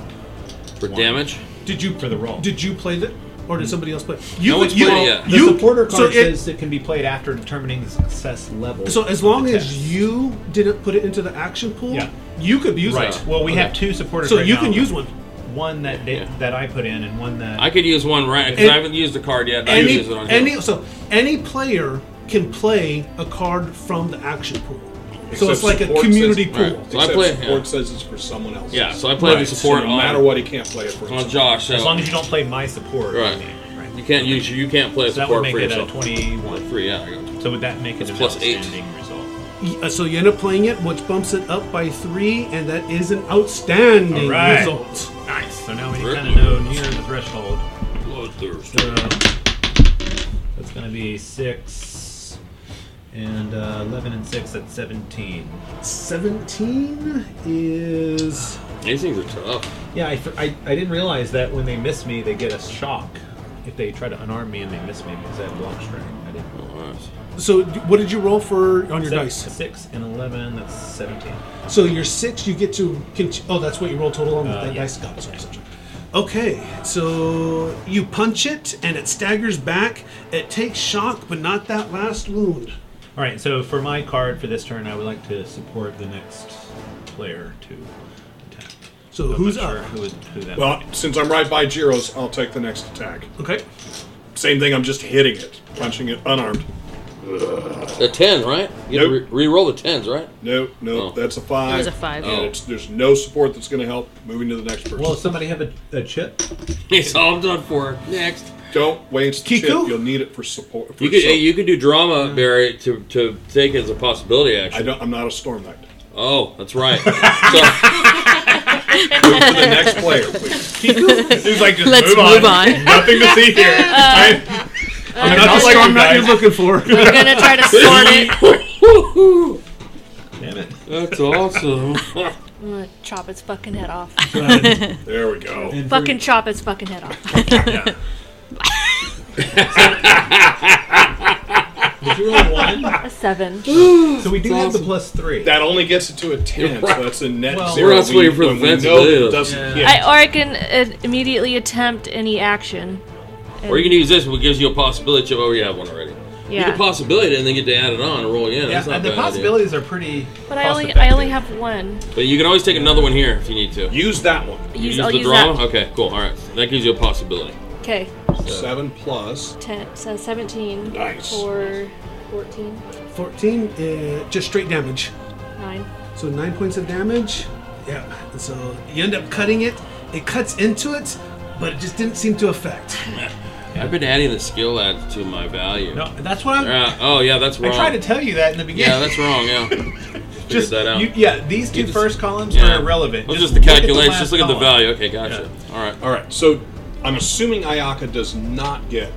[SPEAKER 6] for damage.
[SPEAKER 2] Did you
[SPEAKER 3] for the roll.
[SPEAKER 2] Did you play that, or did somebody else play? You
[SPEAKER 6] one's
[SPEAKER 2] you,
[SPEAKER 6] played it yet.
[SPEAKER 3] The
[SPEAKER 2] you
[SPEAKER 3] supporter card
[SPEAKER 2] so it,
[SPEAKER 3] says it can be played after determining the success level.
[SPEAKER 2] so as
[SPEAKER 3] of
[SPEAKER 2] long
[SPEAKER 3] the
[SPEAKER 2] as
[SPEAKER 3] test.
[SPEAKER 2] you didn't put it into the action pool,
[SPEAKER 3] Yeah.
[SPEAKER 2] you could use
[SPEAKER 3] right.
[SPEAKER 2] it.
[SPEAKER 3] Well, we
[SPEAKER 6] Okay.
[SPEAKER 3] have two supporters.
[SPEAKER 2] so
[SPEAKER 3] right
[SPEAKER 2] you
[SPEAKER 3] now.
[SPEAKER 2] can use one.
[SPEAKER 3] One that da-
[SPEAKER 6] Yeah.
[SPEAKER 3] that I put in, and one that
[SPEAKER 6] I could use one right because
[SPEAKER 2] And-
[SPEAKER 6] I haven't used a card yet. I
[SPEAKER 2] Any,
[SPEAKER 6] use it on here.
[SPEAKER 2] any so any player can play a card from the action pool. so
[SPEAKER 1] Except
[SPEAKER 2] it's like a
[SPEAKER 1] support
[SPEAKER 2] community
[SPEAKER 1] says,
[SPEAKER 2] pool.
[SPEAKER 6] right. So I
[SPEAKER 1] Except
[SPEAKER 6] play-
[SPEAKER 1] support
[SPEAKER 6] yeah.
[SPEAKER 1] says it's for someone else.
[SPEAKER 6] Yeah, so I play
[SPEAKER 3] Right,
[SPEAKER 6] the
[SPEAKER 3] so
[SPEAKER 6] support
[SPEAKER 1] no
[SPEAKER 6] on,
[SPEAKER 1] matter what, he can't play it for
[SPEAKER 6] on
[SPEAKER 1] himself.
[SPEAKER 6] Josh. So
[SPEAKER 3] As long as you don't play my support. I
[SPEAKER 6] Right.
[SPEAKER 3] mean,
[SPEAKER 6] you can't use you can't play a
[SPEAKER 3] So that would
[SPEAKER 6] support
[SPEAKER 3] make
[SPEAKER 6] for
[SPEAKER 3] it a
[SPEAKER 6] yourself.
[SPEAKER 3] twenty-one.
[SPEAKER 6] Three, yeah. there you go.
[SPEAKER 3] So would that make it an
[SPEAKER 6] plus eight.
[SPEAKER 3] outstanding result?
[SPEAKER 2] Y- uh, So you end up playing it, which bumps it up by three, and that is an outstanding
[SPEAKER 3] All right.
[SPEAKER 2] result.
[SPEAKER 3] Nice. So now we
[SPEAKER 6] Rip.
[SPEAKER 3] kind of know near the threshold.
[SPEAKER 6] Bloodthirst.
[SPEAKER 3] So that's going to be six and uh, eleven and six. That's seventeen.
[SPEAKER 2] Seventeen is
[SPEAKER 6] These things are tough.
[SPEAKER 3] Yeah, I, I, I didn't realize that when they miss me, they get a shock if they try to unarm me and they miss me because I have block strike. I didn't
[SPEAKER 6] Oh, nice.
[SPEAKER 2] so. d- What did you roll for on your
[SPEAKER 3] Six-
[SPEAKER 2] dice?
[SPEAKER 3] Six and eleven. That's seventeen.
[SPEAKER 2] So your six, you get to. Cont- oh, that's what you roll total on
[SPEAKER 3] Uh,
[SPEAKER 2] that
[SPEAKER 3] yeah.
[SPEAKER 2] dice. Got it. Sorry, sorry, sorry. Okay, so you punch it, and it staggers back. It takes shock, but not that last wound.
[SPEAKER 3] All right. So for my card for this turn, I would like to support the next player to attack.
[SPEAKER 2] So
[SPEAKER 3] I'm not
[SPEAKER 2] who's
[SPEAKER 3] sure
[SPEAKER 2] up?
[SPEAKER 3] Who, is- who that?
[SPEAKER 1] Well, since I'm right by Jiro's, I'll take the next attack.
[SPEAKER 2] Okay.
[SPEAKER 1] Same thing, I'm just hitting it, punching it unarmed.
[SPEAKER 6] The ten, right? You have
[SPEAKER 1] Nope.
[SPEAKER 6] to re- re-roll the tens, right?
[SPEAKER 1] No, no,
[SPEAKER 6] Oh.
[SPEAKER 1] that's a five.
[SPEAKER 8] It was a five.
[SPEAKER 1] And it's, there's no support that's going to help. Moving to the next person.
[SPEAKER 3] well, does somebody have a, a chip?
[SPEAKER 6] It's all done for. Next.
[SPEAKER 1] Don't waste the
[SPEAKER 2] Kiku?
[SPEAKER 1] chip. You'll need it for support. For
[SPEAKER 6] You could
[SPEAKER 1] so-
[SPEAKER 6] hey, you could do drama, Barry, to to take as a possibility
[SPEAKER 1] I
[SPEAKER 6] action.
[SPEAKER 1] don't, I'm not a storm knight.
[SPEAKER 6] Oh, that's right. so,
[SPEAKER 1] Move to the next player, please.
[SPEAKER 3] He's like, just
[SPEAKER 8] Let's move on. Uh,
[SPEAKER 3] Nothing to see here. I'm, I'm
[SPEAKER 2] Not like I'm not you're looking for.
[SPEAKER 4] I'm gonna try to sword it.
[SPEAKER 3] Damn it.
[SPEAKER 6] that's awesome.
[SPEAKER 4] I'm gonna chop its fucking head off.
[SPEAKER 1] There we go.
[SPEAKER 3] And for-
[SPEAKER 4] fucking chop its fucking head off.
[SPEAKER 3] Yeah. Did you roll one?
[SPEAKER 4] A seven.
[SPEAKER 3] So we do have the plus three.
[SPEAKER 1] That only gets it to a 10, so that's a net
[SPEAKER 3] Well,
[SPEAKER 1] zero.
[SPEAKER 6] We're not
[SPEAKER 1] when
[SPEAKER 6] waiting
[SPEAKER 1] you-
[SPEAKER 6] for the
[SPEAKER 1] when we
[SPEAKER 6] fence to
[SPEAKER 1] know it
[SPEAKER 6] live.
[SPEAKER 1] doesn't
[SPEAKER 4] I,
[SPEAKER 1] hit.
[SPEAKER 4] or I can uh, immediately attempt any action.
[SPEAKER 6] or you can use this, what gives you a possibility chip. Oh, you have one already. You
[SPEAKER 4] Yeah.
[SPEAKER 6] could possibility and then get to add it on and roll again.
[SPEAKER 3] Yeah,
[SPEAKER 6] That's not a
[SPEAKER 3] the
[SPEAKER 6] bad idea.
[SPEAKER 3] possibilities are pretty.
[SPEAKER 4] But I only I
[SPEAKER 3] cost-effective.
[SPEAKER 4] only have one.
[SPEAKER 6] But you can always take another one here if you need to. You
[SPEAKER 1] Use that one.
[SPEAKER 4] Use, I'll
[SPEAKER 6] the
[SPEAKER 4] use
[SPEAKER 6] drama?
[SPEAKER 4] that.
[SPEAKER 6] Okay, cool. All right. That gives you a possibility.
[SPEAKER 4] Okay.
[SPEAKER 1] Seven plus.
[SPEAKER 4] Ten, so 17
[SPEAKER 1] Nice.
[SPEAKER 4] for 14.
[SPEAKER 2] 14, uh, just straight damage.
[SPEAKER 4] 9.
[SPEAKER 2] So nine points of damage. Yeah. And so you end up cutting it. It cuts into it, but it just didn't seem to affect.
[SPEAKER 6] I've been adding the skill add to my value.
[SPEAKER 3] No, that's what I'm.
[SPEAKER 6] Yeah, oh, yeah, that's
[SPEAKER 3] I
[SPEAKER 6] wrong.
[SPEAKER 3] tried to tell you that in the beginning.
[SPEAKER 6] yeah, that's wrong. Yeah. Figured
[SPEAKER 3] just
[SPEAKER 6] that out.
[SPEAKER 3] You, yeah, these two
[SPEAKER 6] just-
[SPEAKER 3] first columns
[SPEAKER 6] yeah.
[SPEAKER 3] are irrelevant.
[SPEAKER 6] Well, just, the
[SPEAKER 3] look at
[SPEAKER 6] calculation.
[SPEAKER 3] last
[SPEAKER 6] just look at the
[SPEAKER 3] column.
[SPEAKER 6] value. Okay, gotcha. All right.
[SPEAKER 1] All right. So I'm assuming Ayaka does not get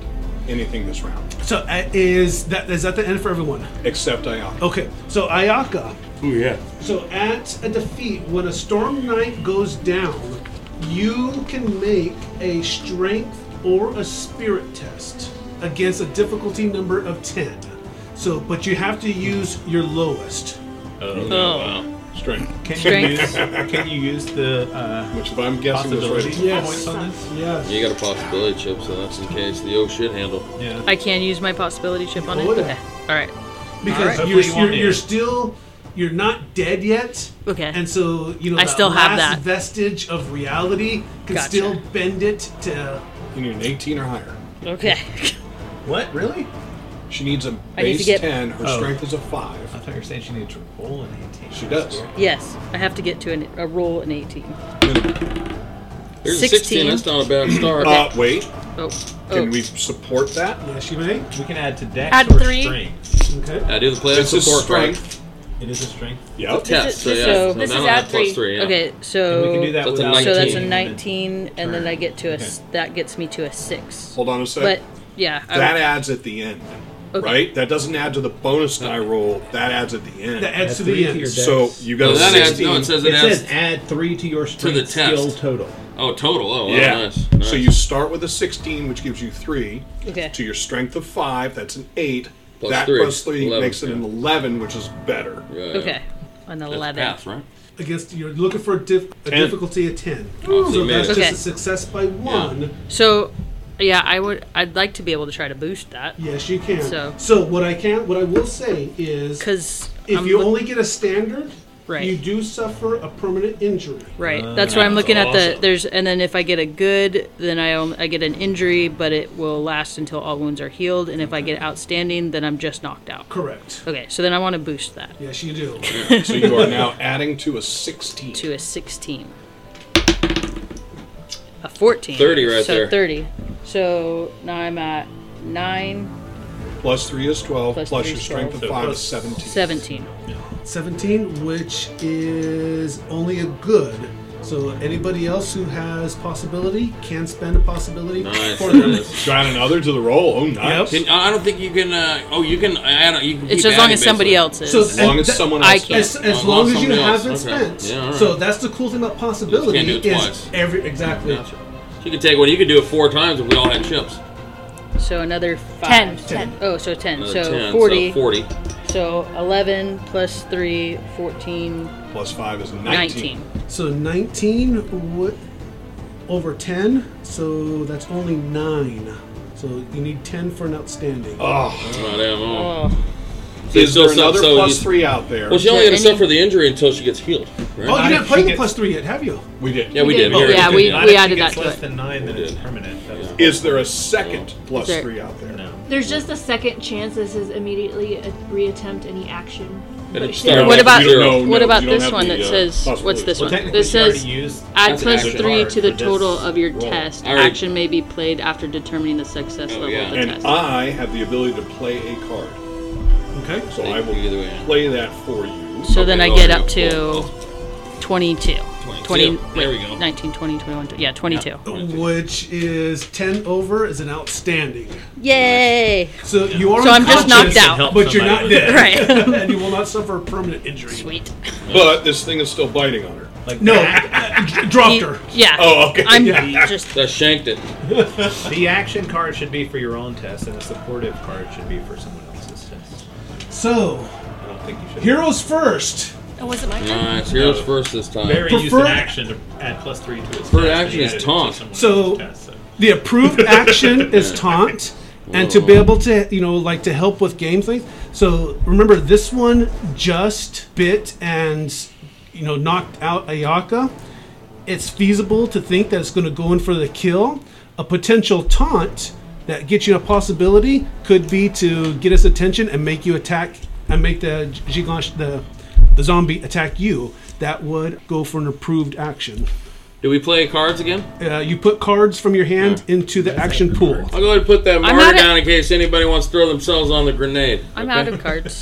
[SPEAKER 1] anything this round,
[SPEAKER 2] So uh, is that is that the end for everyone?
[SPEAKER 1] except Ayaka.
[SPEAKER 2] Okay. So Ayaka.
[SPEAKER 6] Oh yeah.
[SPEAKER 2] So at a defeat, when a storm knight goes down, you can make a strength or a spirit test against a difficulty number of ten. So, but you have to use your lowest.
[SPEAKER 8] Oh,
[SPEAKER 6] Wow.
[SPEAKER 1] Strength.
[SPEAKER 3] Can you use, can you use the uh,
[SPEAKER 1] Which, if I'm guessing this
[SPEAKER 3] possibility
[SPEAKER 1] right,
[SPEAKER 3] points on this?
[SPEAKER 2] Yes.
[SPEAKER 6] You got a possibility chip, so that's in case the oh shit handle.
[SPEAKER 3] Yeah.
[SPEAKER 8] I can use my possibility chip on it.
[SPEAKER 2] Oh, yeah.
[SPEAKER 8] Okay. All right.
[SPEAKER 2] because you're,
[SPEAKER 3] Alright. Hopefully you won't
[SPEAKER 2] you're, you're
[SPEAKER 3] need it.
[SPEAKER 2] still you're not dead yet
[SPEAKER 8] Okay.
[SPEAKER 2] and so you know
[SPEAKER 8] I
[SPEAKER 2] that
[SPEAKER 8] still have
[SPEAKER 2] last
[SPEAKER 8] that.
[SPEAKER 2] vestige of reality can
[SPEAKER 8] Gotcha.
[SPEAKER 2] still bend it to
[SPEAKER 1] you need an 18 or higher.
[SPEAKER 8] Okay.
[SPEAKER 3] What? Really?
[SPEAKER 1] She needs a
[SPEAKER 8] I need to
[SPEAKER 1] base
[SPEAKER 8] get-
[SPEAKER 1] 10. Her
[SPEAKER 3] Oh.
[SPEAKER 1] strength is a
[SPEAKER 3] I
[SPEAKER 1] 5.
[SPEAKER 3] thought you were saying she needed to roll an 18.
[SPEAKER 1] She does.
[SPEAKER 8] yes, I have to get to an, a roll an 18.
[SPEAKER 6] There's 16. 16.
[SPEAKER 8] 16.
[SPEAKER 6] That's not a bad start.
[SPEAKER 1] Uh, wait.
[SPEAKER 8] Oh.
[SPEAKER 1] Can
[SPEAKER 8] oh.
[SPEAKER 1] we support that?
[SPEAKER 2] yes you may
[SPEAKER 3] We can add to dex
[SPEAKER 4] Add
[SPEAKER 3] or
[SPEAKER 4] three.
[SPEAKER 3] strength.
[SPEAKER 2] okay
[SPEAKER 6] I do the player
[SPEAKER 1] It's a
[SPEAKER 6] support card.
[SPEAKER 1] strength.
[SPEAKER 3] It is a strength.
[SPEAKER 1] Yep.
[SPEAKER 6] Test.
[SPEAKER 4] is-
[SPEAKER 6] so
[SPEAKER 4] this
[SPEAKER 6] yeah.
[SPEAKER 4] is-
[SPEAKER 6] so
[SPEAKER 4] this is
[SPEAKER 6] that'll
[SPEAKER 4] add
[SPEAKER 6] add plus
[SPEAKER 4] three.
[SPEAKER 6] yeah.
[SPEAKER 8] Okay, so
[SPEAKER 3] And we can do that
[SPEAKER 6] So it's a
[SPEAKER 3] without.
[SPEAKER 8] so that's a
[SPEAKER 6] 19.
[SPEAKER 8] 19 and then I get to a
[SPEAKER 3] Okay.
[SPEAKER 8] s that gets me to a 6.
[SPEAKER 1] Hold on a sec.
[SPEAKER 8] But yeah, I
[SPEAKER 1] that
[SPEAKER 8] would-
[SPEAKER 1] adds at the end,
[SPEAKER 8] Okay.
[SPEAKER 1] right? That doesn't add to the bonus die roll. That adds at the end.
[SPEAKER 2] that adds to
[SPEAKER 10] three
[SPEAKER 2] the
[SPEAKER 10] to
[SPEAKER 2] end
[SPEAKER 10] your dex.
[SPEAKER 1] so you got
[SPEAKER 6] No,
[SPEAKER 1] a
[SPEAKER 6] that adds,
[SPEAKER 1] 16.
[SPEAKER 6] no, it says it,
[SPEAKER 10] It
[SPEAKER 6] adds.
[SPEAKER 10] says add three to your strength
[SPEAKER 6] the
[SPEAKER 10] skill
[SPEAKER 6] test.
[SPEAKER 10] total.
[SPEAKER 6] oh, total. Oh, wow,
[SPEAKER 1] yeah.
[SPEAKER 6] nice, nice.
[SPEAKER 1] So you start with a 16, which gives you 3.
[SPEAKER 8] Okay.
[SPEAKER 1] To your strength of 5, that's an 8.
[SPEAKER 6] Plus
[SPEAKER 1] that
[SPEAKER 6] three,
[SPEAKER 1] plus 3
[SPEAKER 6] 11,
[SPEAKER 1] makes it an 11, which is better.
[SPEAKER 6] Yeah, yeah.
[SPEAKER 8] Okay. An
[SPEAKER 6] That's
[SPEAKER 8] 11.
[SPEAKER 6] pass, right?
[SPEAKER 2] against you're looking for a, diff, a
[SPEAKER 1] Ten.
[SPEAKER 2] difficulty of 10
[SPEAKER 6] Oh, so
[SPEAKER 2] so
[SPEAKER 6] you made
[SPEAKER 2] that's
[SPEAKER 6] it.
[SPEAKER 2] just
[SPEAKER 8] Okay.
[SPEAKER 2] a success by one
[SPEAKER 8] So yeah, I would I'd like to be able to try to boost that
[SPEAKER 2] yes you can
[SPEAKER 8] So-
[SPEAKER 2] what i can what i will say is
[SPEAKER 8] cuz
[SPEAKER 2] if you only get a standard
[SPEAKER 8] Right.
[SPEAKER 2] you do suffer a permanent injury
[SPEAKER 8] Right. That's why I'm
[SPEAKER 6] that's
[SPEAKER 8] looking at
[SPEAKER 6] awesome.
[SPEAKER 8] the there's and then if I get a good, then I only, I get an injury, but it will last until all wounds are healed. And if I get outstanding, then I'm just knocked out.
[SPEAKER 2] correct
[SPEAKER 8] Okay, so then I want to boost that
[SPEAKER 2] yes you do
[SPEAKER 1] So you are now adding to a 16.
[SPEAKER 8] to a 16. A 14.
[SPEAKER 6] 30 right
[SPEAKER 8] so
[SPEAKER 6] there.
[SPEAKER 8] 30. So now I'm at 9,
[SPEAKER 1] Plus 3 is 12, plus,
[SPEAKER 8] Plus
[SPEAKER 1] plus
[SPEAKER 8] three
[SPEAKER 1] your
[SPEAKER 8] is
[SPEAKER 1] strength of 5 is 17.
[SPEAKER 8] 17.
[SPEAKER 2] 17, which is only a good. So anybody else who has possibility can spend a possibility
[SPEAKER 6] Nice.
[SPEAKER 2] for
[SPEAKER 6] that
[SPEAKER 2] them.
[SPEAKER 6] is.
[SPEAKER 1] Got another to the roll. Oh, nice.
[SPEAKER 6] Can, I I don't think you can. Uh, oh, you can add. You can
[SPEAKER 8] It's
[SPEAKER 6] keep
[SPEAKER 8] as long
[SPEAKER 6] adding,
[SPEAKER 8] as somebody
[SPEAKER 6] basically.
[SPEAKER 8] else is.
[SPEAKER 2] So
[SPEAKER 1] As long
[SPEAKER 2] and
[SPEAKER 1] as
[SPEAKER 2] that-
[SPEAKER 1] someone
[SPEAKER 8] I
[SPEAKER 1] else
[SPEAKER 8] can't.
[SPEAKER 1] does.
[SPEAKER 2] As, as
[SPEAKER 6] As long
[SPEAKER 2] long
[SPEAKER 6] as
[SPEAKER 2] as you
[SPEAKER 6] somebody else,
[SPEAKER 2] haven't
[SPEAKER 6] okay.
[SPEAKER 2] spent.
[SPEAKER 6] Yeah, all
[SPEAKER 2] So
[SPEAKER 6] right.
[SPEAKER 2] that's the cool thing about possibility
[SPEAKER 6] do it
[SPEAKER 2] is
[SPEAKER 6] twice.
[SPEAKER 2] every exactly.
[SPEAKER 6] Gotcha. You could take one. You could do it four times if we all had chips.
[SPEAKER 8] So another 5.
[SPEAKER 4] 10. 10.
[SPEAKER 8] Oh, so 10.
[SPEAKER 6] Another
[SPEAKER 8] so
[SPEAKER 6] 10,
[SPEAKER 8] 40.
[SPEAKER 6] So forty. Oh,
[SPEAKER 8] So 11 plus 3, 14,
[SPEAKER 1] Plus 5 is 19.
[SPEAKER 8] 19.
[SPEAKER 2] So 19 wo- over 10, so that's only 9. So you need 10 for an outstanding.
[SPEAKER 1] Oh,
[SPEAKER 6] Oh, damn. Oh.
[SPEAKER 8] Oh,
[SPEAKER 6] So
[SPEAKER 1] is
[SPEAKER 6] so-
[SPEAKER 1] there another
[SPEAKER 6] so
[SPEAKER 1] plus
[SPEAKER 6] you-
[SPEAKER 1] 3 out there?
[SPEAKER 6] Well, she only
[SPEAKER 8] there
[SPEAKER 6] had to
[SPEAKER 8] any-
[SPEAKER 6] suffer the injury until she gets healed. Right?
[SPEAKER 2] Oh, you
[SPEAKER 3] I-
[SPEAKER 2] didn't play
[SPEAKER 3] she
[SPEAKER 2] the
[SPEAKER 3] gets-
[SPEAKER 2] plus 3 yet, have you?
[SPEAKER 1] we did.
[SPEAKER 6] yeah, we
[SPEAKER 8] did.
[SPEAKER 6] did.
[SPEAKER 3] Oh,
[SPEAKER 6] already
[SPEAKER 8] Yeah,
[SPEAKER 6] did
[SPEAKER 8] we-
[SPEAKER 6] that.
[SPEAKER 3] Not if
[SPEAKER 8] added
[SPEAKER 3] she gets
[SPEAKER 8] that to
[SPEAKER 3] less
[SPEAKER 8] it.
[SPEAKER 3] than 9, then it's permanent. That was
[SPEAKER 1] Is there a second
[SPEAKER 6] Oh.
[SPEAKER 1] plus
[SPEAKER 8] there-
[SPEAKER 1] 3 out there?
[SPEAKER 3] no.
[SPEAKER 12] There's just a second chance this is immediately a reattempt any action.
[SPEAKER 6] And it
[SPEAKER 12] But
[SPEAKER 6] started
[SPEAKER 12] she-
[SPEAKER 8] What
[SPEAKER 6] at
[SPEAKER 8] about-
[SPEAKER 6] zero.
[SPEAKER 1] No, no,
[SPEAKER 8] what about
[SPEAKER 1] you don't
[SPEAKER 8] this
[SPEAKER 1] have
[SPEAKER 8] one
[SPEAKER 1] the,
[SPEAKER 8] that
[SPEAKER 1] uh,
[SPEAKER 8] says-
[SPEAKER 1] possibility.
[SPEAKER 8] what's this
[SPEAKER 3] Well,
[SPEAKER 8] one?
[SPEAKER 3] technically,
[SPEAKER 8] This
[SPEAKER 3] she already
[SPEAKER 8] says
[SPEAKER 3] used
[SPEAKER 8] Add
[SPEAKER 6] That's
[SPEAKER 8] plus
[SPEAKER 6] action
[SPEAKER 8] three
[SPEAKER 3] card
[SPEAKER 8] to the
[SPEAKER 3] for
[SPEAKER 8] total
[SPEAKER 3] this
[SPEAKER 8] of your
[SPEAKER 1] roll.
[SPEAKER 8] test.
[SPEAKER 6] All right.
[SPEAKER 8] Action may be played after determining the success
[SPEAKER 6] Oh,
[SPEAKER 8] level
[SPEAKER 6] yeah.
[SPEAKER 8] of the
[SPEAKER 1] And
[SPEAKER 8] test.
[SPEAKER 1] I have the ability to play a card.
[SPEAKER 2] Okay.
[SPEAKER 1] So
[SPEAKER 6] You
[SPEAKER 1] I
[SPEAKER 6] can
[SPEAKER 1] will
[SPEAKER 6] do either way.
[SPEAKER 1] play that for you.
[SPEAKER 8] so then I
[SPEAKER 6] Okay,
[SPEAKER 8] get
[SPEAKER 6] oh,
[SPEAKER 8] up
[SPEAKER 6] yeah,
[SPEAKER 8] to
[SPEAKER 6] cool.
[SPEAKER 8] 22. 20,
[SPEAKER 6] There
[SPEAKER 8] wait,
[SPEAKER 6] we go.
[SPEAKER 8] 19, 20, 21, tw- yeah, 22.
[SPEAKER 2] Which is 10 over is an outstanding.
[SPEAKER 8] Yay!
[SPEAKER 2] So you are
[SPEAKER 8] So I'm just
[SPEAKER 2] unconscious,
[SPEAKER 8] knocked out.
[SPEAKER 3] Help
[SPEAKER 2] But you're not
[SPEAKER 3] somebody
[SPEAKER 2] dead.
[SPEAKER 3] with
[SPEAKER 8] Right.
[SPEAKER 2] and you will not suffer a permanent injury.
[SPEAKER 8] Sweet.
[SPEAKER 1] But this thing is still biting on her.
[SPEAKER 3] Like
[SPEAKER 2] No,
[SPEAKER 3] that.
[SPEAKER 2] uh, dropped her.
[SPEAKER 8] Yeah.
[SPEAKER 1] Oh, okay.
[SPEAKER 8] I'm
[SPEAKER 2] Yeah.
[SPEAKER 8] just
[SPEAKER 6] That shanked it.
[SPEAKER 3] The action card should be for your own test, and the supportive card should be for someone else's test.
[SPEAKER 2] So,
[SPEAKER 3] I don't think you should.
[SPEAKER 2] heroes first.
[SPEAKER 4] Oh, was it my turn?
[SPEAKER 6] Nice. Heroes first this time.
[SPEAKER 3] Barry used
[SPEAKER 2] Preferred-
[SPEAKER 3] an action to add plus three to his test,
[SPEAKER 6] Preferred
[SPEAKER 3] and
[SPEAKER 6] action
[SPEAKER 3] he
[SPEAKER 6] is
[SPEAKER 3] added it to
[SPEAKER 6] taunt.
[SPEAKER 3] someone
[SPEAKER 2] So-
[SPEAKER 3] else's test, so.
[SPEAKER 2] The approved action is taunt, and to be able to you know like to help with game things so remember this one just bit and you know knocked out ayaka it's feasible to think that it's going to go in for the kill a potential taunt that gets you a possibility could be to get his attention and make you attack and make the Gigansh, the the zombie attack you that would go for an approved action
[SPEAKER 6] Do we play cards again?
[SPEAKER 2] uh, you put cards from your hand into the action pool
[SPEAKER 6] I'll go ahead and put that marker
[SPEAKER 8] out of-
[SPEAKER 6] down in case anybody wants to throw themselves on the grenade.
[SPEAKER 8] I'm
[SPEAKER 6] okay?
[SPEAKER 8] out of cards.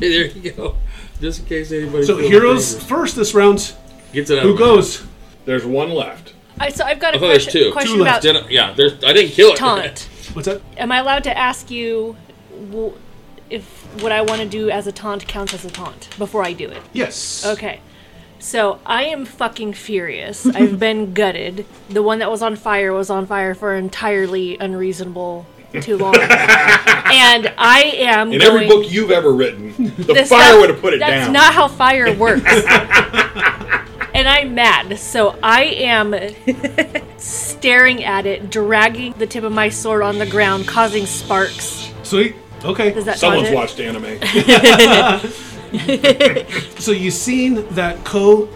[SPEAKER 6] Hey, there you go. Just in case anybody.
[SPEAKER 2] so
[SPEAKER 6] feels
[SPEAKER 2] heroes
[SPEAKER 6] dangerous.
[SPEAKER 2] first this round
[SPEAKER 6] Gets it out.
[SPEAKER 2] who goes
[SPEAKER 1] There's one left.
[SPEAKER 4] I, so I've got a
[SPEAKER 6] I thought there's
[SPEAKER 4] question,
[SPEAKER 6] two.
[SPEAKER 4] question
[SPEAKER 2] Two left.
[SPEAKER 4] about
[SPEAKER 6] Did I, yeah, there's. I didn't kill it.
[SPEAKER 4] taunt.
[SPEAKER 2] what's that
[SPEAKER 4] Am I allowed to ask you w- if what I want to do as a taunt counts as a taunt before I do it?
[SPEAKER 2] yes
[SPEAKER 4] Okay. So I am fucking furious. I've been gutted. The one that was on fire was on fire for entirely unreasonable too long. and I am
[SPEAKER 1] In
[SPEAKER 4] going,
[SPEAKER 1] every book you've ever written, the
[SPEAKER 4] That's
[SPEAKER 1] fire
[SPEAKER 4] not-
[SPEAKER 1] would have put it
[SPEAKER 4] that's
[SPEAKER 1] down.
[SPEAKER 4] not how fire works. and I'm mad. So I am staring at it, dragging the tip of my sword on the ground, causing sparks.
[SPEAKER 2] sweet okay
[SPEAKER 4] Does that
[SPEAKER 1] Someone's
[SPEAKER 4] cause it?
[SPEAKER 1] watched anime.
[SPEAKER 2] So you've seen that Ko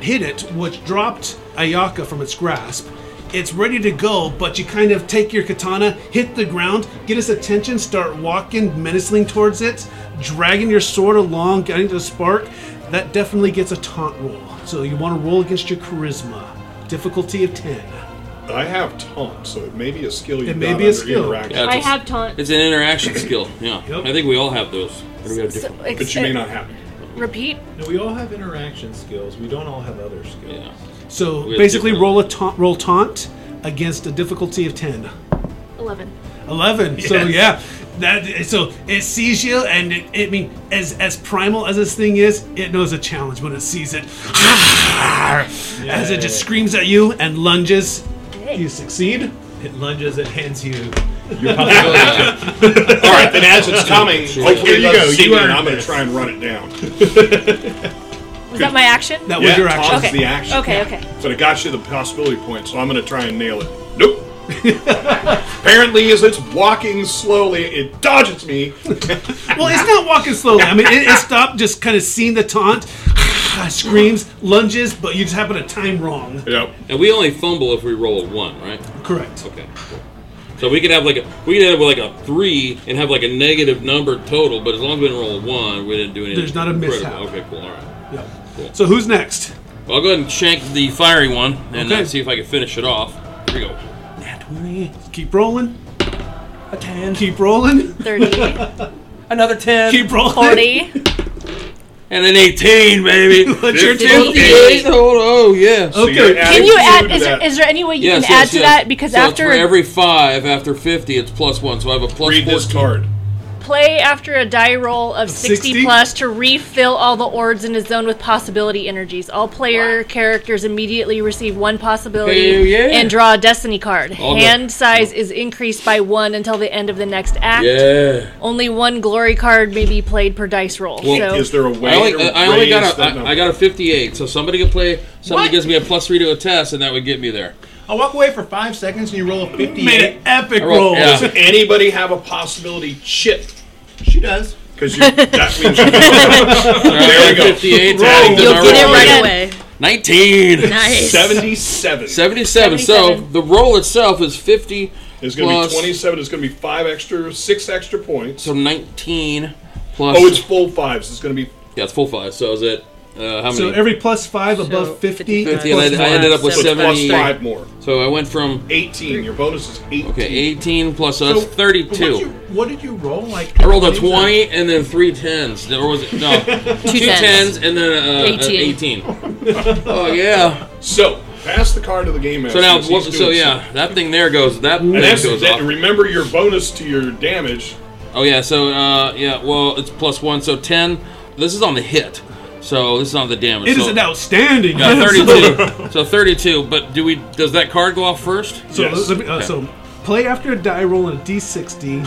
[SPEAKER 2] hit it, which dropped Ayaka from its grasp. It's ready to go, but you kind of take your katana, hit the ground, get its attention, start walking, menacing towards it, dragging your sword along, getting to the spark. That definitely gets a taunt roll. So you want to roll against your charisma. Difficulty of 10.
[SPEAKER 1] I have taunt, so it may be a skill you've
[SPEAKER 2] may
[SPEAKER 1] got
[SPEAKER 2] be a
[SPEAKER 1] under
[SPEAKER 2] skill.
[SPEAKER 1] interaction,
[SPEAKER 6] Yeah, it's
[SPEAKER 12] I
[SPEAKER 6] a-
[SPEAKER 12] have taunt.
[SPEAKER 6] It's an interaction skill. Yeah,
[SPEAKER 2] Yep.
[SPEAKER 6] I think we all have those. Or do we have
[SPEAKER 4] So
[SPEAKER 6] different?
[SPEAKER 4] ex-
[SPEAKER 1] but you may not have it.
[SPEAKER 4] Repeat.
[SPEAKER 10] No, we all have interaction skills. We don't all have other skills.
[SPEAKER 6] yeah.
[SPEAKER 2] So
[SPEAKER 6] We have
[SPEAKER 2] basically,
[SPEAKER 6] different-
[SPEAKER 2] roll a taunt, roll taunt against a difficulty of 10.
[SPEAKER 12] Eleven.
[SPEAKER 2] 11 so yeah that so it sees you and it, it I mean as as primal as this thing is it knows a challenge when it sees it as it just screams at you and lunges you succeed
[SPEAKER 10] It lunges, it hands you.
[SPEAKER 1] All right, then as it's coming, hopefully
[SPEAKER 10] Here
[SPEAKER 1] it
[SPEAKER 10] you
[SPEAKER 1] doesn't
[SPEAKER 10] go,
[SPEAKER 1] see
[SPEAKER 10] you
[SPEAKER 1] me, and
[SPEAKER 10] earned
[SPEAKER 1] I'm going to
[SPEAKER 10] this.
[SPEAKER 1] try and run it down.
[SPEAKER 4] Was that my action?
[SPEAKER 2] that
[SPEAKER 1] Yeah,
[SPEAKER 2] was your
[SPEAKER 1] taunt
[SPEAKER 2] action
[SPEAKER 1] is
[SPEAKER 4] Okay.
[SPEAKER 1] the action.
[SPEAKER 4] Okay, okay.
[SPEAKER 1] But it got you the possibility point, so I'm going to try and nail it. Nope. Apparently, as it's walking slowly, it dodges me.
[SPEAKER 2] well it's not walking slowly i mean it, it stopped just kind of seeing the taunt screams lunges but you just happen to time wrong
[SPEAKER 1] Yep.
[SPEAKER 6] And we only fumble if we roll a one, right?
[SPEAKER 2] correct
[SPEAKER 6] Okay. Cool. So we could have like a we could have like a three and have like a negative number total, but as long as we didn't roll a one, we didn't do anything.
[SPEAKER 2] There's not a
[SPEAKER 6] critical.
[SPEAKER 2] mishap.
[SPEAKER 6] Okay, cool. All right.
[SPEAKER 2] Yep.
[SPEAKER 6] Cool.
[SPEAKER 2] so who's next
[SPEAKER 6] Well, I'll go ahead and shank the fiery one and
[SPEAKER 2] Okay.
[SPEAKER 6] uh, see if I can finish it off. Here we go.
[SPEAKER 2] nat 20 keep rolling a 10 keep rolling
[SPEAKER 4] 30,
[SPEAKER 6] Another ten
[SPEAKER 2] keep rolling
[SPEAKER 4] 40.
[SPEAKER 6] and an eighteen, baby.
[SPEAKER 2] What's your
[SPEAKER 6] Fifty-eight.
[SPEAKER 4] total?
[SPEAKER 6] Oh, oh yes.
[SPEAKER 1] So you're
[SPEAKER 2] okay
[SPEAKER 4] Can you add?
[SPEAKER 1] two to
[SPEAKER 4] Is there,
[SPEAKER 1] that.
[SPEAKER 4] is there any way you
[SPEAKER 6] Yes,
[SPEAKER 4] can
[SPEAKER 6] yes,
[SPEAKER 4] add to
[SPEAKER 6] yes.
[SPEAKER 4] that? Because
[SPEAKER 6] So it's
[SPEAKER 4] after
[SPEAKER 6] for every five after fifty, it's plus one. So I have a plus
[SPEAKER 1] Read this
[SPEAKER 6] 14.
[SPEAKER 1] card.
[SPEAKER 4] play after a die roll of 60,
[SPEAKER 2] 60?
[SPEAKER 4] plus to refill all the orbs in his zone with possibility energies. All player characters immediately receive one possibility
[SPEAKER 6] Hell yeah.
[SPEAKER 4] and draw a destiny card.
[SPEAKER 6] All good.
[SPEAKER 4] Hand size is increased by one until the end of the next act.
[SPEAKER 6] Yeah.
[SPEAKER 4] Only one glory card may be played per dice roll. so
[SPEAKER 1] Is there a way
[SPEAKER 6] I only,
[SPEAKER 1] to
[SPEAKER 6] I only
[SPEAKER 1] raise
[SPEAKER 6] got a,
[SPEAKER 1] that
[SPEAKER 6] I,
[SPEAKER 1] number?
[SPEAKER 6] I got a 58, so somebody could play, somebody gives me a plus three to a test, and that would get me there.
[SPEAKER 10] I walk away for five seconds and you roll a
[SPEAKER 2] made
[SPEAKER 10] 58.
[SPEAKER 2] an epic
[SPEAKER 6] I roll-
[SPEAKER 2] roll
[SPEAKER 6] yeah.
[SPEAKER 1] Does anybody have a possibility chip?
[SPEAKER 10] She does.
[SPEAKER 1] Because that means you there we go.
[SPEAKER 6] 58,
[SPEAKER 1] Roll.
[SPEAKER 6] adding to
[SPEAKER 1] You'll
[SPEAKER 6] my
[SPEAKER 8] Get it
[SPEAKER 6] roll.
[SPEAKER 8] right away.
[SPEAKER 6] 19.
[SPEAKER 8] Nice.
[SPEAKER 1] 77.
[SPEAKER 6] 77. So
[SPEAKER 4] 77.
[SPEAKER 6] the roll itself is 50
[SPEAKER 1] It's going to
[SPEAKER 6] plus-
[SPEAKER 1] be 27. It's going to be 5 extra, 6 extra points.
[SPEAKER 6] So 19 plus.
[SPEAKER 1] Oh, it's full fives. It's going to be
[SPEAKER 6] yeah, it's full five. So is it uh, how many?
[SPEAKER 2] So every plus five above 50,
[SPEAKER 8] 50,
[SPEAKER 6] and
[SPEAKER 2] plus
[SPEAKER 6] I, I ended up with
[SPEAKER 1] so it's plus
[SPEAKER 6] 70.
[SPEAKER 1] 5 more.
[SPEAKER 6] So I went from
[SPEAKER 1] 18. Your bonus is 18.
[SPEAKER 6] okay 18 plus so that's
[SPEAKER 10] So, What did,
[SPEAKER 6] 32.
[SPEAKER 10] you, what did you roll? Like
[SPEAKER 6] I rolled a 20 and then three tens. Or was it no? Two
[SPEAKER 8] Two tens.
[SPEAKER 6] tens and then uh,
[SPEAKER 8] 18.
[SPEAKER 6] 18. oh yeah.
[SPEAKER 1] So, pass the card to the game master.
[SPEAKER 6] So now,
[SPEAKER 1] as he's
[SPEAKER 6] what,
[SPEAKER 1] doing
[SPEAKER 6] so
[SPEAKER 1] something.
[SPEAKER 6] yeah, that thing there goes. That thing
[SPEAKER 1] And that's,
[SPEAKER 6] goes
[SPEAKER 1] that-
[SPEAKER 6] off.
[SPEAKER 1] remember your bonus to your damage.
[SPEAKER 6] Oh yeah, so uh, yeah, well it's plus one, so ten. This is on the hit, so this is on the damage.
[SPEAKER 2] It
[SPEAKER 6] so,
[SPEAKER 2] is an outstanding.
[SPEAKER 6] Yeah,
[SPEAKER 2] absolute-
[SPEAKER 6] thirty-two. so thirty-two. But do we? Does that card go off first?
[SPEAKER 2] So,
[SPEAKER 1] Yes.
[SPEAKER 2] let me- uh, so play after a die roll and a d60.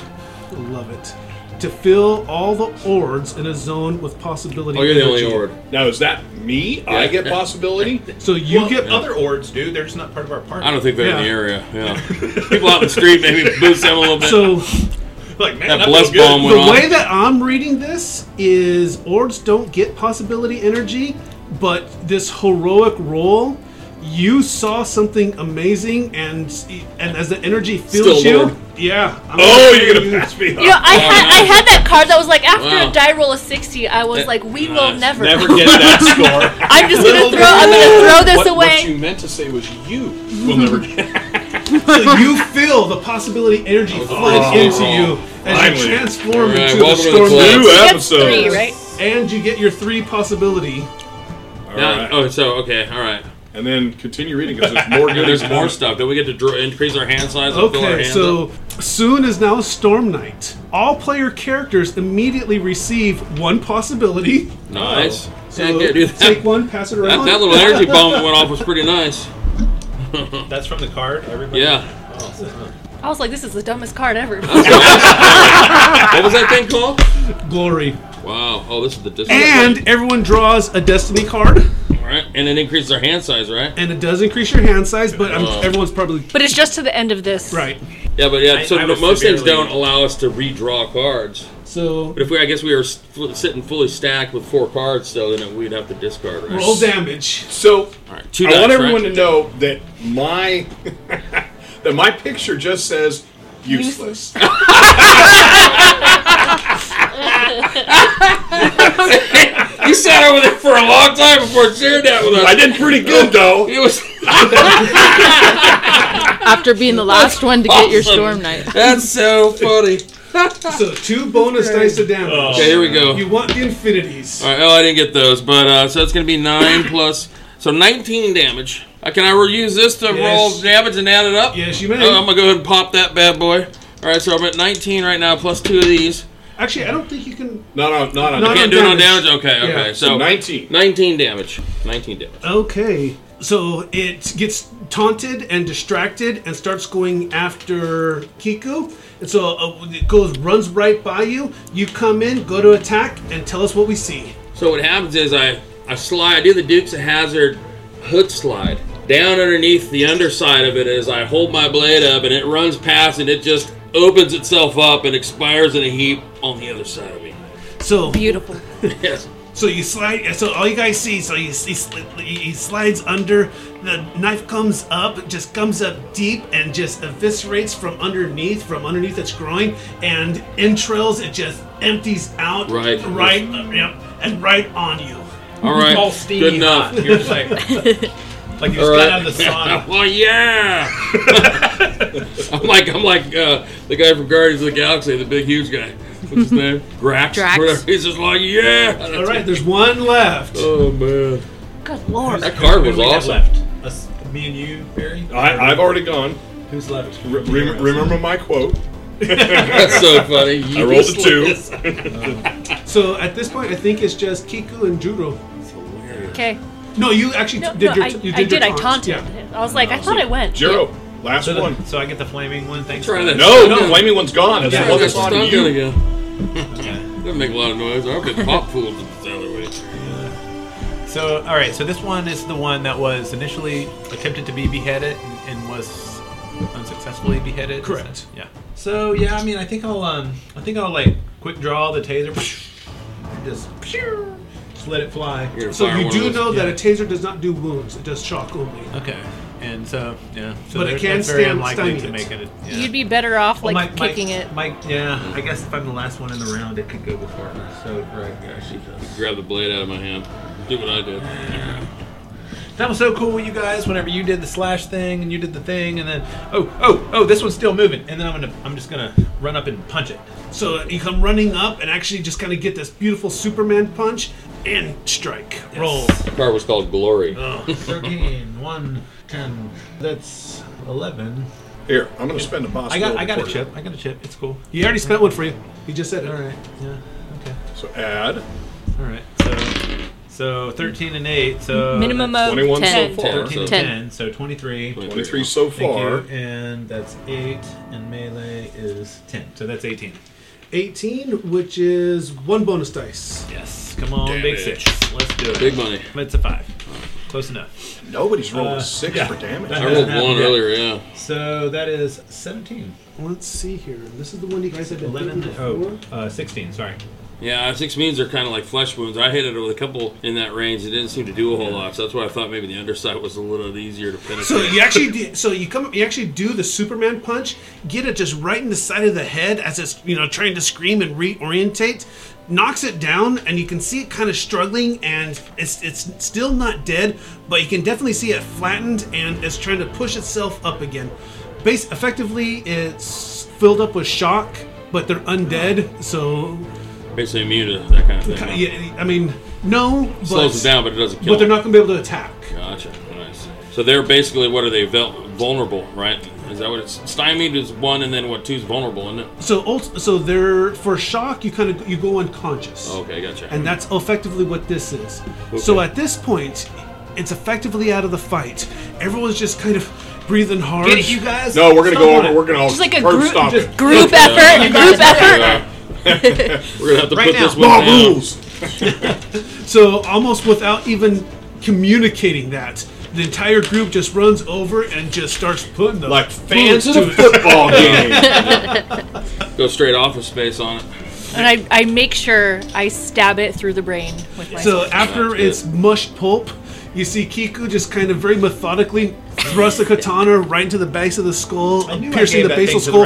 [SPEAKER 2] Love it. to fill all the ords in a zone with possibility.
[SPEAKER 6] Oh, you're the only
[SPEAKER 2] energy.
[SPEAKER 6] ord.
[SPEAKER 1] Now is that me? I get possibility.
[SPEAKER 2] So you
[SPEAKER 3] Well,
[SPEAKER 2] get
[SPEAKER 3] other ords do. They're just not part of our party.
[SPEAKER 6] I don't think they're
[SPEAKER 2] Yeah.
[SPEAKER 6] in the area. Yeah, people out in the street maybe boost them a little bit.
[SPEAKER 2] So
[SPEAKER 3] like man.
[SPEAKER 6] that
[SPEAKER 3] I
[SPEAKER 6] bless
[SPEAKER 3] feel good.
[SPEAKER 6] bomb went
[SPEAKER 2] the
[SPEAKER 6] off.
[SPEAKER 2] way that I'm reading this is ords don't get possibility energy, but this heroic roll, you saw something amazing, and and as the energy fills
[SPEAKER 6] Still
[SPEAKER 2] you,
[SPEAKER 6] Lord.
[SPEAKER 2] yeah. I'm
[SPEAKER 1] Oh,
[SPEAKER 2] gonna-
[SPEAKER 1] you're gonna pass me
[SPEAKER 4] You know,
[SPEAKER 1] up.
[SPEAKER 4] I had I had that card that was like after
[SPEAKER 6] Wow.
[SPEAKER 4] a die roll of sixty, I was
[SPEAKER 6] That-
[SPEAKER 4] like, we
[SPEAKER 6] uh,
[SPEAKER 4] will never.
[SPEAKER 1] Never get that score.
[SPEAKER 4] I'm just gonna throw. I'm gonna throw this
[SPEAKER 1] what, What
[SPEAKER 4] away.
[SPEAKER 1] you meant to say was you will never get.
[SPEAKER 2] So you feel the possibility energy
[SPEAKER 6] Oh,
[SPEAKER 2] flood into you as
[SPEAKER 1] finally.
[SPEAKER 2] you transform
[SPEAKER 6] All right,
[SPEAKER 2] into the
[SPEAKER 6] welcome to the
[SPEAKER 2] storm
[SPEAKER 6] club.
[SPEAKER 2] Knight,
[SPEAKER 1] New
[SPEAKER 4] Get
[SPEAKER 1] episode.
[SPEAKER 4] three, right?
[SPEAKER 2] and you get your three possibility.
[SPEAKER 1] All
[SPEAKER 6] Now-
[SPEAKER 1] right.
[SPEAKER 6] Oh, so okay, all right.
[SPEAKER 1] And then continue reading because there's more good.
[SPEAKER 6] There's more stuff. Then we get to draw, increase our hand size. And fill our
[SPEAKER 2] Okay,
[SPEAKER 6] hands
[SPEAKER 2] so
[SPEAKER 6] up.
[SPEAKER 2] Soon is now Storm Knight. All player characters immediately receive one possibility.
[SPEAKER 6] nice.
[SPEAKER 2] Oh. So
[SPEAKER 6] Yeah, I can't do that.
[SPEAKER 2] take one, pass it
[SPEAKER 6] That,
[SPEAKER 2] around.
[SPEAKER 6] that little energy bomb that went off was pretty nice.
[SPEAKER 3] That's from the card. Everybody. Oh,
[SPEAKER 6] Yeah.
[SPEAKER 4] I was like, this is the dumbest card ever.
[SPEAKER 6] What was that thing called?
[SPEAKER 2] glory.
[SPEAKER 6] Wow. Oh, this is the distance.
[SPEAKER 2] And everyone draws a destiny card,
[SPEAKER 6] all right, and it increases our hand size, right?
[SPEAKER 2] and it does increase your hand size, but I'm,
[SPEAKER 6] Oh.
[SPEAKER 2] everyone's probably
[SPEAKER 4] But it's just to the end of this.
[SPEAKER 2] right.
[SPEAKER 6] Yeah, but yeah.
[SPEAKER 3] I-
[SPEAKER 6] so
[SPEAKER 3] I was
[SPEAKER 6] most things
[SPEAKER 3] severely-
[SPEAKER 6] don't allow us to redraw cards.
[SPEAKER 2] So
[SPEAKER 6] But if we, I guess we were s- f- sitting fully stacked with four cards, though, then we'd have to discard. Right?
[SPEAKER 2] roll damage.
[SPEAKER 1] So
[SPEAKER 6] All right, two
[SPEAKER 1] I want
[SPEAKER 6] dice,
[SPEAKER 1] everyone
[SPEAKER 6] right?
[SPEAKER 1] to know that my that my picture just says useless.
[SPEAKER 6] You sat over there for a long time before sharing that with us.
[SPEAKER 1] I did pretty good though.
[SPEAKER 6] It was
[SPEAKER 8] After being the last one to get your
[SPEAKER 6] awesome.
[SPEAKER 8] storm knight.
[SPEAKER 6] that's so funny.
[SPEAKER 2] So two bonus dice of damage.
[SPEAKER 6] Okay, here we go.
[SPEAKER 2] You want the infinities.
[SPEAKER 6] Oh. All right, oh, I didn't get those, but uh, so that's gonna be nine plus, so nineteen damage. Uh, can I reuse this to roll
[SPEAKER 2] Yes.
[SPEAKER 6] damage and add it up?
[SPEAKER 2] Yes, you may.
[SPEAKER 6] Oh, I'm gonna go ahead and pop that bad boy. All right, so I'm at 19 right now, plus two of these.
[SPEAKER 2] Actually, I don't think you can.
[SPEAKER 1] Not on. Not on.
[SPEAKER 2] Not
[SPEAKER 6] Can't
[SPEAKER 2] on
[SPEAKER 6] do it on
[SPEAKER 2] damage.
[SPEAKER 6] damage. Okay, okay.
[SPEAKER 2] Yeah.
[SPEAKER 6] So
[SPEAKER 1] 19.
[SPEAKER 6] 19 damage. 19 damage.
[SPEAKER 2] Okay. So it gets taunted and distracted and starts going after Kiku. And so uh, it goes, runs right by you. You come in, go to attack, and tell us what we see.
[SPEAKER 6] So what happens is I I slide, I do the Dukes of Hazard hood slide down underneath the underside of it as I hold my blade up, and it runs past, and it just opens itself up and expires in a heap on the other side of me.
[SPEAKER 2] So
[SPEAKER 4] Beautiful.
[SPEAKER 6] Yes.
[SPEAKER 2] So you slide. So all you guys see. So you see, he, he slides under. The knife comes up, just comes up deep, and just eviscerates from underneath, from underneath its groin, and entrails. It just empties out.
[SPEAKER 6] Right.
[SPEAKER 2] Right. uh, yep. And right on you.
[SPEAKER 6] All right.
[SPEAKER 3] All steam.
[SPEAKER 6] Good enough.
[SPEAKER 3] You're just like, like you just
[SPEAKER 6] All
[SPEAKER 3] got
[SPEAKER 6] right.
[SPEAKER 3] out of the sauna.
[SPEAKER 6] well, yeah. I'm like I'm like uh, the guy from Guardians of the Galaxy, the big huge guy. What's his name? Grax.
[SPEAKER 8] Drax.
[SPEAKER 6] whatever. He's just like yeah.
[SPEAKER 2] All right. There's one left.
[SPEAKER 6] Oh man,
[SPEAKER 4] Good lord.
[SPEAKER 6] that card
[SPEAKER 3] Who
[SPEAKER 6] was
[SPEAKER 3] do we have
[SPEAKER 6] awesome.
[SPEAKER 3] Left? Us, me and you, Barry.
[SPEAKER 1] I, I've already gone.
[SPEAKER 3] Who's left?
[SPEAKER 1] Re- rem- remember my quote.
[SPEAKER 6] That's so funny.
[SPEAKER 1] I rolled a two.
[SPEAKER 2] So at this point, I think it's just Kiku and Juro.
[SPEAKER 4] Okay.
[SPEAKER 2] No, you actually
[SPEAKER 4] No,
[SPEAKER 2] did
[SPEAKER 4] no,
[SPEAKER 2] your.
[SPEAKER 4] I,
[SPEAKER 2] you did
[SPEAKER 4] I
[SPEAKER 2] your
[SPEAKER 4] did. I
[SPEAKER 2] taunt.
[SPEAKER 4] taunted.
[SPEAKER 2] Yeah.
[SPEAKER 4] I was like, I thought I went.
[SPEAKER 1] Jero, last
[SPEAKER 3] So,
[SPEAKER 1] one.
[SPEAKER 3] the, so I get the flaming one. Thanks.
[SPEAKER 6] Try that.
[SPEAKER 1] No,
[SPEAKER 6] No.
[SPEAKER 1] the flaming one's gone. It's
[SPEAKER 6] Yeah,
[SPEAKER 1] yeah,
[SPEAKER 6] well, that's
[SPEAKER 1] on
[SPEAKER 6] not
[SPEAKER 1] you.
[SPEAKER 6] gonna go. Doesn't make a lot of noise. I've been pop fooled the other way.
[SPEAKER 3] So, all right. So this one is the one that was initially attempted to be beheaded and, and was unsuccessfully beheaded. is
[SPEAKER 2] Correct.
[SPEAKER 3] that- Yeah. So yeah, I mean, I think I'll um, I think I'll like quick draw the taser, just just let it fly.
[SPEAKER 6] You're gonna
[SPEAKER 2] So
[SPEAKER 6] fire
[SPEAKER 2] you
[SPEAKER 6] one of
[SPEAKER 2] do
[SPEAKER 6] those.
[SPEAKER 2] know that a taser does not do wounds; it does shock only.
[SPEAKER 3] Okay. And so yeah. So
[SPEAKER 2] But it
[SPEAKER 3] there's-
[SPEAKER 2] can
[SPEAKER 3] that's very
[SPEAKER 2] stand- stun
[SPEAKER 3] unlikely to
[SPEAKER 2] it.
[SPEAKER 3] make it. a- yeah.
[SPEAKER 4] You'd be better off
[SPEAKER 3] Well,
[SPEAKER 4] like
[SPEAKER 3] my- my-
[SPEAKER 4] kicking it.
[SPEAKER 3] My, yeah, I guess if I'm the last one in the round, it could go before me. So right, yeah, she does.
[SPEAKER 6] Grab the blade out of my hand. Do what I did.
[SPEAKER 3] That was so cool with you guys. Whenever you did the slash thing and you did the thing, and then oh oh oh, this one's still moving, and then I'm gonna I'm just gonna run up and punch it.
[SPEAKER 2] So you come running up and actually just kind of get this beautiful Superman punch and strike. Roll.
[SPEAKER 6] The car was called Glory.
[SPEAKER 3] Oh, 13, 1, 10. That's eleven.
[SPEAKER 1] Here, I'm gonna spend a boss.
[SPEAKER 3] I got I got a chip. I got a chip. It's cool.
[SPEAKER 2] He already spent one for you. He just said it.
[SPEAKER 3] All right. Yeah. Okay.
[SPEAKER 1] So add
[SPEAKER 3] All right. So so thirteen and eight. So
[SPEAKER 8] Minimum of
[SPEAKER 1] 21
[SPEAKER 8] Oh, ten.
[SPEAKER 1] so
[SPEAKER 6] Ten.
[SPEAKER 1] far.
[SPEAKER 3] thirteen and
[SPEAKER 8] Ten.
[SPEAKER 3] ten. So twenty-three.
[SPEAKER 1] 23 so
[SPEAKER 3] Thank
[SPEAKER 1] far.
[SPEAKER 3] you. And that's eight, and melee is ten. So that's eighteen.
[SPEAKER 2] 18, which is one bonus dice.
[SPEAKER 3] Yes. Come on, big
[SPEAKER 1] Damage.
[SPEAKER 3] six. Let's do it.
[SPEAKER 6] Big money.
[SPEAKER 3] It's a five. Close enough.
[SPEAKER 1] Nobody's rolled
[SPEAKER 3] Uh,
[SPEAKER 1] a six
[SPEAKER 3] yeah.
[SPEAKER 1] for damage.
[SPEAKER 3] That
[SPEAKER 6] I rolled
[SPEAKER 3] Doesn't
[SPEAKER 6] one
[SPEAKER 3] happen yet.
[SPEAKER 6] earlier, yeah.
[SPEAKER 3] So that is 17.
[SPEAKER 2] Let's see here. This is the one you guys have been
[SPEAKER 3] 11.
[SPEAKER 2] doing before.
[SPEAKER 3] Oh, uh, 16. Sorry.
[SPEAKER 6] Yeah, six means are kind of like flesh wounds. I hit it with a couple in that range. It didn't seem to do a whole lot, so that's why I thought maybe the underside was a little easier to penetrate.
[SPEAKER 2] So you actually do, so you come you actually do the Superman punch, get it just right in the side of the head as it's you know trying to scream and reorientate, knocks it down, and you can see it kind of struggling and it's it's still not dead, but you can definitely see it flattened and it's trying to push itself up again. Base effectively it's filled up with shock, but they're undead, so
[SPEAKER 6] basically immune to that kind of thing. huh?
[SPEAKER 2] yeah, I mean no, but
[SPEAKER 6] Slows it down, but it doesn't kill.
[SPEAKER 2] but they're
[SPEAKER 6] it.
[SPEAKER 2] not going to be able to attack.
[SPEAKER 6] Gotcha. Nice. So they're basically what are they vul- vulnerable, right? Is that what it's stymied is one, and then what two's vulnerable, isn't it?
[SPEAKER 2] So ult- so they're for shock you kind of you go unconscious.
[SPEAKER 6] Okay, gotcha.
[SPEAKER 2] and that's effectively what this is. So at this point, it's effectively out of the fight. Everyone's just kind of breathing hard.
[SPEAKER 3] Get it, you guys.
[SPEAKER 1] No, we're gonna go
[SPEAKER 3] Someone.
[SPEAKER 1] over. We're gonna all
[SPEAKER 8] Just like a
[SPEAKER 1] curb
[SPEAKER 8] group-
[SPEAKER 1] stop
[SPEAKER 3] just
[SPEAKER 1] it.
[SPEAKER 8] Group effort. Group effort.
[SPEAKER 6] Yeah. We're gonna have to
[SPEAKER 2] Right
[SPEAKER 6] put
[SPEAKER 2] now.
[SPEAKER 6] this one
[SPEAKER 1] Law
[SPEAKER 6] down.
[SPEAKER 1] rules.
[SPEAKER 2] So almost without even communicating that, the entire group just runs over and just starts putting the
[SPEAKER 1] Like fans
[SPEAKER 2] boots
[SPEAKER 1] of a
[SPEAKER 2] to it.
[SPEAKER 1] football game.
[SPEAKER 6] Go straight office space on it.
[SPEAKER 4] And I, I make sure I stab it through the brain with my.
[SPEAKER 2] So after
[SPEAKER 6] That's good.
[SPEAKER 2] it's mushed pulp, you see Kiku just kind of very methodically thrusts a katana right into the base of the skull,
[SPEAKER 3] I knew I
[SPEAKER 2] piercing
[SPEAKER 3] gave
[SPEAKER 2] the
[SPEAKER 3] that
[SPEAKER 2] basal
[SPEAKER 3] thing to
[SPEAKER 2] skull
[SPEAKER 3] the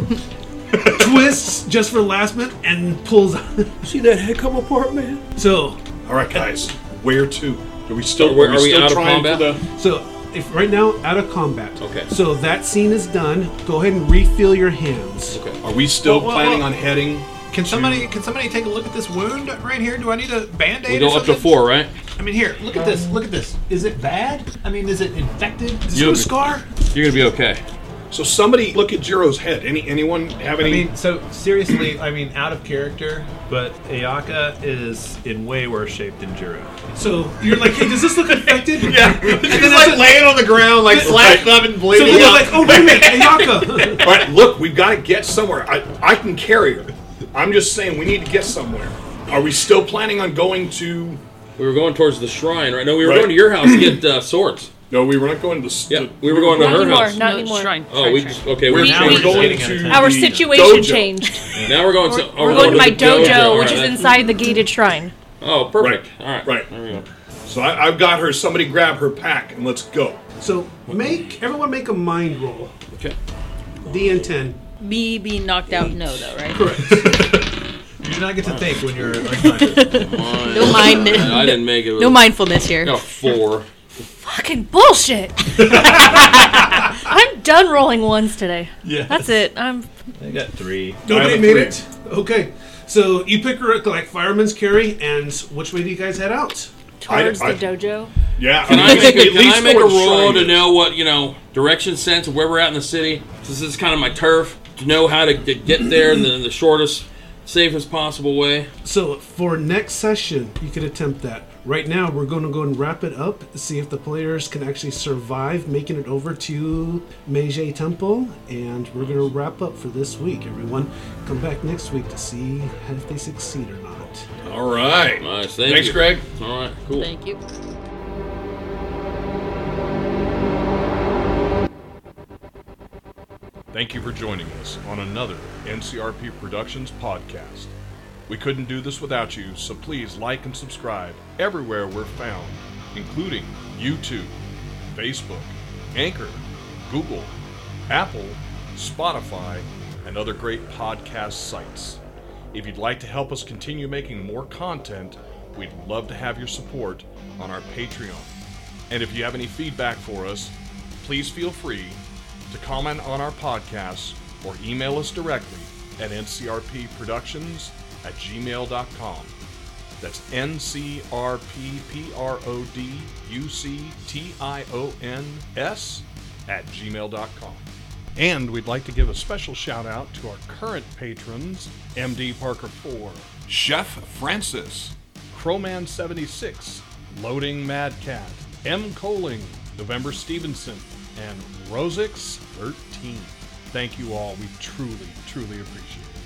[SPEAKER 3] right
[SPEAKER 2] fracture. twists just for last minute and pulls.
[SPEAKER 6] See that head come apart, man?
[SPEAKER 2] so
[SPEAKER 1] all right, guys. Where to? Are we still?
[SPEAKER 6] Are we-
[SPEAKER 1] Are we,
[SPEAKER 6] are we
[SPEAKER 1] still
[SPEAKER 6] out of
[SPEAKER 1] trying for
[SPEAKER 6] combat?
[SPEAKER 1] the?
[SPEAKER 2] So, if right now out of combat.
[SPEAKER 6] Okay.
[SPEAKER 2] So that scene is done. Go ahead and refill your hands.
[SPEAKER 1] Are we still
[SPEAKER 3] Well, well,
[SPEAKER 1] planning
[SPEAKER 3] well.
[SPEAKER 1] on heading?
[SPEAKER 3] Can somebody can somebody take a look at this wound right here? Do I need a band aid?
[SPEAKER 6] We go up to four, right?
[SPEAKER 3] I mean, here, look at this. Look at this. Is it bad? I mean, is it infected? Is
[SPEAKER 6] You'll
[SPEAKER 3] it
[SPEAKER 6] be-
[SPEAKER 3] scar?
[SPEAKER 6] You're gonna be okay.
[SPEAKER 1] So somebody look at Jiro's head. Any anyone have
[SPEAKER 3] I
[SPEAKER 1] any?
[SPEAKER 3] mean, so seriously, I mean, out of character, but Ayaka is in way worse shape than Jiro.
[SPEAKER 2] So you're like, hey, does this look infected?
[SPEAKER 3] Yeah,
[SPEAKER 2] then
[SPEAKER 3] she's
[SPEAKER 2] that's
[SPEAKER 3] like
[SPEAKER 2] it.
[SPEAKER 3] laying on the ground, like
[SPEAKER 1] Right.
[SPEAKER 3] slack thumb and
[SPEAKER 2] So
[SPEAKER 3] bleeding.
[SPEAKER 2] then you're
[SPEAKER 3] out.
[SPEAKER 2] like, oh wait a minute, Ayaka.
[SPEAKER 1] all right, look, we've got to get somewhere. I I can carry her. I'm just saying we need to get somewhere. Are we still planning on going to?
[SPEAKER 6] We were going towards the shrine, right? Mm. No, we were
[SPEAKER 1] Right.
[SPEAKER 6] going to your house to get uh, swords.
[SPEAKER 1] No, we were not going to. s-
[SPEAKER 6] Yeah,
[SPEAKER 1] to-
[SPEAKER 6] we were going to
[SPEAKER 4] not
[SPEAKER 6] her
[SPEAKER 4] anymore.
[SPEAKER 6] house.
[SPEAKER 4] Not
[SPEAKER 8] No,
[SPEAKER 4] anymore.
[SPEAKER 8] shrine.
[SPEAKER 6] Oh,
[SPEAKER 8] shrine,
[SPEAKER 6] we
[SPEAKER 8] shrine.
[SPEAKER 6] just okay.
[SPEAKER 1] We're
[SPEAKER 6] We're
[SPEAKER 1] now
[SPEAKER 6] changing.
[SPEAKER 1] we're going
[SPEAKER 3] getting out of
[SPEAKER 1] to
[SPEAKER 3] time.
[SPEAKER 4] Our
[SPEAKER 1] the
[SPEAKER 4] situation
[SPEAKER 1] dojo.
[SPEAKER 4] changed.
[SPEAKER 6] Now we're going
[SPEAKER 4] We're,
[SPEAKER 6] to. oh,
[SPEAKER 4] we're going to
[SPEAKER 6] the
[SPEAKER 4] my dojo, which
[SPEAKER 6] all
[SPEAKER 4] is
[SPEAKER 6] right.
[SPEAKER 4] inside the gated shrine.
[SPEAKER 6] Oh, perfect.
[SPEAKER 1] Right.
[SPEAKER 6] All right.
[SPEAKER 1] Right.
[SPEAKER 6] There we go.
[SPEAKER 1] So I, I've got her. Somebody grab her pack and let's go.
[SPEAKER 2] so make everyone make a mind roll.
[SPEAKER 6] Okay.
[SPEAKER 2] DN10.
[SPEAKER 8] Me being knocked out, no, though, right?
[SPEAKER 3] you do not get to think when you're unconscious.
[SPEAKER 8] No mind.
[SPEAKER 6] I didn't make it.
[SPEAKER 8] No mindfulness here.
[SPEAKER 6] I got a four.
[SPEAKER 4] Fucking bullshit. I'm done rolling ones today.
[SPEAKER 3] yeah,
[SPEAKER 4] That's it. I'm
[SPEAKER 3] I got three.
[SPEAKER 2] Nobody
[SPEAKER 1] have a
[SPEAKER 2] made
[SPEAKER 1] three.
[SPEAKER 2] it. Okay. So you pick her up like fireman's carry, and which way do you guys head out?
[SPEAKER 4] towards
[SPEAKER 1] I-
[SPEAKER 4] the dojo.
[SPEAKER 1] Yeah.
[SPEAKER 6] Can I make a,
[SPEAKER 1] at
[SPEAKER 6] can I
[SPEAKER 1] least
[SPEAKER 6] make a
[SPEAKER 1] for the
[SPEAKER 6] roll
[SPEAKER 1] shrine.
[SPEAKER 6] to know what you know direction sense of where we're at in the city? This is kind of my turf to know how to, to get there in the, the shortest, safest possible way.
[SPEAKER 2] So for next session, you could attempt that. Right now, we're going to go and wrap it up, see if the players can actually survive making it over to Meiji Temple, and we're going to wrap up for this week. Everyone, come back next week to see if they succeed or not.
[SPEAKER 1] All right.
[SPEAKER 6] Nice. Thank
[SPEAKER 1] Thanks,
[SPEAKER 6] you.
[SPEAKER 1] Greg.
[SPEAKER 6] All right. Cool.
[SPEAKER 8] Thank you.
[SPEAKER 1] Thank you for joining us on another NCRP Productions podcast. We couldn't do this without you, so please like and subscribe everywhere we're found, including YouTube, Facebook, Anchor, Google, Apple, Spotify, and other great podcast sites. If you'd like to help us continue making more content, we'd love to have your support on our Patreon. And if you have any feedback for us, please feel free to comment on our podcasts or email us directly at ncrpproductions at gmail.com. That's N-C-R-P-P-R-O-D-U-C-T-I-O-N-S at gmail.com. And we'd like to give a special shout out to our current patrons, MD Parker 4, Chef Francis, Crowman 76, Loading Mad Cat, M. Coling, November Stevenson, and Rosix 13. Thank you all. We truly, truly appreciate it.